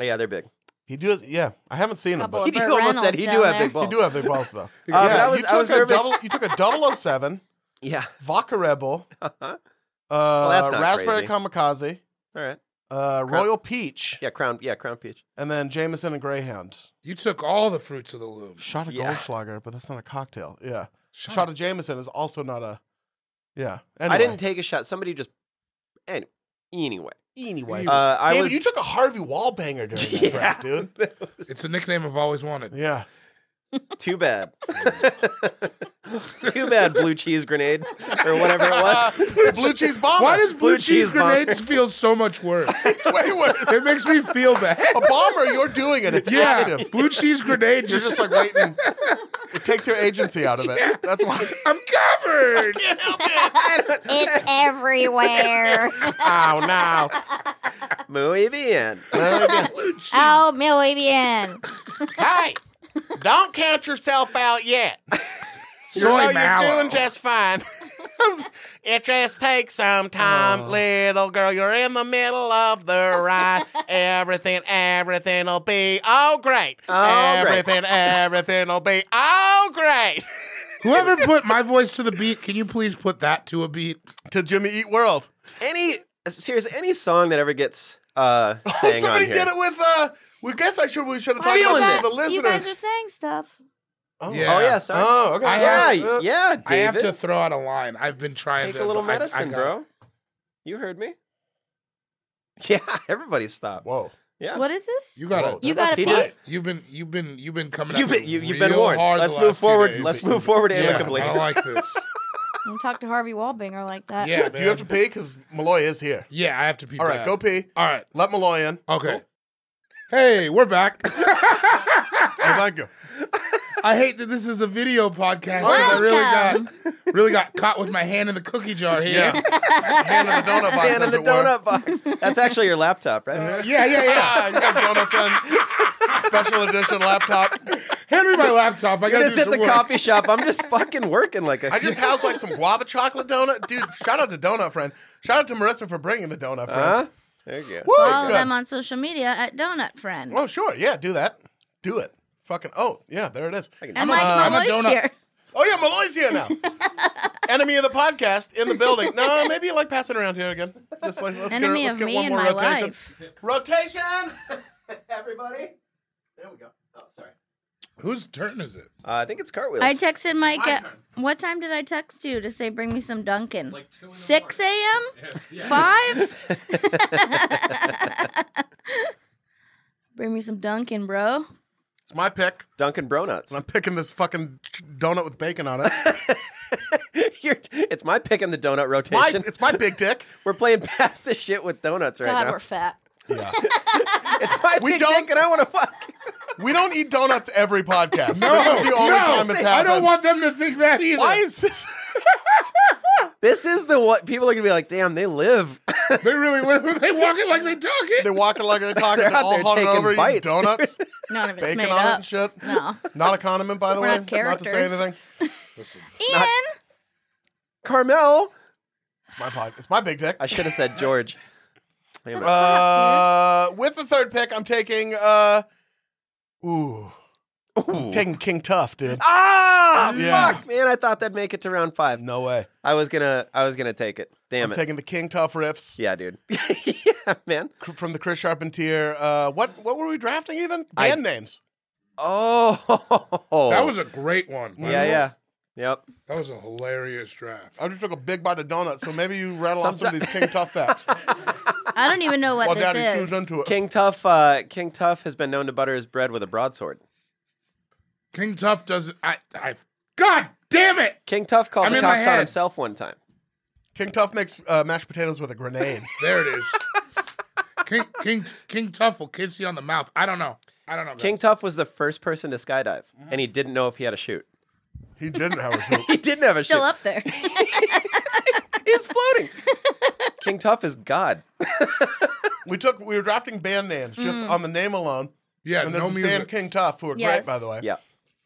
Speaker 1: <laughs> yeah, Uh, they're big.
Speaker 2: He does. Yeah, I haven't seen him.
Speaker 1: <laughs>
Speaker 5: Couple
Speaker 2: But
Speaker 1: He
Speaker 5: Burt
Speaker 1: almost said
Speaker 5: Reynolds
Speaker 1: he do
Speaker 5: down
Speaker 1: have
Speaker 5: there.
Speaker 1: big balls.
Speaker 2: you do have big balls though.
Speaker 1: <laughs> Uh, but I was
Speaker 2: you
Speaker 1: I was
Speaker 2: took a
Speaker 1: nervous.
Speaker 2: double. You took a 007
Speaker 1: yeah. <laughs>
Speaker 2: Vodka Rebel, uh,
Speaker 1: that's not crazy.
Speaker 2: raspberry kamikaze,
Speaker 1: All right.
Speaker 2: uh, royal peach,
Speaker 1: Yeah, crown. Yeah, crown peach.
Speaker 2: and then Jameson and Greyhound.
Speaker 3: you took all the fruits of the loom.
Speaker 2: Shot of
Speaker 1: Yeah.
Speaker 2: Goldschlager, but that's not a cocktail. Yeah.
Speaker 3: Shot-
Speaker 2: Shot of Jameson is also not a. Yeah. Anyway.
Speaker 1: I didn't take a shot. Somebody just. And anyway,
Speaker 2: anyway.
Speaker 1: uh, I
Speaker 2: David,
Speaker 1: was. <laughs>
Speaker 2: you took a Harvey Wallbanger during that
Speaker 1: Yeah. <laughs>
Speaker 2: draft, dude. <laughs>
Speaker 3: It's a nickname I've always wanted.
Speaker 2: Yeah.
Speaker 1: Too bad. <laughs> Too bad, blue cheese grenade or whatever it was.
Speaker 2: Blue cheese bomber.
Speaker 3: Why does blue,
Speaker 1: Blue
Speaker 3: cheese,
Speaker 1: cheese bomb. <laughs>
Speaker 3: grenades feel so much worse?
Speaker 2: it's way worse?
Speaker 3: it makes me feel
Speaker 1: <laughs>
Speaker 3: bad.
Speaker 2: A bomber, you're doing it. It's
Speaker 3: Yeah,
Speaker 2: active.
Speaker 3: blue cheese grenade
Speaker 2: You're
Speaker 3: just,
Speaker 2: just like waiting. It takes your agency out of it. That's why.
Speaker 3: I'm <laughs> covered.
Speaker 5: It's everywhere.
Speaker 2: <laughs> Oh no!
Speaker 1: Muy bien.
Speaker 3: <laughs>
Speaker 5: oh, muy bien.
Speaker 2: Hey, don't count yourself out yet.
Speaker 3: Soy
Speaker 2: you
Speaker 3: mallow.
Speaker 2: you're doing just fine. <laughs> it just takes some time, little girl. You're in the middle of the ride. everything, everything'll be oh great.
Speaker 1: Oh, great.
Speaker 2: everything, everything'll be oh great.
Speaker 3: Whoever put my voice to the beat, can you please put that to a beat?
Speaker 2: to Jimmy Eat <laughs> World.
Speaker 1: Any serious any song that ever gets
Speaker 3: <laughs>
Speaker 1: uh sang on
Speaker 2: Oh, somebody
Speaker 1: here.
Speaker 2: did it with. uh we guess I should. We should have talked
Speaker 1: Feeling
Speaker 2: about
Speaker 1: it.
Speaker 2: it for the listeners.
Speaker 5: You guys are saying stuff.
Speaker 2: oh.
Speaker 1: Oh yeah, sorry.
Speaker 2: Oh, okay.
Speaker 3: I
Speaker 1: yeah,
Speaker 3: have-
Speaker 1: y- yeah, David.
Speaker 3: Uh, I have to throw out a line. I've been trying
Speaker 1: Take
Speaker 3: to
Speaker 1: a little
Speaker 3: I- I
Speaker 1: medicine,
Speaker 3: got-
Speaker 1: bro. You heard me. Yeah, <laughs> everybody stop.
Speaker 2: Whoa.
Speaker 1: Yeah.
Speaker 6: What is this?
Speaker 3: You got
Speaker 6: You
Speaker 3: it.
Speaker 6: got a
Speaker 1: Wikipedia?
Speaker 6: piece.
Speaker 3: You've been you've been you've been coming.
Speaker 1: You've
Speaker 3: at me
Speaker 1: been, you, you've been
Speaker 3: real
Speaker 1: warned.
Speaker 3: hard the
Speaker 1: Let's
Speaker 3: last
Speaker 1: move
Speaker 3: two
Speaker 1: forward.
Speaker 3: days.
Speaker 1: Let's move forward
Speaker 3: Yeah,
Speaker 1: amicably.
Speaker 3: I
Speaker 1: <laughs>
Speaker 3: like <laughs> this.
Speaker 5: Don't talk to Harvey Wallbinger like that.
Speaker 3: Yeah,
Speaker 2: Do you have to
Speaker 3: man.
Speaker 2: pee? Because Malloy is here.
Speaker 3: Yeah, I have to pee.
Speaker 2: All right,
Speaker 3: bad.
Speaker 2: go pee.
Speaker 3: All right.
Speaker 2: Let Malloy in.
Speaker 3: Okay. Hey, we're back.
Speaker 2: Oh,
Speaker 1: <laughs>
Speaker 2: thank you.
Speaker 3: I hate that this is a video podcast. 'cause I really got really got caught with my hand in the cookie jar here.
Speaker 2: Yeah. Hand of the donut box.
Speaker 1: Man in
Speaker 2: as
Speaker 1: the
Speaker 2: it were.
Speaker 6: <laughs>
Speaker 1: donut box. That's actually your laptop, right?
Speaker 3: Yeah, yeah, yeah.
Speaker 2: Ah, you got donut friend. Special edition laptop.
Speaker 3: Hand
Speaker 1: <laughs>
Speaker 3: me my laptop. I
Speaker 1: You're
Speaker 3: gotta
Speaker 1: just
Speaker 3: do
Speaker 1: at
Speaker 3: some
Speaker 1: the
Speaker 3: work.
Speaker 1: coffee shop. I'm
Speaker 3: <laughs>
Speaker 1: just fucking working like a.
Speaker 2: I just have like some guava chocolate donut. Dude, shout out to donut friend. Shout out to Marissa for bringing the donut friend.
Speaker 3: Uh-huh.
Speaker 1: Huh? There you go.
Speaker 2: Woo, it's
Speaker 6: Follow
Speaker 2: good.
Speaker 6: them on social media at Donut Friend.
Speaker 2: Oh, sure. Yeah, do that. Do it. Fucking, oh, yeah, there it is.
Speaker 6: and
Speaker 2: uh,
Speaker 6: Mike
Speaker 3: I'm a
Speaker 6: Malloy's
Speaker 3: donut-
Speaker 6: here.
Speaker 2: Oh, yeah, Malloy's here now.
Speaker 6: <laughs>
Speaker 2: Enemy of the podcast in the building. No, maybe you like passing around here again. Just like, let's
Speaker 6: Enemy
Speaker 2: get, let's
Speaker 6: of
Speaker 2: get
Speaker 6: me
Speaker 2: one
Speaker 6: and
Speaker 2: more
Speaker 6: my
Speaker 2: rotation.
Speaker 6: life.
Speaker 2: Rotation!
Speaker 1: Everybody. There we go. Oh, sorry.
Speaker 3: Whose turn is it?
Speaker 1: Uh, I think it's cartwheels.
Speaker 6: I texted Mike at what time did I text you to say bring me some Dunkin'? Like Six a.m. Five. bring me some Dunkin', bro.
Speaker 2: It's my pick.
Speaker 1: Dunkin' Bronuts.
Speaker 2: I'm picking this fucking donut with bacon
Speaker 3: <laughs>
Speaker 2: on it.
Speaker 1: <laughs> You're- it's my pick in the donut
Speaker 2: My,
Speaker 1: rotation.
Speaker 2: it's my big dick.
Speaker 1: We're playing <laughs> past the shit with donuts right
Speaker 5: God,
Speaker 1: now.
Speaker 5: we're fat.
Speaker 1: <laughs> It's my
Speaker 2: We
Speaker 1: big
Speaker 2: don't-
Speaker 1: dick, and I want to fuck.
Speaker 3: <laughs>
Speaker 2: We don't eat donuts every podcast. this is the only time it's happened.
Speaker 3: I don't want them to think that either.
Speaker 2: Why
Speaker 3: <laughs>
Speaker 2: is this? <laughs>
Speaker 1: This is the what people are gonna be like. Damn, they live. <laughs>
Speaker 3: They really live. They walk it like they talk it.
Speaker 2: They're walking like they're talking.
Speaker 1: They're
Speaker 2: They're
Speaker 1: out
Speaker 2: all
Speaker 1: there
Speaker 2: huddled
Speaker 1: taking
Speaker 2: over eating
Speaker 1: bites,
Speaker 2: donuts,
Speaker 6: None of it's
Speaker 2: bacon
Speaker 6: made
Speaker 2: on it
Speaker 6: up.
Speaker 2: and shit.
Speaker 1: <laughs>
Speaker 6: No.
Speaker 2: Not a condiment, by the
Speaker 6: We're
Speaker 2: way.
Speaker 6: not
Speaker 2: to say
Speaker 6: characters.
Speaker 2: anything.
Speaker 6: Ian,
Speaker 1: Carmel.
Speaker 2: It's my pod. It's my big dick.
Speaker 1: I should have said George. Damn it.
Speaker 2: <laughs> Uh, with the third pick, I'm taking. Uh, ooh,
Speaker 3: Oh.
Speaker 2: I'm taking King Tough, dude.
Speaker 1: ah,
Speaker 2: Yeah.
Speaker 1: fuck, man! I thought that'd make it to round five.
Speaker 2: No way.
Speaker 1: I was gonna, I was gonna take it. Damn
Speaker 2: I'm
Speaker 1: it.
Speaker 2: taking the King Tough riffs
Speaker 1: yeah, dude. <laughs> yeah, man.
Speaker 2: cr- from the Chris Charpentier. Uh, what what were we drafting even?
Speaker 1: I-
Speaker 2: Band names.
Speaker 1: Oh,
Speaker 3: That was a great one. by
Speaker 1: yeah,
Speaker 3: the way.
Speaker 1: yeah, Uh, yep.
Speaker 3: That was a hilarious draft.
Speaker 2: I just took a big bite of donuts, so maybe you rattle off some of these
Speaker 1: Sometime-
Speaker 2: King Tough facts
Speaker 1: <laughs>
Speaker 6: I don't even know what
Speaker 2: while Daddy
Speaker 6: this
Speaker 2: chews
Speaker 6: is.
Speaker 2: into it.
Speaker 1: King Tough, uh, King Tough has been known to butter his bread with a broadsword.
Speaker 3: King Tough doesn't. I. I. God damn it!
Speaker 1: King Tough called
Speaker 3: I'm
Speaker 1: the
Speaker 3: in my
Speaker 1: cops on
Speaker 3: head.
Speaker 1: himself one time.
Speaker 2: King Tough makes uh, mashed potatoes with a grenade.
Speaker 3: There it is. <laughs> King King King Tough will kiss you on the mouth. I don't know. I don't know.
Speaker 1: King
Speaker 3: guys.
Speaker 1: Tough was the first person to skydive, and he didn't know if he had a chute. <laughs>
Speaker 2: He didn't have a hoop.
Speaker 6: <laughs>
Speaker 1: He didn't have a
Speaker 6: Still
Speaker 1: chute.
Speaker 6: up
Speaker 1: <laughs>
Speaker 6: there. <laughs>
Speaker 1: He's floating. King Tough is God.
Speaker 2: We took we were drafting band names just on the name alone.
Speaker 3: Yeah,
Speaker 2: and this
Speaker 3: no
Speaker 2: is
Speaker 3: music.
Speaker 2: Dan King Tough, who are
Speaker 6: Mm. Yes.
Speaker 2: great by the way.
Speaker 1: Yeah.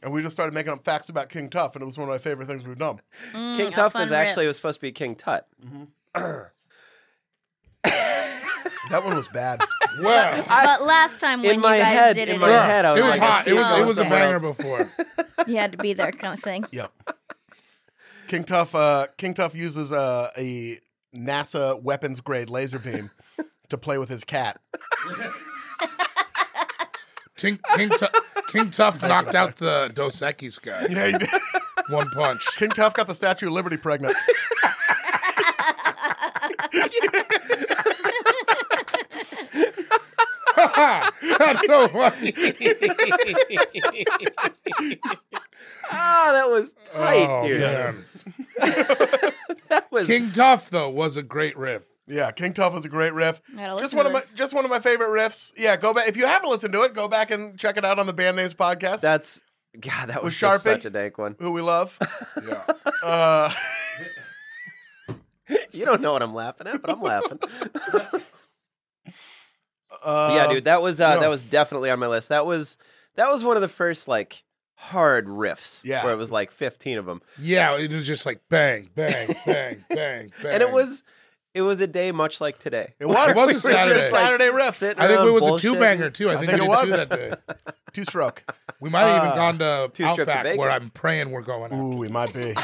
Speaker 2: And we just started making up facts about King Tough, and it was one of my favorite things we've done.
Speaker 1: King Tough
Speaker 6: Mm, fun
Speaker 1: was actually
Speaker 6: riff.
Speaker 1: was supposed to be King Tut.
Speaker 2: That one was
Speaker 6: <laughs>
Speaker 2: bad.
Speaker 3: Well,
Speaker 6: but last time when
Speaker 1: in my
Speaker 6: you guys
Speaker 1: head,
Speaker 6: did
Speaker 1: in
Speaker 6: it,
Speaker 1: my
Speaker 6: it
Speaker 3: yeah,
Speaker 1: head, I was
Speaker 3: it was
Speaker 1: like, I
Speaker 3: hot.
Speaker 1: see
Speaker 3: It
Speaker 1: what
Speaker 3: was, it
Speaker 1: you're
Speaker 3: was a
Speaker 1: saying.
Speaker 3: banger before.
Speaker 1: <laughs>
Speaker 6: you had to be there kind of thing.
Speaker 2: yeah. King Tough, uh, King Tough uses uh, a NASA weapons grade
Speaker 6: <laughs>
Speaker 2: laser beam to play with his cat.
Speaker 3: King King, Tough King Tough knocked out <laughs> the Dos Equis guy.
Speaker 2: Yeah, he did.
Speaker 3: One punch.
Speaker 2: King Tough got the Statue of Liberty pregnant.
Speaker 3: That's so funny.
Speaker 1: Ah, that was tight,
Speaker 3: Oh,
Speaker 1: dude.
Speaker 3: man.
Speaker 1: <laughs> That was
Speaker 3: King Tough though was a great riff.
Speaker 2: Yeah, King Tough is a great riff.
Speaker 5: Gotta
Speaker 2: Just
Speaker 5: listen
Speaker 2: one
Speaker 5: to
Speaker 2: of my
Speaker 5: this.
Speaker 2: just one of my favorite riffs. Yeah, go back if you haven't listened to it, go back and check it out on the Band Names podcast.
Speaker 1: that's God. That was
Speaker 2: With
Speaker 1: just
Speaker 2: Sharpie?
Speaker 1: such a dank one.
Speaker 2: who
Speaker 1: <laughs>
Speaker 2: we love.
Speaker 3: Yeah.
Speaker 2: Uh,
Speaker 1: You don't know what I'm laughing at, but I'm laughing.
Speaker 2: uh,
Speaker 1: <laughs> yeah, dude, that was uh,
Speaker 2: no.
Speaker 1: that was definitely on my list. That was that was one of the first like hard riffs.
Speaker 2: Yeah.
Speaker 1: where it was like 15 of them,
Speaker 3: Yeah, it was just like bang, bang, bang, bang, bang.
Speaker 1: and it was it was a day much like today. <laughs>
Speaker 2: It was,
Speaker 3: It was a
Speaker 2: We were just
Speaker 3: Saturday.
Speaker 2: Saturday riff.
Speaker 1: Sitting
Speaker 3: I think
Speaker 1: around
Speaker 3: it was a two
Speaker 1: bullshitting.
Speaker 3: banger too. I, think,
Speaker 2: think
Speaker 3: we
Speaker 2: it
Speaker 3: did two
Speaker 2: was.
Speaker 3: that day.
Speaker 2: Two stroke.
Speaker 3: We might have
Speaker 2: Uh,
Speaker 3: even gone to
Speaker 1: two strips of
Speaker 3: Outback
Speaker 1: bacon.
Speaker 3: where I'm praying we're going. Out.
Speaker 2: Ooh, we might
Speaker 1: <laughs>
Speaker 2: be.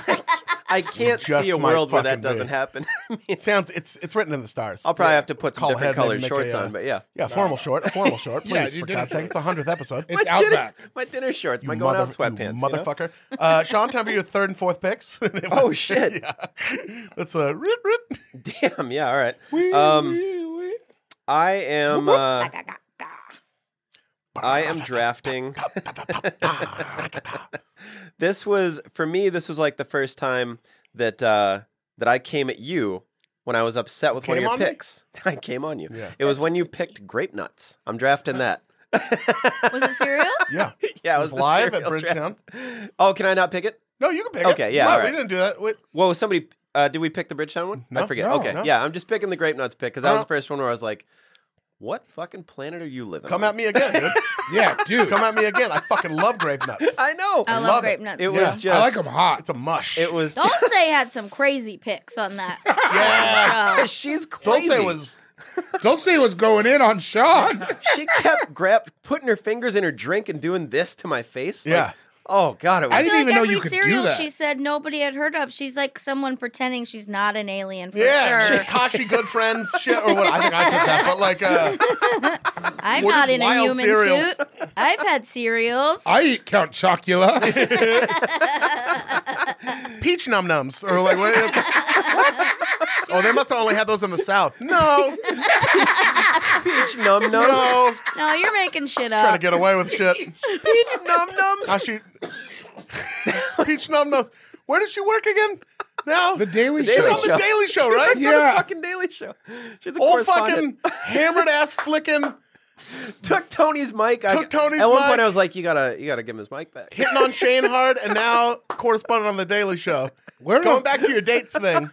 Speaker 1: I can't
Speaker 2: Just
Speaker 1: see a
Speaker 2: might
Speaker 1: world where that
Speaker 2: fucking
Speaker 1: doesn't
Speaker 2: be.
Speaker 1: happen. <laughs> I mean,
Speaker 2: It sounds it's it's written in the stars.
Speaker 1: I'll probably
Speaker 2: Yeah.
Speaker 1: have to put some
Speaker 2: Call
Speaker 1: different
Speaker 2: ahead and
Speaker 1: colored
Speaker 2: make
Speaker 1: shorts
Speaker 2: a, uh,
Speaker 1: on, but yeah.
Speaker 2: Yeah, formal short, a
Speaker 3: <laughs>
Speaker 2: formal short. Please,
Speaker 3: Yeah, you
Speaker 2: for
Speaker 3: did
Speaker 2: God's
Speaker 3: it.
Speaker 2: sake, it's the hundredth episode.
Speaker 3: It's
Speaker 1: my dinner,
Speaker 3: Outback.
Speaker 1: my dinner shorts, my
Speaker 2: You
Speaker 1: going out
Speaker 2: mother- you
Speaker 1: sweatpants, you know?
Speaker 2: motherfucker. Uh, Sean, time for your third and fourth picks.
Speaker 1: <laughs>
Speaker 2: <laughs>
Speaker 1: Oh, shit.
Speaker 2: yeah. That's a rit, rit.
Speaker 1: Damn, yeah, all right.
Speaker 2: <laughs>
Speaker 1: Um, I am uh, I am drafting. <laughs> this was for me. This was like the first time that uh, that I came at you when I was upset with one of
Speaker 2: Came
Speaker 1: your
Speaker 2: on me?
Speaker 1: picks. <laughs> I came on you.
Speaker 2: Yeah.
Speaker 1: It was when you picked grape nuts. I'm drafting
Speaker 2: <laughs>
Speaker 1: that.
Speaker 5: Was it cereal?
Speaker 1: <laughs>
Speaker 2: Yeah.
Speaker 1: yeah, it
Speaker 2: was
Speaker 1: was the
Speaker 2: live at
Speaker 1: cereal
Speaker 2: Bridgetown.
Speaker 1: draft. Oh, can I not pick it?
Speaker 2: No, you can pick it.
Speaker 1: Okay, yeah,
Speaker 2: No,
Speaker 1: all right.
Speaker 2: we didn't do that. Wait,
Speaker 1: Whoa, somebody. Uh, did we pick the Bridgetown one? I
Speaker 2: No,
Speaker 1: forget.
Speaker 2: no,
Speaker 1: okay,
Speaker 2: no.
Speaker 1: yeah, I'm just picking the grape nuts pick because that
Speaker 2: I
Speaker 1: was the
Speaker 2: don't-
Speaker 1: first one where I was like, "What fucking planet are you living?"
Speaker 2: come
Speaker 1: on?
Speaker 2: at me again, dude.
Speaker 1: <laughs>
Speaker 3: Yeah, dude.
Speaker 2: come at me again. I fucking love grape nuts.
Speaker 1: I know.
Speaker 5: I love,
Speaker 2: love it.
Speaker 5: grape nuts.
Speaker 1: it
Speaker 2: Yeah.
Speaker 1: was just.
Speaker 3: I like them hot.
Speaker 2: It's a mush.
Speaker 1: It was. <laughs>
Speaker 5: Don't say had some crazy picks on that.
Speaker 2: Yeah.
Speaker 5: Oh,
Speaker 1: She's
Speaker 2: Don't
Speaker 1: crazy.
Speaker 2: say it was
Speaker 3: Dulce was going in on Sean.
Speaker 1: <laughs> she kept grab putting her fingers in her drink and doing this to my face. like-
Speaker 2: Yeah.
Speaker 1: oh God, it was.
Speaker 3: I
Speaker 5: I
Speaker 3: didn't
Speaker 5: feel
Speaker 3: even
Speaker 5: like
Speaker 3: know
Speaker 5: every
Speaker 3: you could do
Speaker 5: cereal
Speaker 3: that.
Speaker 5: she said nobody had heard of. She's like someone pretending she's not an alien for
Speaker 2: yeah,
Speaker 5: sure.
Speaker 2: Shikashi good friends shit or what? I think I took that, but like uh,
Speaker 5: I'm
Speaker 2: What
Speaker 5: not
Speaker 2: is
Speaker 5: in a
Speaker 2: wild
Speaker 5: human
Speaker 2: cereals?
Speaker 5: suit. I've had cereals.
Speaker 3: I eat Count Chocula.
Speaker 2: peach num nums or like what? oh, they must have only had those in the South. No,
Speaker 1: peach num <laughs> nums.
Speaker 2: no,
Speaker 5: no, you're making shit
Speaker 2: trying to
Speaker 5: up.
Speaker 2: get away with shit.
Speaker 1: peach num
Speaker 2: I
Speaker 1: nums.
Speaker 2: shoot. <laughs> Peach Num Nums. Where does she work again? Now
Speaker 3: the Daily
Speaker 2: she's
Speaker 3: Show.
Speaker 2: on the Daily Show, right?
Speaker 3: <laughs> Yeah.
Speaker 1: The fucking Daily Show. She's a
Speaker 2: Old
Speaker 1: correspondent.
Speaker 2: fucking hammered ass flicking,
Speaker 1: took Tony's mic. I,
Speaker 2: Took Tony's
Speaker 1: At one
Speaker 2: mic.
Speaker 1: point, I was like, "You gotta, you gotta give him his mic back."
Speaker 2: hitting on Shane hard, and now correspondent on the Daily Show.
Speaker 3: We're
Speaker 2: Going
Speaker 3: a-
Speaker 2: back to your dates thing.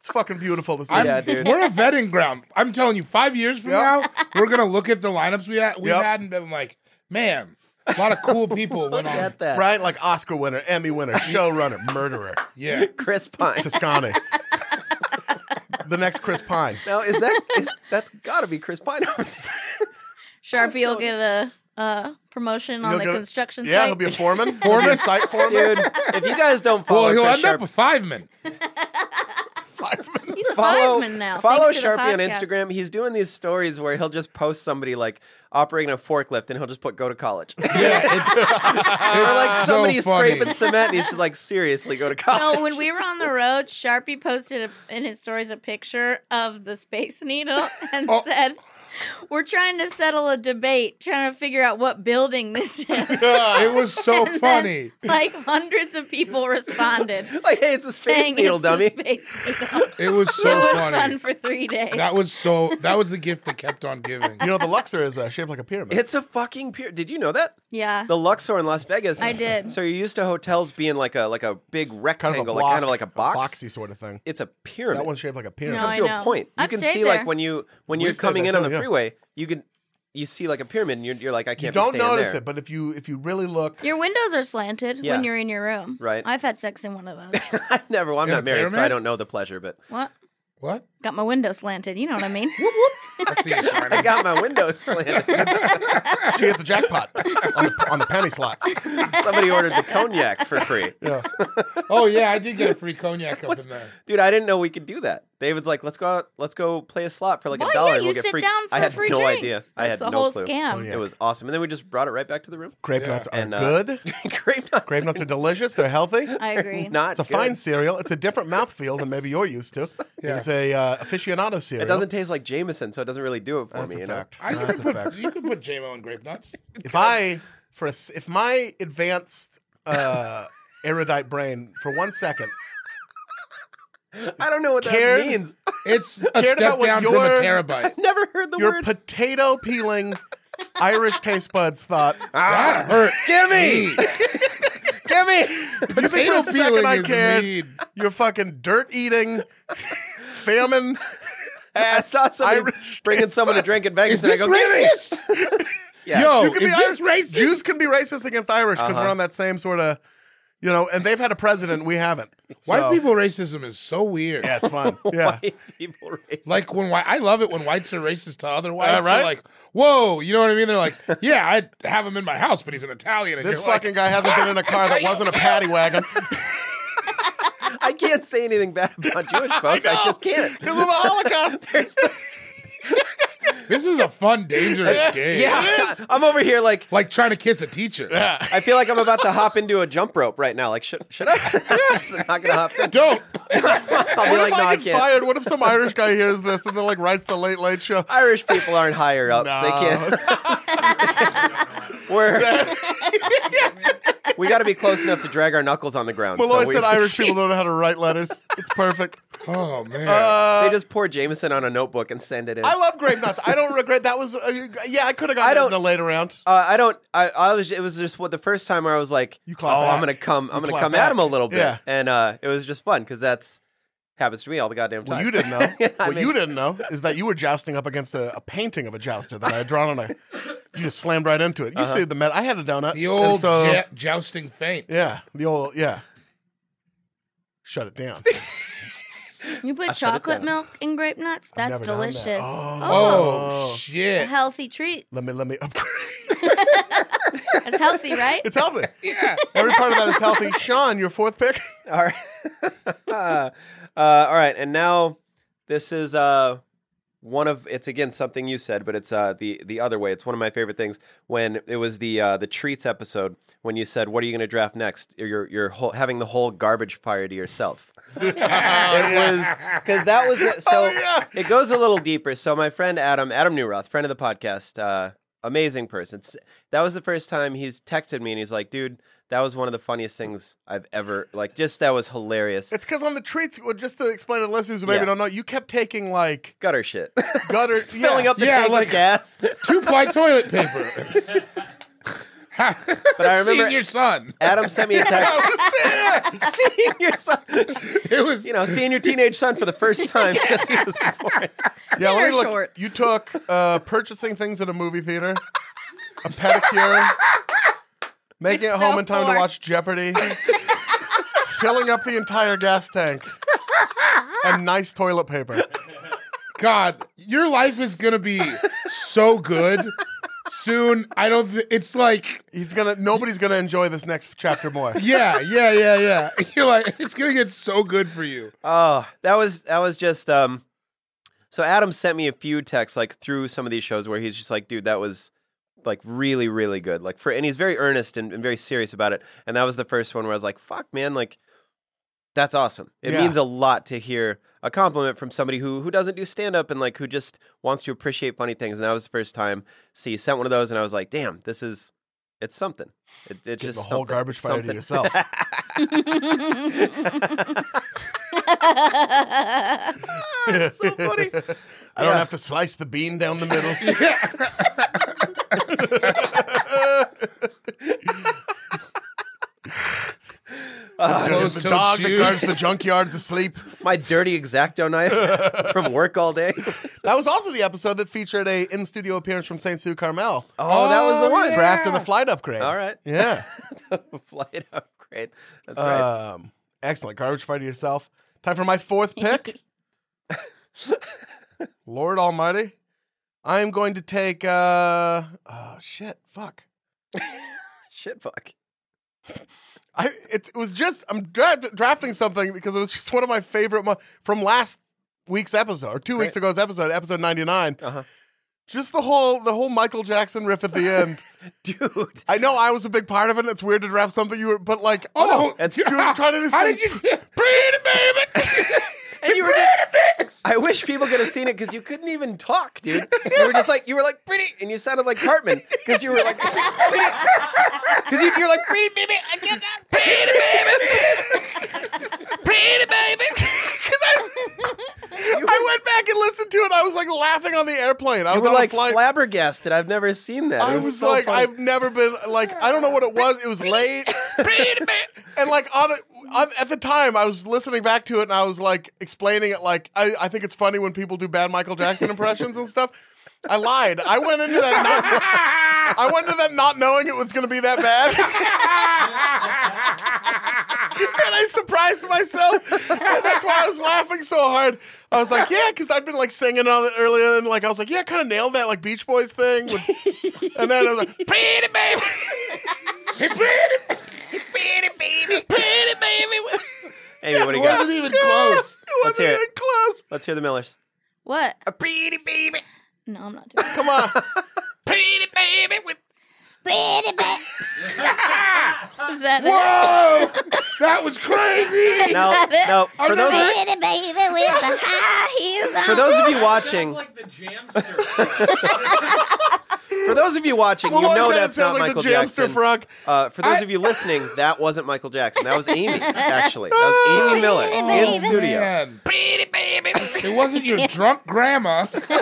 Speaker 2: It's fucking beautiful to see.
Speaker 3: I'm-
Speaker 1: Yeah, dude.
Speaker 3: We're a vetting ground. I'm telling you, five years from
Speaker 2: Yep.
Speaker 3: now, we're gonna look at the lineups we had. We
Speaker 2: Yep.
Speaker 3: had and been like, man, a lot of cool people went on.
Speaker 1: Get that,
Speaker 2: Right? Like Oscar winner, Emmy winner, showrunner, murderer,
Speaker 3: Yeah,
Speaker 1: Chris
Speaker 2: <laughs>
Speaker 1: Pine.
Speaker 2: Toscani. the next Chris Pine.
Speaker 1: Now is that is that's gotta be Chris Pine over there.
Speaker 5: Sharpie will get a uh, promotion on
Speaker 2: He'll
Speaker 5: the
Speaker 2: get a-
Speaker 5: construction
Speaker 2: Yeah,
Speaker 5: site.
Speaker 2: he'll be
Speaker 1: <laughs>
Speaker 2: a foreman. Foreman, site foreman.
Speaker 1: dude. If you guys don't follow,
Speaker 3: well, he'll
Speaker 1: Chris
Speaker 3: end
Speaker 1: Sharp,
Speaker 3: up a fiveman.
Speaker 5: He's a
Speaker 1: follow
Speaker 5: fireman now.
Speaker 1: follow
Speaker 5: thanks to the
Speaker 1: Sharpie on
Speaker 5: podcast.
Speaker 1: Instagram. He's doing these stories where he'll just post somebody like operating a forklift, and he'll just put "Go to college."
Speaker 3: Yeah, it's,
Speaker 1: Or like
Speaker 3: so
Speaker 1: somebody's
Speaker 3: funny.
Speaker 1: scraping cement, and he's just like, "Seriously,
Speaker 5: <laughs>
Speaker 1: go to college."
Speaker 5: No, when
Speaker 1: <laughs>
Speaker 5: we were on the road, Sharpie posted a, in his stories a picture of the Space Needle <laughs> and
Speaker 3: Oh.
Speaker 5: said, "We're trying to settle a debate, trying to figure out what building this is."
Speaker 3: <laughs> it was so
Speaker 5: And then,
Speaker 3: funny.
Speaker 5: like hundreds of people responded.
Speaker 1: like, hey, it's a space
Speaker 5: saying
Speaker 1: needle,
Speaker 5: it's the
Speaker 1: dummy.
Speaker 5: Space Needle.
Speaker 3: It was so
Speaker 5: it was
Speaker 3: funny.
Speaker 5: fun for three days.
Speaker 3: That was so. That was the gift that kept on giving.
Speaker 2: You know, the Luxor is uh, shaped like a pyramid.
Speaker 1: It's a fucking pier. Did you know that
Speaker 5: yeah.
Speaker 1: the Luxor in Las Vegas?
Speaker 5: I did.
Speaker 1: So you're used to hotels being like a like a big rectangle,
Speaker 2: kind of a
Speaker 1: like
Speaker 2: block,
Speaker 1: kind of like a box.
Speaker 2: boxy sort of thing.
Speaker 1: It's a pyramid.
Speaker 2: That one's shaped like a pyramid.
Speaker 5: No,
Speaker 1: comes
Speaker 5: I
Speaker 1: to a
Speaker 5: know.
Speaker 1: point. You
Speaker 5: I've
Speaker 1: can
Speaker 5: stayed
Speaker 1: see
Speaker 5: there.
Speaker 1: like when you when
Speaker 2: We
Speaker 1: you're
Speaker 2: stayed
Speaker 1: coming
Speaker 2: there
Speaker 1: in on
Speaker 2: too,
Speaker 1: the
Speaker 2: yeah.
Speaker 1: freeway, you can you see like a pyramid, and you're, you're like, I
Speaker 2: you
Speaker 1: can't. be
Speaker 2: don't
Speaker 1: staying
Speaker 2: notice
Speaker 1: there.
Speaker 2: it, but if you if you really look,
Speaker 5: Your windows are slanted
Speaker 1: Yeah.
Speaker 5: when you're in your room.
Speaker 1: Right.
Speaker 5: I've had sex in one of
Speaker 1: <laughs>
Speaker 5: those.
Speaker 1: <laughs> I've never. Well, I'm
Speaker 3: In a
Speaker 1: not married, so I
Speaker 3: pyramid?
Speaker 1: don't know the pleasure. But
Speaker 5: what?
Speaker 3: What?
Speaker 5: Got my window slanted. You know what I mean?
Speaker 3: I see you,
Speaker 1: I
Speaker 3: Shining.
Speaker 1: got my <laughs> windows slanted.
Speaker 2: <laughs> she hit the jackpot on the, on the penny slots.
Speaker 1: Somebody ordered the cognac for free.
Speaker 2: Yeah.
Speaker 3: Oh yeah, I did get a free cognac up in there.
Speaker 1: Dude, I didn't know we could do that. David's like, let's go out, let's go play a slot for like
Speaker 5: Well,
Speaker 1: a dollar.
Speaker 5: yeah,
Speaker 1: and
Speaker 5: you
Speaker 1: we'll get
Speaker 5: sit
Speaker 1: free.
Speaker 5: down
Speaker 1: I
Speaker 5: for
Speaker 1: had
Speaker 5: free
Speaker 1: no
Speaker 5: drinks.
Speaker 1: idea. I had
Speaker 5: That's the
Speaker 1: no
Speaker 5: whole
Speaker 1: clue.
Speaker 5: scam.
Speaker 2: Oh, yeah.
Speaker 1: It was awesome, and then we just brought it right back to the room. <laughs>
Speaker 2: Grape
Speaker 3: Yeah.
Speaker 2: nuts are
Speaker 1: And, uh,
Speaker 2: good.
Speaker 1: Grape nuts.
Speaker 2: Grape nuts are delicious. They're healthy.
Speaker 5: I agree.
Speaker 1: Not
Speaker 2: It's a
Speaker 1: good.
Speaker 2: fine cereal. It's a different mouthfeel than maybe you're
Speaker 1: <laughs>
Speaker 2: used to.
Speaker 3: Yeah.
Speaker 2: It's a uh, aficionado cereal.
Speaker 1: It doesn't taste like Jameson, so it doesn't really do it for
Speaker 2: That's
Speaker 1: me.
Speaker 2: a
Speaker 1: you know?
Speaker 2: fact.
Speaker 3: I
Speaker 2: No,
Speaker 3: you
Speaker 2: that's
Speaker 3: could
Speaker 2: a
Speaker 3: put
Speaker 2: fact.
Speaker 3: you could put JMO and grape nuts.
Speaker 2: If I for a s if my advanced uh, erudite brain for one second.
Speaker 1: I don't know what
Speaker 2: Cared-
Speaker 1: that means. <laughs>
Speaker 3: It's a
Speaker 2: Cared about
Speaker 3: step
Speaker 2: what
Speaker 3: down from a
Speaker 2: your-
Speaker 3: terabyte.
Speaker 1: Never heard the
Speaker 2: Your
Speaker 1: word.
Speaker 2: potato peeling Irish taste
Speaker 1: <laughs>
Speaker 2: buds thought.
Speaker 3: That hurt. Ah, Give me, <laughs> give me.
Speaker 2: for a
Speaker 3: Potato
Speaker 2: second
Speaker 3: peeling
Speaker 2: I
Speaker 3: is
Speaker 2: cared.
Speaker 3: mean.
Speaker 2: Your fucking dirt eating, famine
Speaker 1: I
Speaker 2: ass
Speaker 1: saw somebody
Speaker 2: Irish
Speaker 1: bringing
Speaker 2: taste
Speaker 1: someone a
Speaker 2: buds.
Speaker 1: drink in Vegas,
Speaker 3: Is
Speaker 1: and I
Speaker 3: this
Speaker 1: go, "Give me."
Speaker 3: racist?
Speaker 1: Yeah.
Speaker 3: Yo,
Speaker 2: You can
Speaker 3: is
Speaker 2: be
Speaker 3: this
Speaker 2: Irish-
Speaker 3: racist?
Speaker 2: Jews can be racist against Irish because
Speaker 1: Uh-huh.
Speaker 2: we're on that same sort of, you know, and they've had a president, we haven't.
Speaker 3: White
Speaker 2: So-
Speaker 3: people racism is so weird.
Speaker 2: Yeah,
Speaker 1: <laughs>
Speaker 2: it's fun. Yeah.
Speaker 1: White people racist.
Speaker 3: <laughs> Like when white, I love it when whites are racist to other whites.
Speaker 2: Uh, right?
Speaker 3: They're like, whoa, you know what I mean? They're like, yeah, I have him in my house, but he's an Italian. And
Speaker 2: This
Speaker 3: you're
Speaker 2: fucking
Speaker 3: like,
Speaker 2: guy hasn't been in a car that wasn't a paddy <laughs> wagon.
Speaker 1: I can't say anything bad about
Speaker 2: <laughs>
Speaker 1: Jewish folks. I, just can't. <laughs>
Speaker 2: Because of the <laughs> Holocaust.
Speaker 1: There's the-
Speaker 3: This is a fun,
Speaker 2: <laughs>
Speaker 3: dangerous game.
Speaker 1: yeah, I'm over here like
Speaker 3: Like trying to kiss a teacher.
Speaker 1: I feel like I'm about to hop into a jump rope right now. Like should should I? <laughs>
Speaker 2: <laughs>
Speaker 1: I'm not gonna hop in.
Speaker 3: Don't.
Speaker 1: I'll be
Speaker 2: What
Speaker 1: like,
Speaker 2: if
Speaker 1: no,
Speaker 2: I
Speaker 1: I
Speaker 2: get
Speaker 1: can't.
Speaker 2: fired? What if some Irish guy hears this and then like writes the Late Late Show?
Speaker 1: Irish people aren't higher ups. They can't. <laughs>
Speaker 2: <laughs>
Speaker 1: We're we got to be close enough to drag our knuckles on the ground.
Speaker 2: Malloy
Speaker 1: so we-
Speaker 2: <laughs> said Irish people don't know how to write letters. It's <laughs> perfect.
Speaker 3: Oh man.
Speaker 1: <laughs>
Speaker 2: Uh,
Speaker 1: they just pour Jameson on a notebook and send it in.
Speaker 2: I love grape nuts. I don't regret that was. Uh, yeah, I could have gotten
Speaker 1: I
Speaker 2: I
Speaker 1: don't-
Speaker 2: in a late round.
Speaker 1: Uh, I don't. I, I was. It was just what the first time where I was like,
Speaker 2: You
Speaker 1: "Oh,
Speaker 2: clap back.
Speaker 1: I'm gonna come. I'm
Speaker 2: You
Speaker 1: gonna
Speaker 2: clap
Speaker 1: come at
Speaker 2: back.
Speaker 1: him a little bit."
Speaker 2: Yeah.
Speaker 1: And uh, it was just fun because that's happens to me all the goddamn time.
Speaker 2: Well, you didn't <laughs> know.
Speaker 1: I
Speaker 2: <laughs> what
Speaker 1: mean-
Speaker 2: you didn't know is that you were jousting up against a, a painting of a jouster that I had drawn, and I you just slammed right into it. You see Uh-huh. the met. I had a donut.
Speaker 3: the
Speaker 2: and
Speaker 3: old
Speaker 2: so-
Speaker 3: ja- jousting feint.
Speaker 2: yeah, the old yeah. Shut it <laughs> down.
Speaker 5: You put
Speaker 1: shut it
Speaker 5: chocolate
Speaker 1: down.
Speaker 5: milk in grape nuts? That's
Speaker 2: never done that.
Speaker 5: delicious. Oh.
Speaker 3: Oh,
Speaker 2: Oh.
Speaker 5: A
Speaker 3: shit.
Speaker 5: healthy treat.
Speaker 2: let me let me upgrade.
Speaker 5: That's healthy, right?
Speaker 2: It's healthy. Yeah. Every part of that is healthy. Sean, your fourth pick.
Speaker 1: <laughs> All right. <laughs> uh, all right. And now this is uh, one of it's again something you said, but it's uh, the the other way. It's one of my favorite things when it was the uh, the treats episode when you said, "What are you going to draft next?" You're you're whole, having the whole garbage fire to yourself.
Speaker 2: <laughs>
Speaker 1: it was because that was it. so. It goes a little deeper. So my friend Adam Adam Newroth, friend of the podcast. Uh, Amazing person. S- That was the first time he's texted me and he's like, dude, that was one of the funniest things I've ever, like, just that was hilarious.
Speaker 2: It's because on the treats, well, just to explain to the listeners who maybe
Speaker 1: Yeah.
Speaker 2: don't know, you kept taking like
Speaker 1: gutter shit.
Speaker 2: gutter,
Speaker 1: Filling
Speaker 2: yeah.
Speaker 1: up the
Speaker 3: Yeah,
Speaker 1: tank
Speaker 3: like-
Speaker 1: with gas.
Speaker 3: Two ply toilet paper.
Speaker 1: But I remember
Speaker 3: your son.
Speaker 1: Adam sent me a text. <laughs> seeing your son,
Speaker 3: <laughs> It was
Speaker 1: you know, seeing your teenage son for the first time since he was born.
Speaker 2: Yeah, let
Speaker 5: Dinner
Speaker 2: me look.
Speaker 5: shorts.
Speaker 2: You took uh, purchasing things at a movie theater, a pedicure, making it
Speaker 5: It's
Speaker 2: home
Speaker 5: so
Speaker 2: in time
Speaker 5: poor.
Speaker 2: to watch Jeopardy, <laughs> filling up the entire gas tank, and nice toilet paper.
Speaker 3: God, your life is gonna be so good soon. I don't. Th- it's like,
Speaker 2: He's gonna. Nobody's gonna enjoy this next
Speaker 1: <laughs>
Speaker 2: chapter more.
Speaker 3: yeah, yeah, yeah, yeah. <laughs> You're like, it's gonna get so good for you.
Speaker 1: Oh, that was that was just um so Adam sent me a few texts like through some of these shows where he's just like, dude, that was like really, really good. Like for and he's very earnest and, and very serious about it. And that was the first one where I was like, fuck man, like that's awesome. It
Speaker 2: Yeah.
Speaker 1: means a lot to hear a compliment from somebody who who doesn't do stand up and like who just wants to appreciate funny things. And that was the first time. So he sent one of those and I was like, damn, this is it's something. It, it's
Speaker 2: Get
Speaker 1: just <laughs>
Speaker 2: the whole
Speaker 1: something.
Speaker 2: garbage
Speaker 1: It's
Speaker 2: fire to
Speaker 1: something. <laughs>
Speaker 2: yourself.
Speaker 1: so
Speaker 2: <laughs>
Speaker 1: funny.
Speaker 2: I don't
Speaker 1: Yeah.
Speaker 2: have to slice the bean down the <laughs> middle. the
Speaker 3: Closed-toed
Speaker 2: dog that
Speaker 3: shoes.
Speaker 2: guards the junkyard's asleep.
Speaker 1: my dirty exacto knife <laughs> from work all
Speaker 2: <laughs>
Speaker 1: day.
Speaker 2: That was also the episode that featured a in studio appearance from Saint Sue Carmel.
Speaker 1: Oh, that was the one.
Speaker 2: Draft and the flight upgrade.
Speaker 1: All right.
Speaker 2: <laughs> Yeah.
Speaker 1: <laughs> Flight upgrade. That's right.
Speaker 2: um, excellent. Garbage fight to yourself. Time for my fourth <laughs> pick. Lord Almighty. I am going to take uh oh shit, fuck.
Speaker 1: Shit, fuck.
Speaker 2: I it, it was just I'm draft, drafting something because it was just one of my favorite mo- from last week's episode or two weeks ago's episode, episode 99.
Speaker 1: Uh-huh.
Speaker 2: Just the whole the whole Michael Jackson riff at the end.
Speaker 1: <laughs> Dude.
Speaker 2: I know I was a big part of it. and It's weird to draft something you were, but like, oh,
Speaker 3: Oh,
Speaker 1: that's-
Speaker 2: you were trying to
Speaker 3: <laughs> How
Speaker 2: sing.
Speaker 3: did you? Pretty baby.
Speaker 1: And you were just, <laughs> I wish people could have seen it because you couldn't even talk, dude. You were just like, you were like, pretty, and you sounded like Cartman because you were like, <laughs> because you, you're like, pretty baby, I get that, pretty baby, pretty baby. 'Cause I,
Speaker 2: I went back and listened to it. I was like laughing on the airplane. I
Speaker 1: I
Speaker 2: was
Speaker 1: was
Speaker 2: on
Speaker 1: like
Speaker 2: a
Speaker 1: <laughs>
Speaker 2: flight.
Speaker 1: flabbergasted. I've never seen that. It
Speaker 2: I was,
Speaker 1: so
Speaker 2: like,
Speaker 1: funny.
Speaker 2: I've never been like, I don't
Speaker 1: <laughs>
Speaker 2: know what it was. It was late, <laughs> and like on, a, on at the time, I was listening back to it, and I was like explaining it. Like, I, I think it's funny when people do bad Michael Jackson impressions and stuff. I lied. I went into that. Not, <laughs> I went into that not knowing it was going to be that bad, <laughs> and I surprised myself. And that's why I was laughing so hard. I was like, yeah, because I'd been like singing on it earlier, and like I was like, yeah, kind of nailed that like Beach Boys thing with and then it was like, pretty
Speaker 3: <laughs>
Speaker 2: baby.
Speaker 1: Amy, what do
Speaker 3: It
Speaker 1: you got?
Speaker 3: wasn't even close.
Speaker 2: It
Speaker 1: Let's
Speaker 2: wasn't
Speaker 1: hear it.
Speaker 2: even close.
Speaker 1: Let's hear the Millers.
Speaker 5: What?
Speaker 1: A pretty baby.
Speaker 5: No, I'm not doing it.
Speaker 2: Come on.
Speaker 1: Pretty baby with
Speaker 5: Pretty bit. Is that it?
Speaker 3: Whoa! Oh, that was
Speaker 1: <laughs>
Speaker 3: crazy.
Speaker 1: no, no. For those,
Speaker 5: Pretty baby with the high heels on.
Speaker 1: for those of you watching,
Speaker 7: like the jamster.
Speaker 1: for those of you watching, you
Speaker 2: Well, I
Speaker 1: know
Speaker 2: said it
Speaker 1: that's not
Speaker 2: sounds like
Speaker 1: Michael
Speaker 2: the
Speaker 1: Jackson.
Speaker 2: Jamster frog.
Speaker 1: Uh, for those of you listening, that wasn't Michael Jackson. That was
Speaker 5: <laughs>
Speaker 1: Amy, actually. That was Amy Miller in
Speaker 5: Oh, baby.
Speaker 1: studio.
Speaker 3: Oh, Man. It wasn't your drunk grandma.
Speaker 1: Giving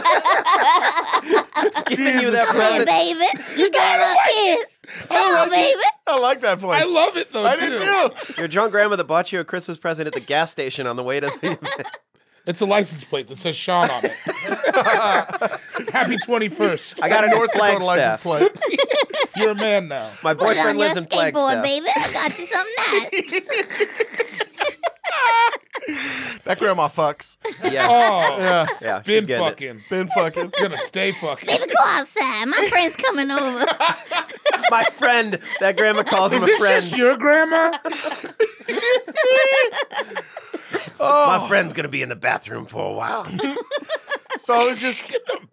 Speaker 1: you that
Speaker 5: Hey,
Speaker 1: promise.
Speaker 5: baby, you got a kiss. Come on, baby.
Speaker 2: I like that voice.
Speaker 3: I love it though.
Speaker 2: I
Speaker 3: too.
Speaker 2: did too.
Speaker 1: Your drunk grandma that bought you a Christmas present at the gas station on the way to the event.
Speaker 3: It's a license plate that says Sean on it. <laughs> Happy 21st.
Speaker 1: I
Speaker 5: <laughs>
Speaker 1: got a North Flagstaff.
Speaker 2: plate.
Speaker 3: <laughs> You're a man now.
Speaker 1: My
Speaker 5: Put on
Speaker 1: boyfriend
Speaker 5: your
Speaker 1: lives in
Speaker 5: skateboard,
Speaker 1: Flagstaff.
Speaker 5: baby. I got you something nice.
Speaker 2: That grandma fucks.
Speaker 1: Yeah,
Speaker 5: <laughs>
Speaker 3: Oh,
Speaker 1: yeah. she's
Speaker 3: been
Speaker 1: getting it.
Speaker 3: fucking.
Speaker 2: Been fucking.
Speaker 3: Gonna stay fucking.
Speaker 5: Baby, go outside. My friend's coming over.
Speaker 1: My friend. That grandma calls him
Speaker 3: Is
Speaker 1: a
Speaker 3: this
Speaker 1: friend.
Speaker 3: just your grandma?
Speaker 2: Oh.
Speaker 1: My friend's gonna be in the bathroom for a
Speaker 2: <laughs>
Speaker 1: while.
Speaker 2: So it just It <laughs>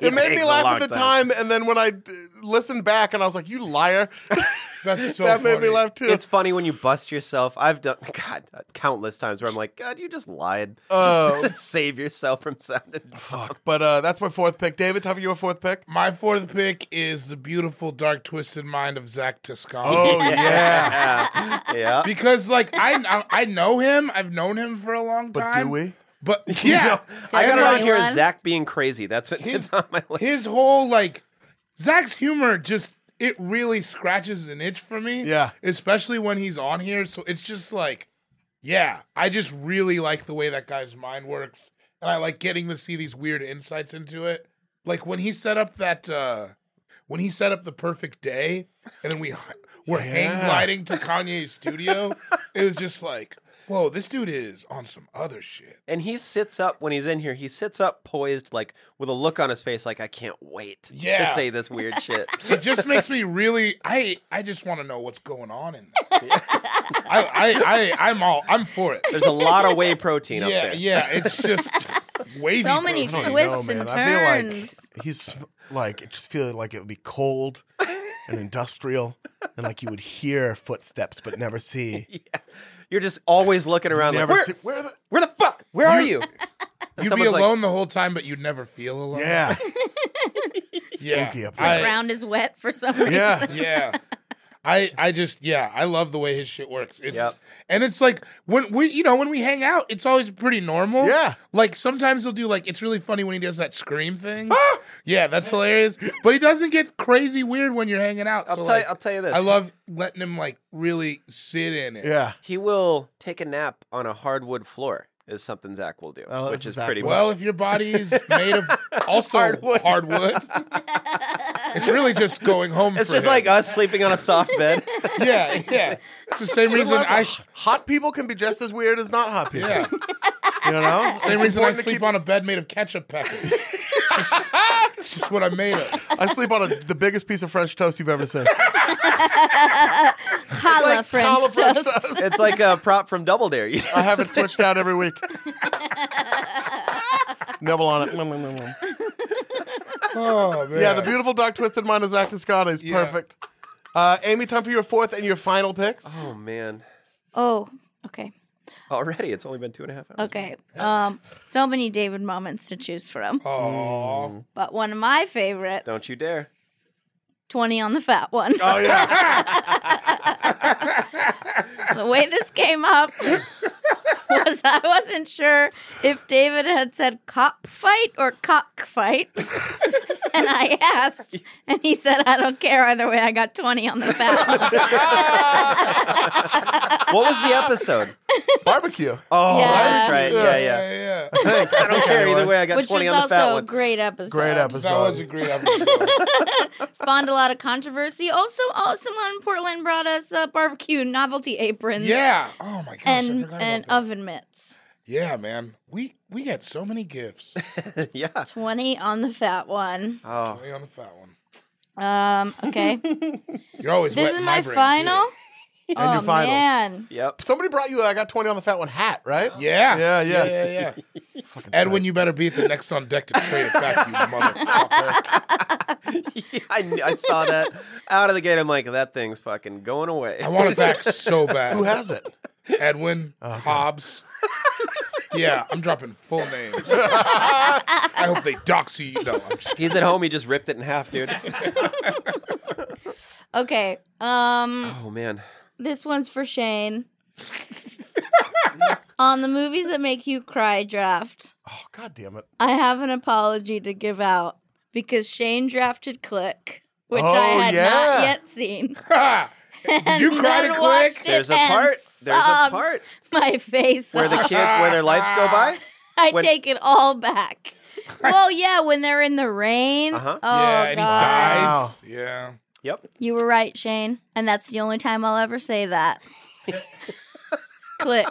Speaker 1: takes
Speaker 2: me
Speaker 1: a
Speaker 2: laugh
Speaker 1: long
Speaker 2: at the
Speaker 1: time.
Speaker 2: time. and then when I d- listened back, and I was like, "You liar!" <laughs>
Speaker 3: That's so
Speaker 2: that made me
Speaker 3: funny.
Speaker 2: laugh too.
Speaker 1: It's funny when you bust yourself. I've done <laughs> God countless times where I'm like, God, you just lied. <laughs>
Speaker 2: Oh
Speaker 1: Save yourself from sounding.
Speaker 2: fuck! <laughs> But uh, that's my fourth pick. David, tell me your fourth pick.
Speaker 3: My fourth pick is the beautiful, dark, twisted mind of Zach Toscano.
Speaker 1: <laughs>
Speaker 2: Oh yeah.
Speaker 1: Yeah, <laughs> yeah.
Speaker 3: Because like I, I I know him. I've known him for a long
Speaker 2: But do
Speaker 3: time.
Speaker 2: we? <laughs>
Speaker 3: But yeah,
Speaker 1: I got
Speaker 3: and,
Speaker 1: it
Speaker 3: like,
Speaker 1: on here.
Speaker 5: Anyone?
Speaker 1: Zach being crazy. That's what it's on
Speaker 2: <laughs>
Speaker 1: my list.
Speaker 3: His whole like Zach's humor just it really scratches an itch for me.
Speaker 2: Yeah.
Speaker 3: Especially when he's on here. So it's just like, yeah, I just really like the way that guy's mind works. And I like getting to see these weird insights into it. Like when he set up that uh when he set up the perfect day and then we were hang
Speaker 2: Yeah.
Speaker 3: gliding to Kanye's studio, it was just like, whoa, this dude is on some other shit.
Speaker 1: And he sits up when he's in here. He sits up poised, like with a look on his face, like I can't wait to
Speaker 3: Yeah.
Speaker 1: say this weird
Speaker 2: <laughs>
Speaker 1: shit.
Speaker 3: it just makes me really I I just want to know what's going on in there. I, I I I'm all I'm for it.
Speaker 1: There's a lot of whey protein up
Speaker 3: Yeah,
Speaker 1: there.
Speaker 3: yeah, it's just wavy.
Speaker 6: So many
Speaker 3: protein.
Speaker 2: don't
Speaker 6: twists
Speaker 2: know,
Speaker 6: and
Speaker 2: man. I feel like-
Speaker 6: turns.
Speaker 2: He's like, it just feels like it would be cold and industrial, and like you would hear footsteps but never see.
Speaker 3: <laughs>
Speaker 1: You're just always looking around. Like,
Speaker 2: never
Speaker 1: where,
Speaker 2: see where the
Speaker 1: where the fuck? Where are you?
Speaker 3: You'd be
Speaker 1: Someone's like-
Speaker 3: alone the whole time, but you'd never feel alone.
Speaker 2: yeah
Speaker 3: yeah,
Speaker 2: spooky up there.
Speaker 3: I,
Speaker 6: Ground is wet for some reason.
Speaker 2: yeah.
Speaker 3: yeah. I I just yeah I love the way his shit works. It's
Speaker 1: Yep.
Speaker 3: and it's like when we you know when we hang out, it's always pretty normal.
Speaker 2: Yeah.
Speaker 3: Like sometimes he'll do like it's really funny when he does that scream thing. yeah, that's hilarious. But he doesn't get crazy weird when you're hanging out.
Speaker 1: I'll
Speaker 3: so
Speaker 1: tell
Speaker 3: like,
Speaker 1: you. I'll tell you this.
Speaker 3: I love letting him like really sit in it.
Speaker 2: Yeah.
Speaker 1: He will take a nap on a hardwood floor. Is something Zach will do,
Speaker 2: Oh, that's
Speaker 1: which is
Speaker 2: Zach.
Speaker 1: pretty.
Speaker 3: Well, if your body is made
Speaker 2: <laughs>
Speaker 3: of also hardwood, it's really just going home.
Speaker 1: it's
Speaker 3: for
Speaker 1: just
Speaker 3: him.
Speaker 2: uh,
Speaker 1: like us sleeping on a soft
Speaker 3: <laughs>
Speaker 1: bed.
Speaker 2: <laughs>
Speaker 3: yeah, yeah. It's the same reason I
Speaker 2: hot people can be just as weird as not hot people.
Speaker 3: yeah.
Speaker 2: You know?
Speaker 3: <laughs> Same reason I
Speaker 2: Important to
Speaker 3: sleep
Speaker 2: keep-
Speaker 3: on a bed made of
Speaker 2: <laughs>
Speaker 3: ketchup packets. it's, just, it's just what I'm made of.
Speaker 2: I sleep on a, the biggest piece of French toast you've ever seen.
Speaker 5: Holla, French
Speaker 2: Holla
Speaker 5: toast.
Speaker 2: French toast.
Speaker 1: it's like a prop from Double Dare.
Speaker 3: <laughs>
Speaker 1: You
Speaker 2: I have it switched out
Speaker 6: <laughs>
Speaker 2: every week. Nibble on it. Nom, nom,
Speaker 6: <laughs>
Speaker 2: nom, nom.
Speaker 3: Oh
Speaker 2: <laughs>
Speaker 3: man.
Speaker 2: Yeah, the beautiful dark twisted mind of Zach Toscana is
Speaker 3: Yeah.
Speaker 2: perfect. Uh-huh. Uh, Amy, time for your fourth and your final picks.
Speaker 1: Oh man.
Speaker 5: Oh, okay.
Speaker 1: Oh, Already, it's only been two and a half hours.
Speaker 5: Okay. Um, so many David moments to choose from.
Speaker 3: Oh,
Speaker 5: But one of my favorites.
Speaker 1: Mm. Don't you dare.
Speaker 5: 20 on the fat one.
Speaker 3: oh yeah.
Speaker 5: <laughs> the way this came up <laughs> was I wasn't sure if David had said cop fight or cock fight. <laughs> and I asked, and he said, I don't care either way. I got 20 on the fat one.
Speaker 1: What was the
Speaker 5: <laughs>
Speaker 1: episode?
Speaker 2: Barbecue.
Speaker 1: Oh,
Speaker 5: Yeah.
Speaker 1: that's right. Yeah, yeah.
Speaker 3: yeah, yeah.
Speaker 2: <laughs>
Speaker 1: I don't care either way. I got
Speaker 5: Which was
Speaker 1: twenty on the fat
Speaker 5: also a
Speaker 1: one.
Speaker 5: great episode.
Speaker 2: Great episode.
Speaker 3: That was a great episode.
Speaker 2: <laughs>
Speaker 5: Spawned a lot of controversy. Also, oh, someone in Portland brought us uh, barbecue novelty aprons
Speaker 3: yeah. Oh my gosh. I
Speaker 5: and,
Speaker 3: forgot
Speaker 5: and
Speaker 3: about that.
Speaker 5: oven mitts.
Speaker 3: yeah, man. We we got so many
Speaker 2: <laughs>
Speaker 3: gifts.
Speaker 1: <laughs> yeah.
Speaker 5: 20 on the fat one.
Speaker 1: Oh,
Speaker 3: Lay on the fat one.
Speaker 1: Uh,
Speaker 5: Um,
Speaker 1: <laughs>
Speaker 5: okay.
Speaker 3: You're always
Speaker 5: this
Speaker 3: wetting
Speaker 5: is my
Speaker 3: brain,
Speaker 5: final.
Speaker 2: And your
Speaker 5: oh,
Speaker 2: final.
Speaker 5: man.
Speaker 1: yep.
Speaker 2: Somebody brought you. I got twenty on the fat one hat, right?
Speaker 3: too. Yeah.
Speaker 2: Yeah, yeah.
Speaker 3: Yeah, yeah.
Speaker 2: <laughs>
Speaker 3: Edwin, you better beat the next on deck to trade it back, you motherfucker.
Speaker 1: I, kn- I saw that out of the gate. I'm like, that thing's fucking going away.
Speaker 3: I want it back so bad.
Speaker 2: Who has it? Oh,
Speaker 3: Edwin,
Speaker 2: <laughs>
Speaker 3: Hobbs. yeah, I'm dropping full names. I hope they dox you. No, I'm just
Speaker 1: He's at home. He just ripped it in half, dude.
Speaker 5: Okay. Um
Speaker 1: Oh
Speaker 5: <laughs>
Speaker 1: man.
Speaker 5: this one's
Speaker 1: <laughs>
Speaker 5: for Shane. On the movies that make you cry draft,
Speaker 2: Oh god damn it!
Speaker 5: I have an apology to give out because Shane drafted Click, which I
Speaker 2: Oh,
Speaker 5: had
Speaker 2: yeah.
Speaker 5: not
Speaker 3: <laughs>
Speaker 5: yet seen. <laughs>
Speaker 3: kidding. Did you cry to
Speaker 5: then
Speaker 3: click?
Speaker 5: watched it
Speaker 1: There's a
Speaker 5: and
Speaker 1: part. There's a
Speaker 5: sobbed
Speaker 1: part
Speaker 5: My face.
Speaker 1: where the
Speaker 5: off.
Speaker 1: <laughs> kids, where their lives go by.
Speaker 5: I
Speaker 1: when-
Speaker 5: take it all
Speaker 3: <laughs>
Speaker 5: back. well, yeah, when they're in the rain.
Speaker 1: Uh-huh.
Speaker 5: Oh
Speaker 3: yeah, and he
Speaker 5: god.
Speaker 3: dies. Yeah.
Speaker 1: Yep.
Speaker 5: You were right, Shane. And that's the only time I'll ever say
Speaker 3: <laughs>
Speaker 5: that. click.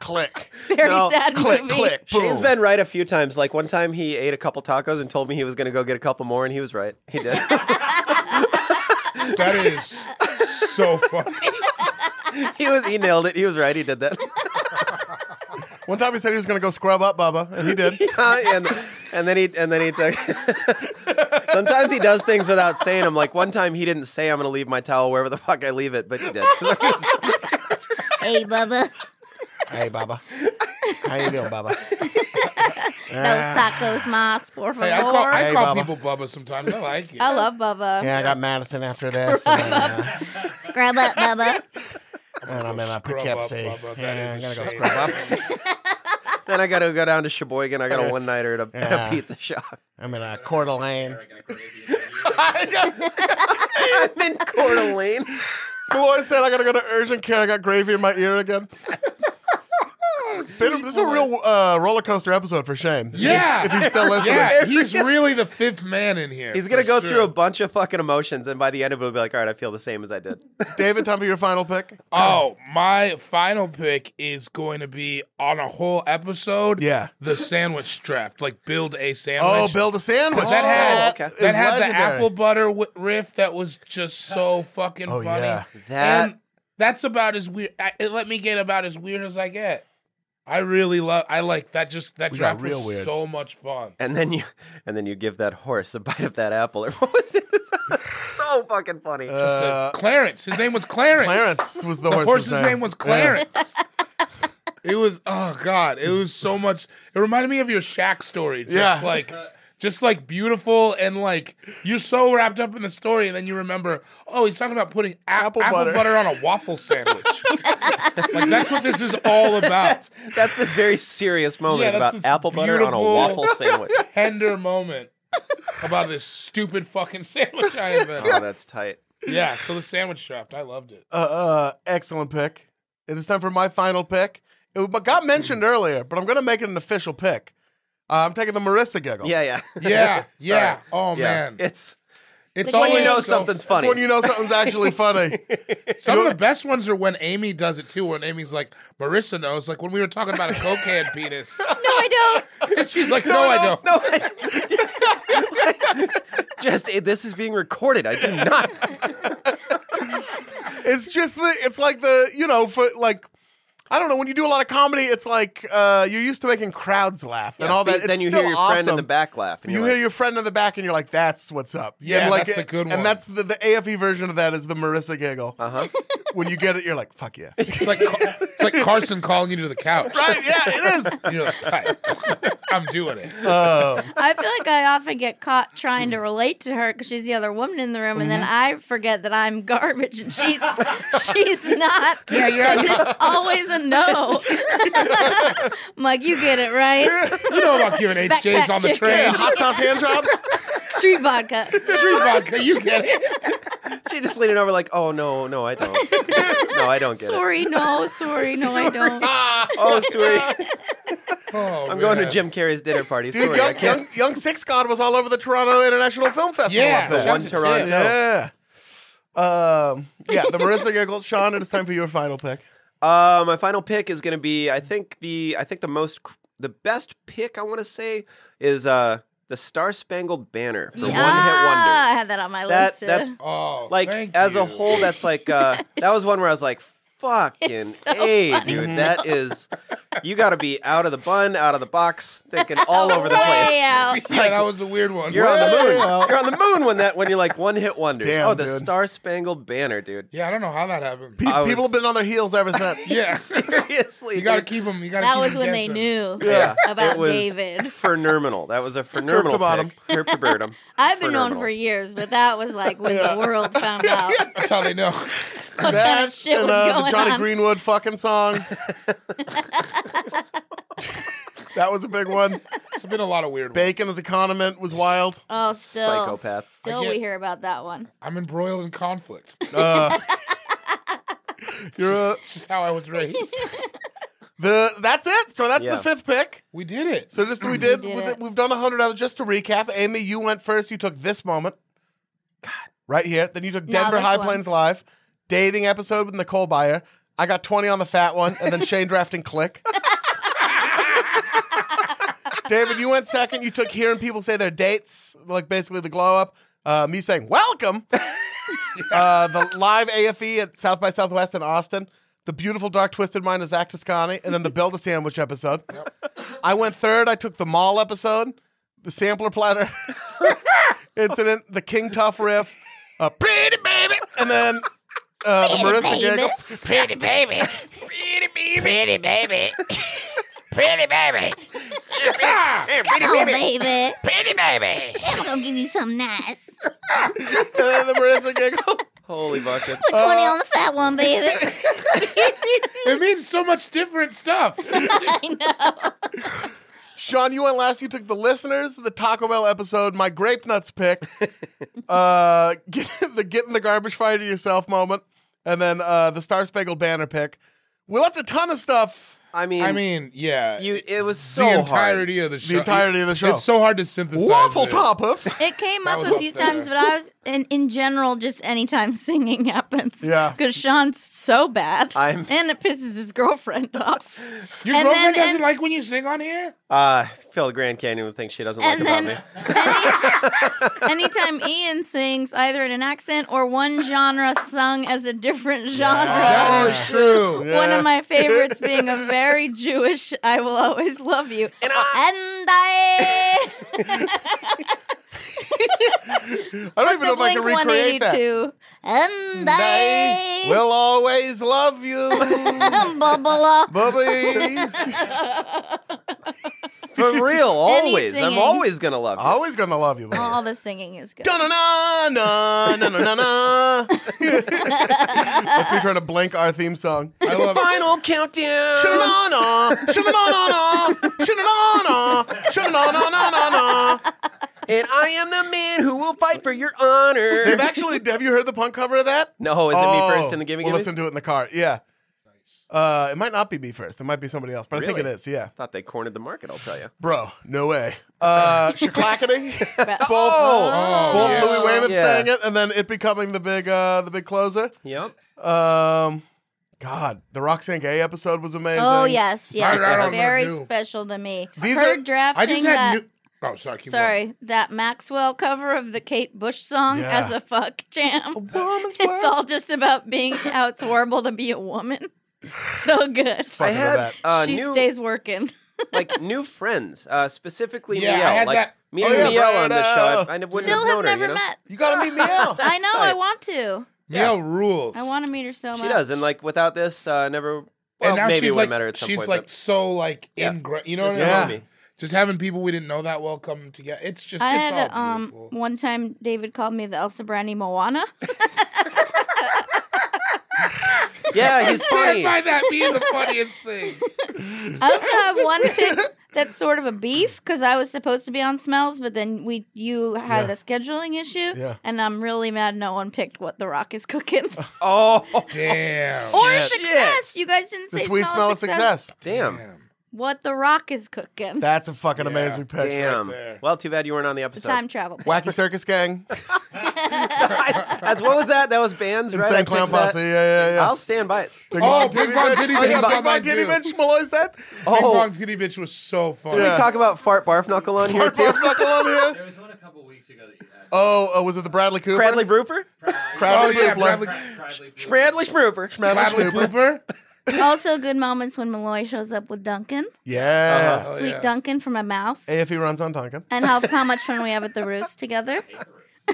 Speaker 2: Click,
Speaker 5: Very
Speaker 1: No,
Speaker 5: sad
Speaker 2: <laughs> click,
Speaker 5: movie.
Speaker 2: click. Boom.
Speaker 1: Shane's been right a few times. Like one time, he ate a couple tacos and told me he was going to go get a couple more, and he was right. He <laughs> did.
Speaker 3: That
Speaker 5: <laughs>
Speaker 3: is so funny.
Speaker 1: he was. He nailed it. He was right. He did that.
Speaker 2: One time he said he was going to go scrub up Bubba, and he did.
Speaker 1: <laughs> Yeah, and and then he and then he took. <laughs> Sometimes he does things without saying them. Like one time he didn't say I'm going to leave my towel wherever the fuck I leave it, but he did. <laughs>
Speaker 5: Hey, Bubba.
Speaker 2: hey Bubba, how you doing, Bubba?
Speaker 5: Those tacos mas, por favor.
Speaker 3: Ah. Hey, I call, I
Speaker 2: Hey,
Speaker 3: call
Speaker 2: Bubba.
Speaker 3: people Bubba sometimes. I like it.
Speaker 5: I love Bubba.
Speaker 2: Yeah, I got Madison after this, and, uh,
Speaker 5: Scrub up, Bubba.
Speaker 2: and I'm in a
Speaker 3: Scrub up,
Speaker 2: Poughkeepsie.
Speaker 3: Bubba. That
Speaker 2: Yeah,
Speaker 3: is
Speaker 2: I'm
Speaker 3: a
Speaker 2: gonna go
Speaker 3: shame.
Speaker 2: scrub up.
Speaker 1: then I got to go down to Sheboygan. I got a one nighter at, a at
Speaker 2: Yeah.
Speaker 1: a pizza shop. <laughs>
Speaker 2: I'm in a Coeur d'Alene. <laughs>
Speaker 1: I'm in Coeur <laughs> d'Alene.
Speaker 2: The boy said, "I gotta go to urgent care. I got gravy in my ear again." Been- this is a real uh, roller coaster episode for Shane.
Speaker 3: Yeah.
Speaker 2: if he's still listening.
Speaker 3: Yeah, he's really the fifth man in here.
Speaker 1: He's gonna
Speaker 3: for
Speaker 1: go
Speaker 3: sure.
Speaker 1: through a bunch of fucking emotions, and by the end of it, will be like, all right, I feel the same as I did.
Speaker 2: David, time for your final pick.
Speaker 3: Oh, my final pick is going to be on a whole episode.
Speaker 2: Yeah.
Speaker 3: the sandwich draft, like build a sandwich.
Speaker 2: Oh, build a sandwich.
Speaker 3: 'Cause that had
Speaker 1: Oh, okay.
Speaker 2: is
Speaker 3: that had the
Speaker 2: legendary.
Speaker 3: apple butter w- riff that was just so fucking
Speaker 2: Oh,
Speaker 3: funny.
Speaker 2: yeah.
Speaker 1: Uh, That-
Speaker 3: and that's about as weird. I, it let me get about as weird as I get. I really love. I like that. Just that
Speaker 2: We got
Speaker 3: draft
Speaker 2: real
Speaker 3: was
Speaker 2: weird.
Speaker 3: so much fun.
Speaker 1: And then you, and then you give that horse a bite of that apple, <laughs> or what was it? so fucking funny.
Speaker 2: Uh,
Speaker 3: Just a- Clarence. His name was Clarence.
Speaker 2: Clarence was the,
Speaker 3: The
Speaker 2: horse's,
Speaker 3: horse's name was
Speaker 2: Yeah.
Speaker 1: <laughs>
Speaker 3: Clarence. it was oh god, it was so much. It reminded me of your Shaq story. Just
Speaker 2: Yeah.
Speaker 3: like just like beautiful and like you're so wrapped up in the story and then you remember, oh, he's talking about putting a- apple,
Speaker 2: Apple
Speaker 3: butter.
Speaker 2: butter.
Speaker 3: on a waffle sandwich. like that's what this is all about.
Speaker 1: That's this very serious moment
Speaker 3: Yeah,
Speaker 1: It's
Speaker 3: that's
Speaker 1: about
Speaker 3: this
Speaker 1: apple butter on a
Speaker 2: <laughs>
Speaker 3: beautiful-
Speaker 1: waffle sandwich.
Speaker 3: Tender moment about this stupid fucking sandwich I
Speaker 1: Oh,
Speaker 3: invented.
Speaker 1: that's tight.
Speaker 3: yeah, so the sandwich draft, I loved it.
Speaker 2: Uh-huh. Uh, uh, excellent pick. It is time for my final pick. It got mentioned
Speaker 1: Mm.
Speaker 2: earlier, but I'm gonna make it an official pick. Uh, I'm taking the Marissa giggle.
Speaker 1: Yeah, yeah, <laughs>
Speaker 2: <laughs>
Speaker 3: Yeah, yeah. Oh
Speaker 1: yeah.
Speaker 3: man,
Speaker 1: It's
Speaker 3: it's
Speaker 5: When
Speaker 3: always
Speaker 1: you know
Speaker 3: so-
Speaker 1: something's
Speaker 2: That's
Speaker 1: funny.
Speaker 2: when you know something's
Speaker 1: <laughs>
Speaker 2: actually funny.
Speaker 3: Some of the best ones are when Amy does it too, when Amy's like, Marissa knows, like when we were talking about a <laughs> cocaine penis.
Speaker 5: No, I don't.
Speaker 3: And she's like, No, I don't.
Speaker 1: No, just eh, this is being recorded. I do not.
Speaker 2: It's just the it's like the you know for like I don't know when you do a lot of comedy it's like uh, you're used to making crowds laugh <laughs> and all
Speaker 1: <laughs>
Speaker 2: that.
Speaker 1: Then
Speaker 2: It's
Speaker 1: you
Speaker 2: still
Speaker 1: hear your
Speaker 2: awesome.
Speaker 1: friend in the back laugh, and
Speaker 2: You
Speaker 1: you're
Speaker 2: hear
Speaker 1: like,
Speaker 2: your friend in the back and you're like, "That's what's up."
Speaker 3: Yeah,
Speaker 2: and like,
Speaker 3: that's the good one.
Speaker 2: E And that's the the AFE version of that is the Marissa giggle.
Speaker 1: uh huh.
Speaker 2: when you get it, you're like, fuck yeah. <laughs>
Speaker 3: It's like Ca- it's like Carson calling you to the <laughs> couch.
Speaker 2: Right? Yeah,
Speaker 1: <laughs>
Speaker 2: it is.
Speaker 3: And You're like, tight. <laughs> I'm doing it.
Speaker 5: Uh,
Speaker 2: Oh,
Speaker 5: I feel like I often get caught trying to relate to her because she's the other woman in the room, and then
Speaker 1: Mm-hmm.
Speaker 5: I forget that I'm garbage and she's she's not.
Speaker 1: <laughs>
Speaker 3: Yeah, you're out
Speaker 5: 'Cause
Speaker 3: here-
Speaker 5: It's always a no. I'm like, you get it right.
Speaker 3: You know about giving HJs on the
Speaker 5: chicken.
Speaker 3: train.
Speaker 5: <laughs> Yeah.
Speaker 2: hot
Speaker 1: <laughs>
Speaker 2: sauce hand jobs?
Speaker 5: Street vodka.
Speaker 3: Street vodka, you get it.
Speaker 1: She just leaning over like, oh no, no, I
Speaker 2: <laughs>
Speaker 1: don't. no, I don't get it.
Speaker 5: Sorry, no. Sorry, no, I don't.
Speaker 2: Ah.
Speaker 1: Oh, sweet.
Speaker 3: <laughs> Oh,
Speaker 1: I'm going to
Speaker 3: man.
Speaker 1: Jim Carrey's dinner party.
Speaker 2: Dude,
Speaker 1: Sorry, I
Speaker 2: young,
Speaker 1: can't.
Speaker 2: young, young Six God was all over the Toronto International Film Festival
Speaker 3: Yeah,
Speaker 2: up there.
Speaker 1: The one
Speaker 3: Shouts to
Speaker 1: Toronto.
Speaker 3: Tim.
Speaker 2: Yeah. Um, yeah, the Marissa Giggle. Sean, it is time for your final pick.
Speaker 1: Uh, my final pick is going to be, I think the, I think the most, the best pick I want to say is uh the Star Spangled Banner for
Speaker 5: Yeah, I
Speaker 1: One Hit Wonders.
Speaker 5: had that on my
Speaker 1: That-
Speaker 5: list. too.
Speaker 1: that's
Speaker 3: Oh,
Speaker 1: Like
Speaker 3: thank
Speaker 1: as a
Speaker 3: you.
Speaker 1: whole, that's like
Speaker 5: <laughs>
Speaker 1: uh that was one where I was like, fucking
Speaker 5: It's so
Speaker 1: a
Speaker 5: funny
Speaker 1: dude, that is, you got to be out of the bun, out of the box,
Speaker 5: <laughs>
Speaker 1: thinking all over the place.
Speaker 5: Way
Speaker 1: <laughs>
Speaker 5: out.
Speaker 3: <laughs> yeah, that was a weird one.
Speaker 1: You're on the
Speaker 2: Way
Speaker 1: moon.
Speaker 2: out.
Speaker 1: You're on the moon when that when you're like one hit wonders.
Speaker 2: Damn,
Speaker 1: oh, the
Speaker 2: dude.
Speaker 1: Star Spangled Banner, dude. <laughs>
Speaker 3: <laughs> yeah, I don't know how that happened. Uh,
Speaker 2: Pe-
Speaker 1: I was-
Speaker 2: People have been on their heels ever
Speaker 1: <laughs>
Speaker 2: since.
Speaker 3: yeah,
Speaker 1: Seriously,
Speaker 3: you got to
Speaker 1: dude.
Speaker 3: keep them. You got to.
Speaker 5: That
Speaker 3: keep
Speaker 5: was
Speaker 3: 'em
Speaker 5: when they
Speaker 3: guessing.
Speaker 5: knew
Speaker 1: Yeah,
Speaker 5: about
Speaker 1: it was
Speaker 5: David. <laughs>
Speaker 1: Phenomenal. That was a phenomenal
Speaker 2: bottom.
Speaker 1: pick. Turp to bottom.
Speaker 5: I've been known
Speaker 1: phenomenal.
Speaker 5: for years, but that was like when the world found
Speaker 1: <laughs>
Speaker 5: out
Speaker 3: That's how they know. <laughs>
Speaker 5: <laughs> what kind
Speaker 2: That
Speaker 5: of shit
Speaker 2: and
Speaker 5: was
Speaker 2: uh,
Speaker 5: going
Speaker 2: the Johnny
Speaker 5: on.
Speaker 2: Greenwood fucking
Speaker 5: <laughs>
Speaker 2: song. that was a big one.
Speaker 3: It's been a lot of weird.
Speaker 2: Bacon
Speaker 3: ones.
Speaker 2: as a condiment was wild.
Speaker 5: oh, still,
Speaker 1: Psychopath.
Speaker 5: still,
Speaker 3: I
Speaker 5: we
Speaker 3: get-
Speaker 5: hear about that one.
Speaker 3: I'm embroiled in conflict.
Speaker 2: Uh,
Speaker 3: It's
Speaker 2: You're
Speaker 3: just,
Speaker 2: a-
Speaker 3: it's just how I was raised.
Speaker 2: the that's it. So that's
Speaker 1: Yeah.
Speaker 2: the fifth pick.
Speaker 3: <laughs> We did it.
Speaker 2: So just we did.
Speaker 5: did
Speaker 2: We
Speaker 5: it.
Speaker 2: have done hundred of it. Just to recap, Amy, you went first. You took this moment, God, right here. Then you took
Speaker 5: No,
Speaker 2: Denver
Speaker 5: this
Speaker 2: High
Speaker 5: one.
Speaker 2: Plains Live, dating episode with Nicole Byer. I got twenty on the fat one,
Speaker 5: <laughs>
Speaker 2: and then Shane drafting click. David, you went second. You took hearing people say their dates, like basically the glow up. Uh, me saying
Speaker 5: <laughs>
Speaker 2: welcome. uh, the live AFE at South by Southwest in Austin. The beautiful dark twisted mind of Zach Toscani, and then the build a sandwich episode. I went third. I took the mall episode, the sampler
Speaker 5: <laughs>
Speaker 2: platter <laughs> incident, the King Tough riff, uh, pretty baby, and then uh, <laughs> the Marissa giggle.
Speaker 8: Pretty baby. Pretty baby. Pretty baby. Pretty baby. Pretty
Speaker 5: Oh,
Speaker 3: <laughs>
Speaker 8: baby.
Speaker 5: baby,
Speaker 8: Pretty baby.
Speaker 5: I'm gonna give you something nice.
Speaker 2: and then the Marissa giggle.
Speaker 1: Holy buckets.
Speaker 5: <laughs> Twenty
Speaker 3: Oh.
Speaker 5: on the fat
Speaker 3: <laughs>
Speaker 5: one, baby.
Speaker 3: It means so much different stuff.
Speaker 2: Sean, you went last. You took the listeners, the Taco Bell episode, my grape nuts <laughs> pick, uh, get, the get in the garbage fire to yourself moment, and then uh, the Star Spangled Banner pick. We left a ton of stuff.
Speaker 1: I mean,
Speaker 3: I mean, yeah.
Speaker 1: you. It was so
Speaker 3: the
Speaker 1: hard.
Speaker 3: entirety of the show.
Speaker 2: entirety of the show.
Speaker 3: It's so hard to synthesize.
Speaker 2: Waffle
Speaker 3: it.
Speaker 2: top hoof.
Speaker 5: It came
Speaker 3: That
Speaker 5: up
Speaker 3: was
Speaker 5: a
Speaker 3: up
Speaker 5: few
Speaker 3: there.
Speaker 5: times, but I was in in general just anytime <laughs> singing happens.
Speaker 2: Yeah.
Speaker 5: because Sean's so bad,
Speaker 1: I'm-
Speaker 5: <laughs> and it pisses his girlfriend <laughs> off.
Speaker 3: Your
Speaker 5: And
Speaker 3: girlfriend
Speaker 5: then-
Speaker 3: doesn't
Speaker 5: and-
Speaker 3: like when you sing on here.
Speaker 1: Uh, Phil Grand Canyon would think she doesn't like
Speaker 5: And
Speaker 1: about
Speaker 5: then
Speaker 1: me.
Speaker 5: any, <laughs> anytime Ian sings either in an accent or one genre sung as a different genre.
Speaker 3: That is true.
Speaker 5: One of my favorites being a very Jewish I will always love you. Oh, And I,
Speaker 2: I don't even know if I can
Speaker 5: Blink
Speaker 2: recreate that.
Speaker 5: 182. And
Speaker 2: They
Speaker 5: I
Speaker 2: will always love <laughs> you,
Speaker 5: <laughs> blah, blah, blah.
Speaker 2: Bubby.
Speaker 1: For real,
Speaker 5: <laughs>
Speaker 1: always. I'm
Speaker 5: singing.
Speaker 1: always gonna love you.
Speaker 2: Always gonna love you,
Speaker 3: Oh,
Speaker 2: Bubby.
Speaker 5: All the singing is good.
Speaker 2: Na na na na na. That's me trying to blank our theme song.
Speaker 3: I love it.
Speaker 1: Final countdown.
Speaker 2: Sha-na-na-na, sha-na-na-na-na, sha-na-na-na, sha-na-na-na-na-na.
Speaker 1: And I am the man who will fight for your honor.
Speaker 2: They've actually, have <laughs> you heard the punk cover of that?
Speaker 1: no, is it
Speaker 2: Oh,
Speaker 1: me first in the gimme
Speaker 2: We'll
Speaker 1: gimmes?
Speaker 2: listen to it in the car. Yeah. Uh, it might not be me first. It might be somebody else, but I think
Speaker 1: Really?
Speaker 2: it is. Yeah,
Speaker 1: Thought they cornered the market. I'll tell you.
Speaker 2: bro, no way. Uh, Shaklackety,
Speaker 1: <laughs>
Speaker 2: both,
Speaker 3: Oh,
Speaker 2: both
Speaker 3: yeah.
Speaker 2: Louis Weymouth
Speaker 1: Yeah.
Speaker 2: sang it, and then it becoming the big, uh, the big closer.
Speaker 1: Yep.
Speaker 2: Um, God, the Roxanne Gay episode was amazing.
Speaker 5: Oh, yes, yes.
Speaker 3: I don't know,
Speaker 5: very
Speaker 3: too.
Speaker 5: special to me.
Speaker 2: These
Speaker 5: Her
Speaker 2: are-
Speaker 5: drafting
Speaker 3: I just had
Speaker 5: that.
Speaker 3: new. Oh, sorry. Keep
Speaker 5: Sorry, that Maxwell cover of the Kate Bush song
Speaker 2: Yeah.
Speaker 5: as a fuck jam.
Speaker 2: Woman's
Speaker 5: <laughs> It's all just about being how it's horrible to be a woman. <laughs> So good.
Speaker 1: I
Speaker 2: Fucking love
Speaker 1: had
Speaker 2: that.
Speaker 1: uh,
Speaker 5: she
Speaker 1: new
Speaker 5: stays working.
Speaker 1: like new friends, uh, specifically
Speaker 3: Yeah, I
Speaker 1: Miel.
Speaker 3: had
Speaker 1: like
Speaker 3: that-
Speaker 1: me
Speaker 2: Oh,
Speaker 1: and
Speaker 2: yeah,
Speaker 1: Miel on the
Speaker 2: Brando.
Speaker 1: show. I, I wouldn't
Speaker 5: Still
Speaker 1: have known her.
Speaker 5: have never
Speaker 1: you know?
Speaker 5: met.
Speaker 2: You gotta meet me out.
Speaker 5: I know.
Speaker 1: tight.
Speaker 5: I want to.
Speaker 3: Miel rules.
Speaker 5: I want to meet her so
Speaker 1: She
Speaker 5: much.
Speaker 1: does, and like without this, uh, never. Well,
Speaker 3: and now
Speaker 1: maybe
Speaker 3: she's
Speaker 1: would have
Speaker 3: like,
Speaker 1: met her at some
Speaker 3: she's
Speaker 1: point.
Speaker 3: like oh,
Speaker 1: but
Speaker 3: so like
Speaker 1: Yeah.
Speaker 3: ingra- you know
Speaker 1: just
Speaker 3: what
Speaker 1: a
Speaker 3: I mean?
Speaker 1: homie.
Speaker 3: Just having people we didn't know that well come together. It's just
Speaker 5: I
Speaker 3: it's
Speaker 5: had
Speaker 3: all
Speaker 5: um
Speaker 3: beautiful.
Speaker 5: one time David called me the Elsa
Speaker 1: <laughs>
Speaker 5: Brandy Moana.
Speaker 1: Yeah, he's
Speaker 3: Stand
Speaker 1: funny.
Speaker 3: by that being the funniest thing.
Speaker 5: I also have one pick that's sort of a beef because I was supposed to be on smells, but then we you had
Speaker 2: Yeah.
Speaker 5: a scheduling issue,
Speaker 2: Yeah.
Speaker 5: and I'm really mad no one picked what The Rock
Speaker 1: <laughs>
Speaker 5: is cooking
Speaker 1: Oh,
Speaker 3: Damn.
Speaker 5: or
Speaker 2: Shit.
Speaker 5: success. You guys didn't
Speaker 2: The
Speaker 5: say
Speaker 2: sweet smell of success.
Speaker 1: damn,
Speaker 3: Damn.
Speaker 5: What The Rock is cooking?
Speaker 2: That's a fucking
Speaker 3: Yeah.
Speaker 2: amazing pitch.
Speaker 1: damn.
Speaker 3: there.
Speaker 1: well, too bad you weren't on the
Speaker 5: It's
Speaker 1: episode.
Speaker 5: a time travel.
Speaker 2: Wacky Circus Gang,
Speaker 1: <laughs> That's what was that? That was bands, right? I
Speaker 2: Insane Clown
Speaker 1: picked that.
Speaker 2: Posse. Yeah, yeah, yeah.
Speaker 1: I'll stand by it.
Speaker 3: Oh, Big Bong Diddy
Speaker 2: Oh,
Speaker 3: Bitch.
Speaker 2: yeah,
Speaker 3: was
Speaker 2: Big
Speaker 3: on
Speaker 2: Bong
Speaker 3: mine,
Speaker 2: Diddy
Speaker 3: too.
Speaker 2: Bitch. Maloy said.
Speaker 3: Big
Speaker 1: Oh,
Speaker 3: Bong Diddy Bitch was so funny.
Speaker 2: Yeah.
Speaker 1: talk about fart barf knuckle on here
Speaker 2: Fart
Speaker 1: too.
Speaker 2: Barf Knuckle on here.
Speaker 7: There was one a couple weeks ago that you had.
Speaker 2: Oh, uh, was it the Bradley
Speaker 1: <laughs>
Speaker 2: Cooper?
Speaker 1: Bradley Brooper.
Speaker 3: Oh
Speaker 2: Bradley
Speaker 3: yeah,
Speaker 2: Cooper.
Speaker 3: Bradley,
Speaker 7: Bradley Cooper.
Speaker 1: Bradley Brooper.
Speaker 3: Bradley Cooper.
Speaker 5: also, good moments when Malloy shows up with Duncan,
Speaker 1: Oh,
Speaker 2: Yeah.
Speaker 3: Hell
Speaker 5: sweet
Speaker 3: Oh, yeah.
Speaker 5: Duncan from my mouth,
Speaker 2: AFE runs on Tonkin.
Speaker 5: <laughs> and how how much fun we have at the roost together.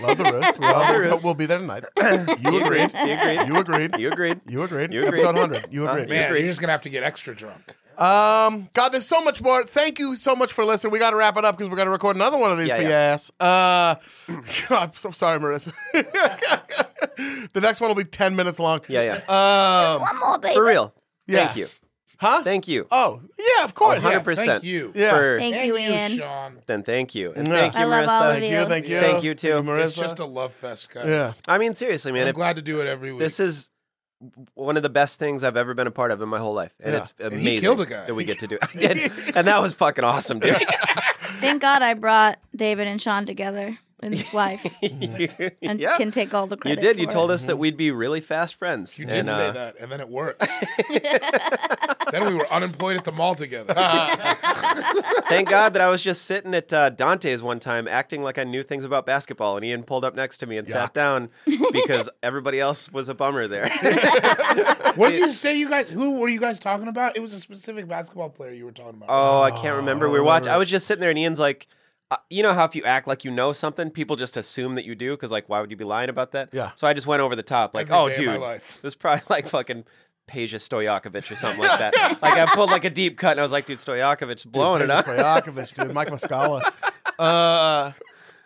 Speaker 2: Love the roast. We all- We'll be there tonight. You agreed.
Speaker 1: You agreed.
Speaker 2: You agreed.
Speaker 1: You agreed.
Speaker 2: You agreed.
Speaker 1: You agreed.
Speaker 2: Episode 100. You
Speaker 1: Huh?
Speaker 2: agreed.
Speaker 1: Yeah.
Speaker 3: Man, you're just gonna have to get extra drunk.
Speaker 2: Um, God, there's so much more. Thank you so much for listening. We got to wrap it up because we're going to record another one of these
Speaker 1: Yeah,
Speaker 2: for
Speaker 1: yeah.
Speaker 2: your ass. Uh, <coughs> God, I'm so sorry, Marissa. <laughs> the next one will be 10 minutes long.
Speaker 1: Yeah, yeah.
Speaker 2: Um,
Speaker 5: One more baby.
Speaker 1: For real.
Speaker 2: Yeah.
Speaker 1: Thank you.
Speaker 2: huh?
Speaker 1: Thank you.
Speaker 2: oh, yeah, of course.
Speaker 3: Yeah,
Speaker 1: 100%.
Speaker 3: Thank you.
Speaker 2: Yeah.
Speaker 1: For,
Speaker 5: Thank,
Speaker 3: Thank
Speaker 5: you,
Speaker 3: you,
Speaker 5: Ian.
Speaker 3: Sean.
Speaker 1: Then thank you. And
Speaker 2: Yeah.
Speaker 1: thank you,
Speaker 5: I love all
Speaker 1: Marissa.
Speaker 5: of
Speaker 2: Thank you. Thank you.
Speaker 1: Thank you, too.
Speaker 2: Marissa.
Speaker 3: It's just a love fest, guys.
Speaker 2: Yeah.
Speaker 1: I mean, seriously, man.
Speaker 3: I'm
Speaker 1: If
Speaker 3: glad to do it every week.
Speaker 1: this is one of the best things I've ever been a part of in my whole life, and
Speaker 2: Yeah.
Speaker 1: it's
Speaker 3: he
Speaker 1: amazing
Speaker 3: killed a guy.
Speaker 1: that we get to
Speaker 3: <laughs>
Speaker 1: do. it. I did, and that was fucking awesome,
Speaker 5: <laughs>
Speaker 1: dude.
Speaker 5: Thank God I brought David and Sean together
Speaker 1: <laughs>
Speaker 5: in this life and
Speaker 1: yeah,
Speaker 5: can take all the
Speaker 1: you
Speaker 5: credit.
Speaker 1: did. You
Speaker 5: for
Speaker 1: told
Speaker 5: it.
Speaker 1: us that we'd be really fast friends.
Speaker 3: you did
Speaker 1: and,
Speaker 3: say
Speaker 1: uh,
Speaker 3: that, and then it worked. <laughs> then we were unemployed at the mall together.
Speaker 1: Thank God that I was just sitting at uh, Dante's one time, acting like I knew things about basketball, and Ian pulled up next to me and sat down
Speaker 5: <laughs>
Speaker 1: because everybody else was a bummer there.
Speaker 3: what did you say, you guys? Who were you guys talking about? It was a specific basketball player you were talking about.
Speaker 1: oh, I can't remember. we were watching. I was just sitting there, and Ian's like. Uh, you know how if you act like you know something, people just assume that you do because, like, why would you be lying about that?
Speaker 2: Yeah.
Speaker 1: So I just went over the top, like,
Speaker 3: Every
Speaker 1: oh,
Speaker 3: day of
Speaker 1: dude,
Speaker 3: my life.
Speaker 1: It was probably like fucking Peja Stojakovic or something like that. like I pulled like a deep cut and I was like, dude, Stojakovic's blowing it up.
Speaker 2: Stojakovic, dude. Mike Muscala. Uh,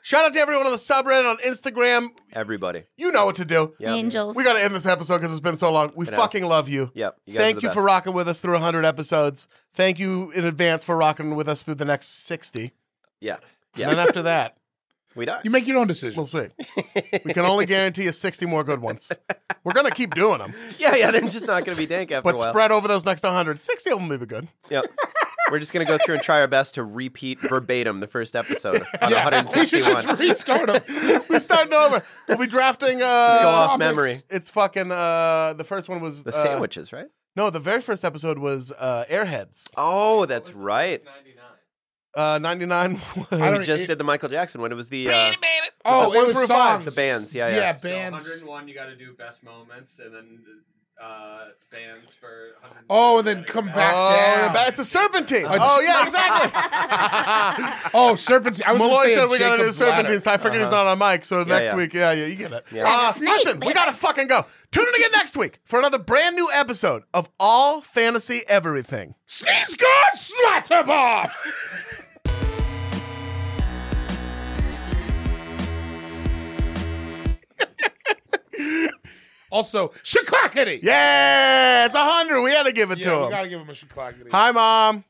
Speaker 2: shout out to everyone on the subreddit on Instagram.
Speaker 1: Everybody.
Speaker 2: You know what to do.
Speaker 1: Yep.
Speaker 5: Angels.
Speaker 2: We got to end this episode because it's been so long. We
Speaker 1: It has.
Speaker 2: fucking love you.
Speaker 1: Yep. You guys are
Speaker 2: Thank
Speaker 1: the
Speaker 2: you for
Speaker 1: best.
Speaker 2: rocking with us through 100 episodes. Thank you in advance for rocking with us through the next 60.
Speaker 1: Yeah.
Speaker 2: And then
Speaker 1: <laughs>
Speaker 2: after that,
Speaker 1: We die.
Speaker 3: You make your
Speaker 2: we'll
Speaker 3: own decision.
Speaker 2: see. We can only guarantee you 60 more good ones. We're going to keep
Speaker 1: <laughs>
Speaker 2: doing them,
Speaker 1: Yeah, yeah. They're just not gonna be dank after
Speaker 2: but
Speaker 1: a while.
Speaker 2: spread over those next 100. 60 of them will
Speaker 1: <laughs>
Speaker 2: be good.
Speaker 1: Yep. We're just gonna go through and try our best to repeat verbatim the first episode on
Speaker 3: we should
Speaker 1: 161.
Speaker 3: just restart
Speaker 2: <laughs>
Speaker 3: them.
Speaker 2: We're starting over. We'll be drafting.
Speaker 1: Go
Speaker 2: Uh,
Speaker 1: off memory.
Speaker 2: it's fucking. Uh, the first one was.
Speaker 1: The
Speaker 2: uh,
Speaker 1: sandwiches, right?
Speaker 2: No, the very first episode was uh, Airheads.
Speaker 1: Oh, that's right.
Speaker 2: Uh, 99 <laughs> was. Oh,
Speaker 3: I
Speaker 1: We
Speaker 3: don't-
Speaker 1: just
Speaker 3: it-
Speaker 1: did the Michael Jackson one. It was the uh,
Speaker 3: Oh,
Speaker 2: One
Speaker 3: it was
Speaker 2: through five.
Speaker 3: songs.
Speaker 1: The bands, yeah, yeah.
Speaker 3: yeah,
Speaker 7: So
Speaker 3: bands.
Speaker 7: 101, you got to do best moments, and then uh, bands for. 100
Speaker 3: Oh, and then come back
Speaker 2: Oh,
Speaker 3: down.
Speaker 2: the ba- it's a serpentine.
Speaker 3: Uh,
Speaker 2: Oh, yeah,
Speaker 3: <laughs>
Speaker 2: exactly.
Speaker 3: Oh, serpentine. I was
Speaker 2: Malloy
Speaker 3: going to
Speaker 2: said
Speaker 3: say
Speaker 2: we gotta do
Speaker 3: Jacob's Ladder. Uh-huh.
Speaker 2: serpentines. I figured he's not on mic, so next
Speaker 1: yeah.
Speaker 2: week, yeah, yeah, you get it.
Speaker 1: Yeah.
Speaker 2: Uh,
Speaker 5: Snake,
Speaker 2: listen, we
Speaker 5: baby.
Speaker 2: gotta fucking go. Tune in again next week for another brand new episode of All Fantasy Everything.
Speaker 3: Sneeze God, slat him off. <laughs> also, shaklackety.
Speaker 2: Yeah, it's a hundred. We had to give it
Speaker 3: yeah,
Speaker 2: to
Speaker 3: we
Speaker 2: him.
Speaker 3: gotta give him a shaklackety.
Speaker 2: Hi, mom.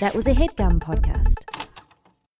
Speaker 9: That was a headgum podcast.